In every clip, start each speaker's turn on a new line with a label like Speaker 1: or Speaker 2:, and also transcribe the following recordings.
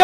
Speaker 1: ก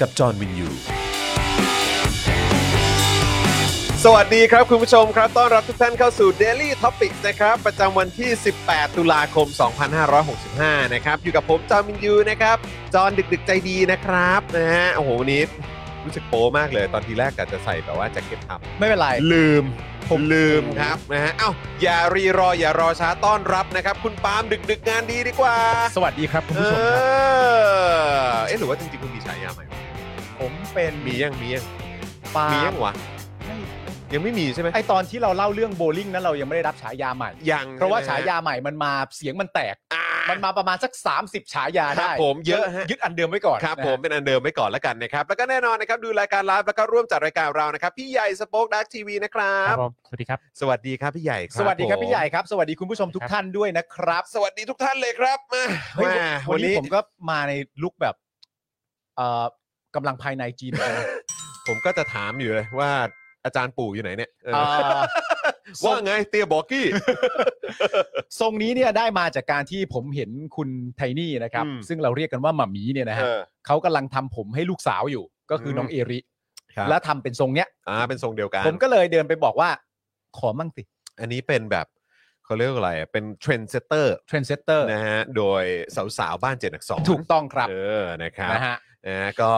Speaker 2: กับจอห์นวินยู
Speaker 3: สวัสดีครับ คุณผู้ชมครับ ต้อนรับทุกท่านเข้าสู่ Daily Topics นะครับ ประจำวันที่ 18 ตุลาคม 2565 นะครับ อยู่กับผมจอมินยูนะครับ จอนดึก ๆ ใจดีนะครับนะฮะโอ้โหวันนี้รู้สึกโป้มากเลย ตอนทีแรกกะจะใส่แบบว่าแจ็คเก็ตทับ
Speaker 4: ไม่เป็นไร
Speaker 3: ลืม ผมลืมครับนะฮะเอ้าอย่ารีรออย่ารอช้าต้อนรับนะครับ คุณปาล์มดึก ๆ งานดีดีกว่า
Speaker 4: สวัสดีครับคุณ
Speaker 3: เอ
Speaker 4: ผู้ชมครับ
Speaker 3: อเอ๊ะหรือว่าจริงๆคุณมีฉายาใหม่วะ
Speaker 4: ผมเป็น
Speaker 3: มียังมียัง
Speaker 4: ปา
Speaker 3: มี
Speaker 4: ล์
Speaker 3: ยั
Speaker 4: ม
Speaker 3: งวะยังไม่มีใช่ไหม
Speaker 4: ไอตอนที่เราเล่าเรื่องโบลิ่งนั้นเรายังไม่ได้รับฉายาใหม่
Speaker 3: ยัง
Speaker 4: เพราะว่า
Speaker 3: ใช่
Speaker 4: ฉา
Speaker 3: ไหมฮ
Speaker 4: ยาใหม่มันมาเสียงมันแตก
Speaker 3: อ่า
Speaker 4: มันมาประมาณสัก 30 ฉายา
Speaker 3: ครับ
Speaker 4: ได้
Speaker 3: ผมเยอะฮะ
Speaker 4: ยึดอันเดิมไว้ก่อน
Speaker 3: ครับ
Speaker 4: นะฮะ
Speaker 3: ผมเป็นอันเดิมไว้ก่อนแล้วกันนะครับ แล้วก็แน่นอนนะครับดูรายการไลฟ์แล้วก็ร่วมจัดรายการเรานะครับ พี่ใหญ่สป็อคดักทีวีนะครับ
Speaker 5: สวัสดีครับ
Speaker 3: สวัสดีครับพี่ใหญ่
Speaker 4: สวัสดีครับ
Speaker 3: ผม
Speaker 4: พี่ใหญ่ครับ สวัสดีคุณผู้ชมทุก
Speaker 5: ครับ
Speaker 4: ท่านด้วยนะครับ
Speaker 3: สวัสดีทุกท่านเลยครับมา
Speaker 4: เฮ้ย
Speaker 3: มา
Speaker 4: วั
Speaker 3: วัน น
Speaker 4: นี้
Speaker 3: นี้
Speaker 4: ผมก็มาในลุคแบบเอ่อกำลังภายใน จีนเหมือนกันนะ
Speaker 3: ผมก็จะถามอยู่เลยว่าอาจารย์ปู่อยู่ไหนเนี่ยเออ
Speaker 4: เอ่อ
Speaker 3: ว่าไงเตียบอกกี้
Speaker 4: ทรงนี้เนี่ยได้มาจากการที่ผมเห็นคุณไทนี่นะครับ
Speaker 3: อืม
Speaker 4: ซึ่งเราเรียกกันว่าหม่ามีเนี่ยนะฮะ
Speaker 3: เออ
Speaker 4: เขากำลังทำผมให้ลูกสาวอยู่ ก็คือ
Speaker 3: ม
Speaker 4: น้องเอริ
Speaker 3: ครับ
Speaker 4: และทำเป็นทรงเนี้ย
Speaker 3: อ่าเป็นทรงเดียวกัน
Speaker 4: ผมก็เลยเดินไปบอกว่า ขอมั่งสิ
Speaker 3: อันนี้เป็นแบบเขาเรียกว่าอะไรอ่ะเป็นเทรนเซเตอร์
Speaker 4: เทรนเซ e เตอร์
Speaker 3: นะฮะโดยสาวๆบ้านเจ็ดอักษร
Speaker 4: ถูกต้องครับ
Speaker 3: เออนะครับ
Speaker 4: นะฮะ
Speaker 3: นะฮะก็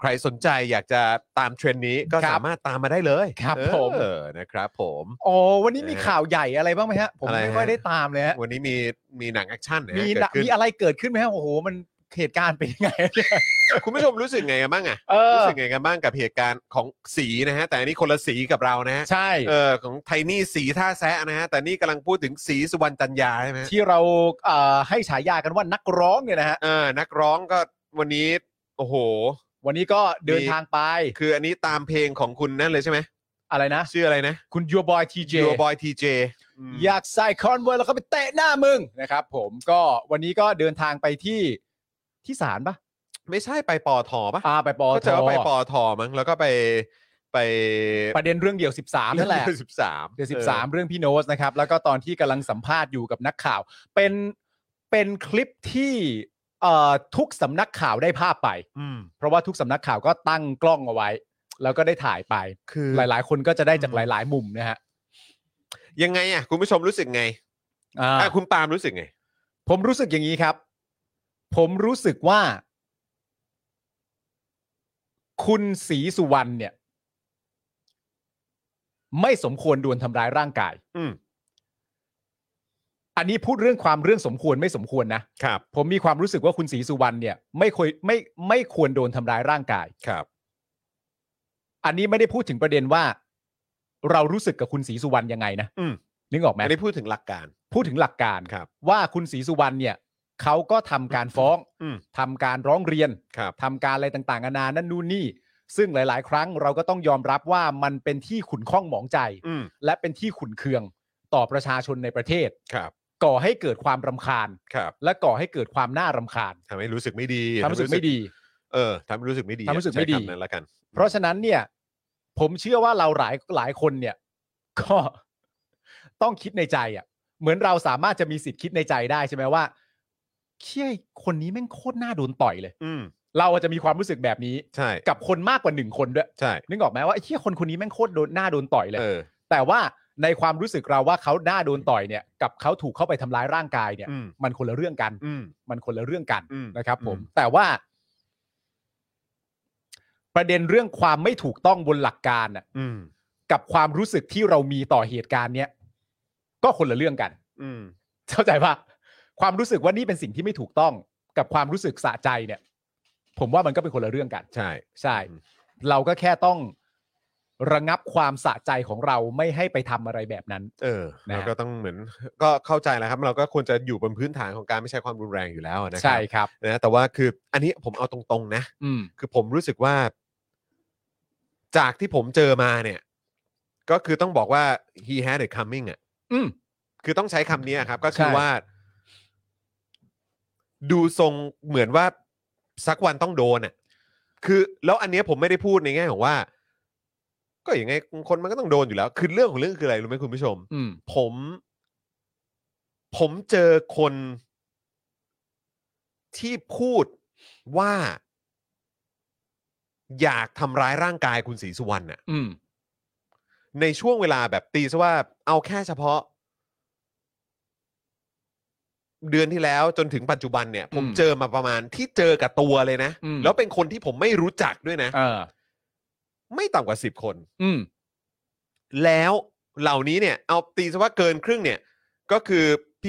Speaker 3: ใครสนใจอยากจะตามเทรนด์นี้ก็
Speaker 4: ครับ
Speaker 3: สามารถตามมาได้เลย
Speaker 4: ครับ
Speaker 3: เออ
Speaker 4: ผม
Speaker 3: นะครับผม
Speaker 4: อ๋อวันนี้มี
Speaker 3: นะฮะ
Speaker 4: ข่าวใหญ่อะไรบ้างไหมฮะ ผม
Speaker 3: อะไร
Speaker 4: ไม่ค่อย
Speaker 3: ฮะ
Speaker 4: ได้ตามเลยฮะ
Speaker 3: วันนี้มีมีหนังแอคชั่นนะฮะ
Speaker 4: มี
Speaker 3: เกิ
Speaker 4: หนั
Speaker 3: ด
Speaker 4: ก
Speaker 3: ขึ้น
Speaker 4: มีอะไรเกิดขึ้นไหมฮะโอ้โห มันเหตุการณ์เป็นยังไงเนี่ย
Speaker 3: คุณผู้ชมรู้สึกไงกันบ้างอ่ะ
Speaker 4: เออ
Speaker 3: รู้สึกไงกันบ้างกับเหตุการณ์ของสีนะฮะแต่อันนี้คนละสีกับเรานะฮะ
Speaker 4: ใช่
Speaker 3: เออของไทนี่สีท่าแซะนะฮะแต่นี่กำลังพูดถึงสีสุวรรณจันยาใช่ไหมฮะ
Speaker 4: ที่เราเอ่อให้ฉายากันว่านักร้องเนี่ยนะฮะ
Speaker 3: เออนักร้องก็วันนี้โอ้โห
Speaker 4: วันนี้ก็เดิน
Speaker 3: มี
Speaker 4: ทางไป
Speaker 3: คืออันนี้ตามเพลงของคุณนั่นเลยใช่ไหม
Speaker 4: อะไรนะ
Speaker 3: ชื่ออะไรนะ
Speaker 4: คุณยูบอยทีเจ
Speaker 3: ยูบอยทีเจ
Speaker 4: อยากใส่คอนเวิร์แล้วก็ไปเตะหน้ามึงนะครับผมก็วันนี้ก็เดินทางไปที่ที่ศาลปะ
Speaker 3: ไม่ใช่ไปปอทอปะ
Speaker 4: อ่าไปปอ
Speaker 3: ก็
Speaker 4: ท
Speaker 3: จะว่าไปปอทอมั้งแล้วก็ไปไป
Speaker 4: ประเด็นเรื่องเดี่ยว 13นั่นแหละ
Speaker 3: เรื่องสิบสาม
Speaker 4: เดี่ยว13 เรื่องพี่โนสนะครับ แล้วก็ตอนที่กำลังสัมภาษณ์อยู่กับนักข่าว เป็นเป็นคลิปที่เอ่อทุกสำนักข่าวได้ภาพไป
Speaker 3: อืม
Speaker 4: เพราะว่าทุกสำนักข่าวก็ตั้งกล้องเอาไว้ แล้วก็ได้ถ่ายไป
Speaker 3: คือ
Speaker 4: หลาย ๆ คนก็จะได้จากหลาย ๆ มุมนะฮะ
Speaker 3: ยังไงอ่ะคุณผู้ชมรู้สึกไง
Speaker 4: อ่า
Speaker 3: อ่ะคุณปาล์มรู้สึกไง
Speaker 4: ผมรู้สึกอย่างนี้ครับ ผมรู้สึกว่า คุณศรีสุวรรณเนี่ย ไม่สมควรโดนทำร้ายร่างกาย
Speaker 3: อืม
Speaker 4: อันนี้พูดเรื่องความเรื่องสมควรไม่สมควรนะครับผมมีความรู้สึกว่าคุณศรีสุวรรณเนี่ย ไม่ควรไม่ไม่ควรโดนทำร้ายร่างกาย
Speaker 3: ครับ
Speaker 4: อันนี้ไม่ได้พูดถึงประเด็นว่า เรารู้สึกกับคุณศรีสุวรรณยังไงนะ
Speaker 3: อืม
Speaker 4: นึกออกไหม
Speaker 3: อันนี้พูดถึงหลักการ
Speaker 4: พูดถึงหลักการ
Speaker 3: ครับ
Speaker 4: ว่าคุณศรีสุวรรณเนี่ยเขาก็ทำการฟ้อง
Speaker 3: อืม
Speaker 4: ทำการร้องเรียน
Speaker 3: ครับ
Speaker 4: ทำการอะไรต่างๆนานานั่นนู่นนี่ ซึ่งหลาย ๆ ครั้งเราก็ต้องยอมรับว่ามันเป็นที่ขุนข้องหมองใจ
Speaker 3: อืม
Speaker 4: และเป็นที่ขุนเคืองต่อประชาชนในประเทศ
Speaker 3: ครับ
Speaker 4: ก่อให้เกิดความรำคาญ
Speaker 3: ครับ
Speaker 4: และก่อให้เกิดความน่ารำคาญ
Speaker 3: ทำให้รู้สึกไม่ดี
Speaker 4: ทำให้รู้สึกไม่ดี
Speaker 3: เออทำให้รู้สึกไม่ดี
Speaker 4: ทำให้รู้สึกไม่ดี
Speaker 3: ใช้คำนั้นละกัน
Speaker 4: เพราะฉะนั้นเนี่ย ผมเชื่อว่าเราหลายหลายคนเนี่ย ก็ ต้องคิดในใจอ่ะ เหมือนเราสามารถจะมีสิทธิ์คิดในใจได้ใช่ไหมว่าเชี่ยคนนี้แม่งโคตรน่าโดนต่อยเลย
Speaker 3: อืม
Speaker 4: เราอาจจะมีความรู้สึกแบบนี้
Speaker 3: ใช่
Speaker 4: กับคนมากกว่าหนึ่งคนด้วย
Speaker 3: ใช่
Speaker 4: นึกออกไหมว่าไอ้เหี้ยคนคนนี้แม่งโคตรโดนหน้าโดนต่อยเลย
Speaker 3: เออ
Speaker 4: แต่ว่าในความรู้สึกเราว่าเขาหน้าโดนต่อยเนี่ยกับเขาถูกเข้าไปทำร้ายร่างกายเนี่ย
Speaker 3: อืม
Speaker 4: มันคนละเรื่องกัน
Speaker 3: อืม
Speaker 4: มันคนละเรื่องกัน
Speaker 3: อืม
Speaker 4: นะครับ ผม
Speaker 3: อืม
Speaker 4: แต่ว่า ประเด็นเรื่องความไม่ถูกต้องบนหลักการน่ะ
Speaker 3: อืม
Speaker 4: กับความรู้สึกที่เรามีต่อเหตุการณ์เนี้ยก็คนละเรื่องกัน
Speaker 3: อืม
Speaker 4: เข้าใจปะความรู้สึกว่านี่เป็นสิ่งที่ไม่ถูกต้องกับความรู้สึกสะใจเนี่ย ผมว่ามันก็เป็นคนละเรื่องกัน
Speaker 3: ใช่
Speaker 4: ใช่
Speaker 3: อืม
Speaker 4: เราก็แค่ต้องระงับความสะใจของเราไม่ให้ไปทำอะไรแบบนั้น
Speaker 3: เออ
Speaker 4: นะฮะ
Speaker 3: เราก็ต้องเหมือน ก็เข้าใจแหล้วครับ เราก็ควรจะอยู่บนพื้นฐานของการไม่ใช้ความรุนแรงอยู่แล้วนะครั
Speaker 4: ใช่ครับ
Speaker 3: นะแต่ว่าคืออันนี้ผมเอาตรงๆนะ
Speaker 4: อืม
Speaker 3: คือผมรู้สึกว่า จากที่ผมเจอมาเนี่ย ก็คือต้องบอกว่า he had it coming อ่ะ
Speaker 4: อืม
Speaker 3: คือต้องใช้คำนี้ครับ ก็คือ
Speaker 4: ใช่
Speaker 3: ว่า ดูทรงเหมือนว่าสักวันต้องโดนอ่ะ คือ แล้วอันเนี้ยผมไม่ได้พูดในแง่ของว่า ก็อย่างไงคนมันก็ต้องโดนอยู่แล้ว คือเรื่องของเรื่องคืออะไรรู้ไหมคุณผู้ชม
Speaker 4: อืม
Speaker 3: ผม ผมเจอคนที่พูดว่า อยากทำร้ายร่างกายคุณศรีสุวรรณน่ะ
Speaker 4: อืม
Speaker 3: ในช่วงเวลาแบบตีซะว่าเอาแค่เฉพาะ เดือนที่แล้วจนถึงปัจจุบันเนี่ย ผม
Speaker 4: อืม
Speaker 3: เจอมาประมาณที่เจอกับตัวเลยนะ
Speaker 4: อืม
Speaker 3: แล้วเป็นคนที่ผมไม่รู้จักด้วยนะ
Speaker 4: เออ
Speaker 3: ไม่ต่ำกว่าสิบคน
Speaker 4: อืม
Speaker 3: แล้วเหล่านี้เนี่ย เอาตีซะว่าเกินครึ่งเนี่ย ก็คือ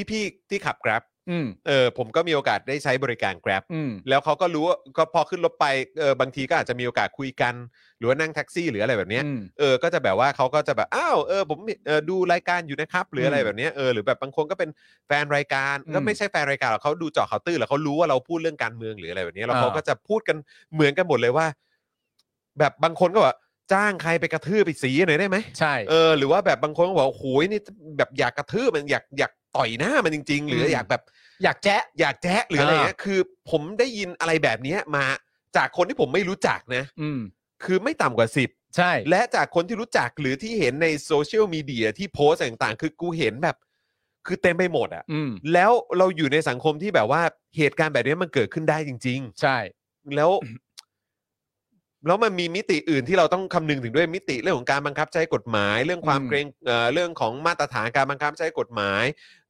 Speaker 3: พี่ๆที่ขับ Grab
Speaker 4: อืม
Speaker 3: เออผมก็มีโอกาสได้ใช้บริการ Grab
Speaker 4: อืม
Speaker 3: แล้วเขาก็รู้ว่าก็พอขึ้นรถไปเออบางทีก็อาจจะมีโอกาสคุยกัน หรือว่านั่งแท็กซี่หรืออะไรแบบเนี้ย
Speaker 4: อืม
Speaker 3: เออก็จะแบบว่าเขาก็จะแบบอ้าวเออผมเออดูรายการอยู่นะครับ หรืออะไร
Speaker 4: อืม
Speaker 3: แบบเนี้ยเออหรือแบบบางคนก็เป็นแฟนรายการ
Speaker 4: อืม
Speaker 3: ก็ไม่ใช่แฟนรายการหรอกเขาดูเจาะเขาวตื้อแล้วเขารู้ว่าเราพูดเรื่องการเมืองหรืออะไรแบบเนี้ยแล้วเขา
Speaker 4: อ่า
Speaker 3: ก็จะพูดกันเหมือนกันหมดเลยว่า แบบบางคนก็บอกว่าจ้างใครไปกระทืบไปสีหน่อยได้ไหม
Speaker 4: ใช่
Speaker 3: เออหรือว่าแบบบางคนก็บอกว่าโอ้โหยนี่แบบอยากกระทืบมันอยากอยากต่อยหน้ามันจริง ๆ หรือ
Speaker 4: ม
Speaker 3: อยากแบบ
Speaker 4: อยากแจ๊
Speaker 3: อยากแจ๊ะหรืออะไร
Speaker 4: อ่า
Speaker 3: เงี้ยคือ ผมได้ยินอะไรแบบเนี้ยมาจากคนที่ผมไม่รู้จักนะ
Speaker 4: อืม
Speaker 3: คือไม่ต่ำกว่าสิบ
Speaker 4: ใช่
Speaker 3: และจากคนที่รู้จักหรือที่เห็นในโซเชียลมีเดียที่โพสต์ต่างๆ คือกูเห็นแบบ คือเต็มไปหมดอะ
Speaker 4: อืม
Speaker 3: แล้วเราอยู่ในสังคมที่แบบว่าเหตุการณ์แบบเนี้ยมันเกิดขึ้นได้จริง ๆ
Speaker 4: ใช่
Speaker 3: แล้ว แล้วมันมีมิติอื่นที่เราต้องคำนึงถึงด้วยมิติเรื่องของการบังคับใช้กฎหมาย เรื่องความ
Speaker 4: อืม
Speaker 3: เกรงเอ่อเรื่องของมาตรฐานการบังคับใช้กฎหมาย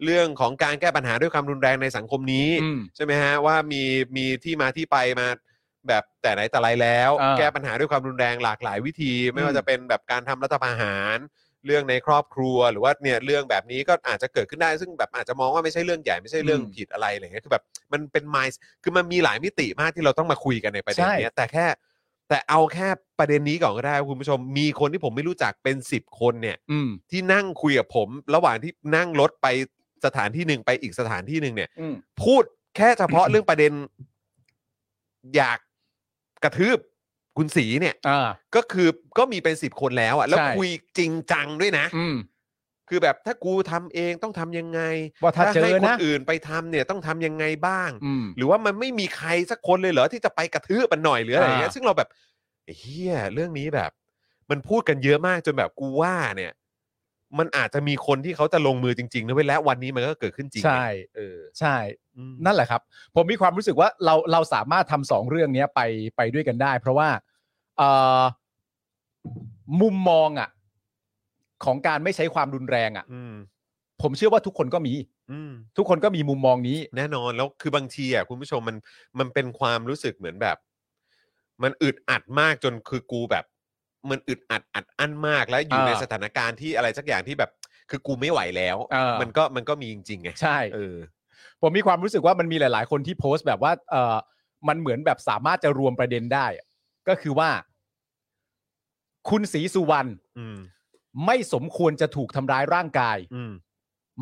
Speaker 3: เรื่องของการแก้ปัญหาด้วยความรุนแรงในสังคมนี้
Speaker 4: อืม
Speaker 3: ใช่ไหมฮะว่ามีมีที่มาที่ไปมาแบบแต่ไหนแต่ไรแล้ว
Speaker 4: เออ
Speaker 3: แก้ปัญหาด้วยความรุนแรงหลากหลายวิธี ไม่ว่า
Speaker 4: อืม
Speaker 3: จะเป็นแบบการทำรัฐประหาร เรื่องในครอบครัวหรือว่าเนี่ยเรื่องแบบนี้ก็อาจจะเกิดขึ้นได้ ซึ่งแบบอาจจะมองว่าไม่ใช่เรื่องใหญ่ไม่ใช่เรื่องผิดอะไรอะไรเงี้ยคือแบบมันเป็นไมซ์คือมันมีหลายมิติมากที่เราต้องมาคุยกันในประเด็นเนี้ยแต่แค่ แต่เอาแค่ประเด็นนี้ก่อนก็ได้คุณผู้ชมมีคนที่ผมไม่รู้จักเป็นสิบคนเนี่ย
Speaker 4: อืม
Speaker 3: ที่นั่งคุยกับผม ระหว่างที่นั่งรถไปสถานที่หนึ่งไปอีกสถานที่หนึ่งเนี่ย
Speaker 4: อืม
Speaker 3: พูดแค่เฉ พาะ เรื่องประเด็น อยากกระทืบคุณสีเนี่ย
Speaker 4: อ่า
Speaker 3: ก็คือก็มีเป็นสิบคนแล้วอะแล้ว
Speaker 4: ใช่
Speaker 3: คุยจริงจังด้วยนะ
Speaker 4: อืม
Speaker 3: คือแบบถ้ากูทำเองต้องทำยังไง
Speaker 4: ว่าถ้าเจ
Speaker 3: ให้
Speaker 4: อ
Speaker 3: คน
Speaker 4: นะ
Speaker 3: อื่นไปทำเนี่ยต้องทำยังไงบ้าง
Speaker 4: อืม
Speaker 3: หรือว่ามันไม่มีใครสักคนเลยเหรอที่จะไปกระทืบมันหน่อยหรืออะไรอย่างเงี้ย
Speaker 4: อ่า
Speaker 3: ซึ่งเราแบบเฮียเรื่องนี้แบบ มันพูดกันเยอะมากจนแบบกูว่าเนี่ย มันอาจจะมีคนที่เขาจะลงมือจริงๆนะเว้ยและวันนี้มันก็เกิดขึ้นจริงไง
Speaker 4: ใช่
Speaker 3: เออ
Speaker 4: ใช่
Speaker 3: อืม
Speaker 4: นั่นแหละครับ ผมมีความรู้สึกว่าเราเราสามารถทำสองเรื่องเนี้ยไปไปด้วยกันได้ เพราะว่าเอ่อมุมมองอ่ะ ของการไม่ใช้ความรุนแรงอ่ะ
Speaker 3: อืม
Speaker 4: ผมเชื่อว่าทุกคนก็มี
Speaker 3: อืม
Speaker 4: ทุกคนก็มีมุมมองนี้
Speaker 3: แน่นอนแล้วคือบางทีอ่ะคุณผู้ชมมันมันเป็นความรู้สึกเหมือนแบบ มันอึดอัดมากจนคือกูแบบ มันอึดอัดอัดอั้นมากแล้วอยู่
Speaker 4: อ่า
Speaker 3: ในสถานการณ์ที่อะไรสักอย่างที่แบบ คือกูไม่ไหวแล้ว
Speaker 4: เออ
Speaker 3: มันก็มันก็มีจริงๆไง
Speaker 4: ใช่
Speaker 3: เออ
Speaker 4: ผมมีความรู้สึกว่ามันมีหลาย ๆ คนที่โพสต์แบบว่าเออมันเหมือนแบบสามารถจะรวมประเด็นได้อะก็คือว่า คุณศรีสุวรรณ
Speaker 3: อืม
Speaker 4: ไม่สมควรจะถูกทำร้ายร่างกาย
Speaker 3: อืม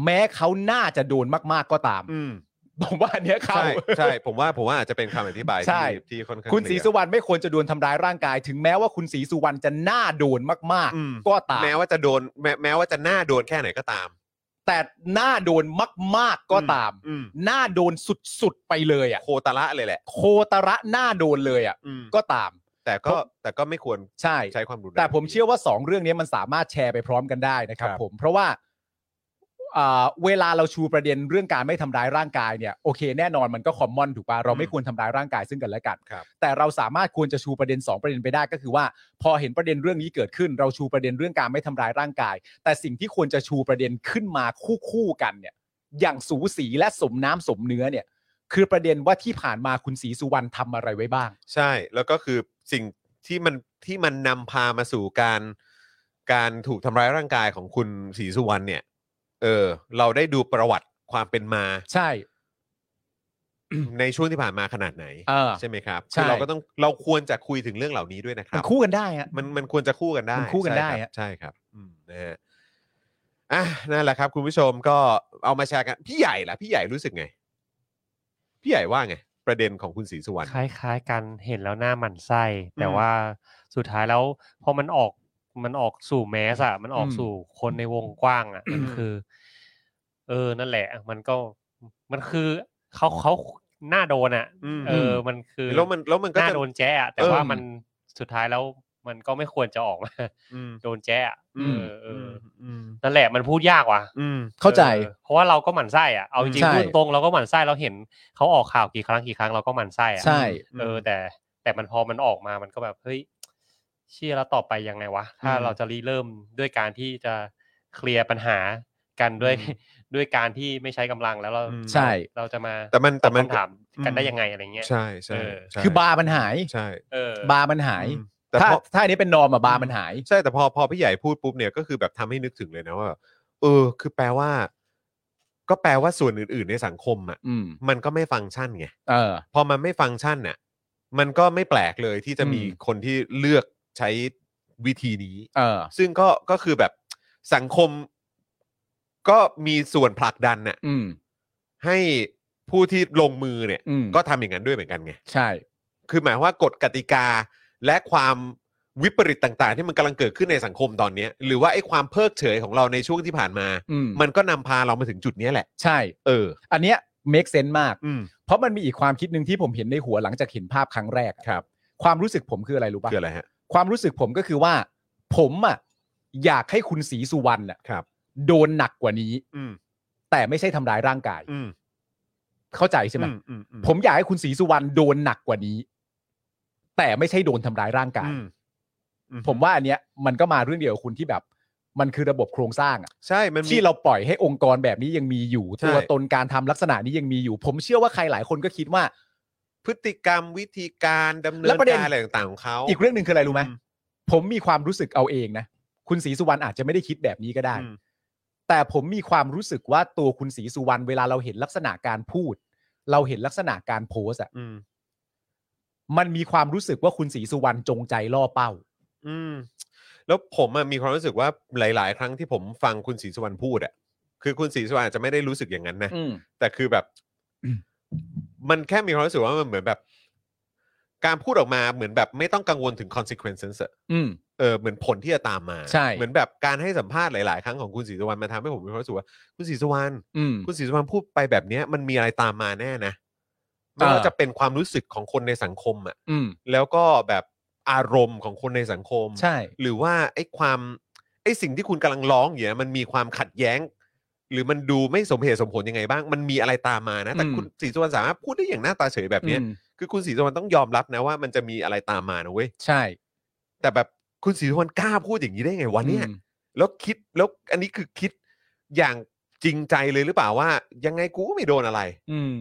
Speaker 4: แม้เขาน่าจะโดนมาก ๆ ก็ตาม
Speaker 3: อืม
Speaker 4: ผมว่าอันเนี้ยเข้า
Speaker 3: ใช่ใช่ผมว่าผมว่าอาจจะเป็นคำอธิบาย
Speaker 4: ใช่
Speaker 3: ที่ที่ค่อนข้าง
Speaker 4: คุณศรีสุ
Speaker 3: เ
Speaker 4: วรรณไม่ควรจะโดนทำร้ายร่างกาย ถึงแม้ว่าคุณศรีสุวรรณจะน่าโดนมาก
Speaker 3: อืม
Speaker 4: ๆ
Speaker 3: ค
Speaker 4: ก็
Speaker 3: ลีย
Speaker 4: ตา
Speaker 3: ร์
Speaker 4: ม
Speaker 3: แม้ว่าจะโดนแม้แม้ว่าจะหน้าโดนแค่ไหนก็ตาม
Speaker 4: แต่น่าโดนมาก ๆ ก็ตาม
Speaker 3: อืม
Speaker 4: น่าโดนสุด ๆ ไปเลยอ่ะ
Speaker 3: โคตรละเลยแหละ
Speaker 4: โคตระน่าโดนเลยอ่ะ
Speaker 3: อืม
Speaker 4: ก็ตาม
Speaker 3: แต่ก็แต่ก็ไม่ควร
Speaker 4: ใช่
Speaker 3: ใช้ความรุนแรง
Speaker 4: แต่ผมเชื่อว่า 2 เรื่องนี้มันสามารถแชร์ไปพร้อมกันได้นะครับ
Speaker 3: ครับ
Speaker 4: ผมเพราะว่าอ่าเวลาเราชูประเด็นเรื่องการไม่ทำร้ายร่างกายเนี่ยโอเคแน่นอนมันก็คอมมอนถูกปะเราไม่ควรทำร้ายร่างกายซึ่งกันและกัน
Speaker 3: ครับ
Speaker 4: แต่เราสามารถควรจะชูประเด็น 2 ประเด็นไปได้ก็คือว่า พอเห็นประเด็นเรื่องนี้เกิดขึ้น เราชูประเด็นเรื่องการไม่ทำร้ายร่างกาย แต่สิ่งที่ควรจะชูประเด็นขึ้นมาคู่คู่ๆกันเนี่ยอย่างสูสีและสมน้ำสมเนื้อเนี่ย คือประเด็นว่าที่ผ่านมาคุณศรีสุวรรณทำอะไรไว้บ้าง
Speaker 3: ใช่แล้วก็คือสิ่ง ที่มันที่มันนำพามาสู่การการถูกทำร้ายร่างกายของคุณศรีสุวรรณเนี่ย เออ เราได้ดูประวัติความเป็นมา
Speaker 4: ใช่
Speaker 3: ในช่วงที่ผ่านมาขนาดไหน
Speaker 4: เออ
Speaker 3: ใช่ไหมครับ
Speaker 4: ใช่
Speaker 3: คือเราก็ต้องเราควรจะคุยถึงเรื่องเหล่านี้ด้วยนะค
Speaker 4: มั
Speaker 3: รั
Speaker 4: น
Speaker 3: บ
Speaker 4: คู่กันได้ฮะ
Speaker 3: มันมันควรจะคู่กันได้
Speaker 4: มันคู่กันได้อะ
Speaker 3: ใช่ครับใช่ครับอืมนะฮะอ่ะนั่นแหละครับ คุณผู้ชมก็เอามาแชร์กัน พี่ใหญ่ล่ะพี่ใหญ่รู้สึกไง พี่ใหญ่ว่าไง ประเด็นของคุณศรีสุวรรณ
Speaker 5: คล้าย ๆ กันเห็นแล้วหน้าหมันไส้แต่
Speaker 3: อืม
Speaker 5: ว่าสุดท้ายแล้วพอมันออกมันออกสู่แมสอะมันออก
Speaker 4: อืม
Speaker 5: สู่คนในวงกว้างอะมัน
Speaker 3: อืม
Speaker 5: คือ เออนั่นแหละ มันก็มันคือเขาเขาหน้าโดนอะ
Speaker 3: ม
Speaker 5: เออมันคือ
Speaker 3: แล้วมันแล้วมันก็
Speaker 5: หน้า
Speaker 3: จะ
Speaker 5: โดนแจ้อะแต่
Speaker 3: เออ
Speaker 5: ว่ามันสุดท้ายแล้วมันก็ไม่ควรจะออกมา
Speaker 3: อืม
Speaker 5: โดนแจ้อะ
Speaker 3: อืม
Speaker 5: เออเอออ
Speaker 3: อืม
Speaker 5: นั่นแหละมันพูดยากว่ะ
Speaker 3: อืม
Speaker 4: เข้าใจ
Speaker 5: ออเพราะว่าเราก็หมั่นไส้อะเอาจริง
Speaker 4: ใช่
Speaker 5: ๆพูดตรงเราก็หมั่นไส้เราเห็นเขาออกข่าวกี่ครั้งกี่ครั้งเราก็หมั่นไส้อะ
Speaker 4: ใช่
Speaker 5: เออแต่แต่มันพอมันออกมามันก็แบบเฮ้ยเชี่ยแล้วต่อไปยังไงวะถ้า
Speaker 3: อืม
Speaker 5: เราจะรีเริ่มด้วยการที่จะเคลียร์ปัญหากันด้วย
Speaker 3: อืม
Speaker 5: ด้วยการที่ไม่ใช้กำลังแล้วเรา
Speaker 3: อืม
Speaker 4: ใช่
Speaker 5: เราจะมา
Speaker 3: แต่มัน
Speaker 5: ต
Speaker 3: แต่
Speaker 5: อบ
Speaker 3: มัน
Speaker 5: คำถามกันได้ยังไงอะไรเงี้ย
Speaker 3: ใช่ใช่
Speaker 5: เออ
Speaker 3: ใช่
Speaker 4: คือบาร์มันหาย
Speaker 3: ใช่
Speaker 5: เออบ
Speaker 4: าร์มันหาย
Speaker 3: อืมแต่
Speaker 4: ถ้า
Speaker 3: พอ
Speaker 4: ถ้าอันนี้เป็นนอมอะบาร์มันหาย
Speaker 3: ใช่แต่พอพอพี่ใหญ่พูดปุ๊บเนี่ยก็คือแบบทำให้นึกถึงเลยนะว่าแบบเออ คือแปลว่า ก็แปลว่าส่วนอื่น ๆ ในสังคมอ่ะ
Speaker 4: อืม
Speaker 3: มันก็ไม่ฟังก์ชันไง
Speaker 4: เออ
Speaker 3: พอมันไม่ฟังก์ชันเนี่ยมันก็ไม่แปลกเลยที่จะมี
Speaker 4: อืม
Speaker 3: คนที่เลือกใช้วิธีนี้
Speaker 4: เออ
Speaker 3: ซึ่งก็ก็คือแบบสังคมก็มีส่วนผลักดันน่ะ
Speaker 4: อืม
Speaker 3: ให้ผู้ที่ลงมือเนี่ย
Speaker 4: อืม
Speaker 3: ก็ทำอย่างนั้นด้วยเหมือนกันไง
Speaker 4: ใช่
Speaker 3: คือหมายว่ากฎกติกาและความวิปริตต่างๆ ที่มันกำลังเกิดขึ้นในสังคมตอนเนี้ยหรือว่าไอ้ความเพิกเฉยของเราในช่วงที่ผ่านมา
Speaker 4: อืม
Speaker 3: มันก็นำพาเรามาถึงจุดเนี้ยแหละ
Speaker 4: ใช่
Speaker 3: เออ
Speaker 4: อันเนี้ย make sense มาก
Speaker 3: อืม
Speaker 4: เพราะมันมีอีกความคิดหนึ่งที่ผมเห็นในหัวหลังจากเห็นภาพครั้งแรกอะ
Speaker 3: ครับ
Speaker 4: ความรู้สึกผมคืออะไรรู้ปะ
Speaker 3: คืออะไรฮะ
Speaker 4: ความรู้สึกผมก็คือว่า ผมอ่ะอยากให้คุณศรีสุวรรณอ่ะ
Speaker 3: ครับ
Speaker 4: โดนหนักกว่านี้
Speaker 3: อืม
Speaker 4: แต่ไม่ใช่ทำร้ายร่างกาย
Speaker 3: อืม
Speaker 4: เข้าใจใช่ไหม
Speaker 3: อือือื
Speaker 4: ผมอยากให้คุณศรีสุวรรณโดนหนักกว่านี้ แต่ไม่ใช่โดนทำร้ายร่างกาย
Speaker 3: อืมอื
Speaker 4: ผมว่าอันเนี้ยมันก็มาเรื่องเดียวกับคุณที่แบบ มันคือระบบโครงสร้างอะ
Speaker 3: ใช่มันมี
Speaker 4: ที่เราปล่อยให้องค์กรแบบนี้ยังมีอยู่
Speaker 3: ใช่
Speaker 4: ตัวตนการทำลักษณะนี้ยังมีอยู่ ผมเชื่อว่าใครหลายคนก็คิดว่า
Speaker 3: พฤติกรรมวิธีการดำเนิ
Speaker 4: แล้
Speaker 3: น
Speaker 4: วประเด็น
Speaker 3: การอะไรต่างๆของเขา
Speaker 4: อีกเรื่องหนึ่งคืออะไรรู้ไหม
Speaker 3: อืม
Speaker 4: ผมมีความรู้สึกเอาเองนะ คุณศรีสุวรรณอาจจะไม่ได้คิดแบบนี้ก็ได้
Speaker 3: อืม
Speaker 4: แต่ผมมีความรู้สึกว่าตัวคุณศรีสุวรรณเวลาเราเห็นลักษณะการพูด เราเห็นลักษณะการโพสอะ
Speaker 3: อืม
Speaker 4: มันมีความรู้สึกว่าคุณศรีสุวรรณจงใจล่อเป้า
Speaker 3: อืมแล้วผมอะมีความรู้สึกว่าหลาย ๆ ครั้งที่ผมฟังคุณศรีสุวรรณพูดอะคือคุณศรีสุวรรณอาจจะไม่ได้รู้สึกอย่างนั้นนะ แต่คือแบบ มันแค่มีความรู้สึกว่ามันเหมือนแบบ การพูดออกมาเหมือนแบบไม่ต้องกังวลถึง consequences อะ
Speaker 4: อืม
Speaker 3: เออเหมือนผลที่จะตามมา
Speaker 4: ใช่
Speaker 3: เหมือนแบบการให้สัมภาษณ์หลาย ๆ ครั้งของคุณศรีสุวรรณมาทำให้ผมมีความรู้สึกว่า คุณศรีสุวรรณ
Speaker 4: อืม
Speaker 3: คุณศรีสุวรรณพูดไปแบบเนี้ย มันมีอะไรตามมาแน่นะไม่
Speaker 4: เออ
Speaker 3: ว่าจะเป็นความรู้สึกของคนในสังคมอะ
Speaker 4: อืม
Speaker 3: แล้วก็แบบอารมณ์ของคนในสังคม
Speaker 4: ใช่
Speaker 3: หรือว่าไอ้ความไอ้สิ่งที่คุณกำลังร้องอย่างเงี้ยมันมีความขัดแย้ง หรือมันดูไม่สมเหตุสมผลยังไงบ้าง มันมีอะไรตามมานะ แต่
Speaker 4: อืม
Speaker 3: คุณสีสุวรรณสามารถพูดได้อย่างหน้าตาเฉยแบบเนี้ย
Speaker 4: อืม
Speaker 3: คือคุณสีสุวรรณต้องยอมรับนะว่ามันจะมีอะไรตามมานะเว้ย
Speaker 4: ใช่
Speaker 3: แต่แบบคุณสีสุวรรณกล้าพูดอย่างนี้ได้ไงวะเนี่ย
Speaker 4: อืม
Speaker 3: แล้วคิดแล้วอันนี้คือคิดอย่างจริงใจเลยหรือเปล่าว่า ยังไงกูก็ไม่โดนอะไร
Speaker 4: อืม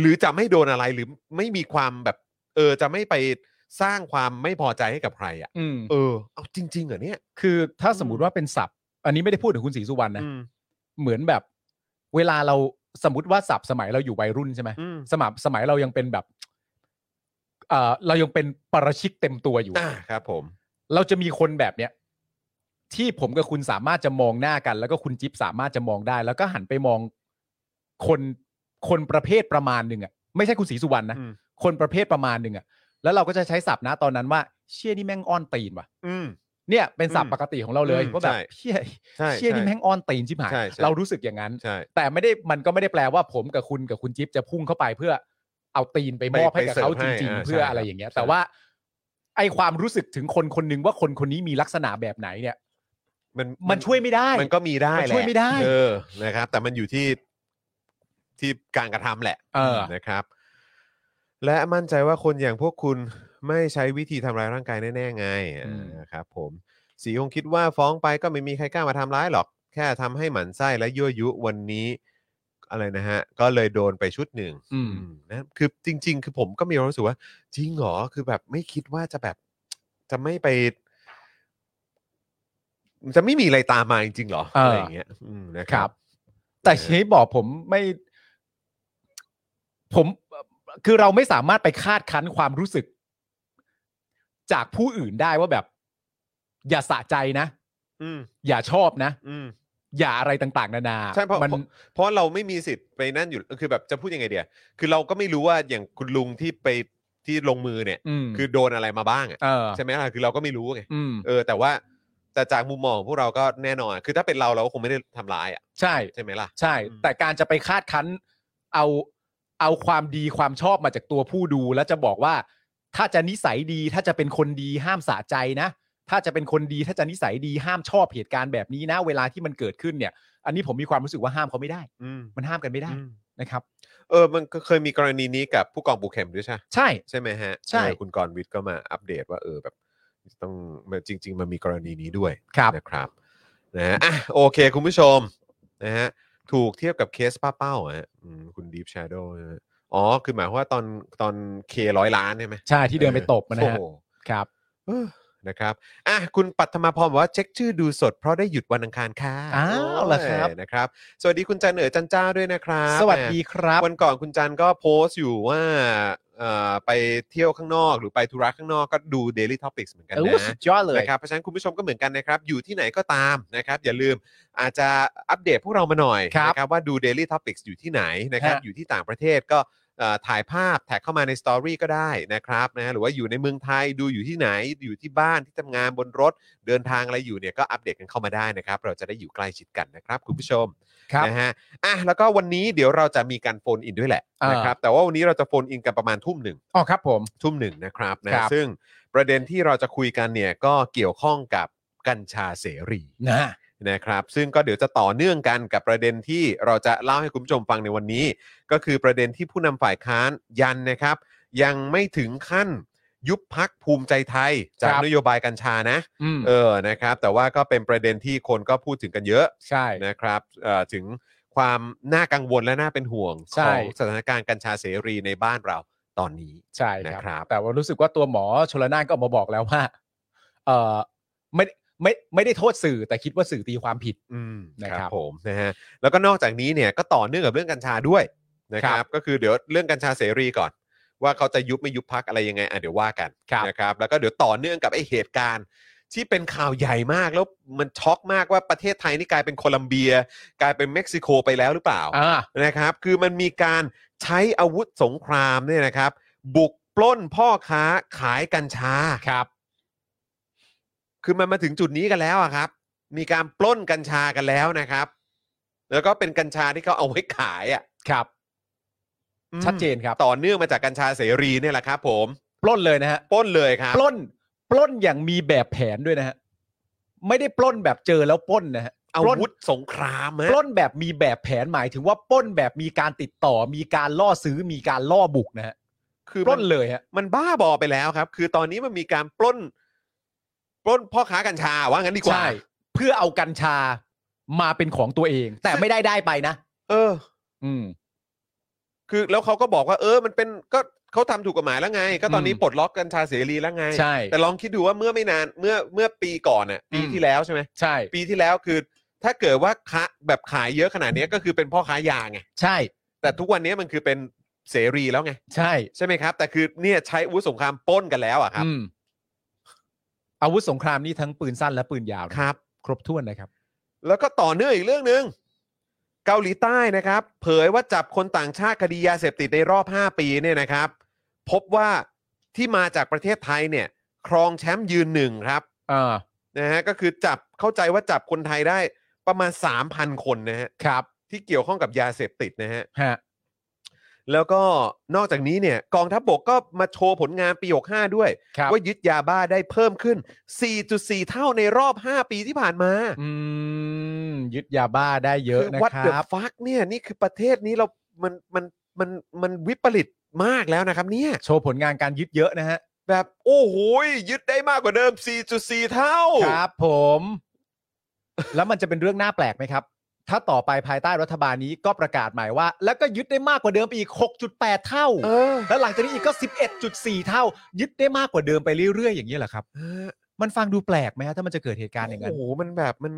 Speaker 3: หรือจะไม่โดนอะไรหรือไม่มีความแบบ เออจะไม่ไปสร้างความไม่พอใจให้กับใครอ่ะ
Speaker 4: อืม
Speaker 3: เออเอาจริงๆเหรอเนี่ย
Speaker 4: คือถ้าสมมติว่าเป็นศัพท์ อันนี้ไม่ได้พูดถึงคุณศรีสุวรรณนะ
Speaker 3: อืม
Speaker 4: เหมือนแบบ เวลาเราสมมติว่าศัพท์สมัยเราอยู่วัยรุ่นใช่ไหม
Speaker 3: อืม
Speaker 4: สมัยสมัยเรายังเป็นแบบ เอ่อ เรายังเป็นปรชิกเต็มตัวอยู่
Speaker 3: อ่าครับผม
Speaker 4: เราจะมีคนแบบเนี้ยที่ผมกับคุณสามารถจะมองหน้ากัน แล้วก็คุณจิ๊บสามารถจะมองได้ แล้วก็หันไปมองคนคนประเภทประมาณหนึ่งอ่ะไม่ใช่คุณศรีสุวรรณนะ
Speaker 3: อืม
Speaker 4: คนประเภทประมาณหนึ่งอ่ะแล้วเราก็จะใช้ศัพท์นะตอนนั้นว่า เชี่ยนี่แม่งอ้อนตีนว่ะ
Speaker 3: อืม
Speaker 4: เนี่ยเป็นศัพ
Speaker 3: อื
Speaker 4: ท์
Speaker 3: ม
Speaker 4: ปกติของเราเลย
Speaker 3: อืม
Speaker 4: ว่าแบบ
Speaker 3: ใช่
Speaker 4: เชี่ย
Speaker 3: ใช่
Speaker 4: เชี่ยนี่
Speaker 3: ใช่
Speaker 4: แม่งอ้อนตีนชิบหาย
Speaker 3: ใช่ใช่
Speaker 4: เรารู้สึกอย่างนั้น
Speaker 3: ใช่
Speaker 4: แต่ไม่ได้มันก็ไม่ได้แปลว่าผมกับคุณกับคุณจิ๊บจะพุ่งเข้าไปเพื่อเอาตีนไปมอบให้กับเขาจริงๆ เพื่ออะไรอย่างเงี้ย แต่ว่า ไอความรู้สึกถึงคนคนหนึงว่าคนคนนี้มีลักษณะแบบไหนเนี่ย
Speaker 3: มัน
Speaker 4: มันช่วยไม่ได้
Speaker 3: มันก็มีได้
Speaker 4: มัน
Speaker 3: แหละ
Speaker 4: ช่วยไม่ได้
Speaker 3: เออนะครับ แต่มันอยู่ที่ที่การกระทำแหละ
Speaker 4: เออ
Speaker 3: นะครับ และมั่นใจว่าคนอย่างพวกคุณไม่ใช้วิธีทำร้ายร่างกายแน่ๆไงอ่านะครับ ผมสีคงคิดว่าฟ้องไปก็ไม่มีใครกล้ามาทำร้ายหรอก แค่ทำให้หมันไส้และยั่วยุวันนี้ อะไรนะฮะ ก็เลยโดนไปชุดหนึ่ง
Speaker 4: อืม
Speaker 3: อืมนะคือจริง ๆ คือผมก็มีความรู้สึกว่า จริงเหรอคือแบบไม่คิดว่าจะแบบ จะไม่ไป จะไม่มีอะไรตามมาจริงๆเหรอ
Speaker 4: เอออ
Speaker 3: อะไรอย่างเงี้ยอืมนะ
Speaker 4: ค
Speaker 3: ค
Speaker 4: รั
Speaker 3: รับ บ
Speaker 4: แต่
Speaker 3: เออ
Speaker 4: เชฟบอกผมไม่ ผมคือเราไม่สามารถไปคาดคั้นความรู้สึก จากผู้อื่นได้ว่าแบบ อย่าสะใจนะ
Speaker 3: อืม
Speaker 4: อย่าชอบนะ
Speaker 3: อืม
Speaker 4: อย่าอะไรต่าง ๆ นานา
Speaker 3: ใช่เพราะ
Speaker 4: มัน
Speaker 3: เพราะเพราะเราไม่มีสิทธิ์ไปนั่นอยู่คือแบบจะพูดยังไงเดียคือเราก็ไม่รู้ว่าอย่างคุณลุงที่ไปที่ลงมือเนี่ย
Speaker 4: อืม
Speaker 3: คือโดนอะไรมาบ้างอะ
Speaker 4: เออ
Speaker 3: ใช่ไหมล่ะคือเราก็ไม่รู้ไง
Speaker 4: อืม
Speaker 3: เออ แต่ว่าแต่จากมุมมองของพวกเราก็แน่นอน คือถ้าเป็นเราเราก็คงไม่ได้ทำร้ายอ่ะ
Speaker 4: ใช่
Speaker 3: ใช่ไหมล่ะ
Speaker 4: ใช่
Speaker 3: อืม
Speaker 4: แต่การจะไปคาดคั้น เอาเอาความดีความชอบมาจากตัวผู้ดู แล้วจะบอกว่า ถ้าจะนิสัยดี ถ้าจะเป็นคนดีห้ามสะใจนะ ถ้าจะเป็นคนดีถ้าจะนิสัยดีห้ามชอบเหตุการณ์แบบนี้นะ เวลาที่มันเกิดขึ้นเนี่ย อันนี้ผมมีความรู้สึกว่าห้ามเขาไม่ได้
Speaker 3: อืม
Speaker 4: มันห้ามกันไม่ได้
Speaker 3: อืม
Speaker 4: นะครับ
Speaker 3: เออมันก็เคยมีกรณีนี้กับผู้กองปูเข็มด้วยใช่
Speaker 4: ใช่
Speaker 3: ใช่ไหมฮะ
Speaker 4: ใช่
Speaker 3: เออคุณกรณ์วิทย์ก็มาอัปเดตว่าเออแบบ ต้องมันจริง ๆ มันมีกรณีนี้ด้วย
Speaker 4: ครับ
Speaker 3: นะครับนะฮะอ่ะโอเค คุณผู้ชมนะฮะถูกเทียบกับเคสป้าเป้าอะฮะอืมคุณ Deep Shadow นะฮะอ๋อ คือหมายความว่าตอนตอนเคร้อยล้านใช่ไหม
Speaker 4: ใช่ที่เดินไปตบมันนะ
Speaker 3: โอ้
Speaker 4: ฮะ
Speaker 3: โห
Speaker 4: ครับ
Speaker 3: เออนะครับอ่ะคุณปัทมาพรบอกว่าเช็คชื่อดูสดเพราะได้หยุดวันอังคารค่ะ
Speaker 4: อ้าวเหรอครับ
Speaker 3: โยนะครับ สวัสดีคุณจันเหนือจันเจ้าด้วยนะครับ
Speaker 4: สวัสดี
Speaker 3: แห
Speaker 4: ครับ
Speaker 3: มวันก่อนคุณจันก็โพสต์อยู่ว่าเอ่อไปเที่ยวข้างนอก หรือไปธุระข้างนอกก็ดู Daily Topics เหมือนกัน
Speaker 4: เออ
Speaker 3: นะ
Speaker 4: สุดยอดเลย
Speaker 3: นะครับเพราะฉะนั้นคุณผู้ชมก็เหมือนกันนะครับ อยู่ที่ไหนก็ตามนะครับ อย่าลืมอาจจะอัปเดตพวกเรามาหน่อย
Speaker 4: ครับ
Speaker 3: นะครับว่าดู Daily Topics อยู่ที่ไหนนะครับ
Speaker 4: ฮะ
Speaker 3: อยู่ที่ต่างประเทศก็เอ่อถ่ายภาพแท็กเข้ามาในสตอรี่ก็ได้นะครับนะหรือว่าอยู่ในเมืองไทยดูอยู่ที่ไหนอยู่ที่บ้านที่ทำงานบนรถ เดินทางอะไรอยู่เนี่ยก็อัปเดตกันเข้ามาได้นะครับ เราจะได้อยู่ใกล้ชิดกันนะครับ คุณผู้ชม
Speaker 4: ครับ
Speaker 3: นะฮะอ่ะแล้วก็วันนี้เดี๋ยวเราจะมีการโฟนอินด้วยแหละนะครับแต่ว่าวันนี้เราจะโฟนอินกันประมาณทุ่มหนึ่ง
Speaker 4: อ๋อครับผม
Speaker 3: ทุ่มหนึ่งนะครับนะครับ ซึ่งประเด็นที่เราจะคุยกันเนี่ยก็เกี่ยวข้องกับกัญชาเสรี
Speaker 4: นะ
Speaker 3: นะครับ ซึ่งก็เดี๋ยวจะต่อเนื่องกันกับประเด็นที่เราจะเล่าให้คุณผู้ชมฟังในวันนี้ ก็คือประเด็นที่ผู้นำฝ่ายค้านยันนะครับ ยังไม่ถึงขั้นยุบพักภูมิใจไทย จากนโยบายกัญชานะ
Speaker 4: อืม
Speaker 3: เออนะครับ แต่ว่าก็เป็นประเด็นที่คนก็พูดถึงกันเยอะ
Speaker 4: ใช่
Speaker 3: นะครับเอ่อถึงความน่ากังวลและน่าเป็นห่วง
Speaker 4: ใช่
Speaker 3: ของสถานการณ์กัญชาเสรีในบ้านเราตอนนี้
Speaker 4: ใช่ค
Speaker 3: นะครับ
Speaker 4: รับ แต่ว่ารู้สึกว่าตัวหมอชลนานก็ออกมาบอกแล้วว่าเออไม่ไม่ไม่ได้โทษสื่อแต่คิดว่าสื่อตีความผิด
Speaker 3: อืม
Speaker 4: นะ
Speaker 3: ค
Speaker 4: ครั
Speaker 3: รับบ ผมนะฮะแล้วก็นอกจากนี้เนี่ยก็ต่อเนื่องกับเรื่องกัญชาด้วยนะค
Speaker 4: ค
Speaker 3: รั
Speaker 4: รับ บ
Speaker 3: ก็คือเดี๋ยวเรื่องกัญชาเสรีก่อน ว่าเขาจะยุบไม่ยุบพักอะไรยังไงอ่ะเดี๋ยวว่ากัน
Speaker 4: ครับ
Speaker 3: นะครับแล้วก็เดี๋ยวต่อเนื่องกับไอเหตุการณ์ ที่เป็นข่าวใหญ่มากแล้วมันช็อกมากว่าประเทศไทยนี่กลายเป็นโคลัมเบีย กลายเป็นเม็กซิโกไปแล้วหรือเปล่า
Speaker 4: ่า
Speaker 3: นะครับคือมันมีการใช้อาวุธสงครามเนี่ยนะครับ บุกปล้นพ่อค้าขายกัญชาครับ คือมันมาถึงจุดนี้กันแล้วอะครับ มีการปล้นกัญชากันแล้วนะครับ แล้วก็เป็นกัญชาที่เขาเอาไว้ขายอะ
Speaker 4: ครับ
Speaker 3: อืม
Speaker 4: ชัดเจนครับ
Speaker 3: ต่อเนื่องมาจากกัญชาเสรีเนี่ยแหละครับ ผม
Speaker 4: ปล้นเลยนะฮะ
Speaker 3: ปล้นเลยครับ
Speaker 4: ปล้นปล้นอย่างมีแบบแผนด้วยนะฮะไม่ได้ปล้นแบบเจอแล้วปล้นนะฮะ
Speaker 3: อา
Speaker 4: ปล้น
Speaker 3: วุธสงครามฮะ
Speaker 4: ปล้นแบบมีแบบแผนหมายถึงว่าปล้นแบบมีการติดต่อ มีการล่อซื้อมีการล่อบุกนะฮะ
Speaker 3: คือ
Speaker 4: ป
Speaker 3: มั
Speaker 4: ล้นเลยฮะ
Speaker 3: มันบ้าบอไปแล้วครับ คือตอนนี้มันมีการปล้น ปล้นพ่อค้ากัญชาว่างั้นดีกว่า
Speaker 4: ใช่ เพื่อเอากัญชามาเป็นของตัวเอง แต่ไม่ได้ได้ไปนะ
Speaker 3: เออ
Speaker 4: อืม
Speaker 3: คือแล้วเขาก็บอกว่าเออมันเป็นก็เขาทำถูกกฎหมายแล้วไง ก็ตอนนี้
Speaker 4: อืม
Speaker 3: ปลดล็อกกัญชาเสรีแล้วไง
Speaker 4: ใช่
Speaker 3: แต่ลองคิดดูว่าเมื่อไม่นานเมื่อเมื่อปีก่อนน่ะปี
Speaker 4: อืม
Speaker 3: ที่แล้วใช่ไหม
Speaker 4: ใช่
Speaker 3: ปีที่แล้วคือ ถ้าเกิดว่าค้าแบบขายเยอะขนาดเนี้ยก็คือเป็นพ่อค้ายาไง
Speaker 4: ใช่
Speaker 3: แต่ทุกวันนี้มันคือเป็นเสรีแล้วไง
Speaker 4: ใช่
Speaker 3: ใช่ไหมครับ แต่คือเนี่ยใช้อาวุธสงครามปล้นกันแล้วอะครับ
Speaker 4: อืมอาวุธสงครามนี่ทั้งปืนสั้นและปืนยาวนะครับ ครบถ้วนนะครับ
Speaker 3: แล้วก็ต่อเนื่องอีกเรื่องหนึ่งเกาหลีใต้นะครับ เผยว่าจับคนต่างชาติคดียาเสพติดในรอบ 5 ปีเนี่ยนะครับ พบว่าที่มาจากประเทศไทยเนี่ย ครองแชมป์ยืนหนึ่งครับ
Speaker 4: เออ
Speaker 3: นะฮะก็คือจับเข้าใจว่าจับคนไทยได้ประมาณ 3,000 คนนะฮะ
Speaker 4: ครับ
Speaker 3: ที่เกี่ยวข้องกับยาเสพติดนะฮะ
Speaker 4: ฮะ
Speaker 3: แล้วก็นอกจากนี้เนี่ยกองทัพบกก็มาโชว์ผลงานปี65ด้วย
Speaker 4: ครับ
Speaker 3: ว่ายึดยาบ้าได้เพิ่มขึ้น 4.4 เท่าในรอบ 5 ปีที่ผ่านมา
Speaker 4: อืมยึดยาบ้าได้เยอะนะ
Speaker 3: วัด
Speaker 4: ค
Speaker 3: เด
Speaker 4: รั
Speaker 3: อะ
Speaker 4: บ
Speaker 3: ฟักเนี่ยนี่คือประเทศนี้เรา มัน มัน มัน มันวิปริตมากแล้วนะครับเนี่ย
Speaker 4: โชว์ผลงานการยึดเยอะนะฮะ
Speaker 3: แบบ โอ้โหยยึดได้มากกว่าเดิม 4.4 เท่า
Speaker 4: ครับผม แล้วมันจะเป็นเรื่องน่าแปลกไหมครับ ถ้าต่อไปภายใต้รัฐบาลนี้ก็ประกาศใหม่ว่า แล้วก็ยึดได้มากกว่าเดิมไปอีก 6.8 เท่า
Speaker 3: เออ
Speaker 4: แล้วหลังจากนี้อีกก็ 11.4 เท่า ยึดได้มากกว่าเดิมไปเรื่อยๆ อย่างนี้เหรอครับ
Speaker 3: เออ
Speaker 4: มันฟังดูแปลกไหมฮะถ้ามันจะเกิดเหตุการณ์อย่างนั้
Speaker 3: โอ้
Speaker 4: น
Speaker 3: โหมันแบบมัน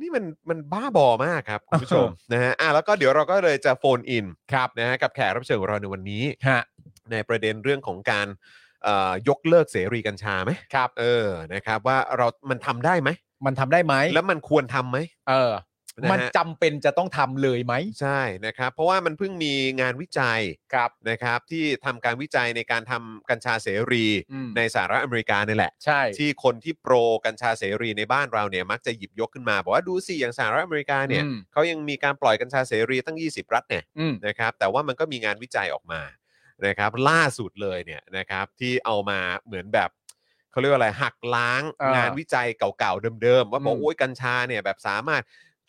Speaker 3: นี่มันมันบ้าบอมากครับคุณผู้ชม นะฮะอ่ะแล้วก็เดี๋ยวเราก็เลยจะโฟนอินครับนะฮะกับแขกรับเชิญของเราในวันนี้
Speaker 4: ฮะ
Speaker 3: ในประเด็นเรื่องของการเอ่อยกเลิกเสรีกัญชาไหมครับ เออนะครับว่าเรา มันทำได้ไหม
Speaker 4: มันทำได้ไหม
Speaker 3: แล้วมันควรทำไหม
Speaker 4: เออ
Speaker 3: ะฮะ
Speaker 4: มันจำเป็นจะต้องทำเลยไหม
Speaker 3: ใช่นะครับ เพราะว่ามันเพิ่งมีงานวิจัย
Speaker 4: ครับ
Speaker 3: นะครับที่ทำการวิจัยในการทำกัญชาเสรี
Speaker 4: อืม
Speaker 3: ในสหรัฐอเมริกานี่แหละ
Speaker 4: ใช่
Speaker 3: ที่คนที่โปรกัญชาเสรีในบ้านเราเนี่ยมักจะหยิบยกขึ้นมา บอกว่าดูสิอย่างสหรัฐอเมริกาเนี่ย
Speaker 4: อืม
Speaker 3: เขายังมีการปล่อยกัญชาเสรีตั้ง 20 รัฐเนี่ย
Speaker 4: อืม
Speaker 3: นะครับแต่ว่ามันก็มีงานวิจัยออกมานะครับล่าสุดเลยเนี่ยนะครับที่เอามาเหมือนแบบเขาเรียกว่าอะไรหักล้าง
Speaker 4: อ่าง
Speaker 3: งานวิจัยเก่าๆเดิมๆว่าบอก
Speaker 4: อืม
Speaker 3: โอ้ยกัญชาเนี่ยแบบสามารถ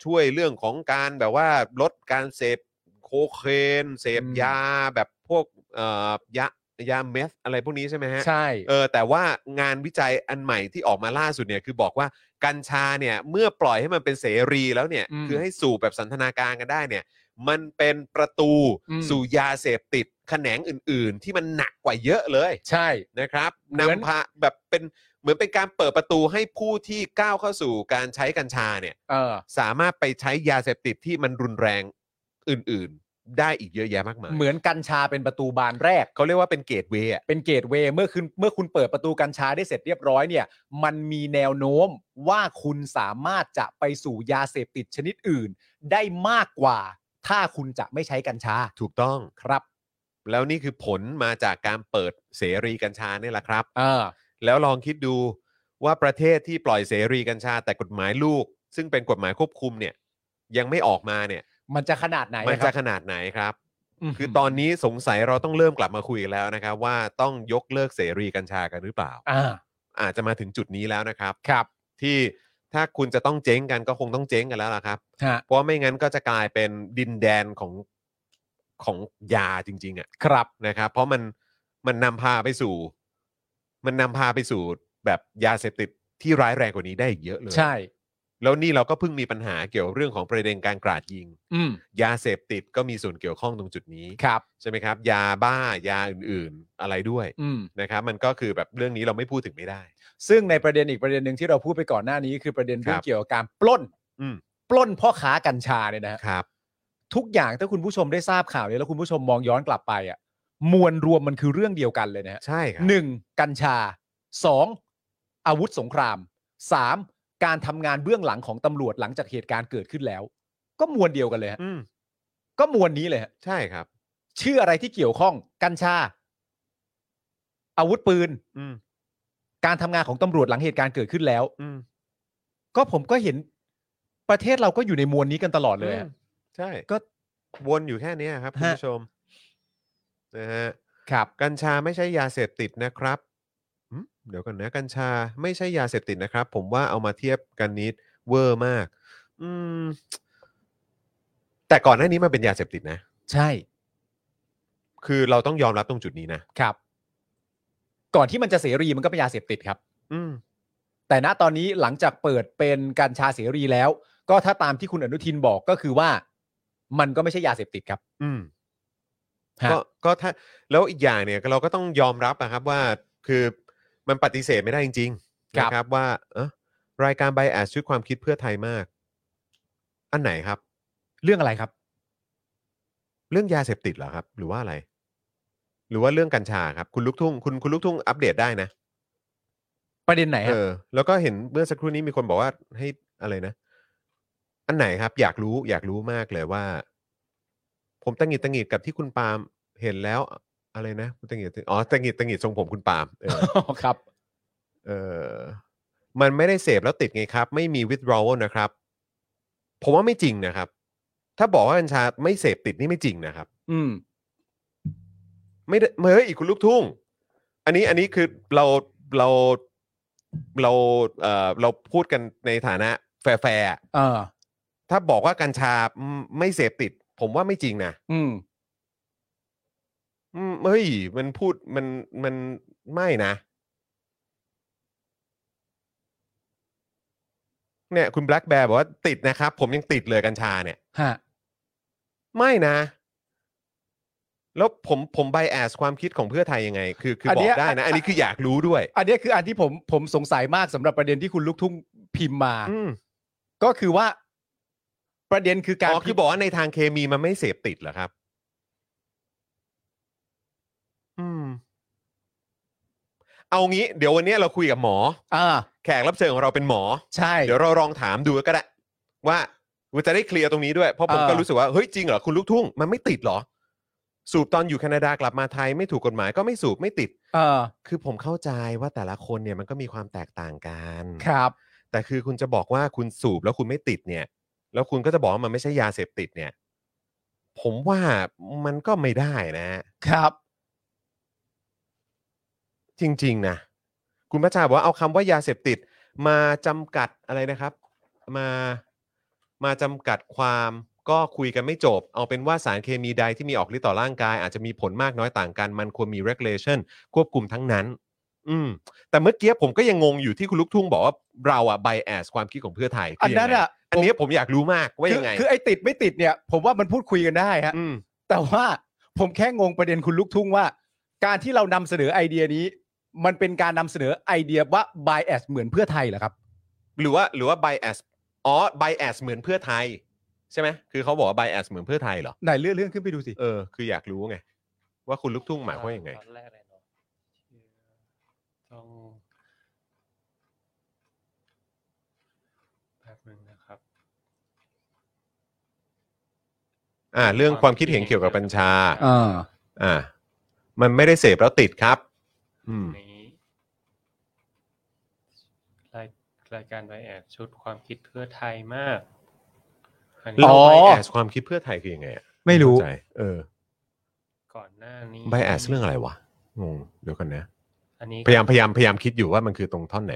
Speaker 3: ช่วยเรื่องของการแบบว่าลดการเสพโคเคนเสพยาแบบพวกเอ่อยายาเมทอะไรพวกนี้ใช่ไหมฮะ
Speaker 4: ใช่
Speaker 3: เออแต่ว่างานวิจัยอันใหม่ที่ออกมาล่าสุดเนี่ยคือบอกว่ากัญชาเนี่ยเมื่อปล่อยให้มันเป็นเสรีแล้วเนี่ย
Speaker 4: อืม
Speaker 3: คือให้สู่แบบสันทนาการกันได้เนี่ยมันเป็นประตู
Speaker 4: อืม
Speaker 3: สู่ยาเสพติดแขนงอื่น ๆ ที่มันหนักกว่าเยอะเลย
Speaker 4: ใช่
Speaker 3: นะครับ
Speaker 4: เหมือน
Speaker 3: นำพาแบบเป็นเหมือนเป็นการเปิดประตูให้ผู้ที่ก้าวเข้าสู่การใช้กัญชาเนี่ย
Speaker 4: เออ
Speaker 3: สามารถไปใช้ยาเสพติดที่มันรุนแรงอื่น ๆ ได้อีกเยอะแยะมากมาย
Speaker 4: เหมือนกัญชาเป็นประตูบานแรก
Speaker 3: เขาเรียกว่าเป็นเกตเวย์
Speaker 4: เป็นเกตเวย์เมื่อคุณเมื่อคุณเปิดประตูกัญชาได้เสร็จเรียบร้อยเนี่ย มันมีแนวโน้มว่าคุณสามารถจะไปสู่ยาเสพติดชนิดอื่น ได้มากกว่า ถ้าคุณจะไม่ใช้กัญชา
Speaker 3: ถูกต้อง
Speaker 4: ครับ
Speaker 3: แล้วนี่คือผลมาจากการเปิดเสรีกัญชาเนี่ยแหละครับ
Speaker 4: เออ
Speaker 3: แล้วลองคิดดูว่าประเทศที่ปล่อยเสรีกัญชาแต่กฎหมายลูก ซึ่งเป็นกฎหมายควบคุมเนี่ย ยังไม่ออกมาเนี่ย
Speaker 4: มันจะขนาดไหน
Speaker 3: มัน
Speaker 4: ค
Speaker 3: จะ
Speaker 4: รับ
Speaker 3: ขนาดไหนครับ
Speaker 4: ม
Speaker 3: คือตอนนี้สงสัยเราต้องเริ่มกลับมาคุยกันแล้วนะครับ ว่าต้องยกเลิกเสรีกัญชากันหรือเปล่า
Speaker 4: อ่า
Speaker 3: อาจจะมาถึงจุดนี้แล้วนะครับ
Speaker 4: ครับ
Speaker 3: ที่ถ้าคุณจะต้องเจ๊งกันก็คงต้องเจ๊งกันแล้วล่ะครับ
Speaker 4: ฮะ
Speaker 3: เพราะไม่งั้นก็จะกลายเป็นดินแดนของของยาจริง ๆอ่ะ
Speaker 4: ครับ
Speaker 3: นะครับเพราะมันมันนำพาไปสู่ มันนำพาไปสู่แบบยาเสพติดที่ร้ายแรงกว่านี้ได้อีกเยอะเลย
Speaker 4: ใช่
Speaker 3: แล้วนี่เราก็เพิ่งมีปัญหาเกี่ยวเรื่องของประเด็นการกราดยิง
Speaker 4: อืม
Speaker 3: ยาเสพติดก็มีส่วนเกี่ยวข้องตรงจุดนี้
Speaker 4: ครับ
Speaker 3: ใช่ไหมครับ ยาบ้ายาอื่นๆอะไรด้วย
Speaker 4: อืม
Speaker 3: นะครับมันก็คือแบบเรื่องนี้เราไม่พูดถึงไม่ได้
Speaker 4: ซึ่งในประเด็นอีกประเด็นหนึ่งที่เราพูดไปก่อนหน้านี้คือประเด็นเรื่
Speaker 3: ค
Speaker 4: อ
Speaker 3: รับ
Speaker 4: งเกี่ยวกับการปล้น
Speaker 3: อืม
Speaker 4: ปล้นพ่อค้ากัญชาเนี่ยนะฮะ
Speaker 3: ครับ
Speaker 4: ทุกอย่างถ้าคุณผู้ชมได้ทราบข่าวเนี่ยแล้วคุณผู้ชมมองย้อนกลับไปอ่ะมวลรวมมันคือเรื่องเดียวกันเลยนะฮะ
Speaker 3: ใช่ครับ
Speaker 4: หนึ่งกัญชาสองอาวุธสงครามสามการทำงานเบื้องหลังของตำรวจหลังจากเหตุการณ์เกิดขึ้นแล้ว ก็มวลเดียวกันเลยฮะ
Speaker 3: อืม
Speaker 4: ก็มวลนี้เลยฮะ
Speaker 3: ใช่ครับ
Speaker 4: ชื่ออะไรที่เกี่ยวข้องกัญชา อาวุธปืน
Speaker 3: อืม
Speaker 4: การทำงานของตำรวจหลังเหตุการณ์เกิดขึ้นแล้ว
Speaker 3: อืม
Speaker 4: ก็ผมก็เห็นประเทศเราก็อยู่ในมวลนี้กันตลอดเลยอะ
Speaker 3: อืมใช่
Speaker 4: ก็
Speaker 3: วนอยู่แค่เนี้ยครับคุณ
Speaker 4: ฮะ
Speaker 3: ผู้ชมนะฮะ
Speaker 4: ครับ
Speaker 3: กัญชาไม่ใช่ยาเสพติดนะครับหึเดี๋ยวกันนะ กัญชาไม่ใช่ยาเสพติดนะครับ ผมว่าเอามาเทียบกันนิดเวอร์มาก อืม แต่ก่อนหน้านี้มันเป็นยาเสพติดนะ
Speaker 4: ใช่
Speaker 3: คือเราต้องยอมรับตรงจุดนี้นะ
Speaker 4: ครับ ก่อนที่มันจะเสรีมันก็เป็นยาเสพติดครับ
Speaker 3: อืม
Speaker 4: แต่ณตอนนี้หลังจากเปิดเป็นกัญชาเสรีแล้ว ก็ถ้าตามที่คุณอนุทินบอกก็คือว่า มันก็ไม่ใช่ยาเสพติดครับ
Speaker 3: อืม
Speaker 4: ฮะ
Speaker 3: ก็ ก็ถ้า แล้วอีกอย่างเนี่ยเราก็ต้องยอมรับอะครับว่า คือมันปฏิเสธไม่ได้จริงๆ
Speaker 4: ครับ
Speaker 3: นะครับ ว่า เอะรายการไบแอสชุดความคิดเพื่อไทยมาก อันไหนครับ
Speaker 4: เรื่องอะไรครับ
Speaker 3: เรื่องยาเสพติดเหรอครับ หรือว่าอะไร หรือว่าเรื่องกัญชาครับ คุณลูกทุ่งคุณคุณลูกทุ่งอัปเดตได้นะ
Speaker 4: ประเด็นไหน
Speaker 3: เอ
Speaker 4: ฮะ
Speaker 3: อแล้วก็เห็นเมื่อสักครู่นี้มีคนบอกว่าให้อะไรนะ อันไหนครับ อยากรู้ อยากรู้มากเลยว่า ผมตังหงิดตังหงิดกับที่คุณปาล์มเห็นแล้ว อะไรนะคุณตังหงิดอ๋อตังหงิดตังหงิดทรงผมคุณปาล์มเออ
Speaker 4: ครับ
Speaker 3: เออมันไม่ได้เสพแล้วติดไงครับ ไม่มี withdrawal นะครับ ผมว่าไม่จริงนะครับ ถ้าบอกว่ากัญชาไม่เสพติดนี่ไม่จริงนะครับ
Speaker 4: อืม
Speaker 3: ไม่ได้เฮ้ยอีกคุณลูกทุ่ง อันนี้อันนี้คือเราเราเราเอ่อเราพูดกันในฐานะแฟร์ๆอะ
Speaker 4: เออ
Speaker 3: ถ้าบอกว่ากัญชาไม่เสพติด ผมว่าไม่จริงนะ
Speaker 4: อืม
Speaker 3: อืมเฮ้ย มันพูดมันมันไม่นะ เนี่ยคุณแบล็กแบร์บอกว่าติดนะครับ ผมยังติดเลยกัญชาเนี่ย
Speaker 4: ฮะ
Speaker 3: ไม่นะ แล้วผมผมไบแอสความคิดของเพื่อไทยยังไง คือคือบอกได้นะ อันนี้คืออยากรู้ด้วย
Speaker 4: อันเนี้ยคืออันที่ผมผมสงสัยมากสำหรับประเด็นที่คุณลูกทุ่งพิมพ์มา
Speaker 3: อืม
Speaker 4: ก็คือว่า ประเด็นคือการ
Speaker 3: อ๋อคือบอกว่าในทางเคมีมันไม่เสพติดเหรอครับ อืม เอางี้ เดี๋ยววันนี้เราคุยกับหมอ
Speaker 4: อ่า
Speaker 3: แขกรับเชิญของเราเป็นหมอ
Speaker 4: ใช่
Speaker 3: เดี๋ยวเราลองถามดูก็ได้ ว่าว่าจะได้เคลียร์ตรงนี้ด้วย เพราะผม
Speaker 4: เออ
Speaker 3: ก็รู้สึกว่า เฮ้ยจริงเหรอ คุณลูกทุ่ง มันไม่ติดเหรอ สูบตอนอยู่แคนาดากลับมาไทยไม่ถูกกฎหมายก็ไม่สูบไม่ติด
Speaker 4: เออ
Speaker 3: คือผมเข้าใจว่าแต่ละคนเนี่ยมันก็มีความแตกต่างกัน
Speaker 4: ครับ
Speaker 3: แต่คือคุณจะบอกว่าคุณสูบแล้วคุณไม่ติดเนี่ย แล้วคุณก็จะบอกว่ามันไม่ใช่ยาเสพติดเนี่ย ผมว่ามันก็ไม่ได้นะ
Speaker 4: ครับ
Speaker 3: จริง ๆ นะ คุณพระชาบอกว่าเอาคำว่ายาเสพติด มาจำกัดอะไรนะครับ มามาจำกัดความก็คุยกันไม่จบ เอาเป็นว่าสารเคมีใดที่มีออกฤทธิ์ต่อร่างกาย อาจจะมีผลมากน้อยต่างกัน มันควรมี regulation ควบคุมทั้งนั้น อืม แต่เมื่อกี้ผมก็ยังงงอยู่ที่คุณลูกทุ่งบอกว่าเราอะ bias ความคิดของเพื่อไทยคื
Speaker 4: อันนั้น
Speaker 3: ยังไง
Speaker 4: อ่ะ
Speaker 3: อันเนี้ยผมอยากรู้มากว่า
Speaker 4: คื
Speaker 3: ยังไง
Speaker 4: คือไอ้ติดไม่ติดเนี่ย ผมว่ามันพูดคุยกันได้ฮะ
Speaker 3: ืม
Speaker 4: แต่ว่าผมแค่งงประเด็นคุณลูกทุ่งว่า การที่เรานำเสนอไอเดียนี้ มันเป็นการนำเสนอไอเดียว่า bias เหมือนเพื่อไทยเหรอครับ
Speaker 3: หรือว่าหรือว่า bias อ๋อ bias เหมือนเพื่อไทย ใช่ไหมคือเขาบอกว่า bias เหมือนเพื่อไทยเหรอ
Speaker 4: ไหนเลื่อนเลื่อนขึ้นไปดูสิ
Speaker 3: เออ คืออยากรู้ไง ว่าคุณลูกทุ่งหมายความว่ายังไง
Speaker 5: ตอนแรกเลยเนอะต้องแป๊บนึงนะครับ
Speaker 3: อ่า เรื่องความคิดเห็นเกี่ยวกับกัญชา
Speaker 5: อ่า
Speaker 3: อ่า มันไม่ได้เสพแล้วติดครับ อืม
Speaker 5: นี้รายรายการไบแอบชุดความคิดเพื่อไทยมากนนี้
Speaker 3: เรา bias ความคิดเพื่อไทยคือยังไงอะ
Speaker 4: ไม่รู้
Speaker 3: เข้าใจเออ
Speaker 5: ก่อนหน้านี้
Speaker 3: bias เรื่องอะไรวะ งง เดี๋ยวกันนะ
Speaker 5: อันนี้
Speaker 3: พยายามพยายามพยายามคิดอยู่ว่ามันคือตรงท่อนไหน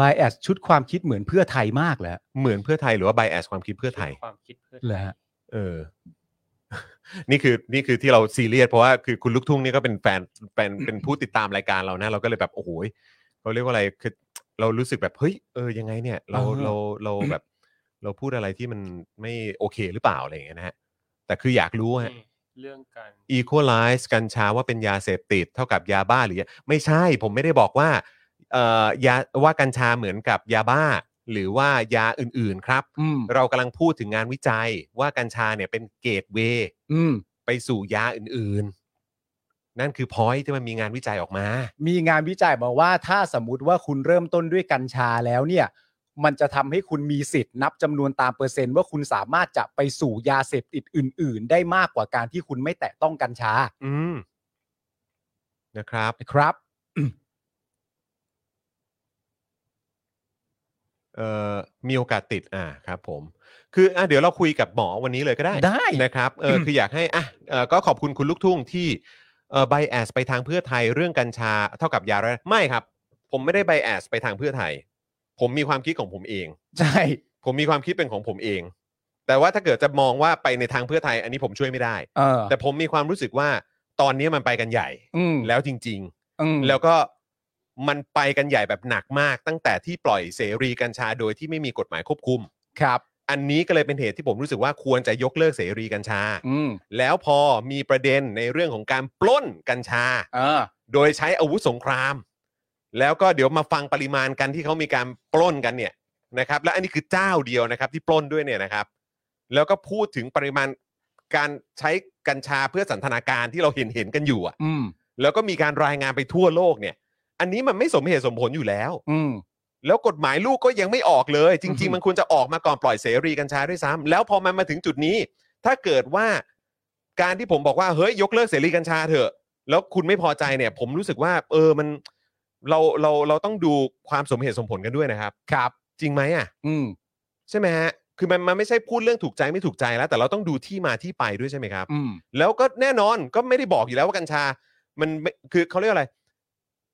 Speaker 4: bias ชุดความคิดเหมือนเพื่อไทยมากแล้ว
Speaker 3: เหมือนเพื่อไทยหรือว่า bias ความคิดเพื่อไทย
Speaker 5: ชุดความคิดเพื่อ
Speaker 4: เหร
Speaker 5: ไท
Speaker 4: อย ฮะ
Speaker 3: เออ นี่คือนี่คือที่เราซีเรียสเพราะว่าคือคุณลูกทุ่งนี่ก็เป็นแฟนแฟ นเป็นผู้ติดตามรายการเรานะ เราก็เลยแบบโอ้โหยเขาเรียกว่าอะไรคือเรารู้สึกแบบเฮ้ยเออยังไงเนี่ย เรา
Speaker 4: อ่าฮะ
Speaker 3: เราเรา แบบ เราพูดอะไรที่มันไม่โอเคหรือเปล่าอะไรอย่างเงี้ยนะฮะแต่คืออยากรู้ฮะ
Speaker 5: นี่เรื่องการ
Speaker 3: equalize กัญชาว่าเป็นยาเสพติด เท่ากับยาบ้าหรือ ไม่ใช่ผมไม่ได้บอกว่าเอ่อยาว่ากัญชาเหมือนกับยาบ้า หรือว่ายาอื่นๆครับ
Speaker 4: อืม
Speaker 3: เรากำลังพูดถึงงานวิจัยว่ากัญชาเนี่ยเป็นเกตเวย์
Speaker 4: อืม
Speaker 3: ไปสู่ยาอื่นๆ นั่นคือพอยที่มันมีงานวิจัยออกมา
Speaker 4: มีงานวิจัยบอกว่าถ้าสมมุติว่าคุณเริ่มต้นด้วยกัญชาแล้วเนี่ย มันจะทำให้คุณมีสิทธิ์นับจำนวนตามเปอร์เซ็นต์ว่าคุณสามารถจะไปสู่ยาเสพติดอื่น ๆ ได้มากกว่าการที่คุณไม่แตะต้องกัญชา
Speaker 3: อืมนะครับ
Speaker 4: นะครับ
Speaker 3: เอ่อมีโอกาสติดอ่าครับผม คืออ่ะเดี๋ยวเราคุยกับหมอวันนี้เลยก็ได้
Speaker 4: ได้
Speaker 3: นะครับเออ คืออยากให้อ่ะเอ่อก็ขอบคุณคุณลูกทุ่งที่เอ่อไบแอสไปทางเพื่อไทยเรื่องกัญชาเท่ากับยาไร้ไม่ครับ ผมไม่ได้ไบแอสไปทางเพื่อไทย ผมมีความคิดของผมเอง
Speaker 4: ใช่
Speaker 3: ผมมีความคิดเป็นของผมเอง แต่ว่าถ้าเกิดจะมองว่าไปในทางเพื่อไทย อันนี้ผมช่วยไม่ได้
Speaker 4: เออ
Speaker 3: แต่ผมมีความรู้สึกว่าตอนนี้มันไปกันใหญ่
Speaker 4: อืม
Speaker 3: แล้วจริง
Speaker 4: อืม
Speaker 3: ๆ แล้วก็มันไปกันใหญ่แบบหนักมาก ตั้งแต่ที่ปล่อยเสรีกัญชาโดยที่ไม่มีกฎหมายควบคุม
Speaker 4: ครับ
Speaker 3: อันนี้ก็เลยเป็นเหตุที่ผมรู้สึกว่าควรจะยกเลิกเสรีกัญชา
Speaker 4: อืม
Speaker 3: แล้วพอมีประเด็นในเรื่องของการปล้นกัญชา
Speaker 4: เออ
Speaker 3: โดยใช้อาวุธสงคราม แล้วก็เดี๋ยวมาฟังปริมาณกันที่เขามีการปล้นกันเนี่ยนะครับ และอันนี้คือเจ้าเดียวนะครับที่ปล้นด้วยเนี่ยนะครับ แล้วก็พูดถึงปริมาณการใช้กัญชาเพื่อสันทนาการที่เราเห็นเห็นๆกันอยู่อะ
Speaker 4: อืม
Speaker 3: แล้วก็มีการรายงานไปทั่วโลกเนี่ย อันนี้มันไม่สมเหตุสมผลอยู่แล้ว
Speaker 4: อืม
Speaker 3: แล้วกฎหมายลูกก็ยังไม่ออกเลย จ
Speaker 4: อือฮึ
Speaker 3: ริง ๆ มันควรจะออกมาก่อนปล่อยเสรีกัญชาด้วยซ้ำแล้วพอมันมาถึงจุดนี้ ถ้าเกิดว่าการที่ผมบอกว่าเฮ้ยยกเลิกเสรีกัญชาเถอะ แล้วคุณไม่พอใจเนี่ย ผมรู้สึกว่า เออมันเราเราเราต้องดูความสมเหตุสมผลกันด้วยนะครับ
Speaker 4: ครับ
Speaker 3: จริงไหมอ่ะ
Speaker 4: อืม
Speaker 3: ใช่ไหมฮะคือมันมันไม่ใช่พูดเรื่องถูกใจไม่ถูกใจแล้ว แต่เราต้องดูที่มาที่ไปด้วยใช่ไหมครับ
Speaker 4: อืม
Speaker 3: แล้วก็แน่นอนก็ไม่ได้บอกอยู่แล้วว่ากัญชา มันไม่คือเขาเรียกอะไร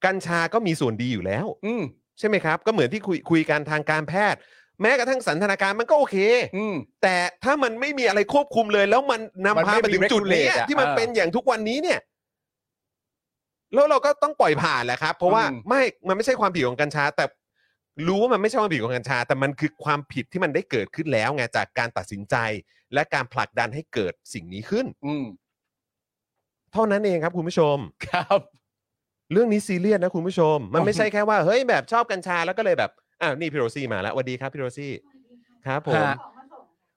Speaker 3: กัญชาก็มีส่วนดีอยู่แล้ว
Speaker 4: อืม
Speaker 3: ใช่ไหมครับ ก็เหมือนที่คุยคุยกันทางการแพทย์ แม้กระทั่งสันทนาการมันก็โอเค
Speaker 4: อืม
Speaker 3: แต่ถ้ามันไม่มีอะไรควบคุมเลย แล้วมันนำพา
Speaker 4: มัน
Speaker 3: มา
Speaker 4: ไม่มี
Speaker 3: ถึงจุดเนี้ย
Speaker 4: regulate อะ
Speaker 3: ที่มัน
Speaker 4: เออ
Speaker 3: เป็นอย่างทุกวันนี้เนี่ย แล้วเราก็ต้องปล่อยผ่านแหละครับ เพราะว่า
Speaker 4: อืม
Speaker 3: ไม่มันไม่ใช่ความผิดของกัญชา แต่ รู้ว่ามันไม่ใช่ความผิดของกัญชา แต่มันคือความผิดที่มันได้เกิดขึ้นแล้วไงจากการตัดสินใจ และการผลักดันให้เกิดสิ่งนี้ขึ้น
Speaker 4: อืม
Speaker 3: เท่านั้นเองครับคุณผู้ชม
Speaker 4: ครับ
Speaker 3: เรื่องนี้ซีเรียสนะคุณผู้ชม มันไม่ใช่แค่ว่าเฮ้ยแบบชอบกัญชาแล้วก็เลยแบบอ้าวนี่พี่โรซี่มาแล้วสวัสดีครับพี่โรซี่ครับผม
Speaker 4: ฮะ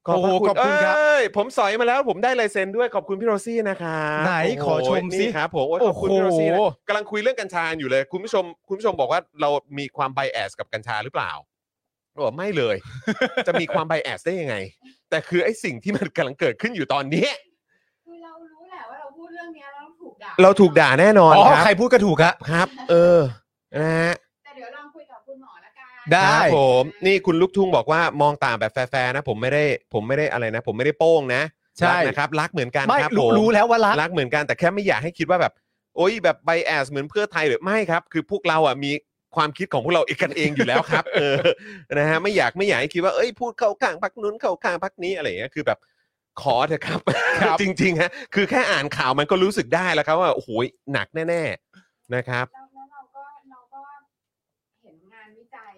Speaker 3: ขอบพระ
Speaker 4: โอ้โหขอบคุณครับ
Speaker 3: เอ้ยผมสอยมาแล้วผมได้ลายเซ็นด้วยขอบคุณพี่โรซี่นะครับ
Speaker 4: ไหน
Speaker 3: โโ
Speaker 4: ขอชมสิ
Speaker 3: นี่ครับผมโอ้ยขอบคุณ
Speaker 4: โอ้โห
Speaker 3: พี่โรซี่นะกำลังคุยเรื่องกัญชาอยู่เลย คุณผู้ชม คุณผู้ชมบอกว่าเรามีความไบแอสกับกัญชาหรือเปล่าบอกไม่เลย จะมีความไบแอสได้ยังไง แต่คือไอ้สิ่งที่มันกำลังเกิดขึ้นอยู่ตอนนี้
Speaker 6: คือเรารู้แหละว่าเราพูดเรื่องเนี้ยเราต้องถูกด่า
Speaker 3: เราถูกด่าแน่นอน
Speaker 4: อ๋อ
Speaker 3: ครับ
Speaker 4: ใครพูดก็ถูกฮะ
Speaker 3: ครับ เออนะฮะ
Speaker 6: แต่เดี๋ยวลองคุยกับคุณหมอละกัน
Speaker 4: ได้
Speaker 3: ครับผมนี่คุณลูกทุ่งบอกว่ามองต่างแบบแฟร์ๆนะผมไม่ได้ผมไม่ได้อะไรนะ ผมไม่ได้โป้งนะรั
Speaker 4: ใช่
Speaker 3: กนะครับรักเหมือนกัน
Speaker 4: ไม่
Speaker 3: ครับ
Speaker 4: รู้
Speaker 3: ผม
Speaker 4: รู้แล้วว่ารัก
Speaker 3: รักเหมือนกันแต่แค่ไม่อยากให้คิดว่าแบบ โอ้ยแบบไบแอสเหมือนเพื่อไทยหรือไม่ครับ คือพวกเราอ่ะมีความคิดของพวกเราเองกันเองอยู่แล้ว ครับ เออนะฮะไม่อยากไม่อยากให้คิดว่าเอ้ยพูดเข้าข้างพักนู้นเข้าข้างพักนี้อะไรอย่างเงี้ยคือแบบขอเถอะครับ
Speaker 4: ครับ
Speaker 3: จริงๆฮะคือแค่อ่านข่าวมันก็รู้สึกได้แล้วครับว่าโอ้โหหนักแน่ ๆนะครับ
Speaker 6: แล้วแล้วเราก็เราก็เห็นงานวิจัย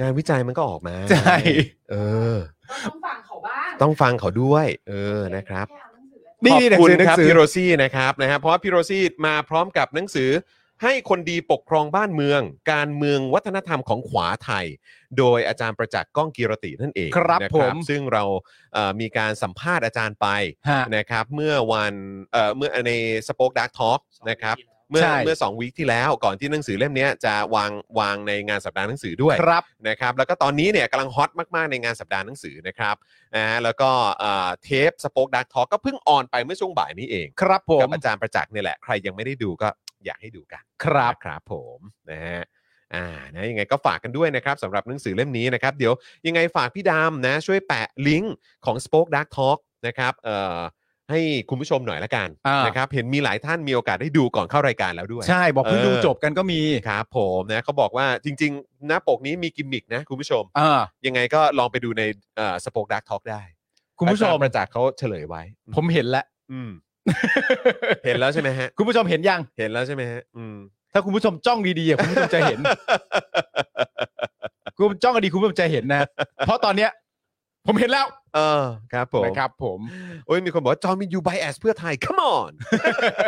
Speaker 3: งานวิจัยมันก็ออกมา
Speaker 4: ใช่
Speaker 3: เออ
Speaker 6: ก็ต้องฟังเขาบ้าง
Speaker 3: ต้องฟังเขาด้วย เออ นะครับ
Speaker 6: แเอาหนังสืออาจารย์
Speaker 3: ขอบ
Speaker 4: นี่นี่หนัง
Speaker 3: คุณ
Speaker 4: สือหนั
Speaker 3: ค
Speaker 4: ง
Speaker 3: รับ
Speaker 4: สือ
Speaker 3: พี่โรซี่นะครับนะฮะเพราะว่าพี่โรซี่มาพร้อมกับหนังสือ ให้คนดีปกครองบ้านเมือง การเมืองวัฒนธรรมของขวาไทย โดยอาจารย์ประจักษ์ก้องกีรตินั่นเอง
Speaker 4: ครับ
Speaker 3: นะ
Speaker 4: ผม
Speaker 3: ซึ่งเราเอ่อมีการสัมภาษณ์อาจารย์ไป
Speaker 4: ฮะ
Speaker 3: นะครับ เมื่อวันเอ่อเมื่อในสป็อคดักทอล์กนะครับ เมื่อ
Speaker 4: ใช่
Speaker 3: เมื่อสองวีคที่แล้วก่อนที่หนังสือเล่มเนี้ยจะวางวางในงานสัปดาห์หนังสือด้วย
Speaker 4: ครับ
Speaker 3: นะครับแล้วก็ตอนนี้เนี่ยกำลังฮอตมาก ๆ ในงานสัปดาห์หนังสือนะครับนะฮะแล้วก็เอ่อเทปสป็อคดักทอก็เพิ่งออนไปเมื่อช่วงบ่ายนี้เอง
Speaker 4: ครับผ
Speaker 3: กั
Speaker 4: ม
Speaker 3: บอาจารย์ประจักษ์เนี่ยแหละ ใครยังไม่ได้ดูก็อยากให้ดูกัน
Speaker 4: ครับ
Speaker 3: นะครับผมนะฮะอ่านะยังไงก็ฝากกันด้วยนะครับสำหรับหนังสือเล่มนี้นะครับ เดี๋ยวยังไงฝากพี่ดำนะ ช่วยแปะลิงก์ของ Spoke Dark Talk นะครับเอ่อให้คุณผู้ชมหน่อยละกัน
Speaker 4: อ่าน
Speaker 3: นะครับเห็นมีหลายท่านมีโอกาสได้ดูก่อนเข้ารายการแล้วด้วย
Speaker 4: ใช่บอกเพิ่ง
Speaker 3: เออ
Speaker 4: ดูจบกันก็มี
Speaker 3: ครับผมนะเขาบอกว่าจริง ๆ หน้าปกนี้มีกิมมิกนะคุณผู้ชม
Speaker 4: อ่า
Speaker 3: ยังไงก็ลองไปดูในสปอคดักทอล์กได้
Speaker 4: คุณผู้ช
Speaker 3: อาจา
Speaker 4: ม
Speaker 3: รย์ประจักษ์เขาเฉลยไว้
Speaker 4: ผมเห็นแล้ว
Speaker 3: อืมเห็นแล้วใช่ไหมฮะ
Speaker 4: คุณผู้ชมเห็นยัง
Speaker 3: เห็นแล้วใช่ไหมฮะ อืม
Speaker 4: ถ้าคุณผู้ชมจ้องดีๆอ่ะคุณผู้ชมจะ เห็น คุณผู้ชมจ้องดีๆคุณผู้ชมจะเห็นนะ เพราะตอนเนี้ย ผมเห็นแล้ว
Speaker 3: เออครับผม
Speaker 4: นะครับ ผม
Speaker 3: โอ้ยมีคนบอกว่าจอมินยูไบแอสเพื่อไทย come on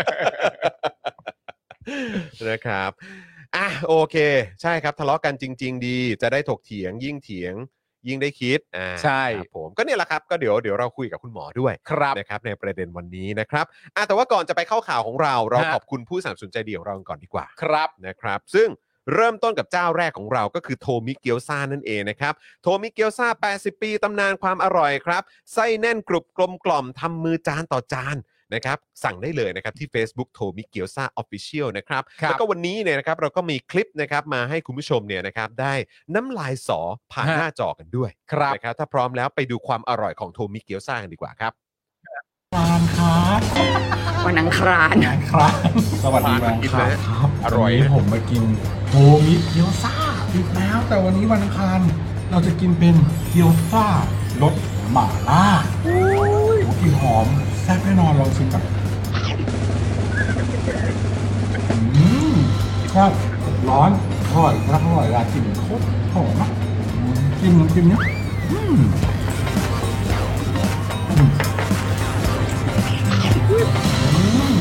Speaker 3: นะครับอ่ะโอเค ใช่ครับ ทะเลาะกันจริง ๆ ดี จะได้ถกเถียงยิ่งเถียง ยิ่งได้คิดอ่า
Speaker 4: ใช่
Speaker 3: ครับผมก็เนี่ยแหละครับก็เดี๋ยวเดี๋ยวเราคุยกับคุณหมอด้วย
Speaker 4: ครับ
Speaker 3: นะครับในประเด็นวันนี้นะครับอ่ะแต่ว่าก่อนจะไปเข้าข่าวของเรา เรา
Speaker 4: ฮะ
Speaker 3: ขอบคุณผู้สนับสนุนใจดีของเราก่อนดีกว่า
Speaker 4: ครับ
Speaker 3: นะครับ ซึ่งเริ่มต้นกับเจ้าแรกของเราก็คือโทมิเกียวซานั่นเองนะครับ โทมิเกียวซา80 ปีตำนานความอร่อยครับ ไส้แน่นกรุบกลมกล่อมทำมือจานต่อจานนะครับ สั่งได้เลยนะครับที่ Facebook โทมิเกียวซาออฟฟิเชียลนะครับ
Speaker 4: ครับ
Speaker 3: แล้วก็วันนี้เนี่ยนะครับเราก็มีคลิปนะครับมาให้คุณผู้ชมเนี่ยนะครับได้น้ำลายสอผ่านหน้าจอกันด้วย
Speaker 4: ครับ
Speaker 3: นะครับ ถ้าพร้อมแล้วไปดูความอร่อยของโทมิเกียวซากันดีกว่าครับ
Speaker 6: วันอังคาร
Speaker 7: ครับ สวัสดีวันอังคารครับ
Speaker 3: อร่อย
Speaker 7: วันนี้ผมมากินโฮมิเกียวซ่าอีกแล้ว แต่วันนี้วันอังคารเราจะกินเป็นเกียวซ่ารสหม่าล่าโอ้ยกลิ่นหอมแซ่บแน่นอนลองชิมกับอืมครับร้อนอร่อยครับอร่อยรากลินโคตรหอมอะอืมกินน้ำจิ้มเนี้ยอืมอืม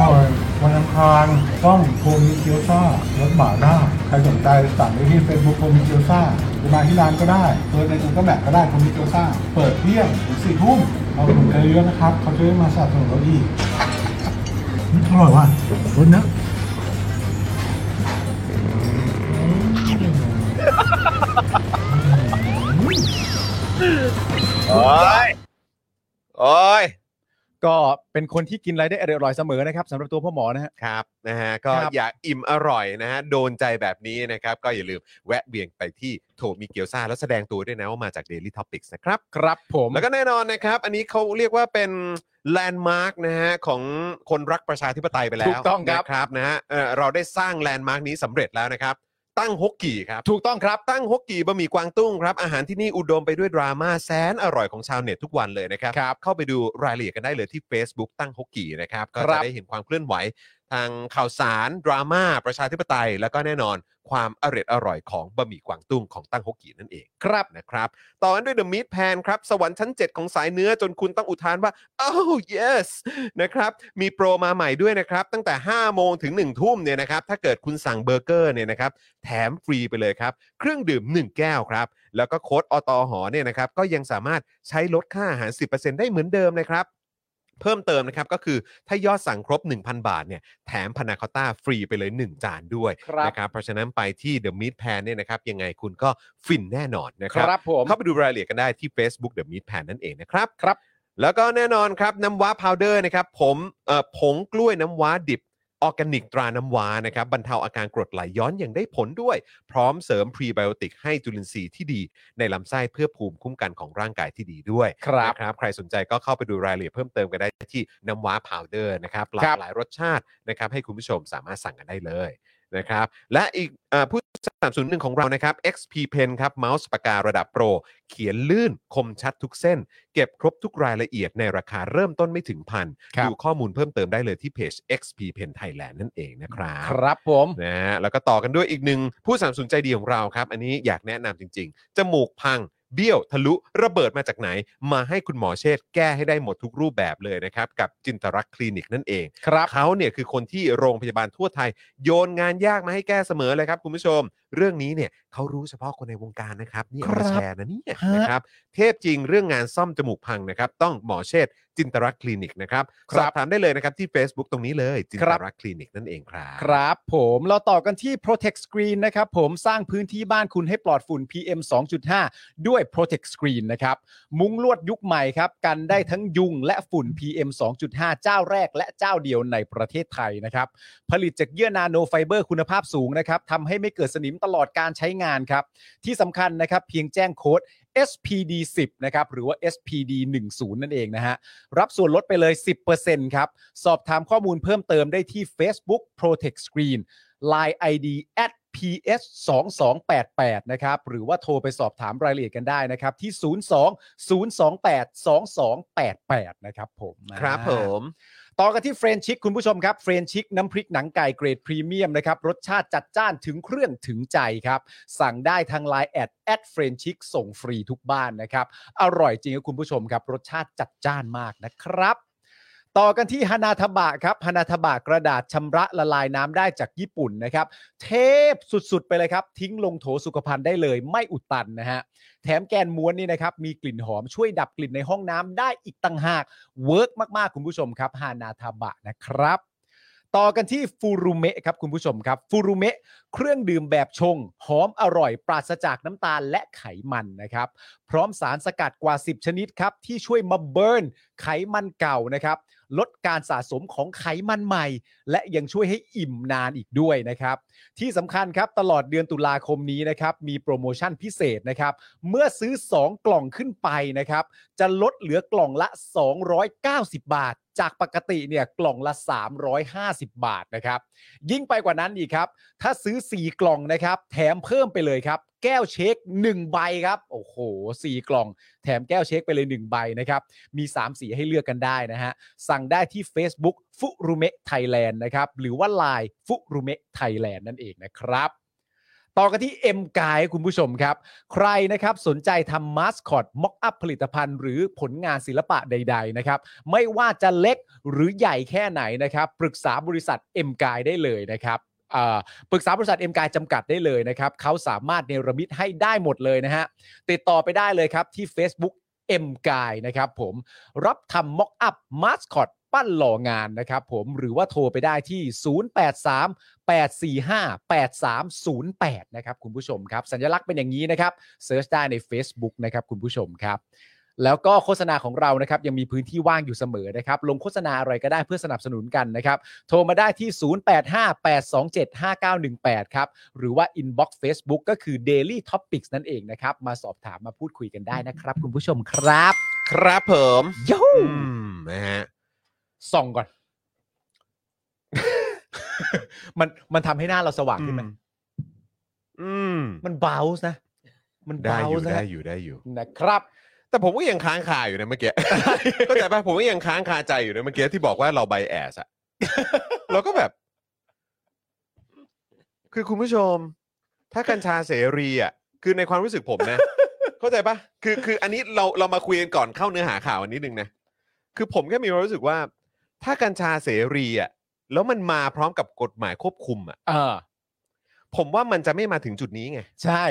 Speaker 7: อร่อยวันอังคารต้องโคมิเกียวซ่ารสหมาล่าใครสนใจสั่งได้ที่เฟซบุ๊กโคมิเกียวซ่าหรือมาที่ร้านก็ได้เปิดในกูก็แบบก็ได้โคมิเกียวซ่าเปิดเที่ยงถึงสี่ทุ่มเราถึงกันเยอะๆนะครับ เขาจะได้มาสนับสนุนเราอีกอืมอร่อยว่ะรสเนอะ
Speaker 3: โอ้ย โอ้ย
Speaker 4: ก็เป็นคนที่กินอะไรได้อร่อยเสมอนะครับสำหรับตัวพ่อหมอนะฮะ
Speaker 3: ครับ นะฮะ ก็
Speaker 4: ครับ
Speaker 3: อยากอิ่มอร่อยนะฮะ โดนใจแบบนี้นะครับ ก็อย่าลืมแวะเวียนไปที่โทมิเกียวซาแล้วแสดงตัวด้วยนะว่ามาจาก Daily Topics นะครับ
Speaker 4: ครับผม
Speaker 3: แล้วก็แน่นอนนะครับ อันนี้เขาเรียกว่าเป็นแลนด์มาร์กนะฮะของคนรักประชาธิปไตยไปแล้ว
Speaker 4: ถูกต้องครับ
Speaker 3: นะครับนะฮะเอ่อเราได้สร้างแลนด์มาร์กนี้สำเร็จแล้วนะครับ ตั้งฮกกี่ครับ
Speaker 4: ถูกต้องครับ
Speaker 3: ตั้งฮกกี่บะหมี่กวางตุ้งครับ อาหารที่นี่อุดมไปด้วยดราม่าแสนอร่อยของชาวเน็ตทุกวันเลยนะครับ
Speaker 4: ครับ
Speaker 3: เข้าไปดูรายละเอียดกันได้เลยที่ Facebook ตั้งฮกกี่นะครับ ก็
Speaker 4: ครั
Speaker 3: จะ
Speaker 4: บ
Speaker 3: ได้เห็นความเคลื่อนไหว ทางข่าวสาร ดราม่าประชาธิปไตย แล้วก็แน่นอน ความอร่อยอร่อยของบะหมี่กวางตุ้งของตั้งฮกกีนั่นเอง
Speaker 4: ครับ
Speaker 3: นะครับต่อกันด้วย The Meat Pan ครับสวรรค์ชั้น 7 ของสายเนื้อจนคุณต้องอุทานว่า oh yes นะครับมีโปรมาใหม่ด้วยนะครับ ตั้งแต่ 5 โมงถึง 1 ทุ่มเนี่ยนะครับถ้าเกิดคุณสั่งเบอร์เกอร์เนี่ยนะครับแถมฟรีไปเลยครับ เครื่องดื่ม 1 แก้วครับ แล้วก็โค้ดอตอหอเนี่ยนะครับก็ยังสามารถใช้ลดค่าอาหาร 10%ได้เหมือนเดิมนะครับ เพิ่มเติมนะครับก็คือถ้ายอดสั่งครบ 1,000 บาทเนี่ยแถมพานาคอตต้าฟรีไปเลย 1 จานด้วย
Speaker 4: ครับ
Speaker 3: นะครับเพราะฉะนั้นไปที่ The Meat Pan เนี่ยนะครับยังไงคุณก็ฟินแน่นอนนะ
Speaker 4: ค
Speaker 3: ครั
Speaker 4: รับผม
Speaker 3: เข้าไปดูรายละเอียดกันได้ที่ Facebook The Meat Pan นั่นเองนะครับ
Speaker 4: ครับ
Speaker 3: แล้วก็แน่นอนครับ น้ำว้าพาวเดอร์นะครับ ผมเอ่อผงกล้วยน้ำว้าดิบ ออร์แกนิกตราน้ำว้านะครับ บรรเทาอาการกรดไหลย้อนอย่างได้ผลด้วย พร้อมเสริมพรีไบโอติกให้จุลินทรีย์ที่ดีในลำไส้เพื่อภูมิคุ้มกันของร่างกายที่ดีด้วย
Speaker 4: ครับ
Speaker 3: นะครับ ใครสนใจก็เข้าไปดูรายละเอียดเพิ่มเติมกันได้ที่น้ำว้าพาวเดอร์นะครับหลา
Speaker 4: ครั
Speaker 3: ก
Speaker 4: บ
Speaker 3: หลายรสชาตินะครับให้คุณผู้ชมสามารถสั่งกันได้เลยนะครับ และอีกเออผู้สนับสนุนหนึ่งของเรานะครับ XP Pen ครับเมาส์ปากการะดับโปร เขียนลื่นคมชัดทุกเส้น เก็บครบทุกรายละเอียดในราคาเริ่มต้นไม่ถึงพัน
Speaker 4: ครับ
Speaker 3: ดูข้อมูลเพิ่มเติมได้เลยที่เพจ XP Pen Thailand นั่นเองนะครับ
Speaker 4: ครับผม
Speaker 3: นะฮะแล้วก็ต่อกันด้วยอีกหนึ่งผู้สนับสนุนใจดีของเราครับ อันนี้อยากแนะนำจริง ๆ จมูกพัง เบี้ยว ทะลุระเบิดมาจากไหน มาให้คุณหมอเชษฐ์แก้ให้ได้หมดทุกรูปแบบเลยนะครับ กับจินตรักษณ์คลินิกนั่นเอง
Speaker 4: ครับ
Speaker 3: เขาเนี่ยคือคนที่โรงพยาบาลทั่วไทย โยนงานยากมาให้แก้เสมอเลยครับคุณผู้ชม เรื่องนี้เนี่ยเขารู้เฉพาะคนในวงการนะครับนี่เอามา
Speaker 4: ครับ
Speaker 3: แชร์นะเนี่ย
Speaker 4: ฮะ
Speaker 3: นะครับเทพจริงเรื่องงานซ่อมจมูกพังนะครับ ต้องหมอเชษฐ์จินตรักษณ์คลินิกนะครับ
Speaker 4: ครั
Speaker 3: ส
Speaker 4: บ
Speaker 3: อบถามได้เลยนะครับที่ Facebook ตรงนี้เลยจิน
Speaker 4: ค
Speaker 3: ต
Speaker 4: รับ
Speaker 3: รักษณ์คลินิกนั่นเองครับ
Speaker 4: ครับผมเราต่อกันที่ Protect Screen นะครับผมสร้างพื้นที่บ้านคุณให้ปลอดฝุ่น PM 2.5 ด้วย Protect Screen นะครับ มุ้งลวดยุคใหม่ครับกันได้ทั้งยุงและฝุ่น PM 2.5 เจ้าแรกและเจ้าเดียวในประเทศไทยนะครับ ผลิตจากเยื่อนาโนไฟเบอร์คุณภาพสูงนะครับทำให้ไม่เกิดสนิมตลอดการใช้งานครับ ที่สำคัญนะครับเพียงแจ้งโค้ด SPD 10นะครับหรือว่า SPD 10นั่นเองนะฮะ รับส่วนลดไปเลย 10%ครับ สอบถามข้อมูลเพิ่มเติมได้ที่ Facebook Protect Screen Line ID at ps 2 2 8 8นะครับ หรือว่าโทรไปสอบถามรายละเอียดกันได้นะครับ ที่ 02 028 2288 นะครับผม
Speaker 3: ครับผม
Speaker 4: ต่อกันที่เฟรนชิกคุณผู้ชมครับเฟรนชิกน้ำพริกหนังไก่เกรดพรีเมียมนะครับรสชาติจัดจ้านถึงเครื่องถึงใจครับ สั่งได้ทางไลน์แอดแอดเฟรนชิกส่งฟรีทุกบ้านนะครับ อร่อยจริงครับคุณผู้ชมครับ รสชาติจัดจ้านมากนะครับ ต่อกันที่ฮานาทบะครับฮานาทบะกระดาษชำระละลายน้ำได้จากญี่ปุ่นนะครับ เทพสุดๆ ไปเลยครับ ทิ้งลงโถสุขภัณฑ์ได้เลย ไม่อุดตันนะฮะ แถมแกนม้วนนี่นะครับ มีกลิ่นหอมช่วยดับกลิ่นในห้องน้ำได้อีกต่างหาก เวิร์กมากๆ คุณผู้ชมครับฮานาทาบะนะครับ ต่อกันที่ฟูรุเมะครับคุณผู้ชมครับฟูรุเมะเครื่องดื่มแบบชง หอมอร่อย ปราศจากน้ำตาลและไขมันนะครับ พร้อมสารสกัดกว่า 10 ชนิดครับ ที่ช่วยมาเบิร์นไขมันเก่านะครับ ลดการสะสมของไขมันใหม่ และยังช่วยให้อิ่มนานอีกด้วยนะครับ ที่สำคัญครับตลอดเดือนตุลาคมนี้นะครับ มีโปรโมชั่นพิเศษนะครับ เมื่อซื้อ 2 กล่องขึ้นไปนะครับ จะลดเหลือกล่องละ 290 บาท จากปกติเนี่ยกล่องละ 350 บาทนะครับ ยิ่งไปกว่านั้นอีกครับ ถ้าซื้อ 4 กล่องนะครับ แถมเพิ่มไปเลยครับ แก้วเช็ค 1 ใบครับ โอ้โห 4 กล่อง แถมแก้วเช็คไปเลย 1 ใบนะครับ มี 3 สีให้เลือกกันได้นะฮะ สั่งได้ที่ Facebook ฟุรุเมะไทยแลนด์นะครับ หรือว่า Line ฟุรุเมะไทยแลนด์นั่นเองนะครับ ต่อกันที่ M กายคุณผู้ชมครับ ใครนะครับสนใจทำมาสคอตม็อกอัพผลิตภัณฑ์หรือผลงานศิลปะใด ๆ นะครับ ไม่ว่าจะเล็กหรือใหญ่แค่ไหนนะครับ ปรึกษาบริษัท M กายได้เลยนะครับเอ่อปรึกษาบริษัท M กายจำกัดได้เลยนะครับเขาสามารถเนรมิตให้ได้หมดเลยนะฮะ ติดต่อไปได้เลยครับที่ Facebook M กายนะครับผมรับทำม็อกอัพมาสคอตปั้นหล่องานนะครับผมหรือว่าโทรไปได้ที่ 083 845 8308 นะครับคุณผู้ชมครับ สัญลักษณ์เป็นอย่างนี้นะครับเซิร์ชได้ใน Facebook นะครับคุณผู้ชมครับ แล้วก็โฆษณาของเรานะครับยังมีพื้นที่ว่างอยู่เสมอนะครับ ลงโฆษณาอะไรก็ได้เพื่อสนับสนุนกันนะครับ โทรมาได้ที่ 0858275918 ครับ หรือว่า inbox Facebook ก็คือ daily topics นั่นเองนะครับ มาสอบถามมาพูดคุยกันได้นะครับ คุณผู้ชมครับ
Speaker 3: ครับผม
Speaker 4: โย่
Speaker 3: อืมนะฮะ
Speaker 4: ส่องก่อน มันมันทำให้หน้าเราสว่างขึ้นไหม
Speaker 3: อืม
Speaker 4: มันเบาส์นะ มัน
Speaker 3: ได้
Speaker 4: เบา
Speaker 3: อยู่
Speaker 4: ส์นะ
Speaker 3: ได้อยู่ได้อยู่
Speaker 4: นะครับ
Speaker 3: แต่ผมก็ยังค้างคาอยู่นะเมื่อกี้ ก็แต่ป่ะผมก็ยังค้างคาใจอยู่นะเมื่อกี้ที่บอกว่าเราไบแอส อะ เราก็แบบ คือคุณผู้ชม ถ้ากัญชาเสรีอ่ะคือในความรู้สึกผมนะ เข้าใจปะคือคืออันนี้เราเรามาคุยกันก่อนเข้าเนื้อหาข่าวอันนี้หนึ่งนะคือผมแค่มีความรู้สึกว่า ถ้ากัญชาเสรีอ่ะแล้วมันมาพร้อมกับกฎหมายควบคุมอ่ะ
Speaker 4: เออ
Speaker 3: ผมว่ามันจะไม่มาถึงจุดนี้ไง
Speaker 4: ใช่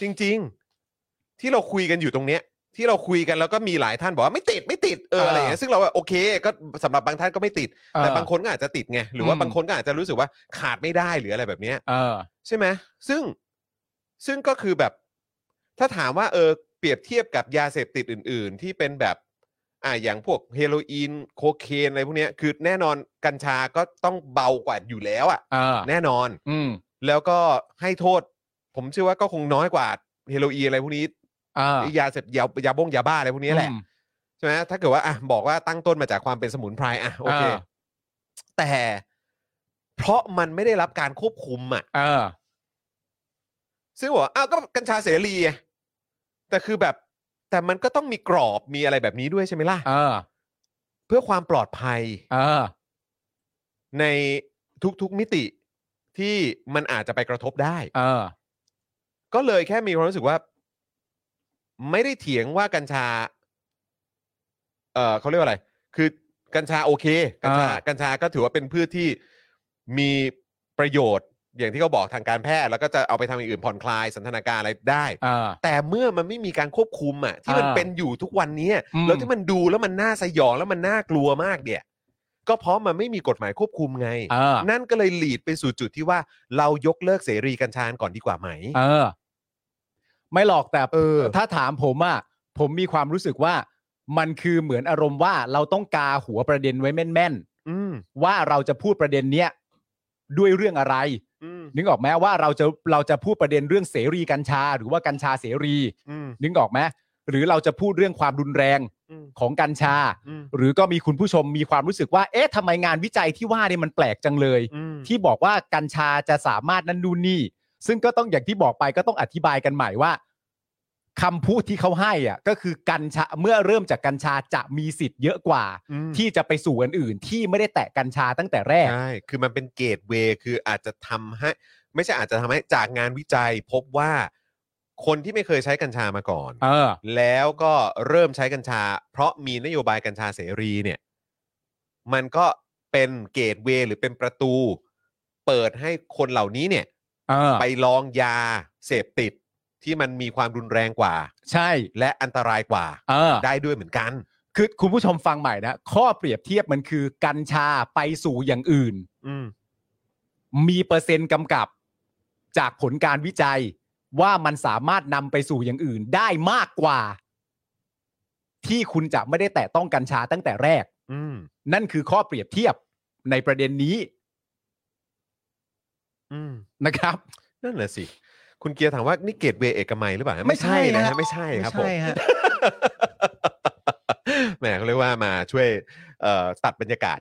Speaker 3: จริง ๆ ที่เราคุยกันอยู่ตรงเนี้ย ที่เราคุยกันแล้วก็มีหลายท่านบอกว่าไม่ติดไม่ติดเอออะไรอย่างเงี้ยซึ่งเราว่าโอเค ก็สำหรับบางท่านก็ไม่ติด
Speaker 4: เออ
Speaker 3: แต่บางคนก็อาจจะติดไงหรือว่า
Speaker 4: อืม
Speaker 3: บางคนก็อาจจะรู้สึกว่าขาดไม่ได้หรืออะไรแบบเนี้ย
Speaker 4: เออ
Speaker 3: ใช่ไหมซึ่งซึ่งก็คือแบบ ถ้าถามว่าเออเปรียบเทียบกับยาเสพติดอื่น ๆ ที่เป็นแบบ อ่าอย่างพวกเฮโรอีนโคเคนอะไรพวกเนี้ยคือแน่นอนกัญชาก็ต้องเบากว่าอยู่แล้วอะ
Speaker 4: เออ
Speaker 3: แน่นอน
Speaker 4: อืม
Speaker 3: แล้วก็ให้โทษ ผมเชื่อว่าก็คงน้อยกว่าเฮโรอีนอะไรพวกนี้
Speaker 4: เออ
Speaker 3: ยาเสพยายาบ้งยาบ้าอะไรพวกนี้แหละ ใช่ไหมถ้าเกิดว่าอ่ะบอกว่าตั้งต้นมาจากความเป็นสมุนไพรอ่ะโอเค
Speaker 4: อ่า
Speaker 3: แต่เพราะมันไม่ได้รับการควบคุมอ่ะ
Speaker 4: เออ
Speaker 3: ซึ่งบอกว่าอ้าวก็กัญชาเสรีไงแต่คือแบบแต่มันก็ต้องมีกรอบมีอะไรแบบนี้ด้วยใช่ไหมล่ะ
Speaker 4: เออ
Speaker 3: เพื่อความปลอดภัย
Speaker 4: เออ
Speaker 3: ในทุกๆมิติที่มันอาจจะไปกระทบได้
Speaker 4: เออ
Speaker 3: ก็เลยแค่มีความรู้สึกว่า ไม่ได้เถียงว่ากัญชา เออเขาเรียกว่าอะไร คือกัญชาโอเค กัญชา
Speaker 4: อ่า
Speaker 3: กัญชาก็ถือว่าเป็นพืชที่มีประโยชน์ อย่างที่เขาบอกทางการแพทย์ แล้วก็จะเอาไปทำอย่างอื่นผ่อนคลายสันทนาการอะไรได้
Speaker 4: เออ
Speaker 3: แต่เมื่อมันไม่มีการควบคุมอ่ะ ที่มัน
Speaker 4: อ่า
Speaker 3: เป็นอยู่ทุกวันเนี้ย
Speaker 4: อืม
Speaker 3: แล้วที่มันดูแล้วมันน่าสยองแล้วมันน่ากลัวมากเนี่ย ก็เพราะมันไม่มีกฎหมายควบคุมไง
Speaker 4: เออ
Speaker 3: นั่นก็เลยหลีดไปสู่จุดที่ว่าเรายกเลิกเสรีกัญชาก่อนดีกว่าไหม
Speaker 4: เออ ไม่หรอกแต่
Speaker 3: เออ
Speaker 4: ถ้าถามผมอะผมมีความรู้สึกว่า มันคือเหมือนอารมณ์ว่าเราต้องกาหัวประเด็นไว้แม่น
Speaker 3: อืม
Speaker 4: ๆ ว่าเราจะพูดประเด็นเนี้ยด้วยเรื่องอะไร
Speaker 3: อืม
Speaker 4: นึกออกไหมว่าเราจะเราจะพูดประเด็นเรื่องเสรีกัญชา หรือว่ากัญชาเสรี
Speaker 3: อืม
Speaker 4: นึกออกไหมหรือเราจะพูดเรื่องความรุนแรง
Speaker 3: อืม
Speaker 4: ของกัญชา
Speaker 3: อืม
Speaker 4: หรือก็มีคุณผู้ชมมีความรู้สึกว่า เอ๊ะทำไมงานวิจัยที่ว่าเนี่ยมันแปลกจังเลย
Speaker 3: อืม
Speaker 4: ที่บอกว่ากัญชาจะสามารถนั่นนู่นนี่ ซึ่งก็ต้องอย่างที่บอกไปก็ต้องอธิบายกันใหม่ว่าคำพูดที่เขาให้อ่ะก็คือกัญชาเมื่อเริ่มจากกัญชาจะมีสิทธิ์เยอะกว่า
Speaker 3: อืม
Speaker 4: ที่จะไปสู่อันอื่นที่ไม่ได้แตะกัญชาตั้งแต่แรก
Speaker 3: ใช่คือมันเป็นเกตเวย์คืออาจจะทำให้ ไม่ใช่อาจจะทำให้จากงานวิจัยพบว่าคนที่ไม่เคยใช้กัญชามาก่อน
Speaker 4: เออ
Speaker 3: แล้วก็เริ่มใช้กัญชา เพราะมีนโยบายกัญชาเสรีเนี่ย มันก็เป็นเกตเวย์หรือเป็นประตู เปิดให้คนเหล่านี้เนี่ย
Speaker 4: เออ
Speaker 3: ไปลองยาเสพติดที่มันมีความรุนแรงกว่า
Speaker 4: ใช่
Speaker 3: และอันตรายกว่า
Speaker 4: เออ
Speaker 3: ได้ด้วยเหมือนกัน
Speaker 4: คือคุณผู้ชมฟังใหม่นะ ข้อเปรียบเทียบมันคือกัญชาไปสู่อย่างอื่น
Speaker 3: อืม
Speaker 4: มีเปอร์เซ็นต์กำกับจากผลการวิจัย ว่ามันสามารถนำไปสู่อย่างอื่นได้มากกว่า ที่คุณจะไม่ได้แตะต้องกัญชาตั้งแต่แรก
Speaker 3: อืม
Speaker 4: นั่นคือข้อเปรียบเทียบในประเด็นนี้
Speaker 3: อืม
Speaker 4: นะครับ
Speaker 3: นั่นแหละสิ คุณเกียร์ถามว่านี่เกตเวย์เอกมัยหรือเปล่าฮะ
Speaker 4: ไม่ใช่
Speaker 3: นะ
Speaker 4: ฮะ
Speaker 3: ฮะไม่ใช่ครับผม
Speaker 4: ใช่ฮะ
Speaker 3: แหมเขาเรียกว่ามาช่วยเอ่อตัดบรรยากาศ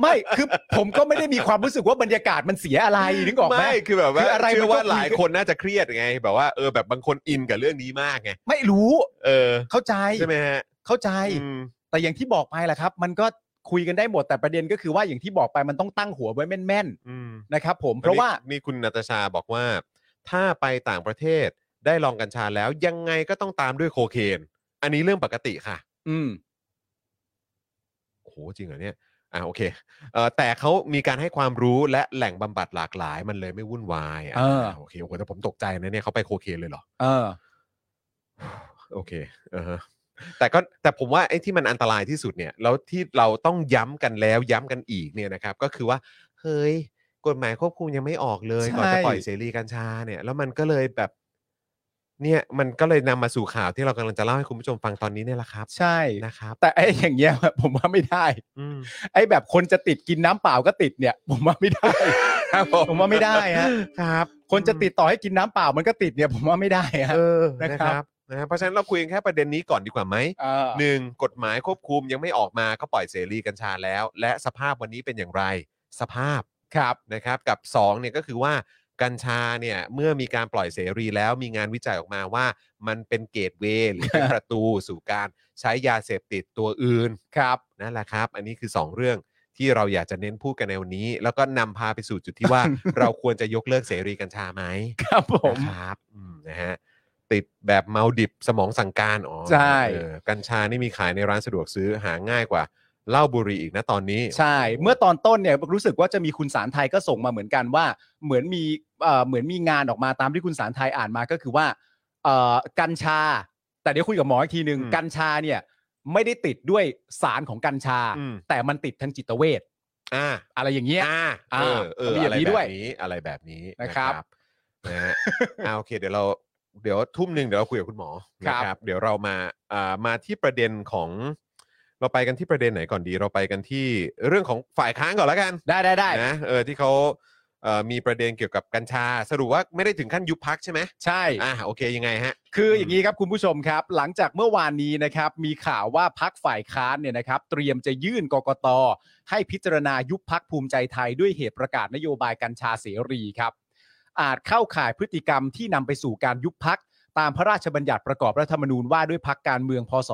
Speaker 4: ไม่คือผมก็ไม่ได้มีความรู้สึกว่าบรรยากาศมันเสียอะไรนึกออกไหม
Speaker 3: ไม่คือแบบว่า
Speaker 4: คืออะไร
Speaker 3: เชื่
Speaker 4: มั
Speaker 3: อน
Speaker 4: ก็
Speaker 3: ว่า
Speaker 4: คุย
Speaker 3: หลายคนน่าจะเครียดไง แบบว่าเออแบบบางคนอินกับเรื่องนี้มากไง
Speaker 4: ไม่รู้
Speaker 3: เออ
Speaker 4: เข้าใจ
Speaker 3: ใช่ไหมฮะ
Speaker 4: เข้าใจ
Speaker 3: อืม
Speaker 4: แต่อย่างที่บอกไปแหละครับ มันก็คุยกันได้หมดแต่ประเด็นก็คือว่าอย่างที่บอกไปมันต้องตั้งหัวไว้แม่น
Speaker 3: อืม
Speaker 4: ๆนะครับ ผมเพราะว่า
Speaker 3: นี่คุณนาตาชาบอกว่า ถ้าไปต่างประเทศได้ลองกัญชาแล้วยังไงก็ต้องตามด้วยโคเคน อันนี้เรื่องปกติค่ะ
Speaker 4: อืม
Speaker 3: โอ้โหจริงเหรอเนี่ยอ่าโอเคเอ่อแต่เขามีการให้ความรู้และแหล่งบำบัดหลากหลาย มันเลยไม่วุ่นวายอ่ะ
Speaker 4: เออ
Speaker 3: โอเคโอ้โหแต่ผมตกใจนะเนี่ยเขาไปโคเคนเลยเหรอ
Speaker 4: เออ
Speaker 3: โอเคอ่าฮะแต่ก็แต่ผมว่าไอ้ที่มันอันตรายที่สุดเนี่ย แล้วที่เราต้องย้ำกันแล้วย้ำกันอีกเนี่ยนะครับ ก็คือว่า เฮ้ย กฎหมายควบคุมยังไม่ออกเลย
Speaker 4: ใช่
Speaker 3: ก่อนจะปล่อยเสรีกัญชาเนี่ย แล้วมันก็เลยแบบ เนี่ย มันก็เลยนำมาสู่ข่าวที่เรากำลังจะเล่าให้คุณผู้ชมฟังตอนนี้เนี่ยแหละครับ
Speaker 4: ใช่
Speaker 3: นะครับ
Speaker 4: แต่ไอ้อย่างเงี้ย ผมว่าไม่ได้
Speaker 3: อืม
Speaker 4: ไอ้แบบคนจะติดกินน้ำเปล่าก็ติดเนี่ย ผมว่าไม่ได้
Speaker 3: ครับผม
Speaker 4: ผมว่าไม่ได้ฮะ
Speaker 3: ครับ
Speaker 4: คนจะติดต่อให้กินน้ำเปล่ามันก็ติดเนี่ย ผมว่าไม่ได้ฮะ
Speaker 3: เออนะ
Speaker 4: นะ
Speaker 3: ค
Speaker 4: ครั
Speaker 3: รับบ นะฮะเพราะฉะนั้นเราคุยกันแค่ประเด็นนี้ก่อนดีกว่าไหม
Speaker 4: เออ
Speaker 3: หนึ่งกฎหมายควบคุมยังไม่ออกมาก็ปล่อยเสรีกัญชาแล้ว และสภาพวันนี้เป็นอย่างไร สภาพ
Speaker 4: ครับ
Speaker 3: นะครับ กับ2เนี่ยก็คือว่ากัญชาเนี่ยเมื่อมีการปล่อยเสรีแล้วมีงานวิจัยออกมาว่า มันเป็นเกตเวย์หรือเป็นประตูสู่การใช้ยาเสพติดตัวอื่น
Speaker 4: ครับ
Speaker 3: นั่นแหละครับ อันนี้คือ 2 เรื่อง ที่เราอยากจะเน้นพูดกันในวันนี้ แล้วก็นำพาไปสู่จุดที่ว่า เราควรจะยกเลิกเสรีกัญชาไหม
Speaker 4: ครับผม
Speaker 3: นะครับอืมนะฮะติดแบบเมาดิบสมองสั่งการอ๋อ
Speaker 4: ใช่
Speaker 3: เออกัญชานี่มีขายในร้านสะดวกซื้อหาง่ายกว่าเหล้าบุหรี่อีกนะตอนนี้
Speaker 4: ใช่ เมื่อตอนต้นเนี่ยรู้สึกว่าจะมีคุณสารไทยก็ส่งมาเหมือนกันว่า เหมือนมีเอ่อเหมือนมีงานออกมาตามที่คุณสารไทยอ่านมาก็คือว่าเอ่อกัญชา แต่เดี๋ยวคุยกับหมออีกทีหนึ่ง
Speaker 3: อืม
Speaker 4: กัญชาเนี่ยไม่ได้ติดด้วยสารของกัญชา
Speaker 3: อืม
Speaker 4: แต่มันติดทางจิตเวช
Speaker 3: อ่า
Speaker 4: อะไรอย่างเงี้ย
Speaker 3: อ่าเออเออ
Speaker 4: มีอ
Speaker 3: อะ
Speaker 4: ย่าง
Speaker 3: ไร
Speaker 4: นี้
Speaker 3: แบ
Speaker 4: ด้ว
Speaker 3: บ
Speaker 4: ย
Speaker 3: นี้อะไรแบบนี้
Speaker 4: นะครับ
Speaker 3: นะฮะอ่าโอเค เดี๋ยวเราเดี๋ยวทุ่มหนึ่งเดี๋ยวเราคุยกับคุณหมอ
Speaker 4: ครั
Speaker 3: นะ
Speaker 4: บ
Speaker 3: ครับ เดี๋ยวเรามาอ่ามาที่ประเด็นของ เราไปกันที่ประเด็นไหนก่อนดี เราไปกันที่เรื่องของฝ่ายค้านก่อนแล้วกัน
Speaker 4: ได้ได้ได้
Speaker 3: นะเออที่เขาเอ่อมีประเด็นเกี่ยวกับกัญชา สรุปว่าไม่ได้ถึงขั้นยุบพักใช่ไหม
Speaker 4: ใช่
Speaker 3: อ่าโอเคยังไงฮะ
Speaker 4: คืออย่างนี้ครับคุณผู้ชมครับ หลังจากเมื่อวานนี้นะครับมีข่าวว่าพักฝ่ายค้านเนี่ยนะครับ เตรียมจะยื่นกกต ให้พิจารณายุบพักภูมิใจไทยด้วยเหตุประกาศนโยบายกัญชาเสรีครับ อาจเข้าข่ายพฤติกรรมที่นำไปสู่การยุบพัก ตามพระราชบัญญัติประกอบรัฐธรรมนูญว่าด้วยพักการเมืองพศ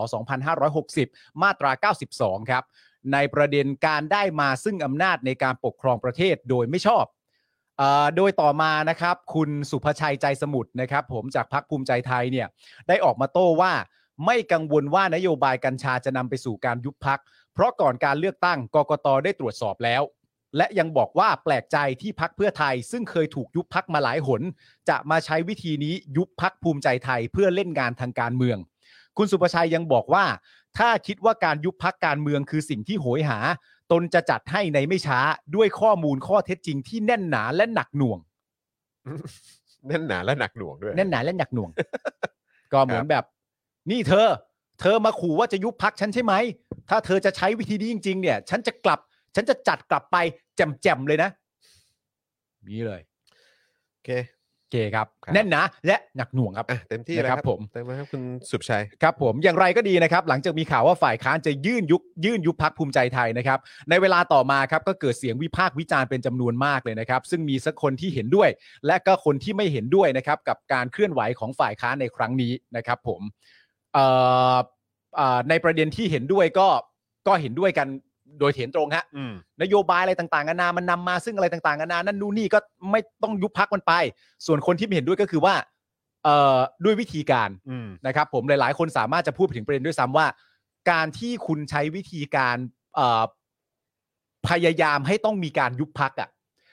Speaker 4: 2560 มาตรา 92 ครับ ในประเด็นการได้มาซึ่งอำนาจในการปกครองประเทศโดยไม่ชอบเออโดยต่อมานะครับ คุณสุภชัยใจสมุทรนะครับผมจากพักภูมิใจไทยเนี่ย ได้ออกมาโต้ว่า ไม่กังวลว่านโยบายกัญชาจะนำไปสู่การยุบพัก เพราะก่อนการเลือกตั้งกกตได้ตรวจสอบแล้ว และยังบอกว่าแปลกใจที่พักเพื่อไทย ซึ่งเคยถูกยุบพักมาหลายหน จะมาใช้วิธีนี้ยุบพักภูมิใจไทยเพื่อเล่นงานทางการเมือง คุณสุประชัยยังบอกว่า ถ้าคิดว่าการยุบพักการเมืองคือสิ่งที่โหยหา ตนจะจัดให้ในไม่ช้าด้วยข้อมูลข้อเท็จจริงที่แน่นหนาและหนักหน่วง
Speaker 3: แน่นหนาและหนักหน่วงด้วย
Speaker 4: แน่นหนาและหนักหน่วง ก็เหมื
Speaker 3: ค
Speaker 4: อ
Speaker 3: รั
Speaker 4: น
Speaker 3: บ
Speaker 4: แบบ นี่เธอ เธอมาขู่ว่าจะยุบพักฉันใช่ไหม ถ้าเธอจะใช้วิธีนี้จริง ๆ เนี่ย ฉันจะกลับ ฉันจะจัดกลับไปแจ่มๆเลยนะนี่เลย
Speaker 3: โอเค
Speaker 4: โอเคครับ
Speaker 3: ครับ
Speaker 4: แน่นหนาและหนักหน่วงครับ
Speaker 3: อ่ะเต็มที่แล้ว
Speaker 4: นะครับผม
Speaker 3: เต็มแล้วครับคุณสุบชัย
Speaker 4: ครับผมอย่างไรก็ดีนะครับ หลังจากมีข่าวว่าฝ่ายค้านจะยื่นยุบยื่นยุบพักภูมิใจไทยนะครับ ในเวลาต่อมาครับก็เกิดเสียงวิพากษ์วิจารณ์เป็นจำนวนมากเลยนะครับ ซึ่งมีสักคนที่เห็นด้วย และก็คนที่ไม่เห็นด้วยนะครับ กับการเคลื่อนไหวของฝ่ายค้านในครั้งนี้นะครับ ผมเอ่อเอ่อในประเด็นที่เห็นด้วยก็ก็เห็นด้วยกันโดยเห็นตรงฮะ
Speaker 3: อืม
Speaker 4: นโยบายอะไรต่างๆนานา มันนำมาซึ่งอะไรต่างๆนานา นั่นนู่นนี่ก็ไม่ต้องยุบพักมันไป ส่วนคนที่ไม่เห็นด้วยก็คือว่าเอ่อด้วยวิธีการ
Speaker 3: อืม
Speaker 4: นะครับผมหลายๆ คนสามารถจะพูดถึงประเด็นด้วยซ้ำว่า การที่คุณใช้วิธีการเอ่อพยายามให้ต้องมีการยุบพักอะ่ะ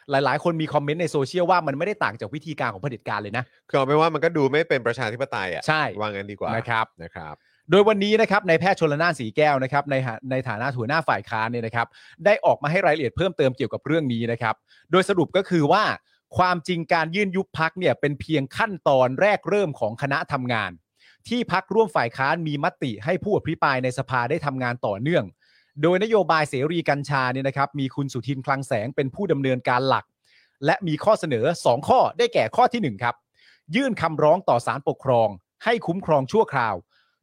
Speaker 4: หลายๆ คนมีคอมเมนต์ในโซเชียลว่ามันไม่ได้ต่างจากวิธีการของเผด็จการเลยนะ
Speaker 3: คือเอาเป็นว่ามันก็ดูไม่เป็นประชาธิปไตยอ่ะ
Speaker 4: ใช่
Speaker 3: วางกันดีกว่า
Speaker 4: นะครับ
Speaker 3: นะครับ
Speaker 4: โดยวันนี้นะครับในายแพทย์ชนละนานสีแก้วนะครับในหาในฐานะหัวหน้าฝ่ายค้านเนี่ยนะครับ ได้ออกมาให้รายละเอียดเพิ่มเติมเกี่ยวกับเรื่องนี้นะครับ โดยสรุปก็คือว่า ความจริงการยื่นยุบพักเนี่ยเป็นเพียงขั้นตอนแรกเริ่มของคณะทำงาน ที่พักร่วมฝ่ายค้านมีมติให้ผู้อภิปรายในสภาได้ทำงานต่อเนื่อง โดยนโยบายเสรีกัญชาเนี่ยนะครับมีคุณสุทินคลังแสงเป็นผู้ดำเนินการหลัก และมีข้อเสนอ 2 ข้อได้แก่ข้อทีหนึ่1ครับยื่นคำร้องต่อศาลปกครอง ให้คุ้มครองชั่วคราว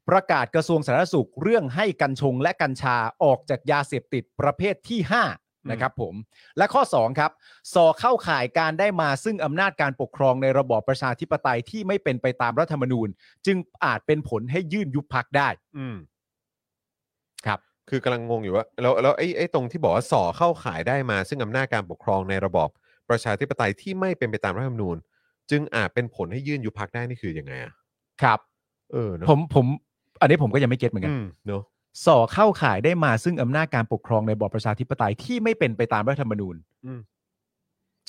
Speaker 4: ประกาศกระทรวงสาธารณสุขเรื่องให้กัญชงและกัญชาออกจากยาเสพติดประเภทที่ 5 นะครับผม และข้อ 2 ครับสอเข้าข่ายการได้มาซึ่งอำนาจการปกครองในระบอบประชาธิปไตยที่ไม่เป็นไปตามรัฐธรรมนูญ จึงอาจเป็นผลให้ยื่นยุบพักได้
Speaker 3: อืม
Speaker 4: ครับ
Speaker 3: คือกำลังงงอยู่ว่าแล้วแล้วไอ้ไอ้ตรงที่บอกว่าสอเข้าขายได้มา ซึ่งอำนาจการปกครองในระบอบประชาธิปไตยที่ไม่เป็นไปตามรัฐธรรมนูญ จึงอาจเป็นผลให้ยื่นยุบพักได้นี่คือยังไงอ่ะ
Speaker 4: ครับ
Speaker 3: เออเนอะ
Speaker 4: ผมผมอันนี้ผมก็ยังไม่เก็ตเหมือนกัน
Speaker 3: อืมเนอะ
Speaker 4: สอเข้าข่ายได้มาซึ่งอำนาจการปกครองในระบอบประชาธิปไตยที่ไม่เป็นไปตามรัฐธรรมนูญ
Speaker 3: อืม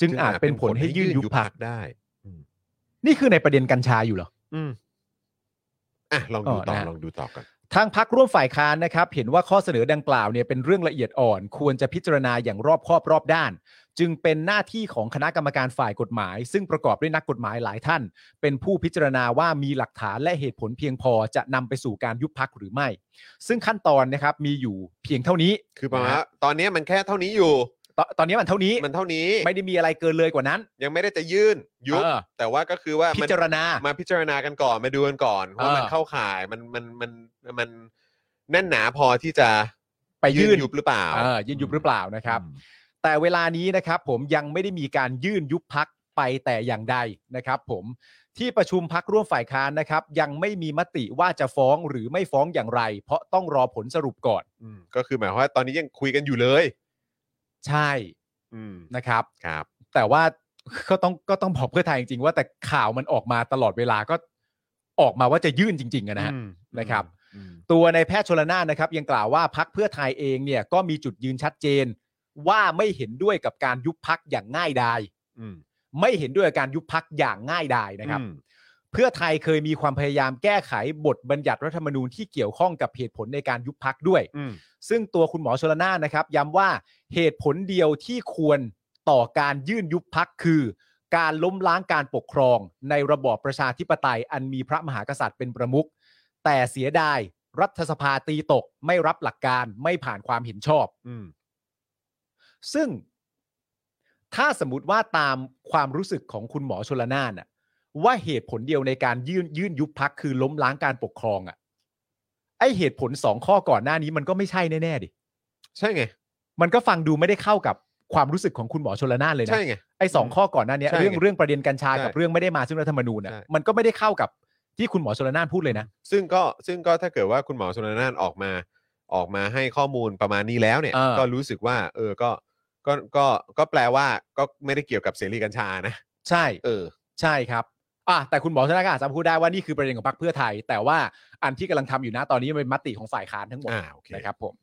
Speaker 4: จึงอาจเป็นผลให้ยื่นยุบพัก
Speaker 3: ได้
Speaker 4: นี่คือในประเด็นกัญชาอยู่เหรอ
Speaker 3: อืมอ่ะลองดู
Speaker 4: อ๋อ
Speaker 3: ต่อ
Speaker 4: นะฮะ
Speaker 3: ลองดูต่อกัน
Speaker 4: ทางพักร่วมฝ่ายค้านนะครับ เห็นว่าข้อเสนอดังกล่าวเนี่ยเป็นเรื่องละเอียดอ่อน ควรจะพิจารณาอย่างรอบคอบรอบด้าน จึงเป็นหน้าที่ของคณะกรรมการฝ่ายกฎหมาย ซึ่งประกอบด้วยนักกฎหมายหลายท่าน เป็นผู้พิจารณาว่ามีหลักฐานและเหตุผลเพียงพอจะนำไปสู่การยุบพักหรือไม่ ซึ่งขั้นตอนนะครับมีอยู่เพียงเท่านี้
Speaker 3: คือประมาณ
Speaker 4: นะ
Speaker 3: ว่า
Speaker 4: ฮะ
Speaker 3: ตอนนี้มันแค่เท่านี้อยู่
Speaker 4: ตอนตอนนี้มันเท่านี้
Speaker 3: มันเท่านี้
Speaker 4: ไม่ได้มีอะไรเกินเลยกว่านั้น
Speaker 3: ยังไม่ได้จะยื่นยุบ
Speaker 4: เออ
Speaker 3: แต่ว่าก็คือว่า
Speaker 4: พิ
Speaker 3: มัน
Speaker 4: จารณา
Speaker 3: มาพิจารณากันก่อนมาดูกันก่อนว่า
Speaker 4: เออ
Speaker 3: มันเข้าข่ายมันมันมันมันแน่นหนาพอที่จะ
Speaker 4: ไปยื่น
Speaker 3: ยุบหรือเปล่า
Speaker 4: เออยื่นยุบหรือเปล่านะครับ
Speaker 3: อืม
Speaker 4: แต่เวลานี้นะครับผมยังไม่ได้มีการยื่นยุบพักไปแต่อย่างใดนะครับผมที่ประชุมพักร่วมฝ่ายค้านนะครับ ยังไม่มีมติว่าจะฟ้องหรือไม่ฟ้องอย่างไร เพราะต้องรอผลสรุปก่อน
Speaker 3: อืมก็คือหมายความว่าตอนนี้ยังคุยกันอยู่เลย
Speaker 4: ใช่
Speaker 3: อืม
Speaker 4: นะครับ
Speaker 3: ครับ
Speaker 4: แต่ว่า ก็ต้องก็ต้องบอกเพื่อไทยจริงๆว่าแต่ข่าวมันออกมาตลอดเวลาก็ออกมาว่าจะยื่นจริงๆอะนะฮะ
Speaker 3: อืม
Speaker 4: นะครับ
Speaker 3: อืม
Speaker 4: ตัวในแพทย์ชลนานนะครับ ยังกล่าวว่าพักเพื่อไทยเองเนี่ยก็มีจุดยืนชัดเจน ว่าไม่เห็นด้วยกับการยุบพักอย่างง่ายดาย
Speaker 3: อืม
Speaker 4: ไม่เห็นด้วยกับการยุบพักอย่างง่ายดายนะครับ
Speaker 3: อืม
Speaker 4: เพื่อไทยเคยมีความพยายามแก้ไขบทบัญญัติรัฐธรรมนูญที่เกี่ยวข้องกับเหตุผลในการยุบพักด้วย
Speaker 3: อืม
Speaker 4: ซึ่งตัวคุณหมอชลนานนะครับ ย้ำว่าเหตุผลเดียวที่ควรต่อการยื่นยุบพักคือ การล้มล้างการปกครองในระบอบประชาธิปไตย อันมีพระมหากษัตริย์เป็นประมุขแต่เสียดายรัฐสภาตีตกไม่รับหลักการไม่ผ่านความเห็นชอบ
Speaker 3: อืม
Speaker 4: ซึ่งถ้าสมมติว่าตามความรู้สึกของคุณหมอชลนานน่ะว่าเหตุผลเดียวในการยื่นยื่นยุบพักคือล้มล้างการปกครองอะไอเหตุผลสองข้อก่อนหน้านี้มันก็ไม่ใช่แน่ๆดิ
Speaker 3: ใช่ไง
Speaker 4: มันก็ฟังดูไม่ได้เข้ากับความรู้สึกของคุณหมอชลนานเลยนะ
Speaker 3: ใช่ไง
Speaker 4: ไอ้สองข้อก่อนหน้าเนี้ย
Speaker 3: ใช่ไง
Speaker 4: เรื่องเรื่องประเด็นกัญชา
Speaker 3: ใช่
Speaker 4: กับเรื่องไม่ได้มาซึ่งรัฐธรรมนูญน่ะ
Speaker 3: ใช่
Speaker 4: มันก็ไม่ได้เข้ากับที่คุณหมอชลนานพูดเลยนะ
Speaker 3: ซึ่งก็ซึ่งก็ถ้าเกิดว่าคุณหมอชนละนานออกมาออกมาให้ข้อมูลประมาณนี้แล้วเนี่ย
Speaker 4: เออ
Speaker 3: ก็รู้สึกว่า เออก็ก็ก็ก็แปลว่าก็ไม่ได้เกี่ยวกับเสรีกัญชานะ
Speaker 4: ใช่
Speaker 3: เออ
Speaker 4: ใช่ครับอ่ะแต่คุณหมอชลนานก็อาจจะพูดได้ว่านี่คือประเด็นของพรรคเพื่อไทย แต่ว่าอันที่กำลังทำอยู่นะตอนนี้มันเป็นมติของฝ่ายค้านทั้งหมด
Speaker 3: อ่าโอเค
Speaker 4: นะครับผม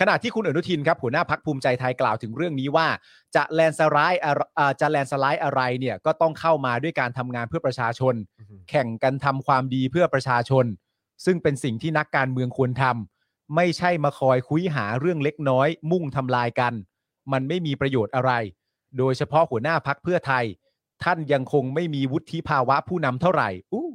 Speaker 4: ขณะที่คุณอนุทินครับหัวหน้าพักภูมิใจไทยกล่าวถึงเรื่องนี้ว่า จะแลนสไลด์อะไรอ่าจะแลนสไลด์อะไรเนี่ยก็ต้องเข้ามาด้วยการทำงานเพื่อประชาชน
Speaker 3: อือฮึ
Speaker 4: แข่งกันทำความดีเพื่อประชาชน ซึ่งเป็นสิ่งที่นักการเมืองควรทำไม่ใช่มาคอยคุยหาเรื่องเล็กน้อย มุ่งทำลายกัน มันไม่มีประโยชน์อะไร โดยเฉพาะหัวหน้าพักเพื่อไทย ท่านยังคงไม่มีวุฒิภาวะผู้นำเท่าไหร่อู้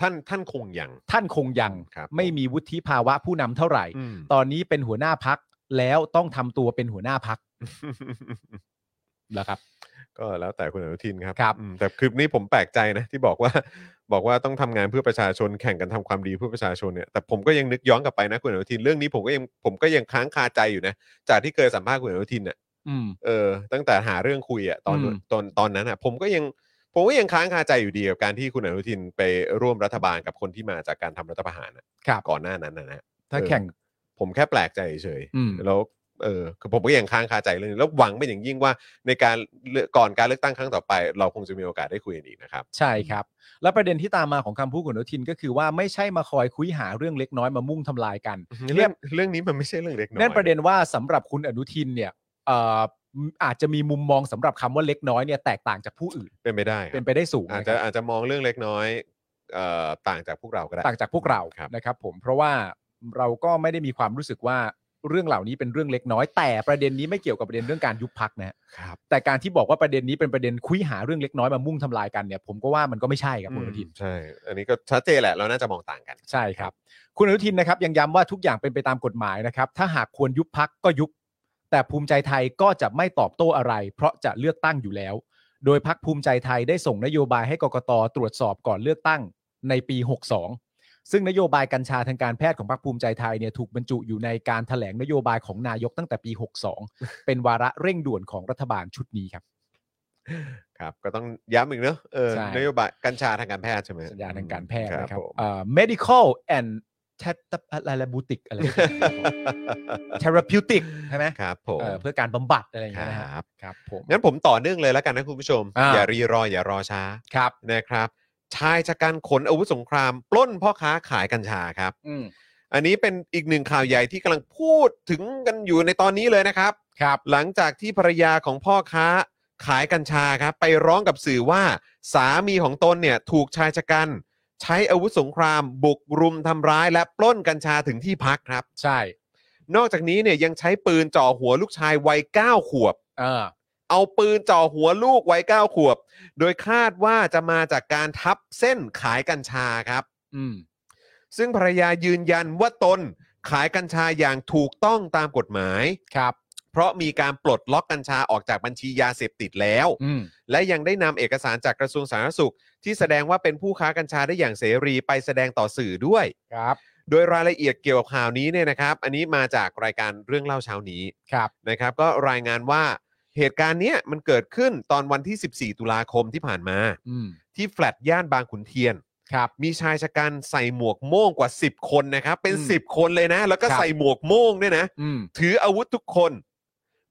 Speaker 3: ท่านท่านคงอย่าง
Speaker 4: ท่านคงยัง
Speaker 3: ครับผม
Speaker 4: ไม่มีวุฒิภาวะผู้นำเท่าไหร่
Speaker 3: อืม
Speaker 4: ตอนนี้เป็นหัวหน้าพักแล้วต้องทำตัวเป็นหัวหน้าพักเหรอครับ
Speaker 3: ก็แล้วแต่คุณอนุทินครับ
Speaker 4: ครับ
Speaker 3: อืมแต่คลิปนี้ผมแปลกใจนะ ที่บอกว่า บอกว่าต้องทำงานเพื่อประชาชนแข่งกันทำความดีเพื่อประชาชนเนี่ยแต่ผมก็ยังนึกย้อนกลับไปนะคุณอนุทินเรื่องนี้ผมก็ยังผมก็ยังค้างคาใจอยู่นะ จากที่เคยสัมภาษณ์คุณอนุทินเนี่ย
Speaker 4: อืม
Speaker 3: เออตั้งแต่หาเรื่องคุยอ่ะตอน
Speaker 4: อืม
Speaker 3: ตอนตอนนั้นอ่ะ ผมก็ยังผมก็ยังค้างคาใจอยู่ดีกับการที่คุณอนุทินไปร่วมรัฐบาลกับคนที่มาจากการทำรัฐประหารอะ
Speaker 4: ครับ
Speaker 3: ก่อนหน้านั้นนะนะ
Speaker 4: ถ้า
Speaker 3: เออ
Speaker 4: แข่ง
Speaker 3: ผมแค่แปลกใจเฉยๆ
Speaker 4: อืม
Speaker 3: แล้วเออคือผมก็ยังค้างคาใจเรื่องนี้แล้วหวังเป็นอย่างยิ่งว่าในการเลือกก่อนการเลือกตั้งครั้งต่อไป เราคงจะมีโอกาสได้คุยกันอีกนะครับ
Speaker 4: ใช่ครับ แล้วประเด็นที่ตามมาของคำพูดของอนุทินก็คือว่าไม่ใช่มาคอยคุยหาเรื่องเล็กน้อยมามุ่งทำลายกัน
Speaker 3: เรื่องเรื่องนี้มันไม่ใช่เรื่องเล็กน้อย
Speaker 4: นั่นประเด็นว่าสำหรับคุณอนุทินเนี่ยเอ่ออาจจะมีมุมมองสำหรับคำว่าเล็กน้อยเนี่ยแตกต่างจากผู้อื่น
Speaker 3: เป็นไปได้ครับ
Speaker 4: เป็นไปได้สูง
Speaker 3: อาจ
Speaker 4: นะค
Speaker 3: จะ
Speaker 4: รับ
Speaker 3: อาจจะมองเรื่องเล็กน้อยเอ่อต่างจากพวกเราก็ได้
Speaker 4: ต่างจากพวกเรา
Speaker 3: ครับ
Speaker 4: นะครับ ผมเพราะว่าเราก็ไม่ได้มีความรู้สึกว่าเรื่องเหล่านี้เป็นเรื่องเล็กน้อย แต่ประเด็นนี้ไม่เกี่ยวกับประเด็นเรื่องการยุบพักนะฮะ
Speaker 3: ครับ
Speaker 4: แต่การที่บอกว่าประเด็นนี้เป็นประเด็นคุยหาเรื่องเล็กน้อยมามุ่งทำลายกันเนี่ยผมก็ว่ามันก็ไม่ใช่ครับคุณอนุทิน
Speaker 3: ใช่ อันนี้ก็ชัดเจนแหละเราน่าจะมองต่างกัน
Speaker 4: ใช่ครับ คุณอนุทินนะครับยังย้ำว่าทุกอย่างเป็นไปตามกฎหมายนะครับ ถ้าหากควรยุบพักก็ยุบ แต่ภูมิใจไทยก็จะไม่ตอบโต้อะไร เพราะจะเลือกตั้งอยู่แล้ว โดยพักภูมิใจไทยได้ส่งนโยบายให้กกตตรวจสอบก่อนเลือกตั้งในปี 62 ซึ่งนโยบายกัญชาทางการแพทย์ของพรรคภูมิใจไทยเนี่ยถูกบรรจุอยู่ในการแถลงนโยบายของนายกตั้งแต่ปี 62 เป็นวาระเร่งด่วนของรัฐบาลชุดนี้ครับ
Speaker 3: ครับ ก็ต้องย้ำอีกเนอะเออ
Speaker 4: ใช่
Speaker 3: นโยบายกัญชาทางการแพทย์ใช่ไหม
Speaker 4: สัญญาทางการแพทย์นะครับ
Speaker 3: ผม
Speaker 4: เอ่อ medical and therapeutic อะไร therapeutic ใช่ไหม
Speaker 3: ครับผม
Speaker 4: เอ่อเพื่อการบำบัดอะไรอย่างเงี้ยนะฮะ
Speaker 3: ครับ
Speaker 4: ครับผม
Speaker 3: งั้นผมต่อเนื่องเลยแล้วกันนะคุณผู้ชม
Speaker 4: อ่า
Speaker 3: อย่ารีรออย่ารอช้า
Speaker 4: ครับ
Speaker 3: นะครับชายจากการขนอาวุธสงคราม ปล้นพ่อค้าขายกัญชาครับ
Speaker 4: อืม
Speaker 3: อันนี้เป็นอีกหนึ่งข่าวใหญ่ที่กำลังพูดถึงกันอยู่ในตอนนี้เลยนะครับ
Speaker 4: ครับ
Speaker 3: หลังจากที่ภรรยาของพ่อค้าขายกัญชาครับ ไปร้องกับสื่อว่าสามีของตนเนี่ยถูกชายชะกัน ใช้อาวุธสงคราม บุกรุมทำร้าย และปล้นกัญชาถึงที่พักครับ
Speaker 4: ใช่
Speaker 3: นอกจากนี้เนี่ยยังใช้ปืนจ่อหัวลูกชายวัย9ขวบ
Speaker 4: เออ
Speaker 3: เอาปืนจ่อหัวลูกวัย9ขวบ โดยคาดว่าจะมาจากการทับเส้นขายกัญชาครับ
Speaker 4: อืม
Speaker 3: ซึ่งภรรยายืนยันว่าตนขายกัญชาอย่างถูกต้องตามกฎหมาย
Speaker 4: ครับ
Speaker 3: เพราะมีการปลดล็อกกัญชาออกจากบัญชียาเสพติดแล้ว
Speaker 4: อืม
Speaker 3: และยังได้นำเอกสารจากกระทรวงสาธารณสุข ที่แสดงว่าเป็นผู้ค้ากัญชาได้อย่างเสรีไปแสดงต่อสื่อด้วย
Speaker 4: ครับ
Speaker 3: โดยรายละเอียดเกี่ยวกับข่าวนี้เนี่ยนะครับ อันนี้มาจากรายการเรื่องเล่าเช้านี้
Speaker 4: ครับ
Speaker 3: นะครับก็รายงานว่าเหตุการณ์เนี้ยมันเกิดขึ้นตอนวันที่ 14 ตุลาคมที่ผ่านมา
Speaker 4: อืม
Speaker 3: ที่แฟลตย่านบางขุนเทียน
Speaker 4: ครับ
Speaker 3: มีชายชะกันใส่หมวกโม่งกว่า 10 คนนะครับ เป็น
Speaker 4: อืม
Speaker 3: 10 คนเลยนะ แล้วก็
Speaker 4: ครับ
Speaker 3: ใส่หมวกโม่งด้วยนะ
Speaker 4: อืม
Speaker 3: ถืออาวุธทุกคน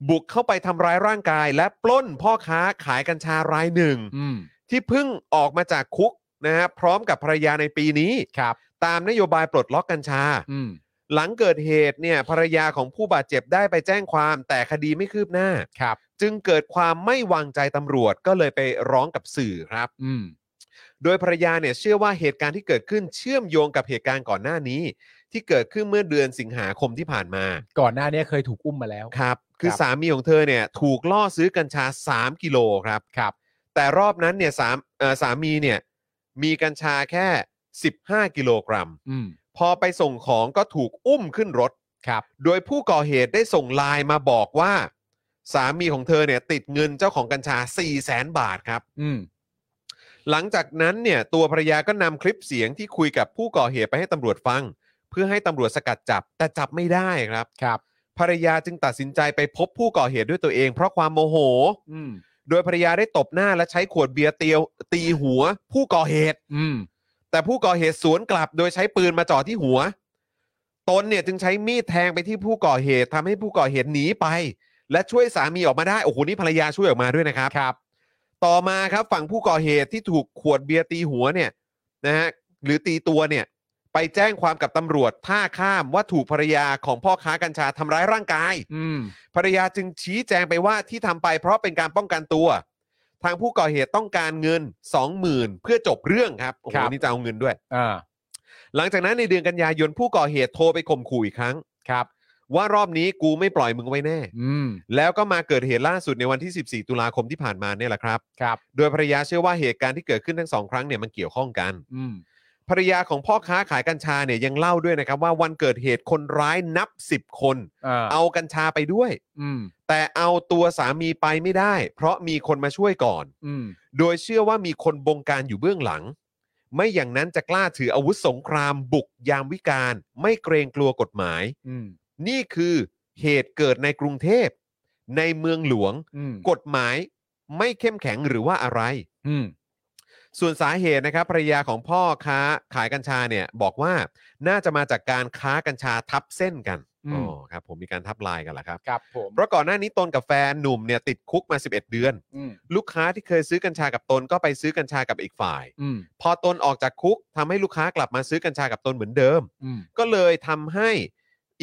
Speaker 3: บุกเข้าไปทำร้ายร่างกาย และปล้นพ่อค้าขายกัญชารายหนึ่ง
Speaker 4: อืม
Speaker 3: ที่เพิ่งออกมาจากคุกนะฮะพร้อมกับภรรยาในปีนี้
Speaker 4: ครับ
Speaker 3: ตามนโยบายปลดล็อกกัญชา
Speaker 4: อืม
Speaker 3: หลังเกิดเหตุเนี่ยภรรยาของผู้บาดเจ็บได้ไปแจ้งความ แต่คดีไม่คืบหน้า
Speaker 4: ครับ
Speaker 3: จึงเกิดความไม่วางใจตำรวจก็เลยไปร้องกับสื่อครับ
Speaker 4: อืม
Speaker 3: โดยภรรยาเนี่ยเชื่อว่าเหตุการณ์ที่เกิดขึ้นเชื่อมโยงกับเหตุการณ์ก่อนหน้านี้ ที่เกิดขึ้นเมื่อเดือนสิงหาคมที่ผ่านมา
Speaker 4: ก่อนหน้าเนี้เคยถูกอุ้มมาแล้ว
Speaker 3: ครับ คือ
Speaker 4: ครับ
Speaker 3: สามีของเธอเนี่ยถูกล่อซื้อกัญชา 3 กิโลครับ
Speaker 4: ครับ
Speaker 3: แต่รอบนั้นเนี่ยสามเอ่อสามีเนี่ยมีกัญชาแค่ 15 กิโลกรัม
Speaker 4: อืม
Speaker 3: พอไปส่งของก็ถูกอุ้มขึ้นรถ
Speaker 4: ครับ
Speaker 3: โดยผู้ก่อเหตุได้ส่งไลน์มาบอกว่า สามีของเธอเนี่ยติดเงินเจ้าของกัญชา 4 0 0แสนบาทครับ
Speaker 4: อืม
Speaker 3: หลังจากนั้นเนี่ยตัวภรรยาก็นำคลิปเสียงที่คุยกับผู้ก่อเหตุไปให้ตำรวจฟัง เพื่อให้ตำรวจสกัดจับแต่จับไม่ได้ครับ
Speaker 4: ครับ
Speaker 3: ภรรยาจึงตัดสินใจไปพบผู้ก่อเหตุด้วยตัวเอง เพราะความโมโห
Speaker 4: อืม
Speaker 3: โดยภรรยาได้ตบหน้าและใช้ขวดเบียร์เตียวตีหัว ผู้ก่อเหตุ
Speaker 4: อืม
Speaker 3: แต่ผู้ก่อเหตุสวนกลับโดยใช้ปืนมาจ่อที่หัว ตนเนี่ยจึงใช้มีดแทงไปที่ผู้ก่อเหตุทำให้ผู้ก่อเหตุหนีไป และช่วยสามีออกมาได้ โอ้โห นี่ภรรยาช่วยออกมาด้วยนะครับ
Speaker 4: ครับ
Speaker 3: ต่อมาครับฝั่งผู้ก่อเหตุที่ถูกขวดเบียร์ตีหัวเนี่ยนะฮะหรือตีตัวเนี่ยไปแจ้งความกับตำรวจท่าข้ามว่าถูกภรรยาของพ่อค้ากัญชาทำร้ายร่างกาย
Speaker 4: อืม
Speaker 3: ภรรยาจึงชี้แจงไปว่าที่ทำไปเพราะเป็นการป้องกันตัว ทางผู้ก่อเหตุต้องการเงิน 20,000 เพื่อจบเรื่องครับโอ้โหนี่จะเอาเงินด้วย
Speaker 4: อ่า
Speaker 3: หลังจากนั้นในเดือนกันยายนผู้ก่อเหตุโทรไปข่มขู่อีกครั้ง
Speaker 4: ครับ
Speaker 3: ว่ารอบนี้กูไม่ปล่อยมึงไว้แน่
Speaker 4: อืม
Speaker 3: แล้วก็มาเกิดเหตุล่าสุดในวันที่ 14 ตุลาคมที่ผ่านมาเนี่ยแหละครับ
Speaker 4: ครับ
Speaker 3: โดยภรรยาเชื่อว่าเหตุการณ์ที่เกิดขึ้นทั้งสองครั้งเนี่ยมันเกี่ยวข้องกัน
Speaker 4: อืม
Speaker 3: ภรรยาของพ่อค้าขายกัญชาเนี่ยยังเล่าด้วยนะครับว่าวันเกิดเหตุคนร้ายนับ 10 คน
Speaker 4: อ่า
Speaker 3: เอากัญชาไปด้วย
Speaker 4: อืม
Speaker 3: แต่เอาตัวสามีไปไม่ได้ เพราะมีคนมาช่วยก่อน
Speaker 4: อืม
Speaker 3: โดยเชื่อว่ามีคนบงการอยู่เบื้องหลัง ไม่อย่างนั้นจะกล้าถืออาวุธสงครามบุกยามวิการ ไม่เกรงกลัวกฎหมาย
Speaker 4: อืม
Speaker 3: นี่คือเหตุเกิดในกรุงเทพ ในเมืองหลวง
Speaker 4: อืม
Speaker 3: กฎหมายไม่เข้มแข็งหรือว่าอะไร
Speaker 4: อืม
Speaker 3: ส่วนสาเหตุนะครับภรรยาของพ่อค้าขายกัญชาเนี่ยบอกว่าน่าจะมาจากการค้ากัญชาทับเส้นกันอ๋อครับผมมีการทับลายกันเหรอครับ
Speaker 4: ครับผม
Speaker 3: เพราะก่อนหน้านี้ตนกับแฟนหนุ่มเนี่ยติดคุกมา 11 เดือน
Speaker 4: อืม
Speaker 3: ลูกค้าที่เคยซื้อกัญชากับตนก็ไปซื้อกัญชากับอีกฝ่าย
Speaker 4: อืม
Speaker 3: พอตนออกจากคุกทำให้ลูกค้ากลับมาซื้อกัญชากับตนเหมือนเดิม
Speaker 4: อืม
Speaker 3: ก็เลยทำให้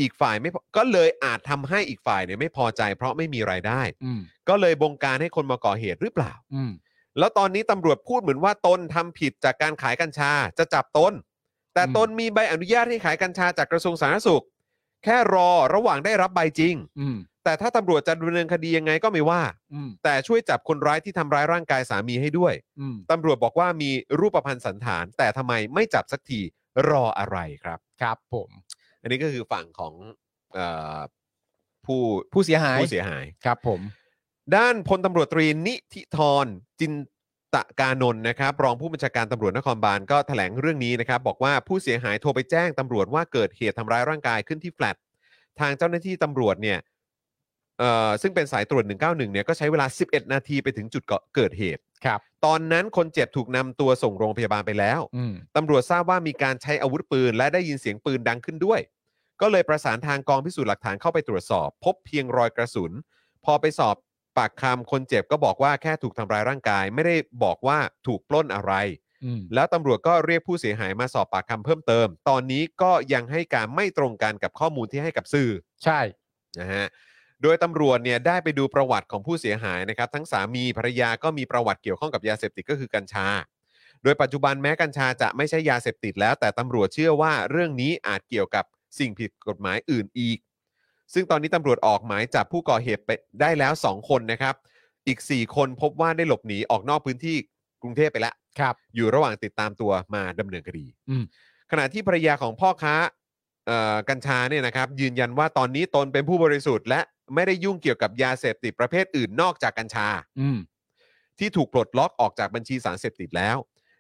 Speaker 3: อีกฝ่ายไม่พอก็เลยอาจทำให้อีกฝ่ายเนี่ยไม่พอใจ เพราะไม่มีรายได้
Speaker 4: อืม
Speaker 3: ก็เลยบงการให้คนมาก่อเหตุหรือเปล่า
Speaker 4: อืม
Speaker 3: แล้วตอนนี้ตำรวจพูดเหมือนว่าตนทำผิดจากการขายกัญชาจะจับตน แต่ตนมีใบอนุญาตให้ขายกัญชาจากกระทรวงสาธารณสุข แค่รอระหว่างได้รับใบจริง
Speaker 4: อืม
Speaker 3: แต่ถ้าตำรวจจะดำเนินคดียังไงก็ไม่ว่า
Speaker 4: อืม
Speaker 3: แต่ช่วยจับคนร้ายที่ทำร้ายร่างกายสามีให้ด้วย
Speaker 4: อืม
Speaker 3: ตำรวจบอกว่ามีรูปพรรณสันฐาน แต่ทำไมไม่จับสักทีรออะไรครับ
Speaker 4: ครับผม
Speaker 3: อันนี้ก็คือฝั่งของเออผู้
Speaker 4: ผู้เสียหาย
Speaker 3: ผู้เสียหาย
Speaker 4: ครับผม
Speaker 3: ด้านพลตำรวจตรีนิธิธรจินตะกานนท์นะครับ รองผู้บัญชาการตำรวจนครบาลก็แถลงเรื่องนี้นะครับ บอกว่าผู้เสียหายโทรไปแจ้งตำรวจว่าเกิดเหตุทำร้ายร่างกายขึ้นที่แฟลตทางเจ้าหน้าที่ตำรวจเนี่ยเอ่อซึ่งเป็นสายตรวจ 191 เนี่ยก็ใช้เวลา 11 นาทีไปถึงจุดเกิดเหตุ
Speaker 4: ครับ
Speaker 3: ตอนนั้นคนเจ็บถูกนำตัวส่งโรงพยาบาลไปแล้ว
Speaker 4: อืม
Speaker 3: ตำรวจทราบว่ามีการใช้อาวุธปืน และได้ยินเสียงปืนดังขึ้นด้วย ก็เลยประสานทางกองพิสูจน์หลักฐานเข้าไปตรวจสอบ พบเพียงรอยกระสุน พอไปสอบปากคำคนเจ็บก็บอกว่าแค่ถูกทำร้ายร่างกาย ไม่ได้บอกว่าถูกปล้นอะไร
Speaker 4: อืม
Speaker 3: แล้วตำรวจก็เรียกผู้เสียหายมาสอบปากคำเพิ่มเติม ตอนนี้ก็ยังให้การไม่ตรงกันกับข้อมูลที่ให้กับสื่อ
Speaker 4: ใช่
Speaker 3: นะฮะ โดยตำรวจเนี่ยได้ไปดูประวัติของผู้เสียหายนะครับ ทั้งสามีภรรยาก็มีประวัติเกี่ยวข้องกับยาเสพติดก็คือกัญชา โดยปัจจุบันแม้กัญชาจะไม่ใช่ยาเสพติดแล้ว แต่ตำรวจเชื่อว่าเรื่องนี้อาจเกี่ยวกับสิ่งผิดกฎหมายอื่นอีก ซึ่งตอนนี้ตำรวจออกหมายจับผู้ก่อเหตุไปได้แล้ว 2 คนนะครับ อีก 4 คนพบว่าได้หลบหนีออกนอกพื้นที่กรุงเทพไปแล้ว
Speaker 4: ครับ
Speaker 3: อยู่ระหว่างติดตามตัวมาดำเนินคดี
Speaker 4: อืม
Speaker 3: ขณะที่ภรรยาของพ่อค้าเอ่อกัญชาเนี่ยนะครับ ยืนยันว่าตอนนี้ตนเป็นผู้บริสุทธิ์ และไม่ได้ยุ่งเกี่ยวกับยาเสพติดประเภทอื่นนอกจากกัญชา
Speaker 4: อืม
Speaker 3: ที่ถูกปลดล็อกออกจากบัญชีสารเสพติดแล้ว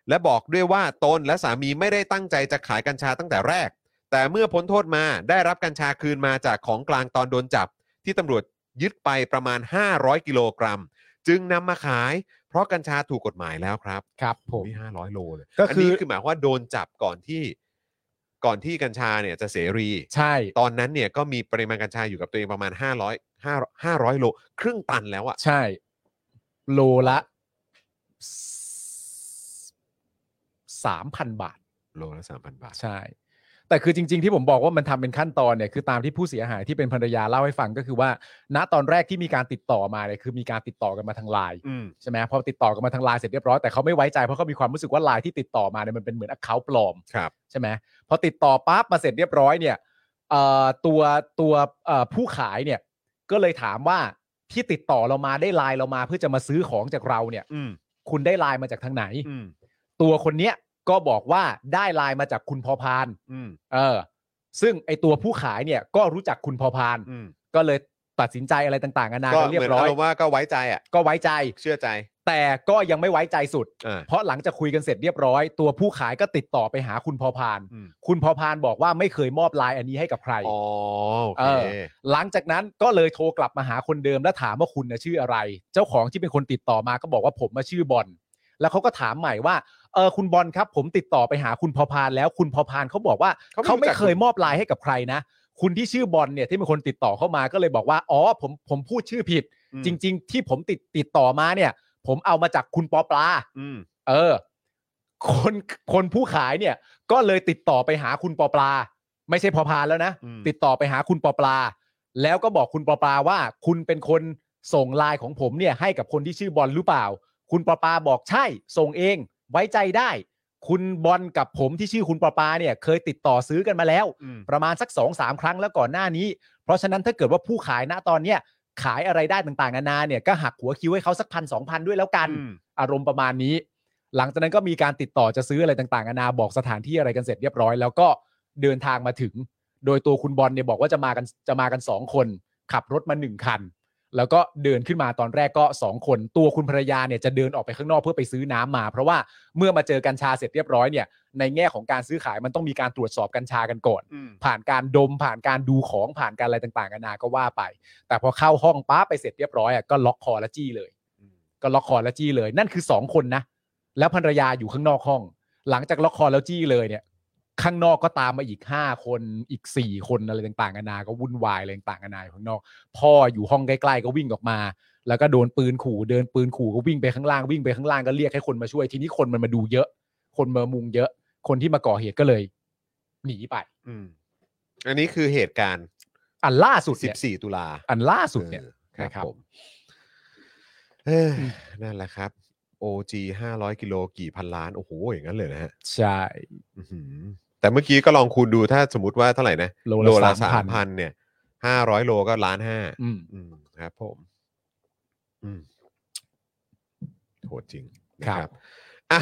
Speaker 3: และบอกด้วยว่าตนและสามีไม่ได้ตั้งใจจะขายกัญชาตั้งแต่แรก แต่เมื่อพ้นโทษมาได้รับกัญชาคืนมาจากของกลางตอนโดนจับ ที่ตำรวจยึดไปประมาณ 500 กิโลกรัม จึงนำมาขาย เพราะกัญชาถูกกฎหมายแล้วครับ
Speaker 4: ครับผม
Speaker 3: นี่ห้าร้อยโลเลย
Speaker 4: ก็
Speaker 3: น
Speaker 4: คือ
Speaker 3: นี้
Speaker 4: อั
Speaker 3: คือหมายความว่าโดนจับก่อนที่ ก่อนที่กัญชาเนี่ยจะเสรี
Speaker 4: ใช่
Speaker 3: ตอนนั้นเนี่ยก็มีปริมาณกัญชาอยู่กับตัวเองประมาณ 500 500 500 โล ครึ่งตันแล้วอะ
Speaker 4: ใช่ โลละสามพันบาท
Speaker 3: โลละ3,000 บาท
Speaker 4: ใช่ แต่คือจริง ๆ ที่ผมบอกว่ามันทำเป็นขั้นตอนเนี่ยคือตามที่ผู้เสียหายที่เป็นภรรยาเล่าให้ฟังก็คือว่า ณตอนแรกที่มีการติดต่อมาเนี่ยคือมีการติดต่อกันมาทางไลน์
Speaker 3: อืม
Speaker 4: ใช่ไหมพอติดต่อกันมาทางไลน์เสร็จเรียบร้อยแต่เขาไม่ไว้ใจเพราะเขามีความรู้สึกว่าไลน์ที่ติดต่อมาเนี่ยมันเป็นเหมือน account ปลอม
Speaker 3: ครับ
Speaker 4: ใช่ไหมพอติดต่อปั๊บมาเสร็จเรียบร้อยเนี่ยเอ่อตัวตัวเอ่อผู้ขายเนี่ยก็เลยถามว่าที่ติดต่อเรามาได้ไลน์เรามาเพื่อจะมาซื้อของจากเราเนี่ย
Speaker 3: อืม
Speaker 4: คุณได้ไลน์มาจากทางไหน
Speaker 3: อืม
Speaker 4: ตัวคนเนี้ยก็บอกว่าได้ไลน์มาจากคุณพอพาน
Speaker 3: อืม
Speaker 4: เออซึ่งไอตัวผู้ขายเนี่ยก็รู้จักคุณพอพาน
Speaker 3: อืม
Speaker 4: ก็เลยตัดสินใจอะไรต่างๆกันานา
Speaker 3: ก็
Speaker 4: กัน
Speaker 3: เห
Speaker 4: เรีย
Speaker 3: มือน
Speaker 4: บร้อ
Speaker 3: อาย รมณ์ว่าก็ไว้ใจอะ
Speaker 4: ก็ไว้ใจ
Speaker 3: เชื่อใจ
Speaker 4: แต่ก็ยังไม่ไว้ใจสุด
Speaker 3: อ่า
Speaker 4: เพราะหลังจากคุยกันเสร็จเรียบร้อย ตัวผู้ขายก็ติดต่อไปหาคุณพอพาน
Speaker 3: อืม
Speaker 4: คุณพอพานบอกว่าไม่เคยมอบไลน์อันนี้ให้กับใคร
Speaker 3: อ๋อ โอ
Speaker 4: เอ
Speaker 3: เค
Speaker 4: อ หลังจากนั้นก็เลยโทรกลับมาหาคนเดิมแล้วถามว่าคุณนะชื่ออะไร เจ้าของที่เป็นคนติดต่อมาก็บอกว่าผมมาชื่อบอลแล้วเขาก็ถามใหม่ว่าเออคุณบอลครับ ผมติดต่อไปหาคุณพอพานแล้วคุณพอพานเขาบอกว่า
Speaker 3: เขา
Speaker 4: เขา
Speaker 3: ไม่
Speaker 4: ไม่
Speaker 3: รู้จัก
Speaker 4: เคยมอบไลน์ให้กับใครนะ คุณที่ชื่อบอลเนี่ยที่เป็นคนติดต่อเข้ามาก็เลยบอกว่าอ๋อผมผมพูดชื่อผิด
Speaker 3: อืม
Speaker 4: จริง ๆ ที่ผมติดติดต่อมาเนี่ย ผมเอามาจากคุณปอปลา
Speaker 3: อืม
Speaker 4: เออ คนคนผู้ขายเนี่ย ก็เลยติดต่อไปหาคุณปอปลา ไม่ใช่พอพานแล้วนะ
Speaker 3: อืม
Speaker 4: ติดต่อไปหาคุณปอปลา แล้วก็บอกคุณปอปลาว่า คุณเป็นคนส่งไลน์ของผมเนี่ยให้กับคนที่ชื่อบอลหรือเปล่า คุณปอปลาบอกใช่ ส่งเอง ไว้ใจได้ คุณบอลกับผมที่ชื่อคุณปอปลาเนี่ย เคยติดต่อซื้อกันมาแล้ว
Speaker 3: อืม
Speaker 4: ประมาณสัก2อสามครั้งแล้วก่อนหน้านี้ เพราะฉะนั้นถ้าเกิดว่าผู้ขายณตอนเนี้ยขายอะไรได้ต่างๆนานาเนี่ยก็หักหัวคิวให้เขาสักพันสองพันด้วยแล้วกัน
Speaker 3: อืม
Speaker 4: อารมณ์ประมาณนี้ หลังจากนั้นก็มีการติดต่อจะซื้ออะไรต่างๆนานาบอกสถานที่อะไรกันเสร็จเรียบร้อย แล้วก็เดินทางมาถึง โดยตัวคุณบอลเนี่ยบอกว่าจะมากันจะมากันสองคน ขับรถมาหนึ่งคัน แล้วก็เดินขึ้นมาตอนแรกก็สองคน ตัวคุณภรรยาเนี่ยจะเดินออกไปข้างนอกเพื่อไปซื้อน้ำมา เพราะว่าเมื่อมาเจอกัญชาเสร็จเรียบร้อยเนี่ยในแง่ของการซื้อขายมันต้องมีการตรวจสอบกัญชากันก่อน
Speaker 3: อืม
Speaker 4: ผ่านการดมผ่านการดูของผ่านการอะไรต่างๆกันานาก็ว่าไป แต่พอเข้าห้องป้าไปเสร็จเรียบร้อยอ่ะก็ล็อกคอและจี้เลย ก็ล็อกคอและจี้เลย นั่นคือสองคนนะ แล้วภรรยาอยู่ข้างนอกห้อง หลังจากล็อกคอแล้วจี้เลยเนี่ย ข้างนอกก็ตามมาอีกห้าคนอีกสี่คนอะไรต่างๆกันานาก็วุ่นวายอะไรต่างๆกันานาอยู่ข้างนอก พ่ออยู่ห้องใกล้ๆก็วิ่งออกมา แล้วก็โดนปืนขู่เดินปืนขู่ก็วิ่งไปข้างล่างวิ่งไปข้างล่างก็เรียกให้คนมาช่วย ทีนี้คนมันมาดูเยอะ คนมามุงเยอะ คนที่มาก่อเหตุก็เลย หนีไป
Speaker 3: อืม อันนี้คือเหตุการณ์
Speaker 4: อันล่าสุดเนี่ย
Speaker 3: 14 ตุลา
Speaker 4: อันล่าสุดเนี่ย
Speaker 3: ออครับ
Speaker 4: นะครับ
Speaker 3: ผมเอ้ยนั่นแหละครับ OG 500 กิโลกี่พันล้าน โอ้โห อย่างนั้นเลยนะฮะ
Speaker 4: ใช่
Speaker 3: อื้อหือแต่เมื่อกี้ก็ลองคูณดูถ้าสมมติว่าเท่าไหร่นะ
Speaker 4: โลละ
Speaker 3: สา
Speaker 4: สาม ม
Speaker 3: พั
Speaker 4: พั
Speaker 3: น
Speaker 4: น
Speaker 3: เนี่ยห้าร้อยโลก็ล้านห้า
Speaker 4: อืม
Speaker 3: อืมครับผมอืมโหดจริงนะครับ อ่ะ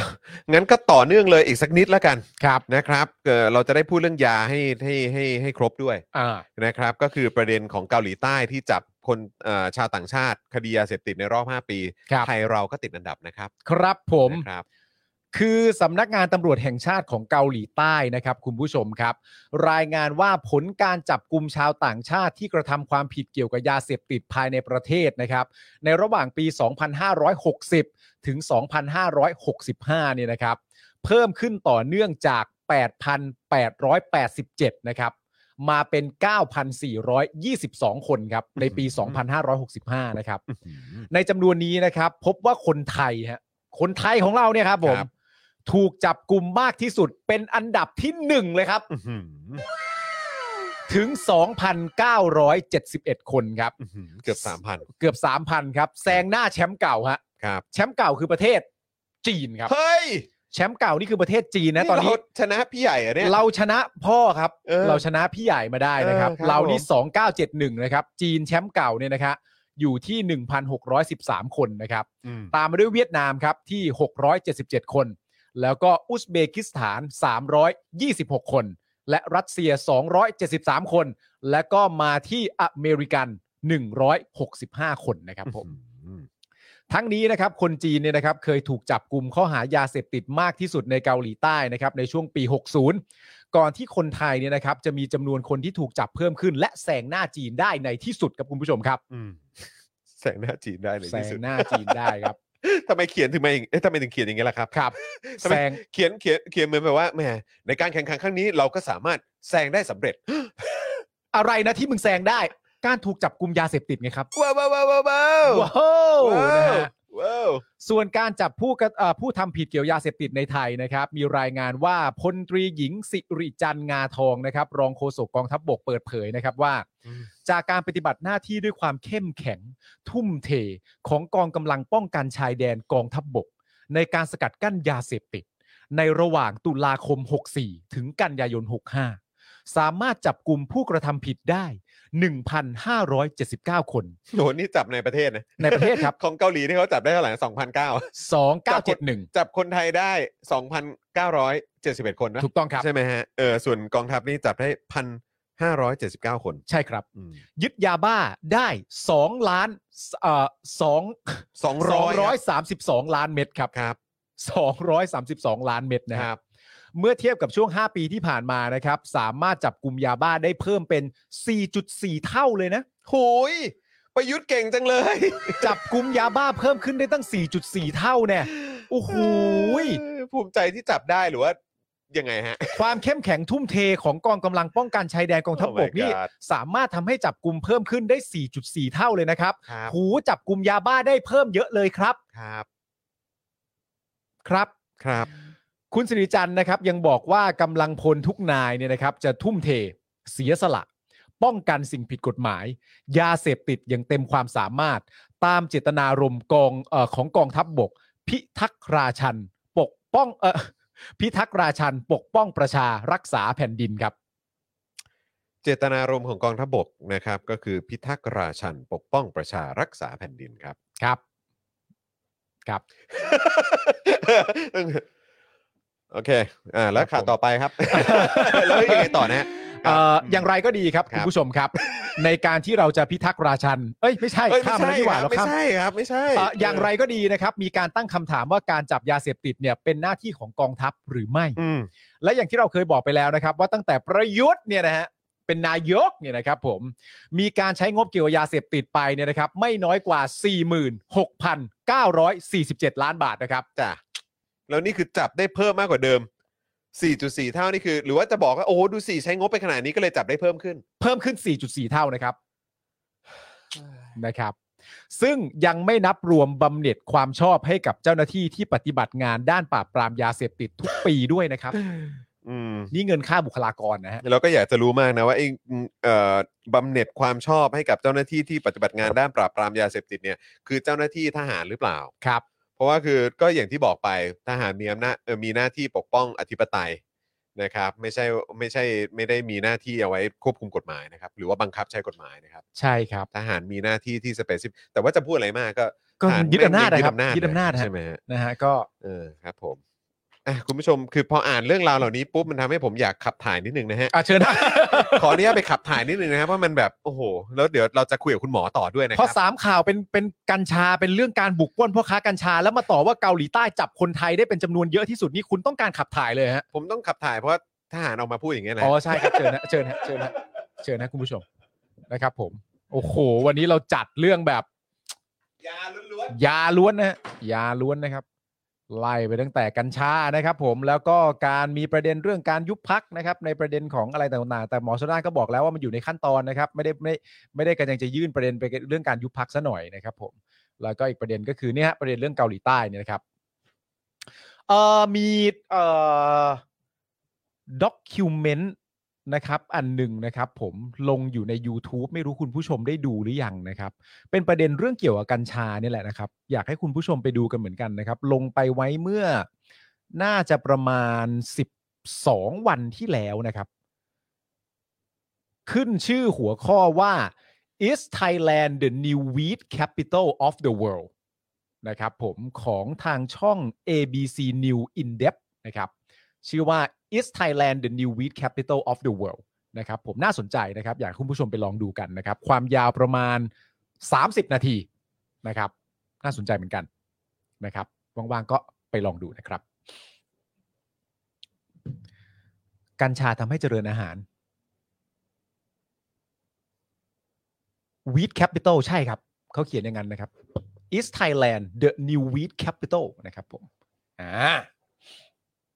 Speaker 3: งั้นก็ต่อเนื่องเลยอีกสักนิดแล้วกัน
Speaker 4: ครับ
Speaker 3: นะครับเอ่อเราจะได้พูดเรื่องยาให้ให้ให้ให้ครบด้วย
Speaker 4: อ่า
Speaker 3: นะครับ ก็คือประเด็นของเกาหลีใต้ที่จับคนเอ่อชาวต่างชาติ คดียาเสพติดในรอบ 5 ปี
Speaker 4: ครับ
Speaker 3: ไทยเราก็ติดอันดับนะครับ
Speaker 4: ครับผม
Speaker 3: นะครับ
Speaker 4: คือสำนักงานตำรวจแห่งชาติของเกาหลีใต้นะครับ คุณผู้ชมครับ รายงานว่าผลการจับกลุ่มชาวต่างชาติที่กระทำความผิดเกี่ยวกับยาเสพติดภายในประเทศนะครับ ในระหว่างปี 2560 ถึง 2565 เนี่ยนะครับ เพิ่มขึ้นต่อเนื่องจาก 8,887 นะครับ มาเป็น 9,422 คนครับ ในปี 2565 นะครับ ในจำนวนนี้นะครับ พบว่าคนไทยฮะคนไทยของเราเนี่ยครับผม
Speaker 3: ครับ
Speaker 4: ถูกจับกลุ่มมากที่สุดเป็นอันดับที่หนึ่งเลยครับ
Speaker 3: อื้อหือ
Speaker 4: ถึง 2,971 คนครับ
Speaker 3: อื้อหือเกือบสามพัน
Speaker 4: เกือบ 3,000 ครับ แซงหน้าแชมป์เก่าฮะ
Speaker 3: ครับ
Speaker 4: แชมป์เก่าคือประเทศจีนครับ
Speaker 3: เฮ้ย
Speaker 4: แชมป์เก่านี่คือประเทศจีนนะตอนนี้
Speaker 3: เราชนะพี่ใหญ่เหรอะเนี่ย
Speaker 4: เราชนะพ่อครับ
Speaker 3: เออ
Speaker 4: เราชนะพี่ใหญ่มาได้นะครับ
Speaker 3: เออครับ
Speaker 4: เรานี่
Speaker 3: ผม
Speaker 4: 2971 นะครับ จีนแชมป์เก่าเนี่ยนะครับอยู่ที่ 1,613 คนนะครับ
Speaker 3: อืม
Speaker 4: ตามมาด้วยเวียดนามครับที่ 677 คน แล้วก็อุซเบกิสถาน 326 คน และรัสเซีย 273 คน และก็มาที่อเมริกัน 165 คนนะครับผม
Speaker 3: อืม
Speaker 4: ทั้งนี้นะครับคนจีนเนี่ยนะครับเคยถูกจับกลุ่มข้อหายาเสพติดมากที่สุดในเกาหลีใต้นะครับในช่วงปี 60 ก่อนที่คนไทยเนี่ยนะครับจะมีจำนวนคนที่ถูกจับเพิ่มขึ้น และแซงหน้าจีนได้ในที่สุดครับคุณผู้ชมครับ
Speaker 3: อืมแสงหน้าจีนได้เลย
Speaker 4: แซ
Speaker 3: ที่
Speaker 4: ง
Speaker 3: สุด
Speaker 4: หน้าจีนได้ครับ
Speaker 3: ทำไมเขียนถึงมาอย่างเอ๊ะทำไมถึงเขียนอย่างเงี้ยล่ะครับ
Speaker 4: ครับ
Speaker 3: ทำไม
Speaker 4: แซง
Speaker 3: เขียนเขียนเขียนเหมือนแบบว่าแหมในการแข่งขันครั้งนี้เราก็สามารถแซงได้สำเร็จ
Speaker 4: อะไรนะที่มึงแซงได้ การถูกจับกลุ่มยาเสพติดไงครับ
Speaker 3: ว้าวว้าวว้าวว้าวว้าว
Speaker 4: ว้าวนะฮะ
Speaker 3: ว้าว
Speaker 4: ส่วนการจับผู้กระเอ่อผู้ทำผิดเกี่ยวยาเสพติดในไทยนะครับ มีรายงานว่าพลตรีหญิงสิริจันทร์งาทองนะครับ รองโฆษกกองทัพบบกเปิดเผยนะครับว่า จากการปฏิบัติหน้าที่ด้วยความเข้มแข็ง ทุ่มเทของกองกำลังป้องกันชายแดนกองทัพบบก ในการสกัดกั้นยาเสพติด ในระหว่างตุลาคม 64 ถึงกันยายน 65 สามารถจับกลุ่มผู้กระทำผิดได้ 1,579 คน
Speaker 3: โหนี่จับในประเทศนะ
Speaker 4: ในประเทศครับ
Speaker 3: ของเกาหลีที่เขาจับได้เท่าไหร่สองพันเก้า
Speaker 4: 2971
Speaker 3: จับคนไทยได้สองพันเก้าร้อยเจ็ดสิบเอ็ดคนนะ
Speaker 4: ถูกต้องครับ
Speaker 3: ใช่ไหมฮะเออส่วนกองทัพนี่จับได้พันห้าร้อยเจ็ดสิบเก้าคน
Speaker 4: ใช่ครับ
Speaker 3: อืม
Speaker 4: ยึดยาบ้าได้2ล้านเอ่อสอง
Speaker 3: สองร้อย
Speaker 4: ร้อยสามสิบสองล้านเม็ดครับ
Speaker 3: ครับ
Speaker 4: 232 ล้านเม็ดนะค
Speaker 3: ครั
Speaker 4: รับ
Speaker 3: บ
Speaker 4: เมื่อเทียบกับช่วง 5 ปีที่ผ่านมานะครับ สามารถจับกลุ่มยาบ้าได้เพิ่มเป็น 4.4 เท่าเลยนะ
Speaker 3: โหยประยุทธ์เก่งจังเลย
Speaker 4: จับกลุ่มยาบ้าเพิ่มขึ้นได้ตั้ง 4.4 เท่าเนี่ยโอ้โหย
Speaker 3: เออภูมิใจที่จับได้หรือว่า ยังไงฮะ
Speaker 4: ความเข้มแข็งทุ่มเทของกองกำลังป้องกันชายแดนกองทัพ
Speaker 3: Oh
Speaker 4: บ
Speaker 3: my
Speaker 4: กนี่
Speaker 3: God
Speaker 4: สามารถทำให้จับกลุ่มเพิ่มขึ้นได้ 4.4 เท่าเลยนะครับ
Speaker 3: ครับ
Speaker 4: หูจับกลุ่มยาบ้าได้เพิ่มเยอะเลยครับ
Speaker 3: ครับ
Speaker 4: ครับ
Speaker 3: ครับ
Speaker 4: คุณสิริจันทร์นะครับยังบอกว่ากำลังพลทุกนายเนี่ยนะครับจะทุ่มเทเสียสละ ป้องกันสิ่งผิดกฎหมาย ยาเสพติดอย่างเต็มความสามารถ ตามเจตนารมณ์กองเออของกองทัพบบก พิทักษ์ราชัน ปกป้องเออ พิทักษ์ราชัน ปกป้องประชารักษาแผ่นดินครับ
Speaker 3: เจตนารมณ์ของกองทัพบกนะครับ ก็คือพิทักษ์ราชันปกป้องประชารักษาแผ่นดินครับ
Speaker 4: ครับ ครับ
Speaker 3: โอเค อ่า แล้ว
Speaker 4: ครั
Speaker 3: ข่า
Speaker 4: บ
Speaker 3: ว
Speaker 4: ผม
Speaker 3: ต่อไปครับ แล้วยังไงต่อนะฮะ
Speaker 4: เอ่ออย่างไรก็ดีครับ
Speaker 3: ครั
Speaker 4: คุ
Speaker 3: บ
Speaker 4: ณผู้ชมครับ ในการที่เราจะพิทักษ์ราชัน เอ้ยไม่ใช่
Speaker 3: เอ้ย
Speaker 4: ข้าม
Speaker 3: ไม่
Speaker 4: มัน
Speaker 3: ใช่
Speaker 4: ดีกว่า
Speaker 3: ครั
Speaker 4: เรา
Speaker 3: บไม่
Speaker 4: ข้าม
Speaker 3: ใช่ครับ ไม่ใช่
Speaker 4: เอ่ออย่างไรก็ดีนะครับ มีการตั้งคำถามว่าการจับยาเสพติดเนี่ยเป็นหน้าที่ของกองทัพหรือไม่
Speaker 3: อืม
Speaker 4: และอย่างที่เราเคยบอกไปแล้วนะครับ ว่าตั้งแต่ประยุทธ์เนี่ยนะฮะเป็นนายกเนี่ยนะครับผมมีการใช้งบเกี่ยวกับยาเสพติดไปเนี่ยนะครับ ไม่น้อยกว่า 46,947 ล้านบาทนะครับ
Speaker 3: จ้ะแล้วนี่คือจับได้เพิ่มมากกว่าเดิม 4.4 เท่านี่คือ หรือว่าจะบอกว่า โอ้โหดูสิใช้งบไปขนาดนี้ก็เลยจับได้เพิ่มขึ้น
Speaker 4: เพิ่มขึ้น 4.4 เท่านะครับนะครับ ซึ่งยังไม่นับรวมบำเหน็จความชอบให้กับเจ้าหน้าที่ที่ปฏิบัติงานด้านปราบปรามยาเสพติดทุกปีด้วยนะครับ
Speaker 3: อืม
Speaker 4: นี่เงินค่าบุคลากรนะฮะ
Speaker 3: เราก็อยากจะรู้มากนะว่าไอ้เอ่อบำเหน็จความชอบให้กับเจ้าหน้าที่ที่ปฏิบัติงานด้านปราบปรามยาเสพติดเนี่ยคือเจ้าหน้าที่ทหารหรือเปล่า
Speaker 4: ครับ
Speaker 3: เพราะว่าคือก็อย่างที่บอกไปทหารมีอำนาจเอ่อมีหน้าที่ปกป้องอธิปไตยนะครับ ไม่ใช่ไม่ใช่ไม่ได้มีหน้าที่เอาไว้ควบคุมกฎหมายนะครับ หรือว่าบังคับใช้กฎหมายนะครับ
Speaker 4: ใช่ครับ
Speaker 3: ทหารมีหน้าที่ที่สเปซิฟแต่ว่าจะพูดอะไรมากก็
Speaker 4: ก็
Speaker 3: ทหร
Speaker 4: ยึดอำนาจ
Speaker 3: แม่ง
Speaker 4: นะครั
Speaker 3: ยึด
Speaker 4: บ
Speaker 3: อำนาจ
Speaker 4: ยึดอำนาจฮะ
Speaker 3: ใช่ไหมฮะ
Speaker 4: นะฮะก็
Speaker 3: เออครับผมอ่ะคุณผู้ชมคือพออ่านเรื่องราวเหล่านี้ปุ๊บมันทำให้ผมอยากขับถ่ายนิดนึงนะฮะ
Speaker 4: อาเชิญนะ
Speaker 3: ขออนุญาตไปขับถ่ายนิดนึงนะครับเพราะมันแบบโอ้โห แล้วเดี๋ยวเราจะคุยกับคุณหมอต่อด้วยนะค
Speaker 4: เพ
Speaker 3: รั
Speaker 4: ราะสามข่าวเป็นเป็นกัญชาเป็นเรื่องการบุกปล้นพ่อค้ากัญชา แล้วมาต่อว่าเกาหลีใต้จับคนไทยได้เป็นจำนวนเยอะที่สุดนี่คุณต้องการขับถ่ายเลยฮะ
Speaker 3: ผมต้องขับถ่ายเพราะทหารออกมาพูดอย่างเงี้ยนะ
Speaker 4: อ๋อใช่ครับเชิญนะเชิญฮะเชิญฮะเชิญนะคุณผู้ชมนะครับผมโอ้โห วันนี้เราจัดเรื่องแบบ
Speaker 3: ยาล้วน
Speaker 4: ยาล้วนนะฮะยาล้วนนะครับ ไล่ไปตั้งแต่กัญชานะครับ ผมแล้วก็การมีประเด็นเรื่องการยุบพักนะครับ ในประเด็นของอะไรต่างๆ แต่หมอชนน่านก็บอกแล้วว่ามันอยู่ในขั้นตอนนะครับ ไม่ได้ไม่ไม่ได้กำลังจะยื่นประเด็นไปเรื่องการยุบพักซะหน่อยนะครับ ผมแล้วก็อีกประเด็นก็คือเนี่ยฮะประเด็นเรื่องเกาหลีใต้เนี่ยนะครับเอ่อมีเอ่อด็อกิวเมนต์นะครับ อันหนึ่งนะครับ ผมลงอยู่ใน YouTube ไม่รู้คุณผู้ชมได้ดูหรือยังนะครับ เป็นประเด็นเรื่องเกี่ยวกับกัญชาเนี่ยแหละนะครับ อยากให้คุณผู้ชมไปดูกันเหมือนกันนะครับ ลงไปไว้เมื่อน่าจะประมาณ 12 วันที่แล้วนะครับ ขึ้นชื่อหัวข้อว่า is Thailand the new weed capital of the world นะครับผมของทางช่อง ABC New In Depth นะครับ ชื่อว่า is Thailand the new weed capital of the world นะครับผมน่าสนใจนะครับ อยากให้คุณผู้ชมไปลองดูกันนะครับ ความยาวประมาณ 30 นาทีนะครับ น่าสนใจเหมือนกันนะครับว่างๆก็ไปลองดูนะครับ กัญชาทำให้เจริญอาหารวีดแคปิตอลใช่ครับ เขาเขียนอย่างนั้นนะครับ East Thailand the new wheat capital นะครับผมอ่า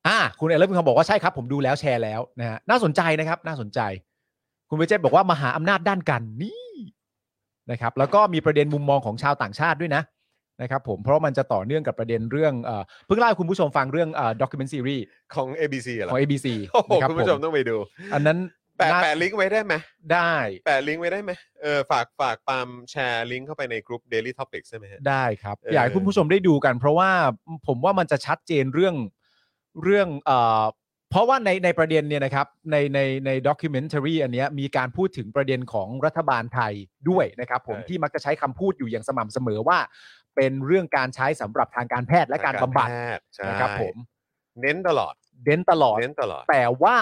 Speaker 4: อ่าคุณเอลเลฟคุณคำบอกว่าใช่ครับ ผมดูแล้วแชร์แล้วนะฮะน่าสนใจนะครับ น่าสนใจ คุณเวเจตบอกว่ามหาอำนาจด้านการนี่นะครับ แล้วก็มีประเด็นมุมมองของชาวต่างชาติด้วยนะนะครับผมเพราะมันจะต่อเนื่องกับประเด็นเรื่องเอ่อเพิ่งเล่าให้คุณผู้ชมฟังเรื่องเอ่อ document series
Speaker 3: ของ ABC เหรอ
Speaker 4: ของ ABC
Speaker 3: โอ้โห
Speaker 4: นะรับ
Speaker 3: คุณผู้ชมต้องไปดู
Speaker 4: อันนั้น
Speaker 3: แปะ
Speaker 4: น่า
Speaker 3: แปะลิงก์ไว้ได้ไหม
Speaker 4: ได้
Speaker 3: แปะลิงก์ไว้ได้ไหมเออฝากฝากปาล์มแชร์ลิงก์เข้าไปในกลุ่ม Daily Topic ใช่ไหมฮะ
Speaker 4: ได้ครับ
Speaker 3: เออ
Speaker 4: อ
Speaker 3: อ
Speaker 4: ยากให้คุณผู้ชมได้ดูกัน เพราะว่าผมว่ามันจะชัดเจนเรื่องเรื่องเอ่อเพราะว่าในในประเด็นเนี่ยนะครับในในในด็อกิเมนทรีอันเนี้ยมีการพูดถึงประเด็นของรัฐบาลไทยด้วยนะครับ ผมที่มักจะใช้คำพูดอยู่อย่างสม่ำเสมอว่า เป็นเรื่องการใช้สำหรับทางการแพทย์และการบำบัด
Speaker 3: แพทย์ใช่
Speaker 4: นะครับผม
Speaker 3: เน้นตลอด
Speaker 4: เด้นตลอด
Speaker 3: เน้นตลอด
Speaker 4: แต่ว่า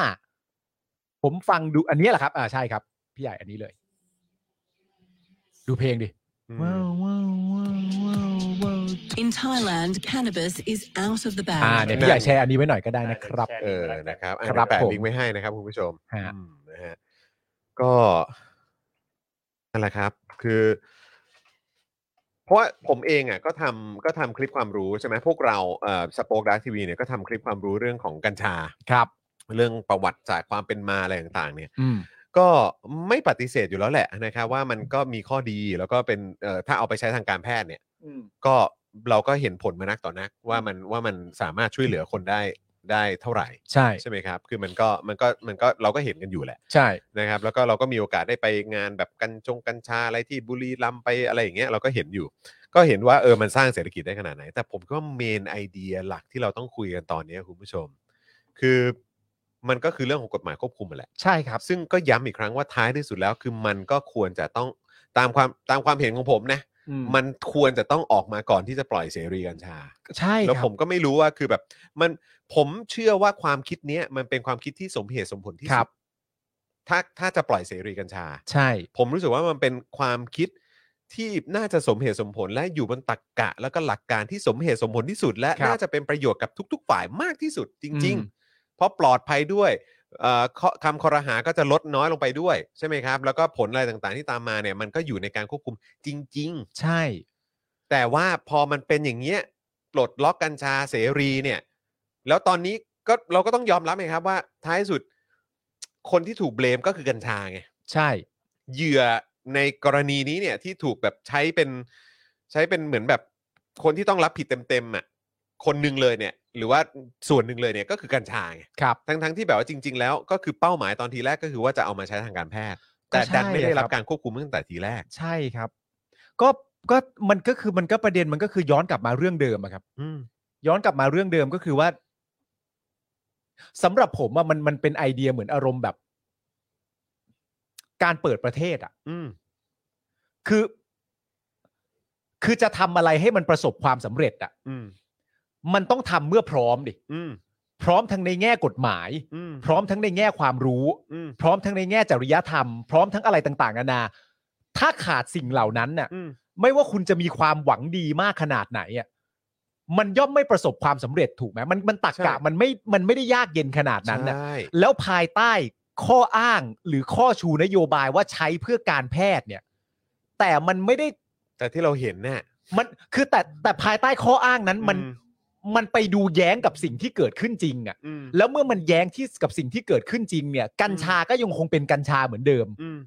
Speaker 4: ผมฟังดูอันเนี้ยแหละครับ อ่าใช่ครับ พี่ใหญ่อันนี้เลย ดูเพลงดิ
Speaker 8: In Thailand, cannabis is out of the
Speaker 4: อ่า
Speaker 8: bag.
Speaker 4: เดี๋ยวพี่ใหญ่แชร์อันนี้ไว้หน่อยก็ได้
Speaker 5: อ่า
Speaker 4: นะค
Speaker 5: เดี๋ยว
Speaker 4: รับ
Speaker 5: แชร์
Speaker 3: เออ นะครับอัน
Speaker 4: ครั
Speaker 3: นี้
Speaker 4: บ
Speaker 3: แปะ
Speaker 4: ผม
Speaker 3: ลิงก์ไว้ให้นะครับคุณผู้ชม
Speaker 4: ฮะ
Speaker 3: อืมนะฮะ ก็นั่นแหละครับ คือ เพราะว่าผมเองอ่ะ ก็ทำก็ทำคลิปความรู้ใช่ไหมพวกเราเอ่อสปอคดักทีวีเนี่ยก็ทำคลิปความรู้เรื่องของกัญชา
Speaker 4: ครับ
Speaker 3: เรื่องประวัติจากความเป็นมาอะไรต่างๆ เนี่ย
Speaker 4: อืม
Speaker 3: ก็ไม่ปฏิเสธอยู่แล้วแหละนะครับว่ามันก็มีข้อดีแล้วก็เป็นเอ่อถ้าเอาไปใช้ทางการแพทย์เนี่ย ก็เราก็เห็นผลมานักต่อนัก ว่ามันว่ามันสามารถช่วยเหลือคนได้ได้เท่าไหร่
Speaker 4: ใช่
Speaker 3: ใช่ไหมครับ คือมันก็มันก็มันก็เราก็เห็นกันอยู่แหละ
Speaker 4: ใช่
Speaker 3: นะครับ แล้วก็เราก็มีโอกาสได้ไปงานแบบกันจงกัญชาอะไรที่บุรีรัมย์ไปอะไรอย่างเงี้ยเราก็เห็นอยู่ ก็เห็นว่าเออมันสร้างเศรษฐกิจได้ขนาดไหน แต่ผมก็เมนไอเดียหลักที่เราต้องคุยกันตอนเนี้ยคุณผู้ชม คือมันก็คือเรื่องของกฎหมายควบคุมมาแหละ
Speaker 4: ใช่ครับ
Speaker 3: ซึ่งก็ย้ำอีกครั้งว่าท้ายที่สุดแล้ว คือมันก็ควรจะต้องตามความตามความเห็นของผมนะ
Speaker 4: มัน
Speaker 3: มันควรจะต้องออกมาก่อนที่จะปล่อยเสรีกัญชา
Speaker 4: ใช่
Speaker 3: แล้ว
Speaker 4: ค
Speaker 3: ผ
Speaker 4: รับ
Speaker 3: มก็ไม่รู้ว่าคือแบบมันผมเชื่อว่าความคิดเนี้ยมันเป็นความคิดที่สมเหตุสมผลที่
Speaker 4: ครั
Speaker 3: สุ
Speaker 4: บ
Speaker 3: ดถ้าถ้าจะปล่อยเสรีกัญชา
Speaker 4: ใช่
Speaker 3: ผมรู้สึกว่ามันเป็นความคิดที่น่าจะสมเหตุสมผลและอยู่บนตรรกกะ แล้วก็หลักการที่สมเหตุสมผลที่สุด และ
Speaker 4: ครับ
Speaker 3: น่าจะเป็นประโยชน์กับทุก ๆ ฝ่ายมากที่สุดจริง
Speaker 4: อืม
Speaker 3: ๆ เพราะปลอดภัยด้วยเอ่อข้อคำคอรหาก็จะลดน้อยลงไปด้วยใช่ไหมครับ แล้วก็ผลอะไรต่างๆที่ตามมาเนี่ยมันก็อยู่ในการควบคุมจริง ๆ
Speaker 4: ใช่
Speaker 3: แต่ว่าพอมันเป็นอย่างเงี้ยปลดล็อกกัญชาเสรีเนี่ย แล้วตอนนี้ก็เราก็ต้องยอมรับไงครับว่าท้ายสุด คนที่ถูกเบลมก็คือกัญชาไง
Speaker 4: ใช่
Speaker 3: เหยื่อในกรณีนี้เนี่ยที่ถูกแบบใช้เป็นใช้เป็นเหมือนแบบคนที่ต้องรับผิดเต็มๆอ่ะคนหนึ่งเลยเนี่ย หรือว่าส่วนหนึ่งเลยเนี่ยก็คือกัญชาไง
Speaker 4: ครับ
Speaker 3: ทั้งๆที่แบบว่าจริง ๆ แล้วก็คือเป้าหมายตอนทีแรกก็คือว่าจะเอามาใช้ทางการแพทย์ แต่
Speaker 4: ก็ใช่
Speaker 3: ดันไม่ได้รับ
Speaker 4: ครับ
Speaker 3: การควบคุมตั้งแต่ทีแรก
Speaker 4: ใช่ครับ ก็ก็มันก็คือมันก็ประเด็นมันก็คือย้อนกลับมาเรื่องเดิมอะครับ
Speaker 3: อืม
Speaker 4: ย้อนกลับมาเรื่องเดิมก็คือว่าสำหรับผมอะมันมันเป็นไอเดียเหมือนอารมณ์แบบ การเปิดประเทศอะ
Speaker 3: อืม
Speaker 4: คือ คือจะทำอะไรให้มันประสบความสำเร็จอะ
Speaker 3: อืม
Speaker 4: มันต้องทำเมื่อพร้อมดิ
Speaker 3: อืม
Speaker 4: พร้อมทั้งในแง่กฎหมาย
Speaker 3: อืม
Speaker 4: พร้อมทั้งในแง่ความรู้
Speaker 3: อืม
Speaker 4: พร้อมทั้งในแง่จริยธรรม พร้อมทั้งอะไรต่างๆนานา ถ้าขาดสิ่งเหล่านั้นน่ะ
Speaker 3: อืม
Speaker 4: ไม่ว่าคุณจะมีความหวังดีมากขนาดไหนอ่ะ มันย่อมไม่ประสบความสำเร็จถูกไหมมันมันตักกะ
Speaker 3: ใช่
Speaker 4: มันไม่ มันไม่ได้ยากเย็นขนาดนั้นน่ะ
Speaker 3: ใช่
Speaker 4: แล้วภายใต้ข้ออ้างหรือข้อชูนโยบายว่าใช้เพื่อการแพทย์เนี่ย แต่มันไม่ได้
Speaker 3: แต่ที่เราเห็นเนี่ย
Speaker 4: มันคือแต่แต่ภายใต้ข้ออ้างนั้นมัน
Speaker 3: อืม
Speaker 4: มันไปดูแย้งกับสิ่งที่เกิดขึ้นจริงอะ่ะ
Speaker 3: อืม
Speaker 4: แล้วเมื่อมันแย้งที่กับสิ่งที่เกิดขึ้นจริงเนี่ย กัญชาก็ยังคงเป็นกัญชาเหมือนเดิม
Speaker 3: อืม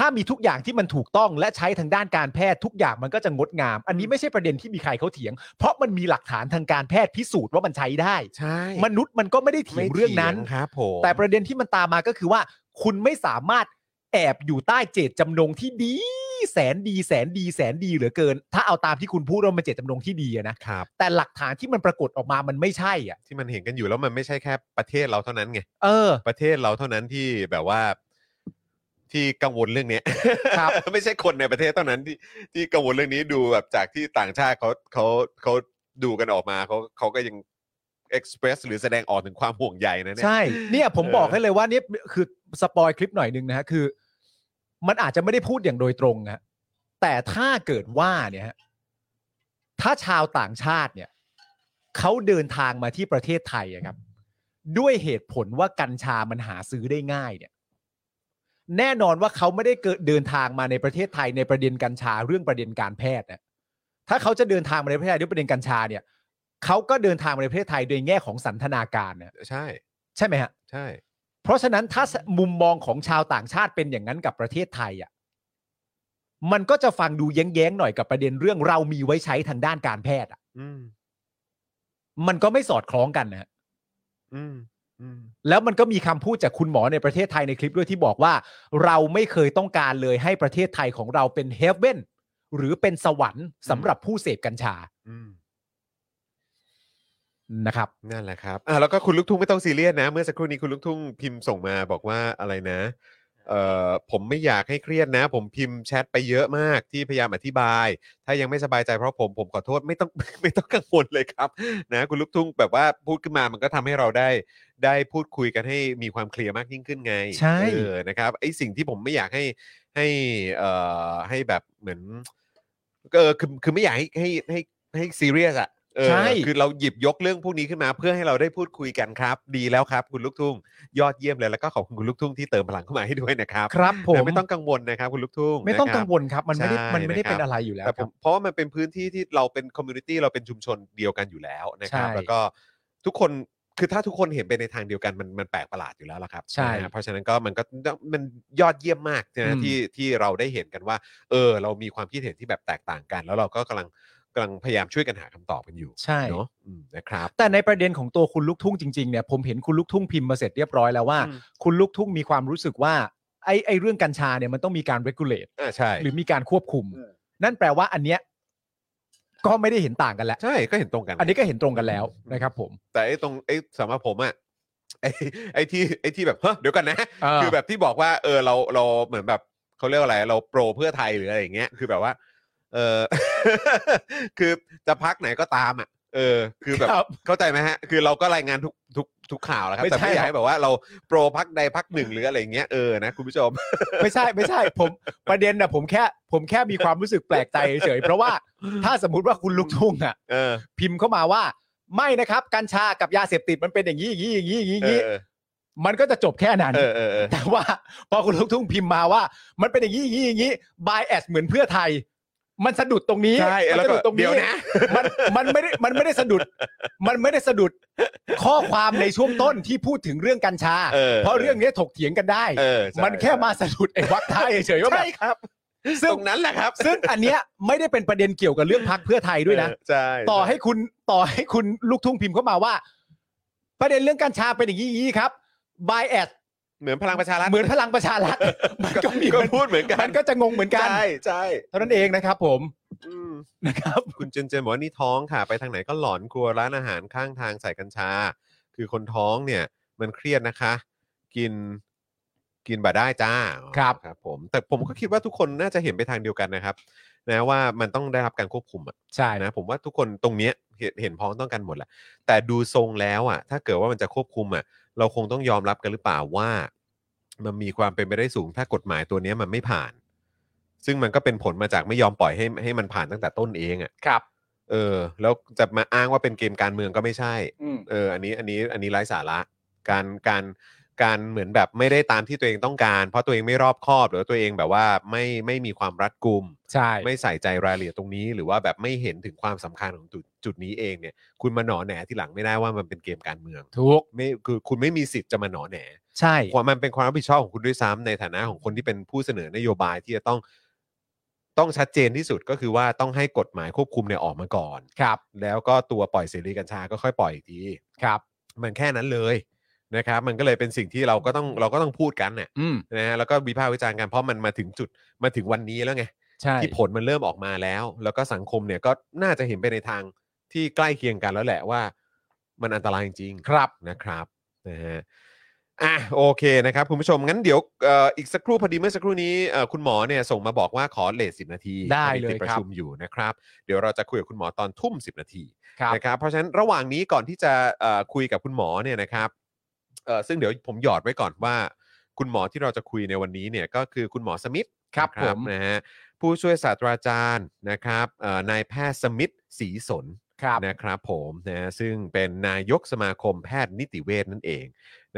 Speaker 4: ถ้ามีทุกอย่างที่มันถูกต้องและใช้ทางด้านการแพทย์ทุกอย่างมันก็จะงดงาม อันนี้ไม่ใช่ประเด็นที่มีใครเขาเถียง เพราะมันมีหลักฐานทางการแพทย์พิสูจน์ว่ามันใช้ได้
Speaker 3: ใช่
Speaker 4: มนุษย์มันก็ไม่ได้เถีย
Speaker 3: ไม่
Speaker 4: งเรื่องนั้น
Speaker 3: ถียครับผม
Speaker 4: แต่ประเด็นที่มันตามมาก็คือว่า คุณไม่สามารถแอบอยู่ใต้เจตจำนงที่ดี แสนดีแสนดีแสนดีเหลือเกิน ถ้าเอาตามที่คุณพูดว่ามันเจตจำนงที่ดีอะนะครับ แต่หลักฐานที่มันปรากฏออกมามันไม่ใช่อ่ะ
Speaker 3: ที่มันเห็นกันอยู่แล้วมันไม่ใช่แค่ประเทศเราเท่านั้นไง
Speaker 4: เออ
Speaker 3: ประเทศเราเท่านั้นที่แบบว่า ที่กังวลเรื่องเนี้ย
Speaker 4: ครับ
Speaker 3: ไม่ใช่คนในประเทศเท่านั้นที่ที่กังวลเรื่องนี้ดูแบบจากที่ต่างชาติเขาเขาเขาดูกันออกมาเขาเขาก็ยังเอ็กซ์เพรสหรือแสดงออกถึงความห่วงใยนะเนี่ย
Speaker 4: ใช่ เนี่ยผม
Speaker 3: เออ
Speaker 4: บอกให้เลยว่าเนี่ยคือสปอยคลิปหน่อยหนึงนะฮะคือ มันอาจจะไม่ได้พูดอย่างโดยตรงนะฮะแต่ถ้าเกิดว่าเนี่ยฮะถ้าชาวต่างชาติเนี่ยเขาเดินทางมาที่ประเทศไทยอะครับ ด้วยเหตุผลว่ากัญชามันหาซื้อได้ง่ายเนี่ย แน่นอนว่าเขาไม่ได้เกิดเดินทางมาในประเทศไทยในประเด็นกัญชาเรื่องประเด็นการแพทย์นะ ถ้าเขาจะเดินทางมาในประเทศไทยด้วยประเด็นกัญชาเนี่ยเขาก็เดินทางมาในประเทศไทยโดยแง่ของสันทนาการนะ
Speaker 3: ใช่
Speaker 4: ใช่ไหมฮะ
Speaker 3: ใช่
Speaker 4: เพราะฉะนั้นถ้ามุมมองของชาวต่างชาติเป็นอย่างนั้นกับประเทศไทยอ่ะมันก็จะฟังดูแย้งๆหน่อยกับประเด็นเรื่องเรามีไว้ใช้ทางด้านการแพทย์อ่ะ
Speaker 3: อืม
Speaker 4: มันก็ไม่สอดคล้องกันนะฮะ
Speaker 3: อืมอืม
Speaker 4: แล้วมันก็มีคำพูดจากคุณหมอในประเทศไทยในคลิปด้วยที่บอกว่า เราไม่เคยต้องการเลยให้ประเทศไทยของเราเป็นเฮฟเว่นหรือเป็นสวรรค์สำหรับผู้เสพกัญชา
Speaker 3: อืม
Speaker 4: นะครับ
Speaker 3: นั่นแหละครับ อ่าแล้วก็คุณลูกทุ่งไม่ต้องซีเรียสนะ เมื่อสักครู่นี้คุณลูกทุ่งพิมพ์ส่งมาบอกว่าอะไรนะ เอ่อ ผมไม่อยากให้เครียดนะ ผมพิมพ์แชทไปเยอะมากที่พยายามอธิบาย ถ้ายังไม่สบายใจเพราะผม ผมขอโทษไม่ต้อง ไม่ต้องกังวลเลยครับ นะ คุณลูกทุ่งแบบว่าพูดขึ้นมามันก็ทำให้เราได้ ได้พูดคุยกันให้มีความเคลียร์มากยิ่งขึ้นไง
Speaker 4: ใช่
Speaker 3: เออ นะครับ ไอ้สิ่งที่ผมไม่อยากให้ ให้ เอ่อ ให้แบบเหมือนเออคือคือไม่อยากให้ให้ให้ให้ซีเรียสอ่ะเออ
Speaker 4: ใช่
Speaker 3: คือเราหยิบยกเรื่องพวกนี้ขึ้นมา เพื่อให้เราได้พูดคุยกันครับ ดีแล้วครับ คุณลูกทุ่ง ยอดเยี่ยมเลยแล้วก็ขอบคุณคุณลูกทุ่งที่เติมพลังเข้ามาให้ด้วยนะครับ
Speaker 4: ครับผม
Speaker 3: นะไม่ต้องกังวลนะครับ คุณลูกทุ่ง
Speaker 4: ไม่ต้อง
Speaker 3: นะครับ
Speaker 4: กังวลครับ มันไม่ได้
Speaker 3: ใช่
Speaker 4: มันไม่ได้
Speaker 3: นะครับ
Speaker 4: เป็นอะไรอยู่แล้ว
Speaker 3: แต่
Speaker 4: ค
Speaker 3: ผ
Speaker 4: รับ
Speaker 3: มเพราะว่ามันเป็นพื้นที่ที่เราเป็นคอมมูนิตี้เราเป็นชุมชนเดียวกันอยู่แล้วนะครับ
Speaker 4: ใช่
Speaker 3: แล้วก็ทุกคนคือถ้าทุกคนเห็นไปในทางเดียวกันมันมันแปลกประหลาดอยู่แล้วละครับ
Speaker 4: ใช่
Speaker 3: นะฮะเพราะฉะนั้นก็มันก็มันยอดเยี่ยมมาก
Speaker 4: อื
Speaker 3: นะ
Speaker 4: ม
Speaker 3: ที่ที่เราได้เห็นกันว่า เออ เรามีความคิดเห็นที่แบบแตกต่างกัน แล้วเราก็กำลังกำลังพยายามช่วยกันหาคำตอบกันอยู่
Speaker 4: ใช่
Speaker 3: เนาะอืมนะครับ
Speaker 4: แต่ในประเด็นของตัวคุณลูกทุ่งจริงๆเนี่ยผมเห็นคุณลูกทุ่งพิมพ์มาเสร็จเรียบร้อยแล้วว่า
Speaker 3: อืม
Speaker 4: คุณลูกทุ่งมีความรู้สึกว่าไอ้ไอ้เรื่องกัญชาเนี่ยมันต้องมีการ regulate
Speaker 3: อ่าใช่
Speaker 4: หรือมีการควบคุม นั่นแปลว่าอันเนี้ยก็ไม่ได้เห็นต่างกันแล้ว
Speaker 3: ใช่ก็เห็นตรงกัน
Speaker 4: อันนี้ก็เห็นตรงกันแล้วนะครับผม
Speaker 3: แต่ไอ้ตรงไอ้สำหรับผมอะไอ้ไอ้ที่ไอ้ที่แบบเฮ้ยเดี๋ยวก่อนนะ
Speaker 4: เออ
Speaker 3: คือแบบที่บอกว่า เออเราเราเหมือนแบบเขาเรียกว่าอะไรเราโปรเพื่อไทยหรืออะไรอย่างเงี้ยคือแบบว่า เออ คือจะพักไหนก็ตามอ่ะเออ คือแบบ
Speaker 4: ครับ
Speaker 3: เข้าใจไหมฮะ คือเราก็รายงานทุกทุกทุกข่าวแหล้วครับ
Speaker 4: ไม่
Speaker 3: แต่
Speaker 4: ใช่
Speaker 3: ไม่อยาก
Speaker 4: หรอก
Speaker 3: ให้แบบว่าเราโปรพักใดพักหนึ่งหรืออะไรอย่างเงี้ยเออนะคุณผู้ชม
Speaker 4: ไม่ใช่ไม่ใช่ผมประเด็นน่ะผมแค่ผมแค่มีความรู้สึกแปลกใจเฉยๆเพราะว่าถ้าสมมุติว่าคุณลูกทุ่งอ่ะ
Speaker 3: เออ
Speaker 4: พิมพ์เข้ามาว่า ไม่นะครับกัญชากับยาเสพติดมันเป็นอย่างนี้อย่างนี้อย่างนี้อย่าง
Speaker 3: เอ
Speaker 4: นี้
Speaker 3: อ
Speaker 4: มันก็จะจบแค่นั้น
Speaker 3: เออเออเออ
Speaker 4: แต่ว่าพอคุณลูกทุ่งพิมพ์มาว่า มันเป็นอย่างนี้อย่างนี้อย่างนี้บายแอดเหมือนเพื่อไทย มันสะดุดตรงนี้
Speaker 3: ใช่
Speaker 4: มัน
Speaker 3: แล้ว
Speaker 4: สะ
Speaker 3: ก็
Speaker 4: ดุดตรง
Speaker 3: เดี๋
Speaker 4: นี้
Speaker 3: ยวนะ
Speaker 4: มันมันไม่ได้มันไม่ได้สะดุด มันไม่ได้สะดุดข้อความในช่วงต้นที่พูดถึงเรื่องกัญชา
Speaker 3: เออ
Speaker 4: ราะเรื่องนี้ถกเถียงกันได้
Speaker 3: เออใช่
Speaker 4: มันแค่มาสะดุดไอ้วักไทายเฉยๆว่าแบ
Speaker 3: ใช่
Speaker 4: บ
Speaker 3: ครับ
Speaker 4: ซึ่
Speaker 3: ต
Speaker 4: ง
Speaker 3: รงนั้นแหละครับ
Speaker 4: ซึ่งอันเนี้ยไม่ได้เป็นประเด็นเกี่ยวกับเรื่องพักเพื่อไทยด้วยนะ
Speaker 3: เออใช่
Speaker 4: ต่อให้คุณต่อให้คุณลูกทุ่งพิมพ์เข้ามาว่า ประเด็นเรื่องกัญชาเป็นอย่างนี้อย่างนี้ครับบายแอด
Speaker 3: เหมือนพลังประชารัฐ
Speaker 4: เหมือนพลังประชารัฐ มันก็มี
Speaker 3: ก็พูดเหมือนกัน
Speaker 4: มันก็จะงงเหมือนกัน
Speaker 3: ใช่ใช่
Speaker 4: เท่านั้นเองนะครับผม
Speaker 3: อืม
Speaker 4: นะครับ
Speaker 3: คุณเจนเจนบอกว่านี่ท้องค่ะ ไปทางไหนก็หลอนกลัวร้านอาหารข้างทางใส่กัญชา คือคนท้องเนี่ย มันเครียดนะคะ กินกินบ่ได้จ้า
Speaker 4: ครับ
Speaker 3: ครับ ผม แต่ผมก็คิดว่าทุกคนน่าจะเห็นไปทางเดียวกันนะครับ นะว่ามันต้องได้รับการควบคุมอะ
Speaker 4: ใช่
Speaker 3: นะผมว่าทุกคนตรงเนี้ยเห็นเห็นพ้องต้องกันหมดแหละแต่ดูทรงแล้วอ่ะ ถ้าเกิดว่ามันจะควบคุมอ่ะ เราคงต้องยอมรับกันหรือเปล่าว่า มันมีความเป็นไปได้สูงถ้ากฎหมายตัวเนี้ยมันไม่ผ่าน ซึ่งมันก็เป็นผลมาจากไม่ยอมปล่อยให้ให้มันผ่านตั้งแต่ต้นเองอะ่ะ
Speaker 4: ครับ
Speaker 3: เออ แล้วจะมาอ้างว่าเป็นเกมการเมืองก็ไม่ใช่
Speaker 4: อืม
Speaker 3: เออ อันนี้อันนี้อันนี้ไร้สาระ การการการเหมือนแบบไม่ได้ตามที่ตัวเองต้องการ เพราะตัวเองไม่รอบคอบ หรือว่าตัวเองแบบว่าไม่ไม่มีความรัดกุม
Speaker 4: ใช่
Speaker 3: ไม่ใส่ใจรายละเอียดตรงนี้ หรือว่าแบบไม่เห็นถึงความสำคัญของจุดจุดนี้เองเนี่ย คุณมาหนอแหนที่หลังไม่ได้ว่ามันเป็นเกมการเมือง
Speaker 4: ถูก
Speaker 3: ไม่คือคุณไม่มีสิทธิ์จะมาหนอแหน
Speaker 4: ใช่
Speaker 3: ความมันเป็นความรับผิดชอบของคุณด้วยซ้ำในฐานะของคนที่เป็นผู้เสนอนโยบายที่จะต้อง ต้องชัดเจนที่สุดก็คือว่าต้องให้กฎหมายควบคุมเนี่ยออกมาก่อน
Speaker 4: ครับ
Speaker 3: แล้วก็ตัวปล่อยเสรีกัญชาก็ค่อยปล่อยอีกที
Speaker 4: ครับ
Speaker 3: มันแค่นั้นเลยนะครับ มันก็เลยเป็นสิ่งที่เราก็ต้องเราก็ต้องพูดกันน่ะ
Speaker 4: อืม
Speaker 3: นะฮะแล้วก็วิพากษ์วิจารณ์กันเพราะมันมาถึงจุดมาถึงวันนี้แล้วไง
Speaker 4: ใช่
Speaker 3: ที่ผลมันเริ่มออกมาแล้ว แล้วก็สังคมเนี่ยก็น่าจะเห็นไปในทางที่ใกล้เคียงกันแล้วแหละว่า มันอันตรายจริงๆ
Speaker 4: ครับ
Speaker 3: นะครับนะฮะอ่ะโอเคนะครับคุณผู้ชมงั้นเดี๋ยวเอ่ออีกสักครู่พอดีเมื่อสักครู่นี้เอ่อคุณหมอเนี่ยส่งมาบอกว่าขอเลทสินาที
Speaker 4: ได้
Speaker 3: พอ
Speaker 4: เลย
Speaker 3: ติดประ
Speaker 4: ครับ
Speaker 3: ชุมอยู่นะครับ เดี๋ยวเราจะคุยกับคุณหมอตอนทุ่ม 10 นาที
Speaker 4: ครับ
Speaker 3: นะครับเพราะฉะนั้นระหว่างนี้ก่อนที่จะเอ่อคุยกับคุณหมอเนี่ยนะครับเอ่อซึ่งเดี๋ยวผมหยอดไว้ก่อนว่า คุณหมอที่เราจะคุยในวันนี้เนี่ยก็คือคุณหมอสมิธ
Speaker 4: ครับ
Speaker 3: นะ
Speaker 4: ผม
Speaker 3: นะฮะผู้ช่วยศาสตราจารย์นะครับเอ่อนายแพทย์สมิธศรีสน
Speaker 4: ครับ
Speaker 3: นะครับผมนะซึ่งเป็นนายกสมาคมแพทย์นิติเวชนั่นเอง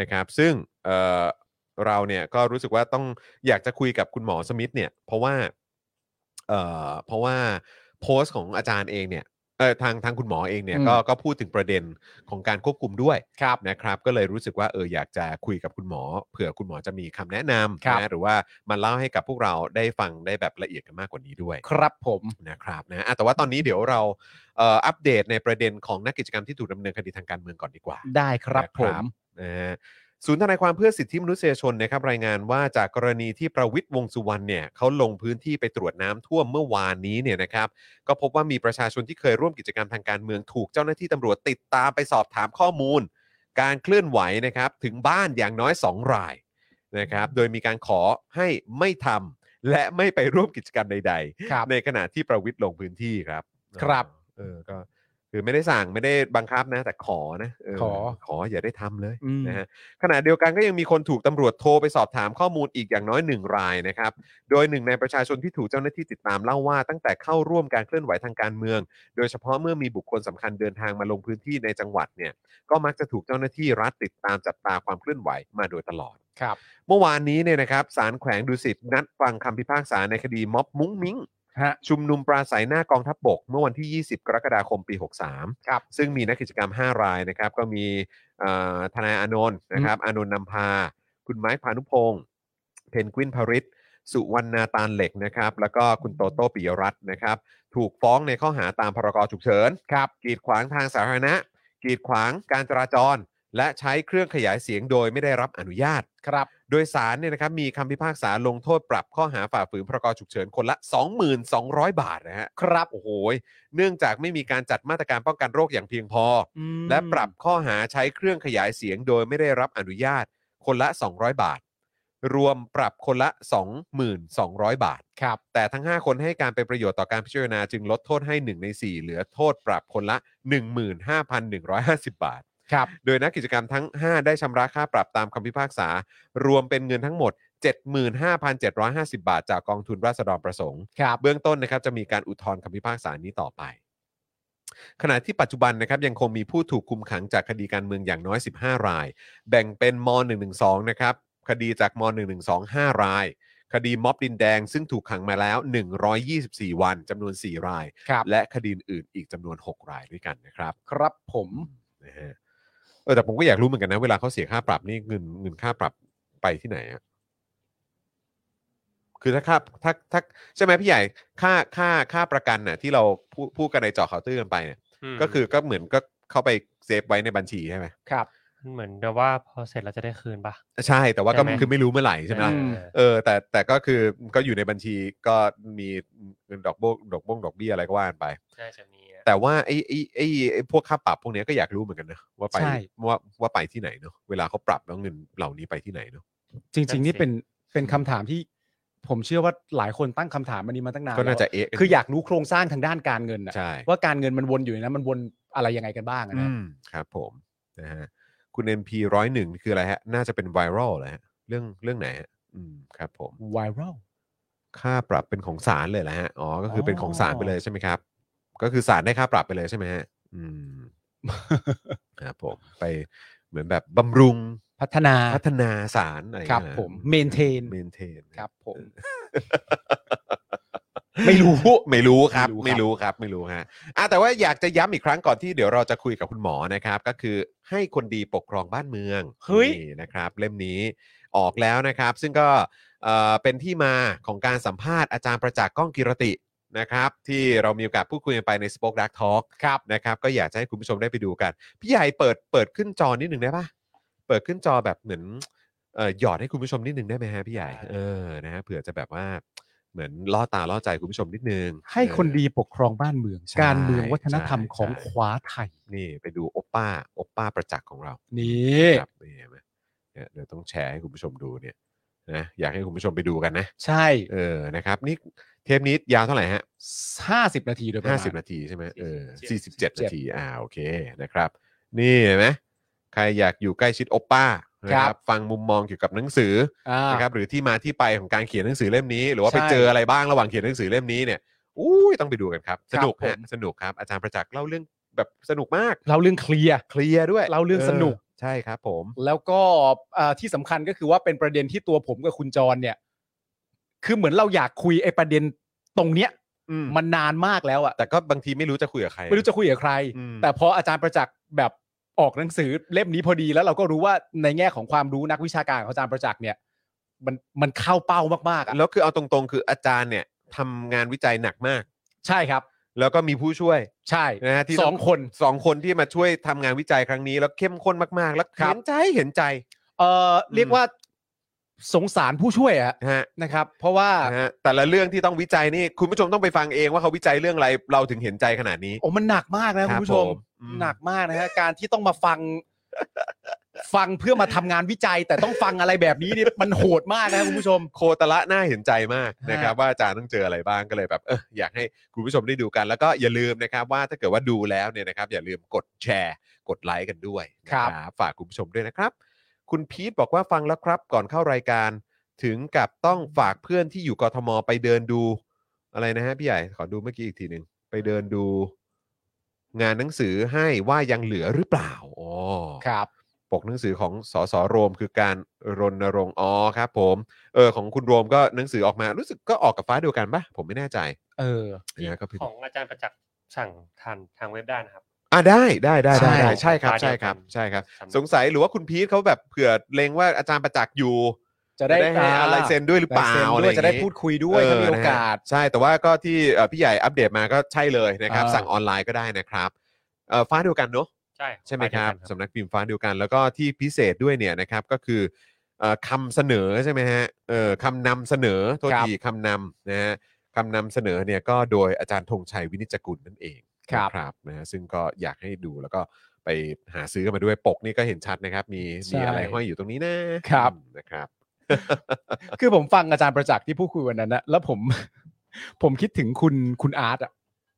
Speaker 3: นะครับ ซึ่งเอ่อเราเนี่ยก็รู้สึกว่าต้องอยากจะคุยกับคุณหมอสมิธเนี่ยเพราะว่าเอ่อเพราะว่า โพสต์ของอาจารย์เองเนี่ยเออทางทางคุณหมอเองเนี่ย
Speaker 4: อืม
Speaker 3: ก็ก็พูดถึงประเด็นของการควบคุมด้วยนะครับ ก็เลยรู้สึกว่าเอออยากจะคุยกับคุณหมอ เผื่อคุณหมอจะมีคำแนะน
Speaker 4: ครับ
Speaker 3: ำนะหรือว่ามาเล่าให้กับพวกเราได้ฟังได้แบบละเอียดกันมากกว่านี้ด้วย
Speaker 4: ครับผม
Speaker 3: นะครับนะอ่ะแต่ว่าตอนนี้เดี๋ยวเราเอ่ออัปเดตในประเด็นของนักกิจกรรมที่ถูกดำเนินคดีทางการเมืองก่อนดีกว่า
Speaker 4: ได้ครับ
Speaker 3: นะ
Speaker 4: ผม
Speaker 3: นะฮะศูนย์ทนายความเพื่อสิทธิมนุษยชนนะครับรายงานว่าจากกรณีที่ประวิทย์วงษ์สุวรรณเนี่ยเขาลงพื้นที่ไปตรวจน้ำท่วมเมื่อวานนี้เนี่ยนะครับก็พบว่ามีประชาชนที่เคยร่วมกิจกรรมทางการเมืองถูกเจ้าหน้าที่ตำรวจติดตามไปสอบถามข้อมูล การเคลื่อนไหวนะครับถึงบ้านอย่างน้อย 2 รายนะครับโดยมีการขอให้ไม่ทำและไม่ไปร่วมกิจกรรมใด
Speaker 4: ครับ
Speaker 3: ๆ ในขณะที่ประวิทย์ลงพื้นที่ครับ
Speaker 4: ครับ
Speaker 3: เออก็คือไม่ได้สั่งไม่ได้บังคับนะแต่ขอนะเ
Speaker 4: ขอ
Speaker 3: ขออย่าได้ทำเลย
Speaker 4: อืม
Speaker 3: นะฮะขณะเดียวกันก็ยังมีคนถูกตำรวจโทรไปสอบถามข้อมูลอีกอย่างน้อยหนึ่งรายนะครับ โดยหนึ่งในประชาชนที่ถูกเจ้าหน้าที่ติดตามเล่าว่าตั้งแต่เข้าร่วมการเคลื่อนไหวทางการเมือง โดยเฉพาะเมื่อมีบุคคลสำคัญเดินทางมาลงพื้นที่ในจังหวัดเนี่ยก็มักจะถูกเจ้าหน้าที่รัฐติดตามจับตาความเคลื่อนไหวมาโดยตลอด
Speaker 4: ครับ
Speaker 3: เมื่อวานนี้เนี่ยนะครับศาลแขวงดุสิตนัดฟังคำพิพากษาในคดีม็อบมุ้งมิ้ง
Speaker 4: ฮะ
Speaker 3: ชุมนุมปราศัยหน้ากองทัพบบก เมื่อวันที่ 20 กรกฎาคมปี 63
Speaker 4: ครับ
Speaker 3: ซึ่งมีนักกิจกรรม 5 รายนะครับ ก็มีเอ่อทนายอานนท์นะครับ อานนท์นำพา คุณไม้พานุพงศ์เพนกวินพริตสุวรรณาตาลเหล็กนะครับ แล้วก็คุณโตโต้ปิยรัตน์นะครับ ถูกฟ้องในข้อหาตามพรกฉุกเฉิน
Speaker 4: ครับ
Speaker 3: กีดขวางทางสาธารณะ กีดขวางการจราจร และใช้เครื่องขยายเสียงโดยไม่ได้รับอนุญาต
Speaker 4: ครับ
Speaker 3: โดยสารเนี่ยนะครับมีคำพิพากษาลงโทษปรับข้อหาฝ่าฝืนพรกฉุกเฉินคนละ 22,200 บาทนะฮะ
Speaker 4: ครับ
Speaker 3: โอ้โหยเนื่องจากไม่มีการจัดมาตรการป้องกันโรคอย่างเพียงพอ
Speaker 4: อืม
Speaker 3: และปรับข้อหาใช้เครื่องขยายเสียงโดยไม่ได้รับอนุญาต คนละ 200 บาท รวมปรับคนละ 22,200 บาท
Speaker 4: ครับ
Speaker 3: แต่ทั้ง 5 คนให้การเป็นประโยชน์ต่อการพิจารณาจึงลดโทษให้ 1 ใน 4 เหลือโทษปรับคนละ 15,150 บาท
Speaker 4: ครับ
Speaker 3: โดยนักกิจกรรมทั้ง 5 ได้ชำระค่าปรับตามคำพิพากษา รวมเป็นเงินทั้งหมด 75,750 บาท จากกองทุนราษฎรประสงค์
Speaker 4: ครับ
Speaker 3: เบื้องต้นนะครับจะมีการอุทธรณ์คำพิพากษานี้ต่อไป ขณะที่ปัจจุบันนะครับยังคงมีผู้ถูกคุมขังจากคดีการเมืองอย่างน้อย 15 ราย แบ่งเป็นม .112 นะครับ คดีจากม .112 5 ราย คดีม็อบดินแดง ซึ่งถูกขังมาแล้ว 124 วันจำนวน 4 ราย
Speaker 4: ครับ
Speaker 3: และคดีอื่นอีกจำนวน 6 รายด้วยกันนะครับ
Speaker 4: ครับผม
Speaker 3: นะฮะเออแต่ผมก็อยากรู้เหมือนกันนะ เวลาเขาเสียค่าปรับนี่เงินเงินค่าปรับไปที่ไหนอะคือถ้าค่าถ้าถ้าใช่ไหมพี่ใหญ่ค่าค่าค่าประกันน่ะ ที่เราพูดพูดกันในเจอข่าวตื้อกันไปเนี่ย
Speaker 5: ม
Speaker 3: ก็คือก็เหมือนก็เข้าไปเซฟไว้ในบัญชีใช่ไหม
Speaker 4: ครับ
Speaker 5: เหมือนแบบว่าพอเสร็จเราจะได้คืนปะ
Speaker 3: ใช่แต่ว่าก็
Speaker 5: ใช่ไหม
Speaker 3: คือไม่รู้เมื่อไหร่ใช่ไหมล่ะ
Speaker 4: อืม
Speaker 3: เออแต่แต่ก็คือก็อยู่ในบัญชีก็มีเงินดอกโบงดอกโบงดอกเบี้ยอะไรก็ว่ากันไป
Speaker 5: น่าจะมีอะ
Speaker 3: แต่ว่าไอ้ไอ้ไอ้ไอ้พวกค่าปรับพวกเนี้ยก็อยากรู้เหมือนกันนะว่าไป
Speaker 4: ใช่
Speaker 3: ว่าว่าไปที่ไหนเนาะเวลาเขาปรับแล้วเงินเหล่านี้ไปที่ไหนเนาะ
Speaker 4: จริง ๆ นี่เป็นเป็นคำถามที่ ผมเชื่อว่าหลายคนตั้งคำถามมันนี้มาตั้งนาน
Speaker 3: ก็น่า
Speaker 4: แล้ว
Speaker 3: จะเอ๊ะน
Speaker 4: คืออยากรู้โครงสร้างทางด้านการเงินนะ
Speaker 3: ใช่
Speaker 4: ว่าการเงินมันวนอยู่ในนั้นมันวนอะไรยังไงกันบ้างอะ
Speaker 3: อื
Speaker 4: นะ
Speaker 3: มครับผมนะฮะคุณ MP ร้อยหนึ่งคืออะไรฮะ น่าจะเป็นไวรัลแหละฮะเรื่องเรื่องไหนฮะอืมครับผม
Speaker 4: ไวรัล
Speaker 3: ค่าปรับเป็นของศาลเลยแหละฮะอ๋อก็คืออ
Speaker 4: อ
Speaker 3: เป็นของศาลไปเลยใช่ไหมครับ ก็คือศาลได้ค่าปรับไปเลยใช่ไหมฮะอืมครับผมไปเหมือนแบบบำรุง
Speaker 4: พัฒนา
Speaker 3: พัฒนาศาลอะไรอย่าง
Speaker 4: ครับ
Speaker 3: เงี้ยฮะ
Speaker 4: ผมเมนเทน
Speaker 3: เมนเทน
Speaker 4: ครับผม
Speaker 3: ไม่รู้ ไม่รู้ครับ
Speaker 4: ไม่
Speaker 3: ไม่
Speaker 4: รู้
Speaker 3: รู้
Speaker 4: ค
Speaker 3: ค
Speaker 4: รั
Speaker 3: รับ บ ไม่รู้ฮะอ่ะแต่ว่าอยากจะย้ำอีกครั้งก่อนที่เดี๋ยวเราจะคุยกับคุณหมอนะครับ ก็คือให้คนดีปกครองบ้านเมือง
Speaker 5: เฮ้ย
Speaker 3: นี่นะครับ เล่มนี้ออกแล้วนะครับ ซึ่งก็เอ่อเป็นที่มาของการสัมภาษณ์อาจารย์ประจักษ์ก้องกิรตินะครับ ที่เรามีโอกาสพูดคุยกันไปใน Spoke Dark Talk
Speaker 4: ครับ
Speaker 3: นะครับ ก็อยากจะให้คุณผู้ชมได้ไปดูกัน พี่ใหญ่เปิดเปิดขึ้นจอนิดหนึ่งได้ปะเปิดขึ้นจอแบบเหมือนเอ่อหยอดให้คุณผู้ชมนิดหนึ่งได้ไหมฮะพี่ใหญ่เออนะฮะเผื่อจะแบบว่าเหมือนล่อตาล่อใจคุณผู้ชมนิดนึง
Speaker 4: ให้คน
Speaker 3: เออ
Speaker 4: ดีปกครองบ้านเมือง
Speaker 3: ใช่
Speaker 4: การเมืองวัฒนธรรมของ
Speaker 3: ใช่
Speaker 4: ขวาไทย
Speaker 3: นี่ไปดูโอปป้าโอปป้าประจักษ์ของเรา
Speaker 4: นี่
Speaker 3: ครับนี่เห็นไหมเนี่ยเดี๋ยวต้องแชร์ให้คุณผู้ชมดูเนี่ยนะอยากให้คุณผู้ชมไปดูกันนะ
Speaker 4: ใช่
Speaker 3: เออนะครับนี่เทปนี้ยาวเท่าไหร่ฮะ
Speaker 4: ห้าสิบนาทีโดยประ
Speaker 3: ห้า
Speaker 4: มา
Speaker 3: สิบ
Speaker 4: ณ
Speaker 3: นาทีใช่ไหมเออสี่สิบเจ็ด
Speaker 4: 47
Speaker 3: นาทีอ่าโอเคนะครับ นี่เห็นไหมใครอยากอยู่ใกล้ชิดโอปป้านะครับฟังมุมมองเกี่ยวกับหนังสือ
Speaker 4: อ่า
Speaker 3: นะครับหรือที่มาที่ไปของการเขียนหนังสือเล่มนี้ หรือว่าไป
Speaker 4: ใช่
Speaker 3: เจออะไรบ้างระหว่างเขียนหนังสือเล่มนี้เนี่ยอุ้ยต้องไปดูกันครับ สนุก
Speaker 4: ครับ
Speaker 3: ฮะ
Speaker 4: ผม
Speaker 3: สนุกครับ อาจารย์ประจักษ์เล่าเรื่องแบบสนุกมาก
Speaker 4: เราเรื่องเคลียร์
Speaker 3: เคลียร์ด้วย
Speaker 4: เล่าเรื่องสนุก
Speaker 3: ใช่ครับผม
Speaker 4: แล้วก็เอ่อที่สำคัญก็คือว่าเป็นประเด็นที่ตัวผมกับคุณจรเนี่ย คือเหมือนเราอยากคุยไอ้ประเด็นตรงเนี้ย
Speaker 3: อืม
Speaker 4: มันนานมากแล้วอะ
Speaker 3: แต่ก็บางทีไม่รู้จะคุยกับใคร
Speaker 4: ไม่รู้จะคุยกับใคร
Speaker 3: อืม
Speaker 4: แต่พออาจารย์ประจักษ์แบบออกหนังสือเล่มนี้พอดีแล้วเราก็รู้ว่าในแง่ของความรู้นักวิชาการของอาจารย์ประจักษ์เนี่ย มันมันเข้าเป้ามากๆอะ
Speaker 3: แล้วคือเอาตรงๆ คืออาจารย์เนี่ยทำงานวิจัยหนักมาก
Speaker 4: ใช่ครับ
Speaker 3: แล้วก็มีผู้ช่วย
Speaker 4: ใช่
Speaker 3: นะฮะที่
Speaker 4: สองคน
Speaker 3: สองคนที่มาช่วยทำงานวิจัยครั้งนี้ แล้วเข้มข้นมากๆ แล้ว
Speaker 4: ครับ
Speaker 3: เห็นใจเห็นใจ
Speaker 4: เอ่อเรียกว่าสงสารผู้ช่วยอะ
Speaker 3: นะฮะ
Speaker 4: นะครับ เพราะว่า
Speaker 3: นะฮะแต่ละเรื่องที่ต้องวิจัยนี่คุณผู้ชมต้องไปฟังเองว่าเขาวิจัยเรื่องอะไรเราถึงเห็นใจขนาดนี้
Speaker 4: โอ้มันหนักมากนะ
Speaker 3: ค
Speaker 4: คุ
Speaker 3: รับ
Speaker 4: ณผู้ชม
Speaker 3: ผมอืม
Speaker 4: หนักมากนะฮะการที่ต้องมา ฟัง ฟังเพื่อมาทำงานวิจัย แต่ต้องฟังอะไรแบบนี้นี่ มันโหดมากนะคุณผู้ชม
Speaker 3: โคตรละน่าเห็นใจมาก
Speaker 4: ฮะ
Speaker 3: นะครับ ว่าอาจารย์ต้องเจออะไรบ้างก็เลยแบบเอออยากให้คุณผู้ชมได้ดูกัน แล้วก็อย่าลืมนะครับว่าถ้าเกิดว่าดูแล้วเนี่ยนะครับ อย่าลืมกดแชร์ กดไลค์กันด้วยนะครับฝากคุณผู้ชมด้วยนะครับ คุณพีทบอกว่าฟังแล้วครับ ก่อนเข้ารายการ ถึงกับต้องฝากเพื่อนที่อยู่กทมไปเดินดู อะไรนะฮะพี่ใหญ่ขอดูเมื่อกี้อีกทีหนึ่งไปเดินดู งานหนังสือให้ว่ายังเหลือหรือเปล่าอ๋อ
Speaker 4: ครับ
Speaker 3: ปกหนังสือของสสโรมคือการรณรงค์อ๋อครับผม เออของคุณโรมก็หนังสือออกมารู้สึกก็ออกกับฟ้าเดียวกันปะผมไม่แน่ใจ
Speaker 4: เออ
Speaker 3: เนี่ยก็ผิด
Speaker 5: ของอาจารย์ประจักษ์สั่งทานทางเว็บได้นะครับ
Speaker 3: อ่ะได้ได้ได้ได้ได้
Speaker 5: ใช่
Speaker 3: ใช่ครับ
Speaker 5: ฟ้าเดี
Speaker 3: ใช่
Speaker 5: ยว
Speaker 3: ครับ
Speaker 5: กัน
Speaker 3: ใช่ครับ
Speaker 5: สำนัก
Speaker 3: สงสัยหรือว่าคุณพีทเขาแบบเผื่อเลงว่าอาจารย์ประจักษ์อยู่
Speaker 4: จะได้
Speaker 3: ให้อะไรเซ็นด้วยหรือเปล่า
Speaker 4: ลยซ็น
Speaker 3: อะไรอ
Speaker 4: ด้วย
Speaker 3: ย่าง
Speaker 4: จะได้
Speaker 3: งี้
Speaker 4: พูดคุยด้วยถ้ามีโอ
Speaker 3: เนะฮะ
Speaker 4: กาส
Speaker 3: ใช่แต่ว่าก็ที่เอ่อพี่ใหญ่อัปเดตมาก็ใช่เลยนะครับ
Speaker 4: เออ
Speaker 3: สั่งออนไลน์ก็ได้นะครับเอ่อฟ้าเดียวกันเนาะ
Speaker 5: ใช่
Speaker 3: ใช่ไหม
Speaker 5: ป
Speaker 3: ค
Speaker 5: เดียว
Speaker 3: รับ
Speaker 5: กัน
Speaker 3: สำนักพิมพ์ฟ้าเดียวกัน แล้วก็ที่พิเศษด้วยเนี่ยนะครับก็คือเอ่อคำเสนอใช่ไหมฮะเอ่อคำนำเสนอโทษ
Speaker 4: ครับ
Speaker 3: ทีคำนำนะฮะคำนำเสนอเนี่ยก็โดยอาจารย์ธงชัยวินิจฉัยกุลนั่นเอง
Speaker 4: ครับ
Speaker 3: นะครับนะฮะซึ่งก็อยากให้ดูแล้วก็ไปหาซื้อกันมาด้วยปกนี่ก็เห็นชัดนะครับ มีมีอะไรห้อยอยู่ตรงนี้นะครับ อืมนะครับ
Speaker 4: คือผมฟังอาจารย์ประจักษ์ที่พูดคุยวันนั้นนะแล้วผม ผมคิดถึงคุณคุณอาร์ตอ่ะ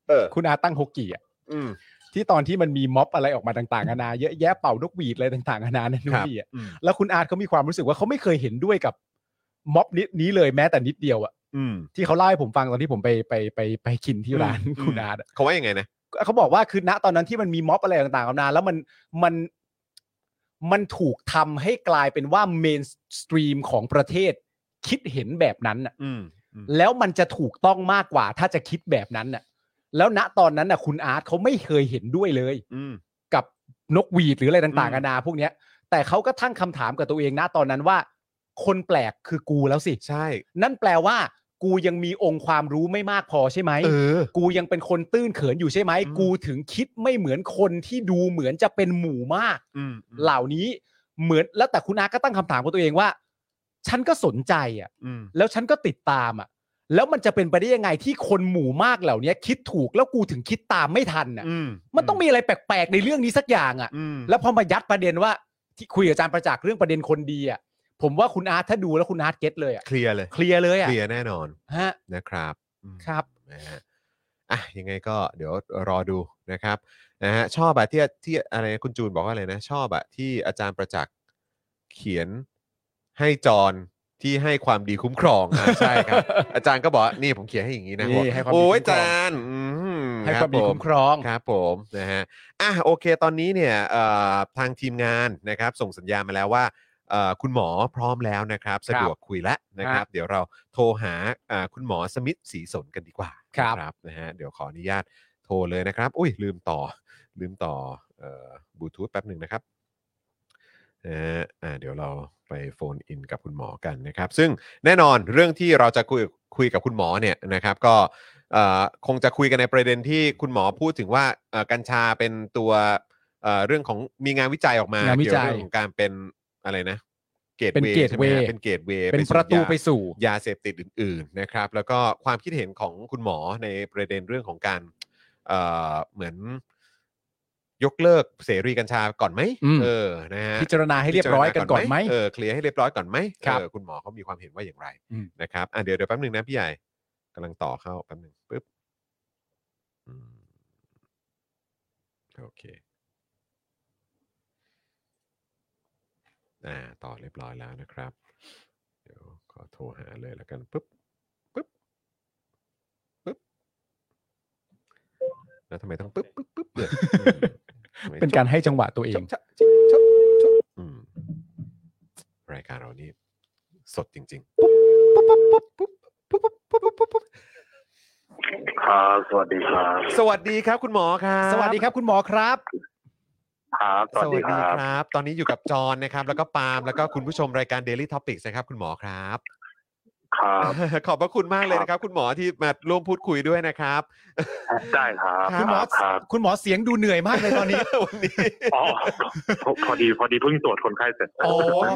Speaker 3: เออ
Speaker 4: คุณอาร์ตตั้งฮกกี้อ่ะ
Speaker 3: อืม
Speaker 4: ที่ตอนที่มันมีม็อบอะไรออกมาต่างๆนานาเยอะแยะเป่านกหวีดอะไรต่างๆนานานั่นนู่
Speaker 3: คน รับ
Speaker 4: นี่อ่ะ
Speaker 3: อืม
Speaker 4: แล้วคุณอาร์ตเขามีความรู้สึกว่าเขาไม่เคยเห็นด้วยกับม็อบนิดนี้เลยแม้แต่นิดเดียวอ่ะ
Speaker 3: อืม
Speaker 4: ที่เขาเล่าให้ผมฟังตอนที่ผมไปไปไปไปกินที่ร้านคุณอาร์ตอะ
Speaker 3: เขาว่ายังไงนะ
Speaker 4: เขาบอกว่าคือณตอนนั้นที่มันมีม็อบอะไรต่างๆกันานาแล้วมันมันมันถูกทำให้กลายเป็นว่าเมนสตรีมของประเทศ คิดเห็นแบบนั้นน่ะ
Speaker 3: อืมอืม
Speaker 4: แล้วมันจะถูกต้องมากกว่า ถ้าจะคิดแบบนั้นน่ะ แล้วณตอนนั้นน่ะ คุณอาร์ตเขาไม่เคยเห็นด้วยเลย
Speaker 3: อืม
Speaker 4: กับนกหวีดหรืออะไรต่าง
Speaker 3: อืม
Speaker 4: ๆกันานาพวกเนี้ย แต่เขาก็ทั้งคำถามกับตัวเองณตอนนั้นว่า คนแปลกคือกูแล้วสิ
Speaker 3: ใช่
Speaker 4: นั่นแปลว่า กูยังมีองค์ความรู้ไม่มากพอใช่ไหม
Speaker 3: เออ
Speaker 4: กูยังเป็นคนตื้นเขินอยู่ใช่ไหม
Speaker 3: อืม
Speaker 4: กูถึงคิดไม่เหมือนคนที่ดูเหมือนจะเป็นหมู่มาก
Speaker 3: อืมอืม
Speaker 4: เหล่านี้เหมือนแล้วแต่คุณอาก็ตั้งคำถามกับตัวเองว่า ฉันก็สนใจอ่ะ
Speaker 3: อืม
Speaker 4: แล้วฉันก็ติดตามอ่ะ แล้วมันจะเป็นไปได้ยังไงที่คนหมู่มากเหล่านี้คิดถูกแล้วกูถึงคิดตามไม่ทันอ่ะ
Speaker 3: อืม
Speaker 4: มันต้องมีอะไรแปลกๆในเรื่องนี้สักอย่างอ่ะ
Speaker 3: อืม
Speaker 4: แล้วพอมายัดประเด็นว่าที่คุยกับอาจารย์ประจักษ์เรื่องประเด็นคนดีอ่ะ ผมว่าคุณอาร์ตถ้าดูแล้วคุณอาร์ตเก็ตเลยอ่ะ
Speaker 3: เคลียร์เลย
Speaker 4: เคลียร์เลยอ่ะ
Speaker 3: เคลียร์แน่นอน
Speaker 4: ฮะ
Speaker 3: นะครับอืม
Speaker 4: ครับ
Speaker 3: นะฮะอ่ะยังไงก็เดี๋ยวรอดูนะครับนะฮะชอบอะที่ที่อะไรคุณจูนบอกว่าอะไรนะ ชอบอะที่อาจารย์ประจักษ์เขียนให้จรที่ให้ความดีคุ้มครองอ่ะใช่ครับ อาจารย์ก็บอกว่านี่ผมเขียนให้อย่างนี้นะ
Speaker 4: นี่ให้ความดี
Speaker 3: โอ้ย
Speaker 4: คุ้มคร
Speaker 3: อา
Speaker 4: อง
Speaker 3: จารย์อืม
Speaker 4: ให้ค
Speaker 3: รั
Speaker 4: วาม
Speaker 3: บ
Speaker 4: ดี
Speaker 3: ผ
Speaker 4: คุ้มครอง
Speaker 3: ครับผมนะฮะอ่ะโอเคตอนนี้เนี่ยเอ่อทางทีมงานนะครับส่งสัญญาณมาแล้วว่าเอ่อคุณหมอพร้อมแล้วนะครับ สะดวกคุยแล้วนะครับ เดี๋ยวเราโทรหาอ่าคุณหมอสมิทธสีสนกันดีกว่า
Speaker 4: ครับ
Speaker 3: นะนะฮะเดี๋ยวขออนุญาตโทรเลยนะครับ อุ้ยลืมต่อลืมต่อเอ่อบลูทูธแป๊บหนึ่งนะครับนะฮะอ่าเดี๋ยวเราไปโฟนอินกับคุณหมอกันนะครับ ซึ่งแน่นอนเรื่องที่เราจะคุยคุยกับคุณหมอเนี่ยนะครับก็ เอ่อคงจะคุยกันในประเด็นที่คุณหมอพูดถึงว่าเอ่อกัญชาเป็นตัวเอ่อเรื่องของมีงานวิจัยออกมาง
Speaker 4: านวิ
Speaker 3: เกี่ยว
Speaker 4: จัย
Speaker 3: เรื่องของการเป็นอะไรนะเกต
Speaker 4: เป็น
Speaker 3: เวย์ใช่ไหม
Speaker 4: gateway
Speaker 3: ฮะเป็นเกตเวย์
Speaker 4: เป็นประตูไปสู่
Speaker 3: ยาเสพติดอื่น ๆนะครับ แล้วก็ความคิดเห็นของคุณหมอในประเด็นเรื่องของการเอ่อเหมือนยกเลิกเสรีกัญชาก่อนไหม
Speaker 4: อืม
Speaker 3: เออนะฮะ
Speaker 4: พิจารณาให้เรียบร้อยกันก่อนไหม
Speaker 3: เออเคลียร์ให้เรียบร้อยก่อนไหม
Speaker 4: ครับ
Speaker 3: เออคุณหมอเขามีความเห็นว่าอย่างไร
Speaker 4: อืม
Speaker 3: นะครับอ่ะเดี๋ยวเดี๋ยวแป๊บหนึ่งนะพี่ใหญ่กำลังต่อเข้าแป๊บหนึ่งปึ๊บอืมโอเคอ่าต่อเรียบร้อยแล้วนะครับ เดี๋ยวขอโทรหาเลยแล้วกันปึ๊บปึ๊บปึ๊บแล้วทำไมต้องปึ๊บปึ๊บปึ๊บเนี่ยอืมทำไม
Speaker 4: เป็นการให้จังหวะตัวเอง
Speaker 3: ชะชะชะชะอืมรายการเรานี่สดจริงๆปุ๊บปุ๊บปุ๊บปุ๊บปุ๊บปุ๊บปุ๊บปุ๊บปุ๊บ
Speaker 9: ครับ สวัสดีครับ
Speaker 3: สวัสดีครับคุณหมอครับ
Speaker 4: สวัสดีครับคุณหมอครับ
Speaker 9: ครับ สวัสดีครับ
Speaker 3: ครับ ตอนนี้อยู่กับจอห์นนะครับ แล้วก็ปาล์ม แล้วก็คุณผู้ชมรายการ Daily Topics นะครับ คุณหมอครับ
Speaker 9: ครับ
Speaker 3: ขอบพระคุณมากเลยนะครับ คุณหมอที่มาร่วมพูดคุยด้วยนะครับ
Speaker 9: ได้ครับ
Speaker 4: คุณหมอ
Speaker 9: ครับ
Speaker 4: คุณหมอเสียงดูเหนื่อยมากเลยตอนนี้
Speaker 3: วันนี้
Speaker 9: อ๋อพอพอดีพอดีเพิ่งตรวจคนไข้เสร็จ
Speaker 4: อ๋อ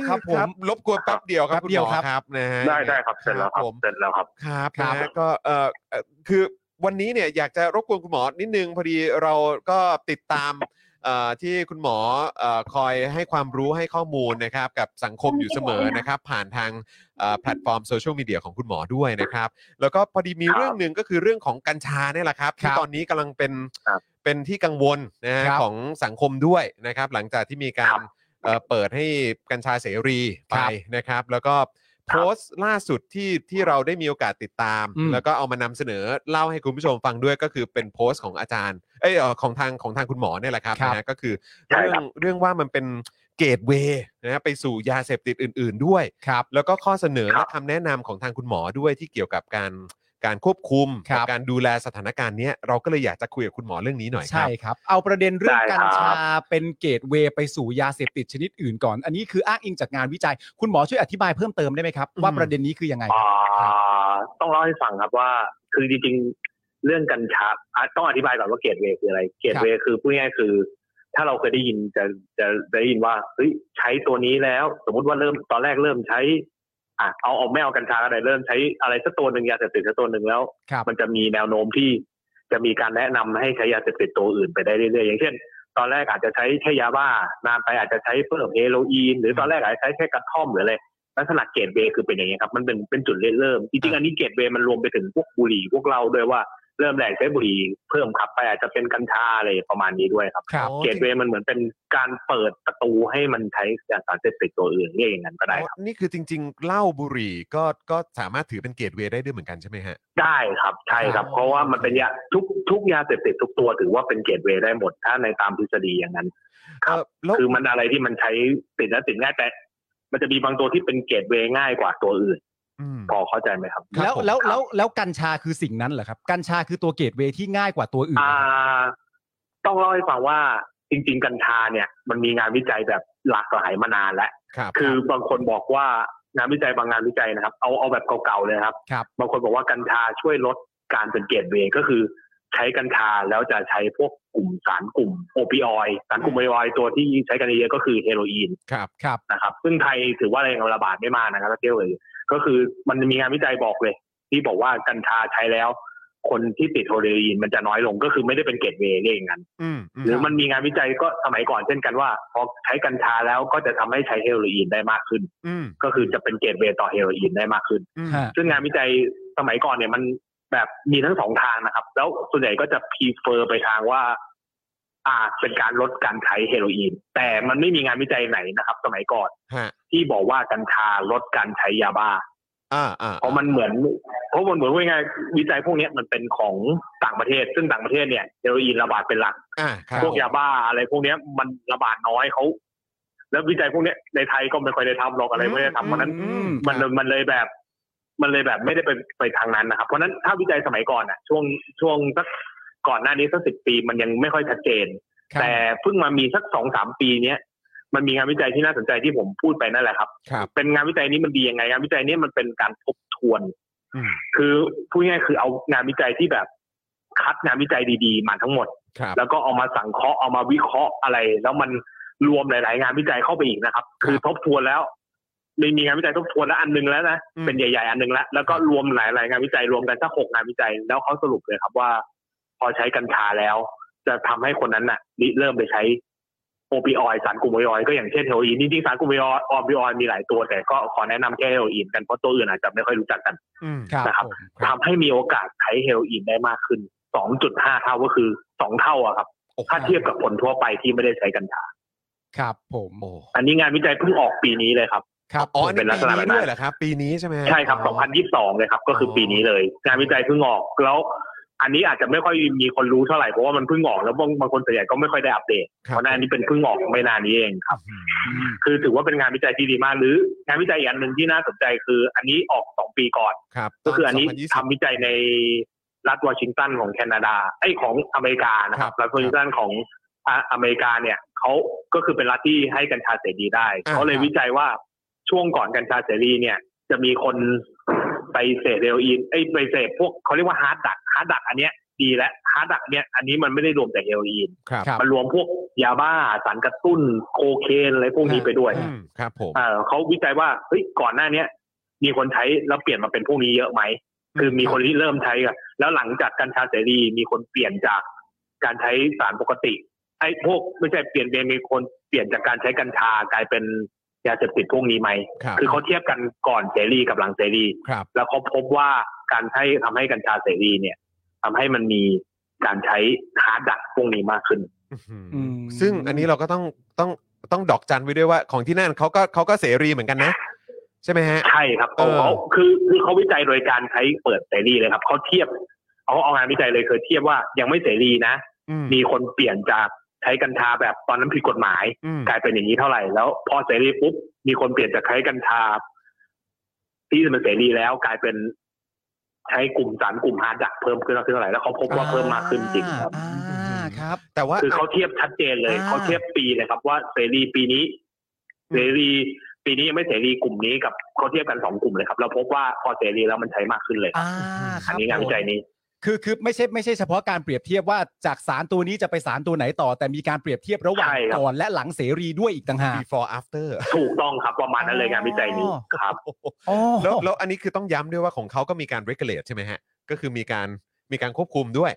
Speaker 4: ครับผม
Speaker 3: รบกวนแป๊บเดียวครับ
Speaker 4: แป๊
Speaker 3: คุณ
Speaker 4: บเดี
Speaker 3: ห
Speaker 4: ย
Speaker 3: ม
Speaker 4: ว
Speaker 3: อ
Speaker 4: ครับ
Speaker 3: ครับนะฮะ
Speaker 9: ได้ได้ครับ เสร็จแล้วครับ
Speaker 3: ผม
Speaker 9: เสร็จแล้วครับ
Speaker 3: ครับ
Speaker 4: ครับ
Speaker 3: นะก็เอ่อเอ่อคือวันนี้เนี่ยอยากจะรบกวนคุณหมอนิดนึง พอดีเราก็ติดตามเอ่อที่คุณหมอเอ่อคอยให้ความรู้ให้ข้อมูลนะครับ กับสังคมอยู่เสมอนะครับ ผ่านทางเอ่อแพลตฟอร์มโซเชียลมีเดียของคุณหมอด้วยนะครับ แล้วก็พอดีมี
Speaker 9: ครับ
Speaker 3: เรื่องหนึ่งก็คือเรื่องของกัญชาเนี่ยแหละครับที่
Speaker 4: ครับ
Speaker 3: ตอนนี้กำลังเป็น
Speaker 9: ครับ
Speaker 3: เป็นที่กังวลนะฮะ
Speaker 4: ครับ
Speaker 3: ของสังคมด้วยนะครับ หลังจากที่มีกา
Speaker 9: ค
Speaker 3: ร
Speaker 9: รับ
Speaker 3: เอ่อเปิดให้กัญชาเสรีไป
Speaker 4: ครับ
Speaker 3: นะครับ แล้วก็โพสต์ล่าสุดที่ที่เราได้มีโอกาสติดตาม
Speaker 4: อืม
Speaker 3: แล้วก็เอามานำเสนอเล่าให้คุณผู้ชมฟังด้วยก็คือเป็นโพสต์ของอาจารย์เอยเอ่อของทางของทางคุณหมอเนี่ยแหละครับ
Speaker 4: ครับ
Speaker 3: นะฮะก็คือ
Speaker 9: ใช่
Speaker 3: เรื่อ
Speaker 9: ครั
Speaker 3: ง
Speaker 9: บ
Speaker 3: เรื่องว่ามันเป็นเกตเวย์นะฮะไปสู่ยาเสพติดอื่น ๆด้วย
Speaker 4: ครับ
Speaker 3: แล้วก็ข้อเสนอ
Speaker 9: ครั
Speaker 3: และ
Speaker 9: บ
Speaker 3: คำแนะนำของทางคุณหมอด้วยที่เกี่ยวกับการการควบคุม
Speaker 4: ครับ
Speaker 3: กัการดูแลสถานการณ์เนี้ยเราก็เลยอยากจะคุยกับคุณหมอเรื่องนี้หน่อยค
Speaker 4: ใช่
Speaker 3: รับ
Speaker 4: ครับ เอาประเด็นเรื่อง
Speaker 9: ได้
Speaker 4: กัญ
Speaker 9: ครับ
Speaker 4: ชาเป็นเกตเวย์ไปสู่ยาเสพติดชนิดอื่นก่อน อันนี้คืออ้างอิงจากงานวิจัย คุณหมอช่วยอธิบายเพิ่มเติมได้ไหมครับ ว่าประเด็นนี้คือยังไงครับ
Speaker 9: อ่าต้องเล่าให้ฟังครับว่า คือจริงๆ เรื่องกัญชาอ่ะต้องอธิบายก่อนว่าเกตเวย์คืออะไร เกตเวย์คือพูดง่ายๆคือ ถ้าเราเคยได้ยินจะจะจะได้ยินว่าเฮ้ยใช้ตัวนี้แล้ว สมมติว่าเริ่มตอนแรกเริ่มใช้ อ่ะเอาเอาไม่เอากัญชาอะไรเริ่มใช้อะไรสักตัวหนึ่งยาเสพติดสักตัวหนึ่งแล้ว
Speaker 4: ครับ
Speaker 9: มันจะมีแนวโน้มที่จะมีการแนะนำให้ใช้ยาเสพติดตัวอื่นไปได้เรื่อยๆอย่างเช่น ตอนแรกอาจจะใช้แค่ยาบ้านานไปอาจจะใช้เพิ่มเฮโรอีนหรือตอนแรกอาจจะใช้แค่กระท่อมหรืออะไร ลักษณะเกตเวย์คือเป็นอย่างนี้ยครับ มันเป็นเป็นจุดเริ่มจริงๆอันนี้เกตเวย์มันรวมไปถึงพวกบุหรี่พวกเราด้วยว่าเริ่มแรกใช้บุหรี่เพิ่มขับไปอาจจะเป็นกัญชาอะไรประมาณนี้ด้วยครับ
Speaker 4: ครับ
Speaker 3: อ๋อ
Speaker 9: เกตเวย์มันเหมือนเป็นการเปิดประตูให้มันใช้ยาสารเสพติดตัวอื่นเรียกอย่างนั้นก็ได้ครับ
Speaker 3: อ๋อนี่คือจริงๆเหล้าบุหรี่ก็ก็สามารถถือเป็นเกตเวย์ได้ด้วยเหมือนกันใช่ไหมฮะ
Speaker 9: ได้ครับใช่ครับ
Speaker 3: อ๋อ
Speaker 9: เพราะว่ามันเป็นยาทุกทุกยาเสพติดทุกตัวถือว่าเป็นเกตเวย์ได้หมดถ้าในตามทฤษฎีอย่างนั้น ค
Speaker 3: เอ
Speaker 9: รับ
Speaker 3: อแล้ว
Speaker 9: คือมันอะไรที่มันใช้ติดและติดง่ายแต่ มันจะมีบางตัวที่เป็นเกตเวย์ง่ายกว่าตัวอื่น
Speaker 3: ม
Speaker 9: พอเข้าใจไหมครับ
Speaker 4: แล้วแล้ว
Speaker 9: ครับ
Speaker 4: แล้วแล้วกัญชาคือสิ่งนั้นเหรอครับ กัญชาคือตัวเกตเวย์ที่ง่ายกว่าตัวอื่น
Speaker 9: อ่
Speaker 4: เหรอครับ
Speaker 9: าต้องเล่าให้ฟังว่าจริง ๆ กัญชาเนี่ย มันมีงานวิจัยแบบหลากหลายมานานแล้ว
Speaker 3: ครับ
Speaker 9: คือบางคนบอกว่างานวิจัยบางงานวิจัยนะครับ เอาเอาแบบเก่าๆเลยนะครับ
Speaker 4: ครับ
Speaker 9: บางคนบอกว่ากัญชาช่วยลดการเป็นเกตเวย์ก็คือ ใช้กัญชาแล้วจะใช้พวกกลุ่มสารกลุ่มโอปิออยด์สารกลุ่มโอปิออยด์ตัวที่ใช้กันเยอะๆก็คือเฮโรอีน
Speaker 3: ครับ
Speaker 4: ครับ
Speaker 9: นะครับ ซึ่งไทยถือว่าเรายังระบาดไม่มากนะครับถ้าเทียบเลยก็คือมันมีงานวิจัยบอกเลย ที่บอกว่ากัญชาใช้แล้ว คนที่ติดเฮโรอีนมันจะน้อยลงก็คือไม่ได้เป็นเกตเวย์เรียกอย่างนั้น
Speaker 3: อืมอืม
Speaker 9: หรือมันมีงานวิจัยก็สมัยก่อนเช่นกันว่าพอใช้กัญชาแล้วก็จะทำให้ใช้เฮโรอีนได้มากขึ้น
Speaker 3: อืม
Speaker 9: ก็คือจะเป็นเกตเวย์ต่อเฮโรอีนได้มากขึ้น
Speaker 3: อืม
Speaker 4: ฮะ
Speaker 9: ซึ่งงานวิจัยสมัยก่อนเนี่ยมันแบบมีทั้งสองทางนะครับ แล้วส่วนใหญ่ก็จะพีเฟอร์ไปทางว่า อ่าเป็นการลดการใช้เฮโรอีน แต่มันไม่มีงานวิจัยไหนนะครับ สมัยก่อน
Speaker 3: ฮะ
Speaker 9: ที่บอกว่ากัญชาลดการใช้ยาบ้า
Speaker 3: อ่าอ่า
Speaker 9: เพราะมันเหมือนเพราะมันเหมือนว่าไงายๆวิจัยพวกเนี้ยมันเป็นของต่างประเทศ ซึ่งต่างประเทศเนี่ยเฮโรอีนระบาดเป็นหลัก
Speaker 3: อ่าครับ
Speaker 9: พวกยาบ้าอะไรพวกเนี้ยมันระบาดน้อยเขาแล้ววิจัยพวกเนี้ยในไทยก็ไม่ค่อยได้ทำหรอกอะไรไม่ได้ทำเพราะฉะนั้น
Speaker 3: อืม
Speaker 9: มันเลยมันเลยแบบ มันเลยแบบไม่ได้ไปไปทางนั้นนะครับ เพราะฉะนั้นถ้าวิจัยสมัยก่อนอ่ะ ช่วงช่วงสักก่อนหน้านี้สักสิบปีมันยังไม่ค่อยชัดเจน
Speaker 4: ครับ
Speaker 9: แต่เพิ่งมามีสักสองสามปีเนี้ยมันมีงานวิจัยที่น่าสนใจที่ผมพูดไปนั่นแหละครับ
Speaker 3: ครับ
Speaker 9: เป็นงานวิจัยนี้มันดียังไงงานวิจัยนี้มันเป็นการทบทวน
Speaker 3: อืม
Speaker 9: คือพูดง่ายๆคือเอางานวิจัยที่แบบ คัดงานวิจัยดีๆ มาทั้งหมด
Speaker 3: ครับ
Speaker 9: แล้วก็เอามาสังเคราะห์เอามาวิเคราะห์อะไร แล้วมันรวมหลาย ๆ งานวิจัยเข้าไปอีกนะครับ คือทบทวนแล้วไม่มีงานวิจัยทบทวนแล้วอันหนึงแล้วนะ
Speaker 3: อืม
Speaker 9: เป็นใหญ่ ๆ อันหนึงแล้วแล้วก็รวมหลาย ๆ งานวิจัยรวมกันสักหกงานวิจัยแล้วเขาสรุปเลยครับว่า พอใช้กัญชาแล้ว จะทำให้คนนั้นน่ะริเริ่มไปใช้โอปิออยด์สารกลุ่มโอปิออยด์ก็อย่างเช่นเฮโรอีนจริงๆสารกลุ่มโอปิออยด์โอปิออยด์มีหลายตัว แต่ก็ขอแนะนำแค่เฮโรอีนกันเพราะตัวอื่นอาจจะไม่ค่อยรู้จักกัน
Speaker 3: อืม
Speaker 4: ครับ
Speaker 9: นะครับ
Speaker 4: ผม
Speaker 9: ทำให้มีโอกาสใช้เฮโรอีนได้มากขึ้น 2.5 เท่าก็คือสองเท่าอะครับ
Speaker 3: โอ้โห
Speaker 9: ถ้าเทียบกับคนทั่วไปที่ไม่ได้ใช้กัญชา
Speaker 4: ครับผม
Speaker 3: โอ้
Speaker 9: อันนี้งานวิจัยเพิ่งออกปีนี้เลยครับ
Speaker 4: ครับ
Speaker 3: อ๋อ
Speaker 4: ผม
Speaker 3: อัน
Speaker 9: เป็
Speaker 3: นี้
Speaker 9: นลักษ
Speaker 3: ปี
Speaker 9: ณะ
Speaker 3: นี้
Speaker 9: แบบนั้น
Speaker 3: ด้วยเหรอครับ ปีนี้ใช่ไหมฮะ
Speaker 9: ใช่ครับ
Speaker 3: อ๋อ
Speaker 9: 2022 เลยครับ ก็คือปีนี้เลย งานวิจัยเพิ่งออก แล้ว อันนี้อาจจะไม่ค่อยมีคนรู้เท่าไหร่ เพราะว่ามันเพิ่งออก แล้วบางบางคนส่วนใหญ่ก็ไม่ค่อยได้อัปเดต
Speaker 3: ครับ
Speaker 9: เพราะหนาอันนี้เป็นเพิ่งออกไม่นานนี้เองครับ คือถือว่าเป็นงานวิจัยที่ดีมาก หรืองานวิจัยอีกอันหนึ่งที่น่าสนใจคือ อันนี้ออกสองปีก่อน
Speaker 3: ครับ
Speaker 9: ก็คืออันนี้
Speaker 3: 2020
Speaker 9: ทำวิจัยใน รัฐวอชิงตันของแคนาดาไอ้ยของอเมริกานะค
Speaker 3: ครั
Speaker 9: รั
Speaker 3: บบ
Speaker 9: รัฐวอชิงตันของอ่าอเมริกาเนี่ยเขาก็คือเป็นรัฐที่ให้กัญชาเสรีได้
Speaker 3: อ่า
Speaker 9: เขาเล
Speaker 3: ค
Speaker 9: ย
Speaker 3: รับ
Speaker 9: วิจัยว่าช่วงก่อนกัญชาเสรีเนี่ย จะมีคนไปเสพเฮโรอีนไอ้ยไปเสพพวกเขาเรียกว่าฮาร์ดดักฮาร์ดดักอันเนี้ยดีและฮาร์ดดักเนี่ยอันนี้มันไม่ได้รวมแต่เฮโรอีน
Speaker 3: ครับ
Speaker 4: ครับ
Speaker 9: มันรวมพวกยาบ้าสารกระตุ้นโคเคนอะไรพวกนี้ไปด้วย
Speaker 3: อืมครับผม
Speaker 9: เอ่อเขาวิจัยว่าเฮ้ยก่อนหน้าเนี้ย มีคนใช้แล้วเปลี่ยนมาเป็นพวกนี้เยอะไหม คือมีคนที่เริ่มใช้กันแล้วหลังจากกัญชาเสรีมีคนเปลี่ยนจากการใช้สารปกติไอ้พวกไม่ใช่เปลี่ยนเป็นมีคนเปลี่ยนจากการใช้กัญชากลายเป็นยาเสพติดพวกนี้ไหม
Speaker 3: ครับ
Speaker 9: คือเขาเทียบกันก่อนเสรีกับหลังเสรี
Speaker 3: ครับ
Speaker 9: แล้วเขาพบว่าการให้ทำให้กัญชาเสรีเนี่ยทำให้มันมีการใช้ฮาร์ดดักพวกนี้มากขึ้น
Speaker 1: อืม
Speaker 3: ซึ่งอันนี้เราก็ต้องต้องต้องดอกจันไว้ด้วยว่า ของที่นั่นเขาก็เขาก็เสรีเหมือนกันนะ ใช่ไหมฮะ
Speaker 9: ใช่ครับ
Speaker 3: เอ
Speaker 9: เขา
Speaker 3: อ
Speaker 9: เขาคือคือเขาวิจัยโดยการใช้เปิดเสรีเลยครับเขาเทียบเอาเอางานวิจัยเลยเคยเทียบว่ายังไม่เสรีนะ
Speaker 3: อืม
Speaker 9: มีคนเปลี่ยนจากใช้กัญชาแบบตอนนั้นผิดกฎหมาย
Speaker 3: อืม
Speaker 9: กลายเป็นอย่างนี้เท่าไหร่แล้วพอเสรีปุ๊บมีคนเปลี่ยนจากใช้กัญชา ที่มันเสรีแล้วกลายเป็นใช้กลุ่มสารกลุ่มฮาร์ดดักเพิ่มขึ้นเท่าไหร่แล้วเขาพบว่าเพิ่มมากขึ้นจริงครับ
Speaker 4: อ่าครับ
Speaker 3: แต่ว่า
Speaker 9: คือเขาเทียบชัดเจนเลย
Speaker 4: อ่า
Speaker 9: เขาเทียบปีเลยครับว่าเสรีปีนี้
Speaker 3: อืม
Speaker 9: เสรีปีนี้ยังไม่เสรีกลุ่มนี้กับเขาเทียบกันสองกลุ่มเลยครับเราพบว่าพอเสรีแล้วมันใช้มากขึ้นเลยครับ
Speaker 4: อ่าค
Speaker 9: อั
Speaker 4: รั
Speaker 9: น
Speaker 4: บ
Speaker 9: นี้งานวิจัยนี้
Speaker 4: คือคือไม่ใช่ไม่ใช่เฉพาะการเปรียบเทียบว่าจากสารตัวนี้จะไปสารตัวไหนต่อ แต่มีการเปรียบเทียบระหว่าง
Speaker 9: ใช่ครับ
Speaker 4: ก่อนและหลังเสรีด้วยอีกต่างหาก
Speaker 3: before after
Speaker 9: ถูกต้องครับประมาณนั้นเลยงานวิจัยนี้ครับ
Speaker 4: อ๋อ
Speaker 3: แล้วแล้วอันนี้คือต้องย้ำด้วยว่าของเขาก็มีการ regulate ใช่ไหมฮะ ก็คือมีการมีการควบคุมด้วย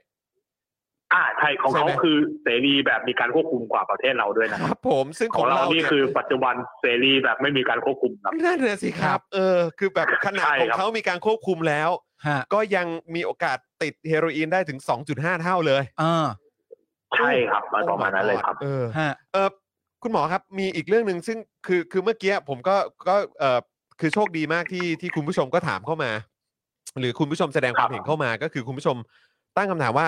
Speaker 9: อ่าใช่ของเขา
Speaker 3: ใช่ไหม
Speaker 9: คือเสรีแบบมีการควบคุมกว่าประเทศเราด้วยนะ
Speaker 3: ค
Speaker 9: ครั
Speaker 3: รั
Speaker 9: บบ
Speaker 3: ผมซึ่ง
Speaker 9: ข
Speaker 3: ข
Speaker 9: อ
Speaker 3: องง
Speaker 9: เรา
Speaker 3: เรา
Speaker 9: นี่
Speaker 3: เย
Speaker 9: คือปัจจุบันเสรีแบบไม่มีการควบคุมครับ
Speaker 3: นั่นนะสิครับ เออ คือแบบขนาด
Speaker 9: ใช่
Speaker 3: ของ
Speaker 9: ครับ
Speaker 3: เขามีการควบคุมแล้ว
Speaker 4: ฮะ
Speaker 3: ก็ยังมีโอกาสติดเฮโรอีนได้ถึง 2.5 เท่าเลย
Speaker 4: อ่า
Speaker 9: ใช่ครับประมาณนั้นเลยครับ
Speaker 3: เออ
Speaker 4: ฮะ
Speaker 3: เออคุณหมอครับมีอีกเรื่องหนึ่งซึ่งคือคือเมื่อกี้ผมก็ก็เออคือโชคดีมากที่ที่คุณผู้ชมก็ถามเข้ามา หรือคุณผู้ชมแสดงความ
Speaker 9: ครับ
Speaker 3: เห็นเข้ามาก็คือคุณผู้ชมตั้งคำถามว่า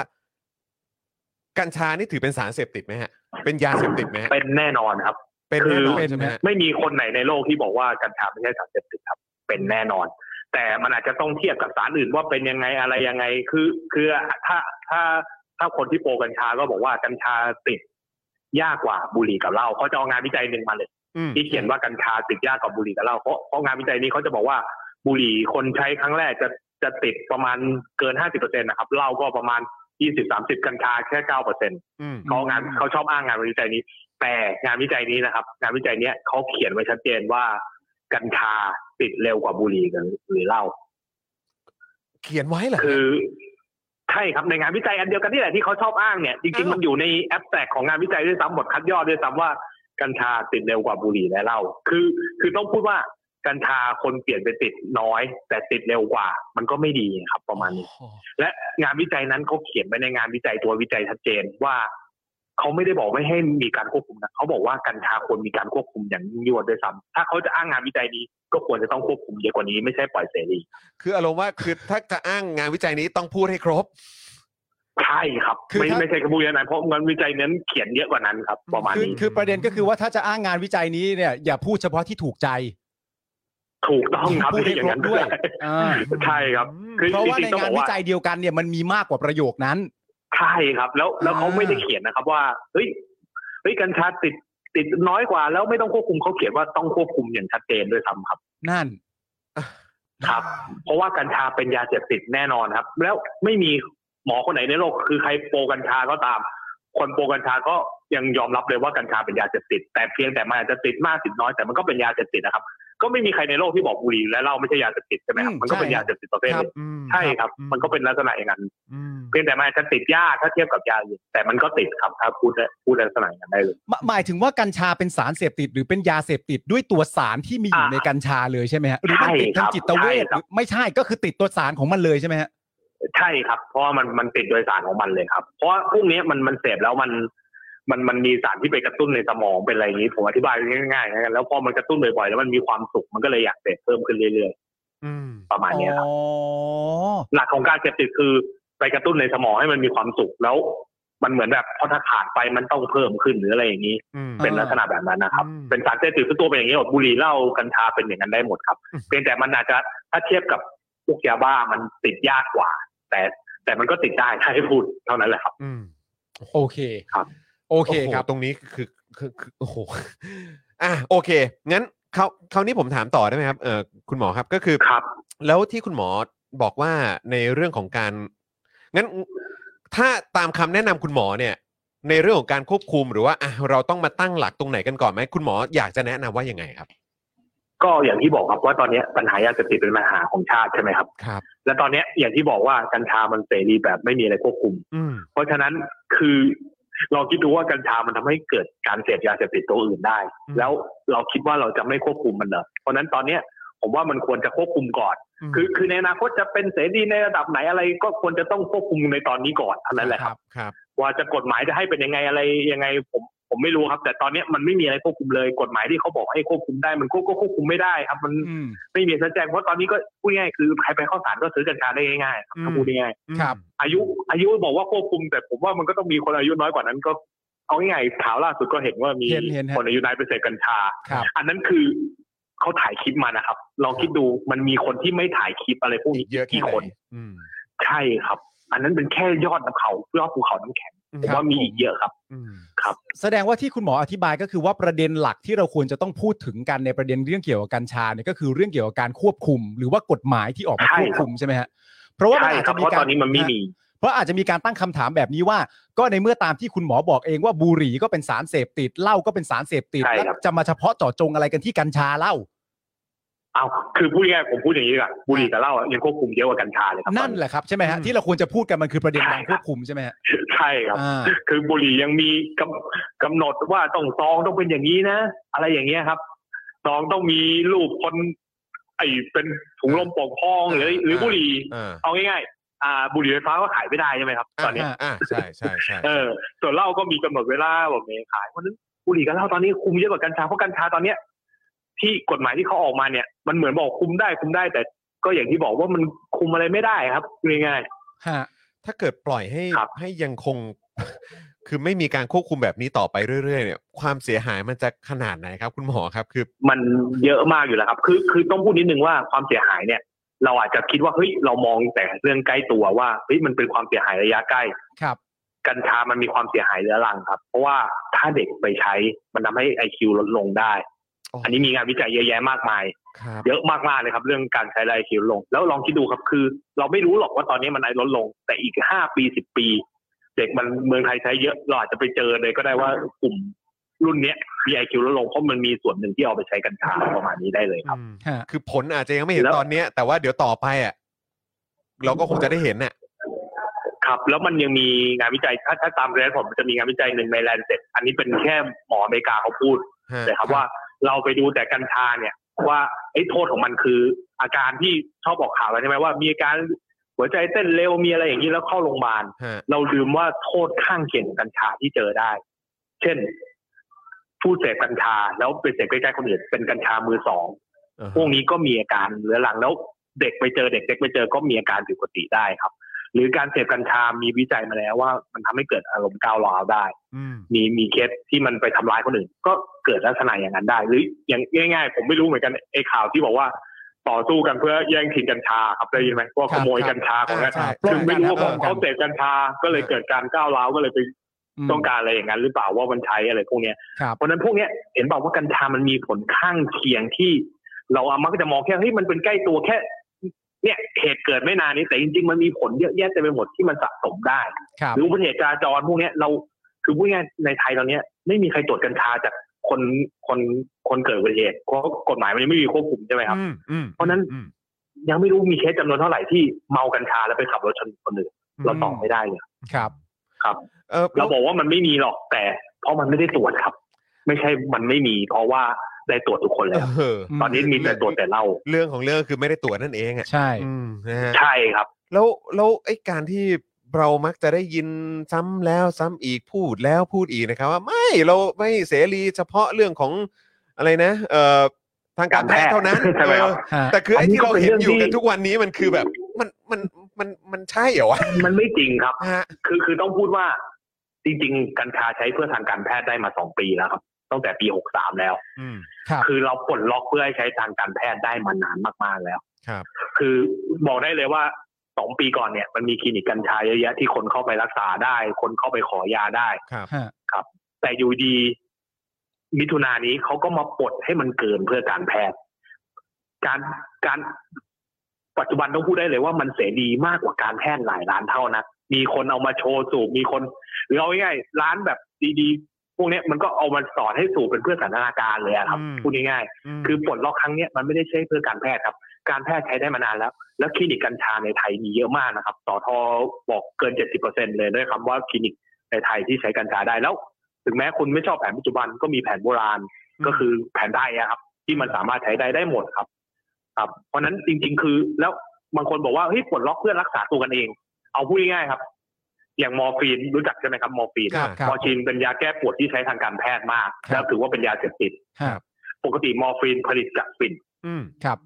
Speaker 3: กัญชานี่ถือเป็นสารเสพติดไหมฮะ เป็นยาเสพติดไหมฮะ
Speaker 9: เป็นแน่นอนครับ
Speaker 3: เป็นแน่นอน
Speaker 9: คือ
Speaker 3: ใช่ไหมฮะ
Speaker 9: ไม่มีคนไหนในโลกที่บอกว่ากัญชาไม่ใช่สารเสพติดครับ เป็นแน่นอน แต่มันอาจจะต้องเทียบกับสารอื่นว่าเป็นยังไงอะไรยังไงคือ คือถ้าถ้าถ้าคนที่โปรกัญชาก็บอกว่ากัญชาติดยากกว่าบุหรี่กับเหล้าเขาจะเอางานวิจัยหนึ่งมาเลย
Speaker 3: อืม
Speaker 9: ที่เขียนว่ากัญชาติดยากกว่าบุหรี่กับเหล้าเพราะเพราะงานวิจัยนี้เขาจะบอกว่าบุหรี่คนใช้ครั้งแรกจะจะติดประมาณเกินห้าสิบเปอร์เซ็นต์นะครับเหล้าก็ประมาณยี่สิบสามสิบกัญชาแค่เก้าเปอร์เซ็นต์
Speaker 3: อืม
Speaker 9: เขางานเขาชอบอ้างงานวิจัยนี้ แต่งานวิจัยนี้นะครับ งานวิจัยเนี้ยเขาเขียนไว้ชัดเจนว่า กัญชาติดเร็วกว่าบุหรี่กับหรือเหล้า
Speaker 3: เขียนไว้เหรอฮะ
Speaker 9: คือใช่ครับในงานวิจัยอันเดียวกันนี่แหละที่เขาชอบอ้างเนี่ยจริงๆ
Speaker 3: อ้าว
Speaker 9: มันอยู่ในแอปแตกของงานวิจัยด้วยซ้ำบทคัดย่อด้วยซ้ำว่ากัญชาติดเร็วกว่าบุหรี่และเหล้าคือคือต้องพูดว่ากัญชาคนเปลี่ยนไปติดน้อย แต่ติดเร็วกว่า มันก็ไม่ดีครับประมาณนี้ และงานวิจัยนั้นเขาเขียนไว้ในงานวิจัยตัววิจัยชัดเจนว่าเขาไม่ได้บอกไม่ให้มีการควบคุมนะเขาบอกว่ากัญชาควรมีการควบคุมอย่างยิ่งยวดด้วยซ้ำถ้าเขาจะอ้างงานวิจัยนี้ก็ควรจะต้องควบคุมเยอะกว่านี้ไม่ใช่ปล่อยเสรี
Speaker 3: คืออารมณ์ว่าคือถ้าจะอ้างงานวิจัยนี้ต้องพูดให้ครบ
Speaker 9: ใช่ครับ
Speaker 4: คือ
Speaker 9: ไม่
Speaker 4: ถ้า
Speaker 9: ไม่ใช่กระบวนการนั้นเพราะงานวิจัยนั้นเขียนเยอะกว่านั้นครับ ประมาณ
Speaker 4: คือ
Speaker 9: นี้
Speaker 4: คือประเด็นก็คือว่าถ้าจะอ้างงานวิจัยนี้เนี่ยอย่าพูดเฉพาะที่ถูกใจ
Speaker 9: ถูกต้องครับ
Speaker 4: พูดให้
Speaker 9: อย่า
Speaker 4: ค
Speaker 9: ง
Speaker 4: ร
Speaker 9: นั้
Speaker 4: บ
Speaker 9: น
Speaker 4: ด้
Speaker 9: ด้
Speaker 4: ว
Speaker 9: วย ย
Speaker 4: อ่า
Speaker 9: ใช่ครับคือ
Speaker 4: เพราะว่า
Speaker 9: จ
Speaker 4: ใน
Speaker 9: ริงๆต้อง
Speaker 4: งาน
Speaker 9: บอก
Speaker 4: วิ
Speaker 9: ว่า
Speaker 4: จัยเดียวกันเนี่ยมันมีมากกว่าประโยคนั้น
Speaker 9: ใช่ครับ แล้วแล้วเขา
Speaker 4: อ่า
Speaker 9: ไม่ได้เขียนนะครับว่าเฮ้ยเฮ้ยกัญชาติดติดน้อยกว่า แล้วไม่ต้องควบคุมเขาเขียนว่าต้องควบคุมอย่างชัดเจนด้วยซ้ำครับ
Speaker 4: นั่น
Speaker 9: ครับ เพราะว่ากัญชาเป็นยาเสพติดแน่นอนครับ แล้วไม่มีหมอคนไหนในโลกคือใครโปรกัญชาก็ตาม คนโปรกัญชาก็ยังยอมรับเลยว่ากัญชาเป็นยาเสพติด แต่เพียงแต่มันอาจจะติดมากติดน้อย แต่มันก็เป็นยาเสพติดนะครับ ก็ไม่มีใครในโลกที่บอกบุหรี่และเหล้าไม่ใช่ยาเสพติดใช่ไหมครับ
Speaker 4: อืม
Speaker 9: มันก็เป็น
Speaker 4: ใช่
Speaker 9: ยาเสพติดประเภทหนึ่ง
Speaker 3: อืม
Speaker 9: ใช่ครับ
Speaker 3: อื
Speaker 9: มันก็เป็นลักษณะอย่างนั้น
Speaker 3: อืม
Speaker 9: เพียงแต่มันอาจจะติดยากถ้าเทียบกับยาอื่นแต่มันก็ติดครับถ้าพูดได้พูดในลักษณะอย่างนั้นได้เลย
Speaker 4: หมหมายถึงว่ากัญชาเป็นสารเสพติด หรือเป็นยาเสพติดด้วยตัวสารที่มีอยู่
Speaker 9: อ่า
Speaker 4: ในกัญชาเลยใช่ไหมฮะหรือมันติด
Speaker 9: ใช่ค
Speaker 4: ทา
Speaker 9: รั
Speaker 4: ง
Speaker 9: บ
Speaker 4: จิตเวช
Speaker 9: ใช่
Speaker 4: ห
Speaker 9: ครั
Speaker 4: รื
Speaker 9: บ
Speaker 4: อไม่ใช่ก็คือติดตัวสารของมันเลยใช่ไหมฮะ
Speaker 9: ใช่ครับ เพราะว่ามันมันติดโดยสารของมันเลยครับ เพราะว่าพวกนี้มันมันเสพแล้วมันมันมันมีสารที่ไปกระตุ้นในสมองเป็นอะไรอย่างนี้ ผมอธิบายง่ายๆนะครับแล้วพอมันกระตุ้นบ่อยๆแล้วมันมีความสุขมันก็เลยอยากเสพเพิ่มขึ้นเรื่อย
Speaker 3: อืม
Speaker 9: ๆ ประมาณเนี้ยครับ
Speaker 4: อ๋อ
Speaker 9: หลักของการเสพติดคือไปกระตุ้นในสมองให้มันมีความสุขแล้ว มันเหมือนแบบพอถ้าขาดไปมันต้องเพิ่มขึ้นหรืออะไรอย่างนี้
Speaker 3: อืม
Speaker 9: เป็นลักษณะแบบนั้นนะครับ
Speaker 3: อืม
Speaker 9: เป็นสารเสพติดคือตัวเป็นอย่างนี้หมดบุหรี่เหล้ากัญชาเป็นอย่างนั้นได้หมดครับ เพียงแต่มันอาจจะถ้าเทียบกับพวกยาบ้ามันติดยากกว่า แต่ แต่มันก็ติดได้ถ้าให้พูดเท่านั้นแหละครับ
Speaker 3: อืม
Speaker 4: โอเค
Speaker 9: ครับ
Speaker 4: โอเค
Speaker 3: โโห
Speaker 4: ครับ
Speaker 3: ตรงนี้คือคือคือโอ้โห อ่ะโอเค งั้นเขาเขาวนี้ผมถามต่อได้ไหมครับเออคุณหมอครับก็คือ
Speaker 9: ครับ
Speaker 3: แล้วที่คุณหมอบอกว่าในเรื่องของการ งั้นถ้าตามคำแนะนำคุณหมอเนี่ย ในเรื่องของการควบคุมหรือว่าอ่ะเราต้องมาตั้งหลักตรงไหนกันก่อนไหมคุณหมออยากจะแนะนำว่ายังไงครับ
Speaker 9: ก็อย่างที่บอกครับว่าตอนเนี้ยปัญหายาเสพติดเป็นปัญหาของชาติใช่ไหมครับ
Speaker 3: ครับ
Speaker 9: และตอนเนี้ยอย่างที่บอกว่ากัญชามันเสรีแบบไม่มีอะไรควบคุม
Speaker 3: อืม
Speaker 9: เพราะฉะนั้นคือลองคิดดูว่ากัญชามันทำให้เกิดการเสพยาเสพติดตัวอื่นได้
Speaker 3: อืม
Speaker 9: แล้วเราคิดว่าเราจะไม่ควบคุมมันเหรอเพราะฉะนั้นตอนเนี้ยผมว่ามันควรจะควบคุมก่อน
Speaker 3: ม
Speaker 9: คือคือในอนาคตจะเป็นเสรีในระดับไหนอะไรก็ควรจะต้องควบคุมในตอนนี้ก่อนเท่านั้นแหละครับ
Speaker 3: ครับ
Speaker 9: ว่าจะกฎหมายจะให้เป็นยังไงอะไรยังไงผมผมไม่รู้ครับ แต่ตอนเนี้ยมันไม่มีอะไรควบคุมเลย กฎหมายที่เขาบอกให้ควบคุมได้มันก็ก็ควบคุมไม่ได้ครับ มัน
Speaker 4: อืม
Speaker 9: ไม่มีชัดแจงเพราะตอนนี้ก็พูดง่ายๆคือใครไปเข้าสารก็ซื้อกัญชาได้ง่ายๆครับถ้าพูดง่าย
Speaker 3: อืม
Speaker 4: ครับ
Speaker 9: ๆอายุอายุบอกว่าควบคุม แต่ผมว่ามันก็ต้องมีคนอายุน้อยกว่านั้นก็เอาง่ายๆข่าวล่าสุดก็เห็นว่ามี
Speaker 4: เห็นเห็นฮะ
Speaker 9: คนอายุน้อยไปเสพกัญชา
Speaker 4: ครับ
Speaker 9: อันนั้นคือเขาถ่ายคลิปมานะครับลองคิดดูมันมีคนที่ไม่ถ่ายคลิปอะไรพวก
Speaker 3: อี
Speaker 9: นี้
Speaker 3: กเยอะแค่
Speaker 9: กี่
Speaker 3: ไหน
Speaker 9: คน
Speaker 3: อืม
Speaker 9: ใช่ครับ อันนั้นเป็นแค่ยอดน้ำเขายอดภูเขาน้ำแข็งผ
Speaker 4: ค
Speaker 9: ม
Speaker 4: รับ
Speaker 9: ว่ามี
Speaker 4: ผม
Speaker 9: อีกเยอะครับ
Speaker 3: อืม
Speaker 4: แสดงว่าที่คุณหมออธิบายก็คือว่าประเด็นหลักที่เราควรจะต้องพูดถึงกันในประเด็นเรื่องเกี่ยวกับกัญชาเนี่ยก็คือเรื่องเกี่ยวกับการควบคุม หรือว่ากฎหมายที่ออกมา
Speaker 9: ใช่
Speaker 4: ควบ
Speaker 9: ครับ
Speaker 4: คุมใช่ไหมฮะเพราะว่ามัน
Speaker 9: ใช่
Speaker 4: อาจ
Speaker 9: ครั
Speaker 4: จะ
Speaker 9: บ
Speaker 4: มี
Speaker 9: เพราะ
Speaker 4: การ
Speaker 9: ตอนนี้มันไม่มี
Speaker 4: เพราะอาจจะมีการตั้งคำถามแบบนี้ว่า ก็ในเมื่อตามที่คุณหมอบอกเองว่าบุหรี่ก็เป็นสารเสพติดเหล้าก็เป็นสารเสพติด
Speaker 9: ใช่
Speaker 4: แล้ว
Speaker 9: ครับ
Speaker 4: จะมาเฉพาะเจาะจงอะไรกันที่กัญชาเล่า
Speaker 9: เอาคือพูดง่ายๆผมพูดอย่างนี้ดีกว่าบุหรี่กับเหล้าอะยังควบคุมเยอะกว่ากัญชาเลยครับ
Speaker 4: นั่นแหละครับใช่ไหมฮะ
Speaker 3: อืม
Speaker 4: ที่เราควรจะพูดกันมันคือประเด็นการควบคุมใช่ไหมฮะ
Speaker 9: ใช่ครับ
Speaker 4: อ่า
Speaker 9: คือบุหรี่ยังมีกำกำหนดว่าต้องซองต้องเป็นอย่างนี้นะ อะไรอย่างเงี้ยครับซองต้องมีรูปคน ไอเป็นถุงลมโปกพองหรือหรือบุหรี่
Speaker 3: อ่า
Speaker 9: เอาง่ายๆ อ่า บุหรี่ไฟฟ้าก็ขายไม่ได้ใช่ไหมครับ ตอนเนี้ย
Speaker 4: อ่า
Speaker 3: อ่าใช่ใช่ใช่
Speaker 9: เออ ส่วนเหล้าก็มีกำหนดเวลาบอกเมย์ขาย เพราะฉะนั้นบุหรี่กับเหล้าตอนนี้คุมเยอะกว่ากัญชา เพราะกัญชาตอนเนี้ยที่กฎหมายที่เขาออกมาเนี่ย มันเหมือนบอกคุมได้คุมได้ แต่ก็อย่างที่บอกว่ามันคุมอะไรไม่ได้ครับง่าย
Speaker 4: ฮะ
Speaker 3: ถ้าเกิดปล่อยให้
Speaker 9: ครับ
Speaker 3: ให้ยังคง คือไม่มีการควบคุมแบบนี้ต่อไปเรื่อยๆเนี่ยความเสียหายมันจะขนาดไหนครับ คุณหมอครับ คือ
Speaker 9: ๆ มันเยอะมากอยู่แล้วครับ คือคือต้องพูดนิดนึงว่าความเสียหายเนี่ย เราอาจจะคิดว่าเฮ้ยเรามองแต่เรื่องใกล้ตัวว่าเฮ้ยมันเป็นความเสียหายระยะใกล้
Speaker 4: ครับ
Speaker 9: กัญชามันมีความเสียหายเรื้อรังครับ เพราะว่าถ้าเด็กไปใช้มันทำให้ไอคิวลดลงได้
Speaker 3: อ๋ออั
Speaker 9: อันนี้มีงานวิจัยเยอะแยะมากมาย
Speaker 3: ครับ
Speaker 9: เยอะมากๆเลยครับ เรื่องการใช้ไอคิวลง แล้วลองคิดดูครับคือ เราไม่รู้หรอกว่าตอนนี้มันไอลดลง แต่อีกห้าปีสิบปี เด็กมันเมืองไทยใช้เยอะเราอาจจะไปเจอเลยก็ได้ว่ากลุ่มรุ่นเนี้ยมีไอคิวลดลงเพราะมันมีส่วนหนึ่งที่เอาไปใช้กัญชาประมาณนี้ได้เลยครับ
Speaker 3: อืม
Speaker 4: ฮะ
Speaker 3: คือผลอาจจะยังไม่เห็น
Speaker 9: แล้ว
Speaker 3: ตอนเนี้ย แต่ว่าเดี๋ยวต่อไปอ่ะเราก็คงจะได้เห็นน่ะ
Speaker 9: ครับ แล้วมันยังมีงานวิจัยถ้าถ้าตามเรสผมจะมีงานวิจัยหนึ่งในแลนเซ็ตอันนี้เป็นแค่หมออเมริกาเขาพูด
Speaker 3: ฮะ
Speaker 9: เลยครับว่าเราไปดูแต่กัญชาเนี่ย ว่าไอ้โทษของมันคืออาการที่ชอบออกข่าวกันใช่ไหมว่ามีอาการหัวใจเต้นเร็วมีอะไรอย่างนี้แล้วเข้าโรงพยาบาล
Speaker 3: ฮะ
Speaker 9: เราลืมว่าโทษข้างเคียงของกัญชาที่เจอได้ เช่น ผู้เสพกัญชาแล้วไปเสพใกล้ๆคนอื่นเป็นกัญชามือสอง
Speaker 3: อ่าฮะ
Speaker 9: พวกนี้ก็มีอาการเรื้อรังแล้วเด็กไปเจอเด็กเด็กไปเจอก็มีอาการผิดปกติได้ครับ หรือการเสพกัญชามีวิจัยมาแล้วว่า มันทำให้เกิดอารมณ์ก้าวร้าวได้
Speaker 3: อืม
Speaker 9: มีมีเคสที่มันไปทำร้ายคนอื่น ก็เกิดลักษณะอย่างนั้นได้ หรืออย่างง่าย ๆ ผมไม่รู้เหมือนกันไอ้ข่าวที่บอกว่าต่อสู้กันเพื่อแย่งชิงกัญชาครับได้ยินไหมว่าขโมยกัญชาของ
Speaker 3: อ่า
Speaker 9: นั้น
Speaker 3: ใช่
Speaker 4: ปล้น
Speaker 9: คือ
Speaker 4: กั
Speaker 9: ไม่
Speaker 4: น
Speaker 9: รู้
Speaker 4: นะ
Speaker 9: ว่า
Speaker 4: ปล้นกัน
Speaker 9: เขาเขาเสพกัญชาก็เลยเกิดการก้าวร้าวก็เลยไป
Speaker 4: อืม
Speaker 9: ต้องการอะไรอย่างนั้น หรือเปล่าว่ามันใช้อะไรพวกเนี้ย
Speaker 4: ครับ
Speaker 9: เพราะฉะนั้นพวกเนี้ยเห็นบอกว่ากัญชามันมีผลข้างเคียงที่ เราอะมักจะมองแค่เฮ้ยมันเป็นใกล้ตัวแค่ เนี่ยเหตุเกิดไม่นานนี้แต่จริงๆมันมีผลเยอะแยะเต็มไปหมดที่มันสะสมได้
Speaker 4: ครับ
Speaker 9: หรืออุบัติเหตุจราจรพวกเนี้ยเราคือพูดง่ายๆในไทยตอนเนี้ยไม่มีใครตรวจกัญชาจากคนคนคนเกิดอุบัติเหตุเพราะกฎหมายมันยังไม่มีควบคุมใช่ไหมครับ
Speaker 3: อืมอืม
Speaker 9: เพราะฉะนั้น
Speaker 3: อืม
Speaker 9: ยังไม่รู้มีเคสจำนวนเท่าไหร่ที่เมากัญชาแล้วไปขับรถชนคนอื่น
Speaker 3: อืม
Speaker 9: เราตอบไม่ได้เลย
Speaker 4: ครับ
Speaker 9: ครับ
Speaker 3: เออ
Speaker 9: เราบอกว่ามันไม่มีหรอกแต่ เพราะมันไม่ได้ตรวจครับ ไม่ใช่มันไม่มี เพราะว่าได้ตรวจทุกคนแล้ว
Speaker 3: เออ
Speaker 4: อืม
Speaker 9: ตอนนี้มีแต่ตรวจแต่เหล่า
Speaker 3: เรื่องของเรื่องคือไม่ได้ตรวจนั่นเองอ่ะ
Speaker 4: ใช่
Speaker 3: อืมนะฮะ
Speaker 9: ใช่ครับ
Speaker 3: แล้วแล้วไอ้การที่เรามักจะได้ยินซ้ำแล้วซ้ำอีกพูดแล้วพูดอีกนะครับ ว่าไม่เราไม่เสรีเฉพาะเรื่องของอะไรนะ เอ่อทางการแพทย์เท่านั้น
Speaker 9: ใช่ไหมครับ
Speaker 3: เออ
Speaker 4: ฮะ
Speaker 3: แต่คือไอ้ที่เราเห็นอยู่กัน
Speaker 9: อันนี้ก็เป็นเรื่องที่
Speaker 3: ทุกวันนี้มันคือแบบ มันมันมันมันใช่เหรอวะ
Speaker 9: มันไม่จริงครับ
Speaker 3: ฮะ
Speaker 9: คือคือต้องพูดว่าจริงๆ กัญชาใช้เพื่อทางการแพทย์ได้มาสองปีแล้วครับ ตั้งแต่ปีหกสามแล้ว
Speaker 3: อืม
Speaker 4: ครับ
Speaker 9: คือเราปลดล็อกเพื่อให้ใช้ทางการแพทย์ได้มานานมากๆแล้ว
Speaker 3: ครับ
Speaker 9: คือบอกได้เลยว่า สองปีก่อนเนี่ยมันมีคลินิกกัญชาเยอะแยะที่คนเข้าไปรักษาได้ คนเข้าไปขอยาได้
Speaker 3: ครับ
Speaker 4: ฮะ
Speaker 9: แต่อยู่ดีมิถุนายนนี้เขาก็มาปลดให้มันเกินเพื่อการแพทย์ การการปัจจุบันต้องพูดได้เลยว่ามันเสรีมากกว่าการแพทย์หลายร้านเท่านะมีคนเอามาโชว์สูบมีคน หรือเอาง่ายๆร้านแบบดีๆ พวกเนี้ยมันก็เอามาสอนให้สูบเป็นเพื่อสันทนาการเลยอะครับ
Speaker 3: อืม
Speaker 9: พูดง่ายๆ
Speaker 3: ม
Speaker 9: คือปลดล็อกครั้งเนี้ยมันไม่ได้ใช้เพื่อการแพทย์ครับ การแพทย์ใช้ได้มานานแล้ว แล้วคลินิกกัญชาในไทยมีเยอะมากนะครับสอทอบอกเกิน 70%เลยด้วยคำว่าคลินิกในไทยที่ใช้กัญชาได้แล้ว ถึงแม้คุณไม่ชอบแผนปัจจุบันก็มีแผนโบราณก็คือแผนได้อะครับ ที่มันสามารถใช้ได้ได้หมดครับ ครับ เพราะฉะนั้นจริง ๆ คือ แล้วบางคนบอกว่าเฮ้ยปลดล็อกเพื่อรักษาตัวกันเอง เอาพูดง่ายๆครับ อย่างมอร์ฟีนรู้จักใช่ไหมครับมอร์ฟีน
Speaker 3: ครับ
Speaker 9: มอร์ฟีนเป็นยาแก้ปวดที่ใช้ทางการแพทย์มาก แล้วถือว่าเป็นยาเสพติด
Speaker 4: ฮะ
Speaker 9: ปกติมอร์ฟีนผลิตจากฝิ่น
Speaker 3: อืม
Speaker 4: ครับ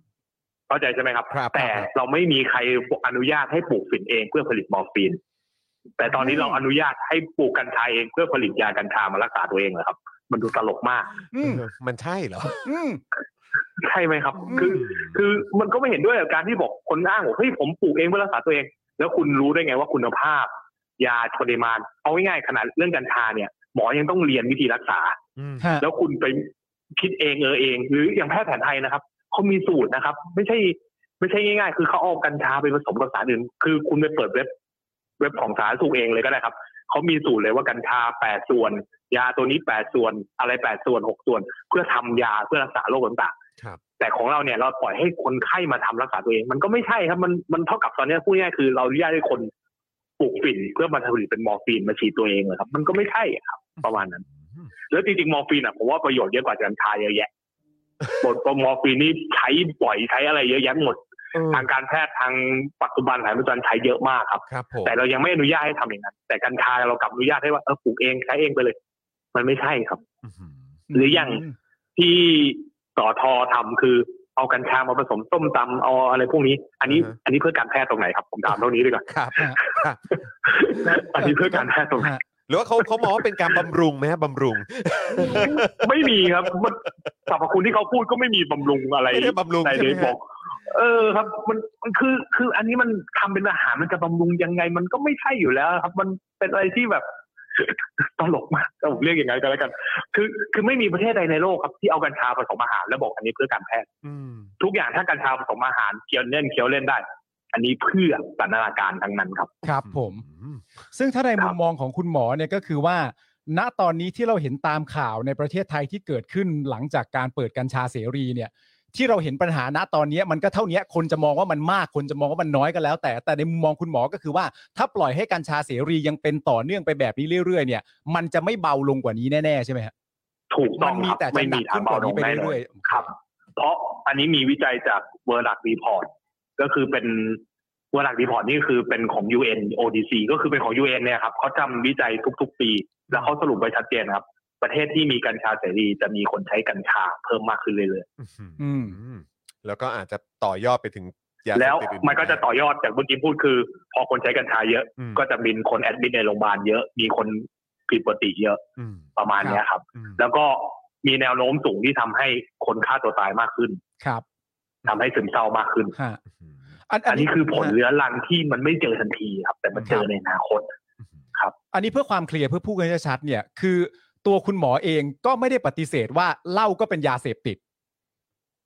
Speaker 9: เข้าใจใช่ไหมครับ
Speaker 3: ครับ
Speaker 9: แต่
Speaker 3: ครับ
Speaker 9: เราไม่มีใครอนุญาตให้ปลูกฝิ่นเองเพื่อผลิตมอร์ฟีน แต่ตอนนี้เราอนุญาตให้ปลูกกัญชาเองเพื่อผลิตยากัญชามารักษาตัวเองเหรอครับ มันดูตลกมาก
Speaker 4: อืม
Speaker 3: เออมันใช่เหรอ
Speaker 4: อืม
Speaker 9: ใช่ไหมครับ คือ คือมันก็ไม่เห็นด้วยกับการที่บอกคนอ้างว่าเฮ้ยผมปลูกเองเพื่อรักษาตัวเอง แล้วคุณรู้ได้ไงว่าคุณภาพ ยาปริมาณเอาง่ายๆขนาดเรื่องกัญชาเนี่ยหมอยังต้องเรียนวิธีรักษา
Speaker 3: อืม
Speaker 4: ฮะ
Speaker 9: แล้วคุณไปคิดเองเออเอง หรืออย่างแพทย์แผนไทยนะครับเขามีสูตรนะครับ ไม่ใช่ ไม่ใช่ง่ายๆ คือเขาเอากัญชาไปผสมกับสารอื่น คือคุณไปเปิดเว็บ เว็บของสาธารณสุขเองเลยก็ได้ครับเขามีสูตรเลยว่ากัญชาแปดส่วน ยาตัวนี้แปดส่วน อะไรแปดส่วนหกส่วน เพื่อทำยาเพื่อรักษาโรคต่าง
Speaker 3: ครับ
Speaker 9: ๆแต่ของเราเนี่ยเราปล่อยให้คนไข้มาทำรักษาตัวเอง มันก็ไม่ใช่ครับมันมันเท่ากับตอนเนี้ยพูดง่ายๆคือ เราอนุญาตให้คนปลูกฝิ่นเพื่อมาผลิตเป็นมอร์ฟีนมาฉีดตัวเองเลยครับ มันก็ไม่ใช่ครับ ประมาณนั้น แล้วจริงๆมอร์ฟีนอ่ะผมว่าประโยชน์เยอะกว่ากัญชาเยอะแยะบทมอร์ฟีนนี่ใช้บ่อยใช้อะไรเยอะแยะหมด
Speaker 3: เออ
Speaker 9: ทางการแพทย์ทางปัจจุบันแผนปัจจุบันใช้เยอะมากครับ
Speaker 3: ครับผม
Speaker 9: แต่เรายังไม่อนุญาตให้ทำอย่างนั้น แต่กัญชาเรากลับอนุญาตให้ว่าเออปลูกเองใช้เองไปเลย มันไม่ใช่ครับ
Speaker 3: อื้อหือ
Speaker 9: หรืออย่าง ที่สอทอทำคือเอากัญชามาผสมส้มตำเอาอะไรพวกนี้ อันนี้ อันนี้เพื่อการแพทย์ตรงไหนครับผมถามเท่านี้ดีกว่า
Speaker 3: ครับ
Speaker 4: ฮะ
Speaker 3: ครับ
Speaker 9: อันนี้เพื่อการแพทย์ตรงไหน
Speaker 4: ฮะ
Speaker 3: หรือว่าเขาเขามองว่าเป็นการบำรุงไหมฮะบำรุง
Speaker 9: ไม่มีครับมันสรรพคุณที่เขาพูดก็ไม่มีบำรุงอะไร
Speaker 3: ไม่ได้บำรุง
Speaker 9: ใน
Speaker 3: ใช่ไหม
Speaker 9: เด
Speaker 3: ฮะ
Speaker 9: บอก เออครับ มันมันคือคืออันนี้มันทำเป็นอาหารมันจะบำรุงยังไง มันก็ไม่ใช่อยู่แล้วครับ มันเป็นอะไรที่แบบ ตลกมากแต่ผมเรียกอย่างไงก็แล้วกัน คือคือไม่มีประเทศใดในโลกครับที่เอากัญชาผสมอาหารแล้วบอกอันนี้เพื่อการแพทย์
Speaker 3: อืม
Speaker 9: ทุกอย่างถ้ากัญชาผสมอาหารเคี้ยวเล่นเคี้ยวเล่นได้ อันนี้เพื่อสันทนาการทั้งนั้นครับ
Speaker 4: ครับผม
Speaker 3: อืม
Speaker 4: ซึ่งถ้าในมุ
Speaker 9: ครั
Speaker 4: ม
Speaker 9: บ
Speaker 4: มองของคุณหมอเนี่ยก็คือว่า ณตอนนี้ที่เราเห็นตามข่าวในประเทศไทยที่เกิดขึ้นหลังจากการเปิดกัญชาเสรีเนี่ย ที่เราเห็นปัญหาณตอนนี้มันก็เท่านี้คนจะมองว่ามันมากคนจะมองว่ามันน้อยก็แล้ว แต่แต่ในมุมมองคุณหมอก็คือว่า ถ้าปล่อยให้กัญชาเสรียังเป็นต่อเนื่องไปแบบนี้เรื่อยๆเนี่ย มันจะไม่เบาลงกว่านี้แน่ๆใช่ไหมฮะ
Speaker 9: ถูกต้
Speaker 4: มั
Speaker 9: อง
Speaker 4: มี
Speaker 9: ครับ
Speaker 4: แต่จะ
Speaker 9: ไม่
Speaker 4: หนั
Speaker 9: มี
Speaker 4: ก
Speaker 9: ทา
Speaker 4: ขึ้น
Speaker 9: งเบาก
Speaker 4: ว่า
Speaker 9: ล
Speaker 4: นี้
Speaker 9: ง
Speaker 4: ไป
Speaker 9: แน่นอน
Speaker 4: เรื่อยๆ
Speaker 9: ครับ เพราะอันนี้มีวิจัยจากเวอร์ลักรีพอร์ตก็คือเป็นเวอร์ลักรีพอร์ตนี่คือเป็นของ UN ODC ก็คือเป็นของ UN เนี่ยครับเขาทำวิจัยทุกๆ ปี แล้วเขาสรุปไว้ชัดเจนครับ ประเทศที่มีกัญชาเสรีจะมีคนใช้กัญชาเพิ่มมากขึ้นเรื่อย
Speaker 4: อืม
Speaker 3: อืมแล้วก็อาจจะต่อยอดไปถึงยา
Speaker 9: ๆ แล้ว
Speaker 3: เสพติดอื่ๆ
Speaker 9: มันก็จะต่อยอดจากเมื่อกี้พูดคือ พอคนใช้กัญชาเยอะ
Speaker 3: อืม
Speaker 9: ก็จะมีคนแอดมิดในโรงพยาบาลเยอะ มีคนผิดปกติเยอะ
Speaker 3: อืม
Speaker 9: ประมาณเนี้ยครับ
Speaker 3: อืม
Speaker 9: แล้วก็มีแนวโน้มสูงที่ทำให้คนฆ่าตัวตายมากขึ้น
Speaker 4: ครับ
Speaker 9: ทำให้ซึมเศร้ามากขึ้น
Speaker 4: ฮะ
Speaker 3: อืม
Speaker 9: อันนี้คือผล
Speaker 4: ฮะ
Speaker 9: เรื้อรังที่มันไม่เจอทันทีครับ แต่มันเจ
Speaker 4: ค
Speaker 9: อ
Speaker 4: รับ
Speaker 9: ในอนาคต
Speaker 4: อันนี้เพื่อความเคลียร์เพื่อพูดกันชัดๆเนี่ย คือตัวคุณหมอเองก็ไม่ได้ปฏิเสธว่าเหล้าก็เป็นยาเสพติด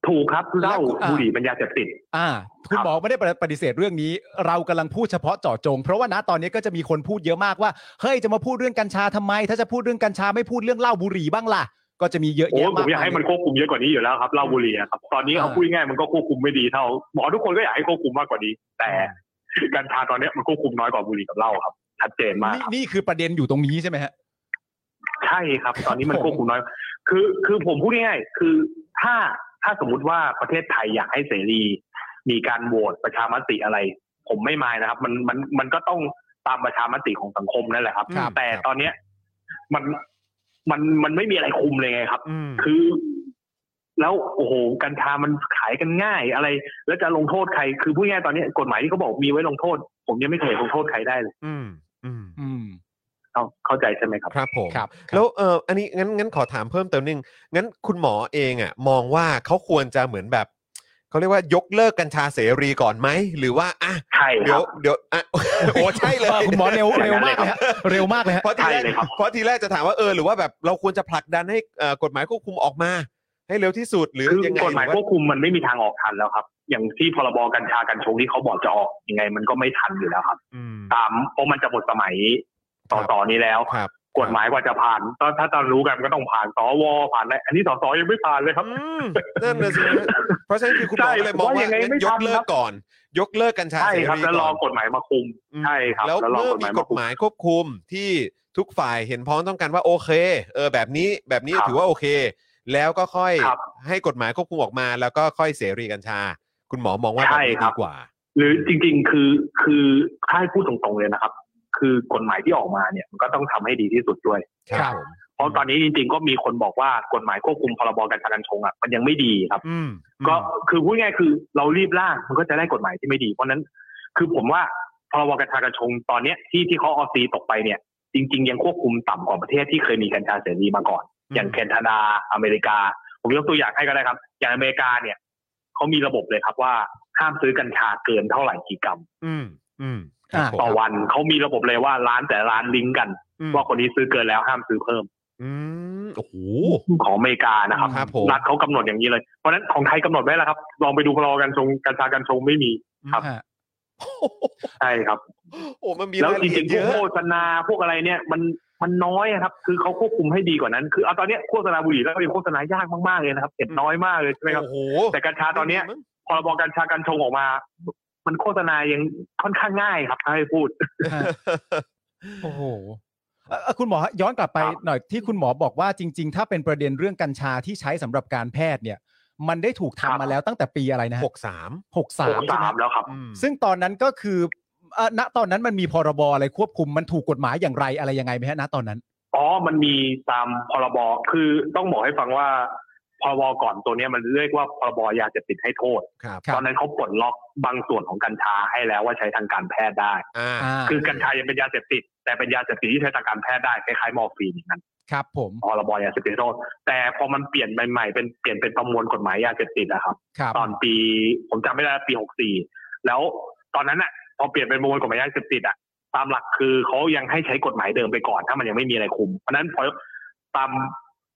Speaker 9: ถูกครับเหล้า
Speaker 4: แล้วอ่า
Speaker 9: บุหรี่เป็นยาเสพติด
Speaker 4: อ่า คุณ
Speaker 9: ครับ
Speaker 4: หมอไม่ได้ปฏิเสธเรื่องนี้ เรากำลังพูดเฉพาะเจาะจง เพราะว่าณตอนนี้ก็จะมีคนพูดเยอะมากว่าเฮ้ยจะมาพูดเรื่องกัญชาทำไม ถ้าจะพูดเรื่องกัญชาไม่พูดเรื่องเหล้าบุหรี่บ้างล่ะ ก็จะมีเยอะ
Speaker 9: โอ้ผม
Speaker 4: แยะาก
Speaker 9: มอยากให้มัน
Speaker 4: เล
Speaker 9: ควบคุมเยอะกว่านี้อยู่แล้วครับเหล้าบุหรี่อะครับ ตอนนี้เอา
Speaker 4: อ่า
Speaker 9: พูดง่ายๆมันก็ควบคุมไม่ดีเท่าหมอทุกคนก็อยากให้ควบคุมมากกว่านี้ แต่ กัญชาตอนเนี้ยมันควบคุมน้อยกว่าบุหรี่กับเหล้าครับชัดเจนมาก
Speaker 4: นี่
Speaker 9: ครับ
Speaker 4: นี่คือประเด็นอยู่ตรงนี้ใช่ไหมฮะ
Speaker 9: ใช่ครับ ตอนนี้มัน
Speaker 4: ผม
Speaker 9: ควบคุมน้อย คือคือผมพูดง่ายๆคือถ้าถ้าสมมติว่าประเทศไทยอยากให้เสรี มีการโหวตประชามติอะไร ผมไม่มายนะครับ มันมันมันก็ต้องตามประชามติของสังคมนั่นแหละครับ
Speaker 4: ครับ
Speaker 9: แต่ตอนเนี้ยมันมันมันไม่มีอะไรคุมเลยไงครับ
Speaker 3: อืม
Speaker 9: คือ แล้วโอ้โหกัญชามันขายกันง่ายอะไร แล้วจะลงโทษใคร คือพูดง่ายๆตอนนี้กฎหมายที่เขาบอกมีไว้ลงโทษ ผมยังไม่เคยลงโทษใครได้เลย
Speaker 3: อืมอืม
Speaker 4: อืม
Speaker 9: เอาเข้าใจใช่ไหมครับ
Speaker 3: ครับผม
Speaker 4: ครับครับ
Speaker 3: แล้วเอออันนี้งั้นงั้นขอถามเพิ่มเติมนึงงั้นคุณหมอเองอ่ะ มองว่าเขาควรจะเหมือนแบบ เขาเรียกว่ายกเลิกกัญชาเสรีก่อนไหม หรือว่าอ่ะ
Speaker 9: ใช่ค
Speaker 3: เดี๋ย
Speaker 9: รั
Speaker 3: ว
Speaker 9: บ
Speaker 3: เดี๋ยวอ่ะโอ้ ใช่เลย
Speaker 4: คุณหมอเร็วเร็วมากเลยฮะเร็วมากเลยฮะ
Speaker 3: เพราะทีแรก
Speaker 9: ใช่เลยครับ
Speaker 3: เพราะทีแรกจะถามว่าเออหรือว่าแบบเราควรจะผลักดันให้เอ่อกฎหมายควบคุมออกมา ให้เร็วที่สุดหรือ
Speaker 9: คือ
Speaker 3: ยังไง
Speaker 9: กฎหมาย
Speaker 3: รือ
Speaker 9: ควบคุมมันไม่มีทางออกทันแล้วครับ อย่างที่พรบกัญชากัญชงที่เขาบอกจะออกยังไง มันก็ไม่ทันอยู่แล้วครับ
Speaker 3: อืม
Speaker 9: ตามเพราะมันจะหมดสมัย
Speaker 3: ครั
Speaker 9: ส
Speaker 3: บ
Speaker 9: สนี้แล้ว
Speaker 3: ครับ
Speaker 9: กฎหมายกว่าจะผ่านถ้าถ้าตอนรู้กันก็ต้องผ่านสวผ่านอะไรอันนี้สสยังไม่ผ่านเลยครับ
Speaker 3: อืมนั่นเลยสิฮะเพราะฉะนั้นคือคุณหมอ
Speaker 9: ใช่
Speaker 3: ก็เลยมอง
Speaker 9: ว่า
Speaker 3: ว่า
Speaker 9: ยังไงไม่
Speaker 3: ยก
Speaker 9: ทัน
Speaker 3: เลิ
Speaker 9: ครั
Speaker 3: ก
Speaker 9: บ
Speaker 3: ก่อน ยกเลิกกัญชา
Speaker 9: ใช่
Speaker 3: เส
Speaker 9: ครับ
Speaker 3: รี
Speaker 9: แล้วร
Speaker 3: ก่
Speaker 9: อ
Speaker 3: อน
Speaker 9: กฎหมายมาคุม
Speaker 3: อืม
Speaker 9: ใช่ครับ
Speaker 3: แล้ว
Speaker 9: แล้วรอ
Speaker 3: เมื่อก
Speaker 9: ฎ
Speaker 3: มีกฎ
Speaker 9: หมายมาคุม
Speaker 3: หมายควบคุมที่ทุกฝ่ายเห็นพ้องต้องกันว่าโอเค เออแบบนี้แบบนี้
Speaker 9: ครับ
Speaker 3: ถือว่าโอเค แล้วก็ค่อย
Speaker 9: ครับ
Speaker 3: ให้กฎหมายควบคุมออกมา แล้วก็ค่อยเสรีกัญชา คุณหมอมองว่าแบบนี้ดีกว่า
Speaker 9: หรือจริงๆ คือคือถ้าให้พูดตรงๆเลยนะครับ คือกฎหมายที่ออกมาเนี่ยมันก็ต้องทำให้ดีที่สุดด้วย
Speaker 4: ครับ
Speaker 3: ผม
Speaker 9: เพราะตอนนี้จริงๆ ก็มีคนบอกว่ากฎหมายควบคุมพรบกัญชากัญชงอ่ะมันยังไม่ดีครับ
Speaker 3: อืม
Speaker 9: ก็คือพูดง่ายๆคือเรารีบล่างมันก็จะได้กฎหมายที่ไม่ดี เพราะฉะนั้นคือผมว่าพรบกัญชากัญชงตอนเนี้ยที่ที่เขาเอาซีตกไปเนี่ย จริง ๆ ยังควบคุมต่ำกว่าประเทศที่เคยมีกัญชาเสรีมาก่อน อย่างแคนาดาอเมริกา ผมยกตัวอย่างให้ก็ได้ครับ อย่างอเมริกาเนี่ยเขามีระบบเลยครับว่าห้ามซื้อกัญชาเกินเท่าไหร่กี่กรัม
Speaker 3: อืมอืม
Speaker 4: อ่า
Speaker 3: ครับผม
Speaker 9: ต่อวันเขามีระบบเลยว่าร้านแต่ร้านลิงก์กัน
Speaker 3: อืม
Speaker 9: ว่าคนนี้ซื้อเกินแล้วห้ามซื้อเพิ่ม
Speaker 3: อืมโอ้โห
Speaker 9: ของอเมริกานะครับ
Speaker 3: ครับผม
Speaker 9: รัฐเขากำหนดอย่างนี้เลยเพราะฉะนั้นของไทยกำหนดไว้แล้วครับลองไปดูพรบกัญชงกัญชากัญชงไม่มี ครับ
Speaker 4: ฮะ
Speaker 9: ใช่ครับ
Speaker 3: โอ้มันมี
Speaker 9: แล้ว
Speaker 3: ราย
Speaker 9: จ
Speaker 3: ละเอีย
Speaker 9: ริ
Speaker 3: ด
Speaker 9: งๆพ
Speaker 3: เยวอะ
Speaker 9: กโฆษณาพวกอะไรเนี่ยมันมันน้อยอะครับ คือเขาควบคุมให้ดีกว่านั้น คือเอาตอนเนี้ยโฆษณาบุหรี่แล้วก็เป็นโฆษณายากมากๆเลยนะครับเห็นน้อยมากเลยใช่ไหมครับ
Speaker 3: โอ้โห
Speaker 9: แต่กัญชาตอนเนี้ยพรบกัญชากัญชงออกมา มันโฆษณายังค่อนข้างง่ายครับถ้าให้พูด
Speaker 4: ฮะโอ้โหเอ่อเอ่อคุณหมอฮะย้อนกลับไป
Speaker 9: ครับ
Speaker 4: หน่อยที่คุณหมอบอกว่าจริง ๆ ถ้าเป็นประเด็นเรื่องกัญชาที่ใช้สำหรับการแพทย์เนี่ย มันได้ถูกทำมาแล้วตั้งแต่ปีอะไรนะฮะ
Speaker 3: หกสาม
Speaker 4: หกสาม
Speaker 9: หก
Speaker 4: ใช่ไหม
Speaker 9: สาม
Speaker 4: ฮะ
Speaker 9: แล้วครับ
Speaker 4: ซึ่งตอนนั้นก็คือเอ่อณตอนนั้นมันมีพรบอะไรควบคุมมันถูกกฎหมายอย่างไรอะไรยังไงไหมฮะณตอนนั้น
Speaker 9: อ๋อ มันมีตามพรบ คือต้องบอกให้ฟังว่าพรบก่อนตัวเนี้ยมันเรียกว่าพรบยาเสพติดให้โทษ
Speaker 3: ครับ
Speaker 4: ครับ
Speaker 9: ตอนนั้นเขาปลดล็อกบางส่วนของกัญชาให้แล้วว่าใช้ทางการแพทย์ได้
Speaker 3: อ่า
Speaker 4: อ่า
Speaker 9: คือกัญชายังเป็นยาเสพติด แต่เป็นยาเสพติดที่ใช้ทางการแพทย์ได้คล้ายๆมอร์ฟีนอย่างนั้น
Speaker 4: ครับผม
Speaker 9: พรบยาเสพติดโทษแต่พอมันเปลี่ยนใหม่ๆเป็นเปลี่ยนเป็นประมวลกฎหมายยาเสพติดนะครับ
Speaker 4: ครับ
Speaker 9: ตอนปีผมจำไม่ได้ปีหกสี่แล้วตอนนั้นอ่ะพอเปลี่ยนเป็นประมวลกฎหมายยาเสพติดอ่ะตามหลักคือเขายังให้ใช้กฎหมายเดิมไปก่อน ถ้ามันยังไม่มีอะไรคุม เพราะฉะนั้นพอตาม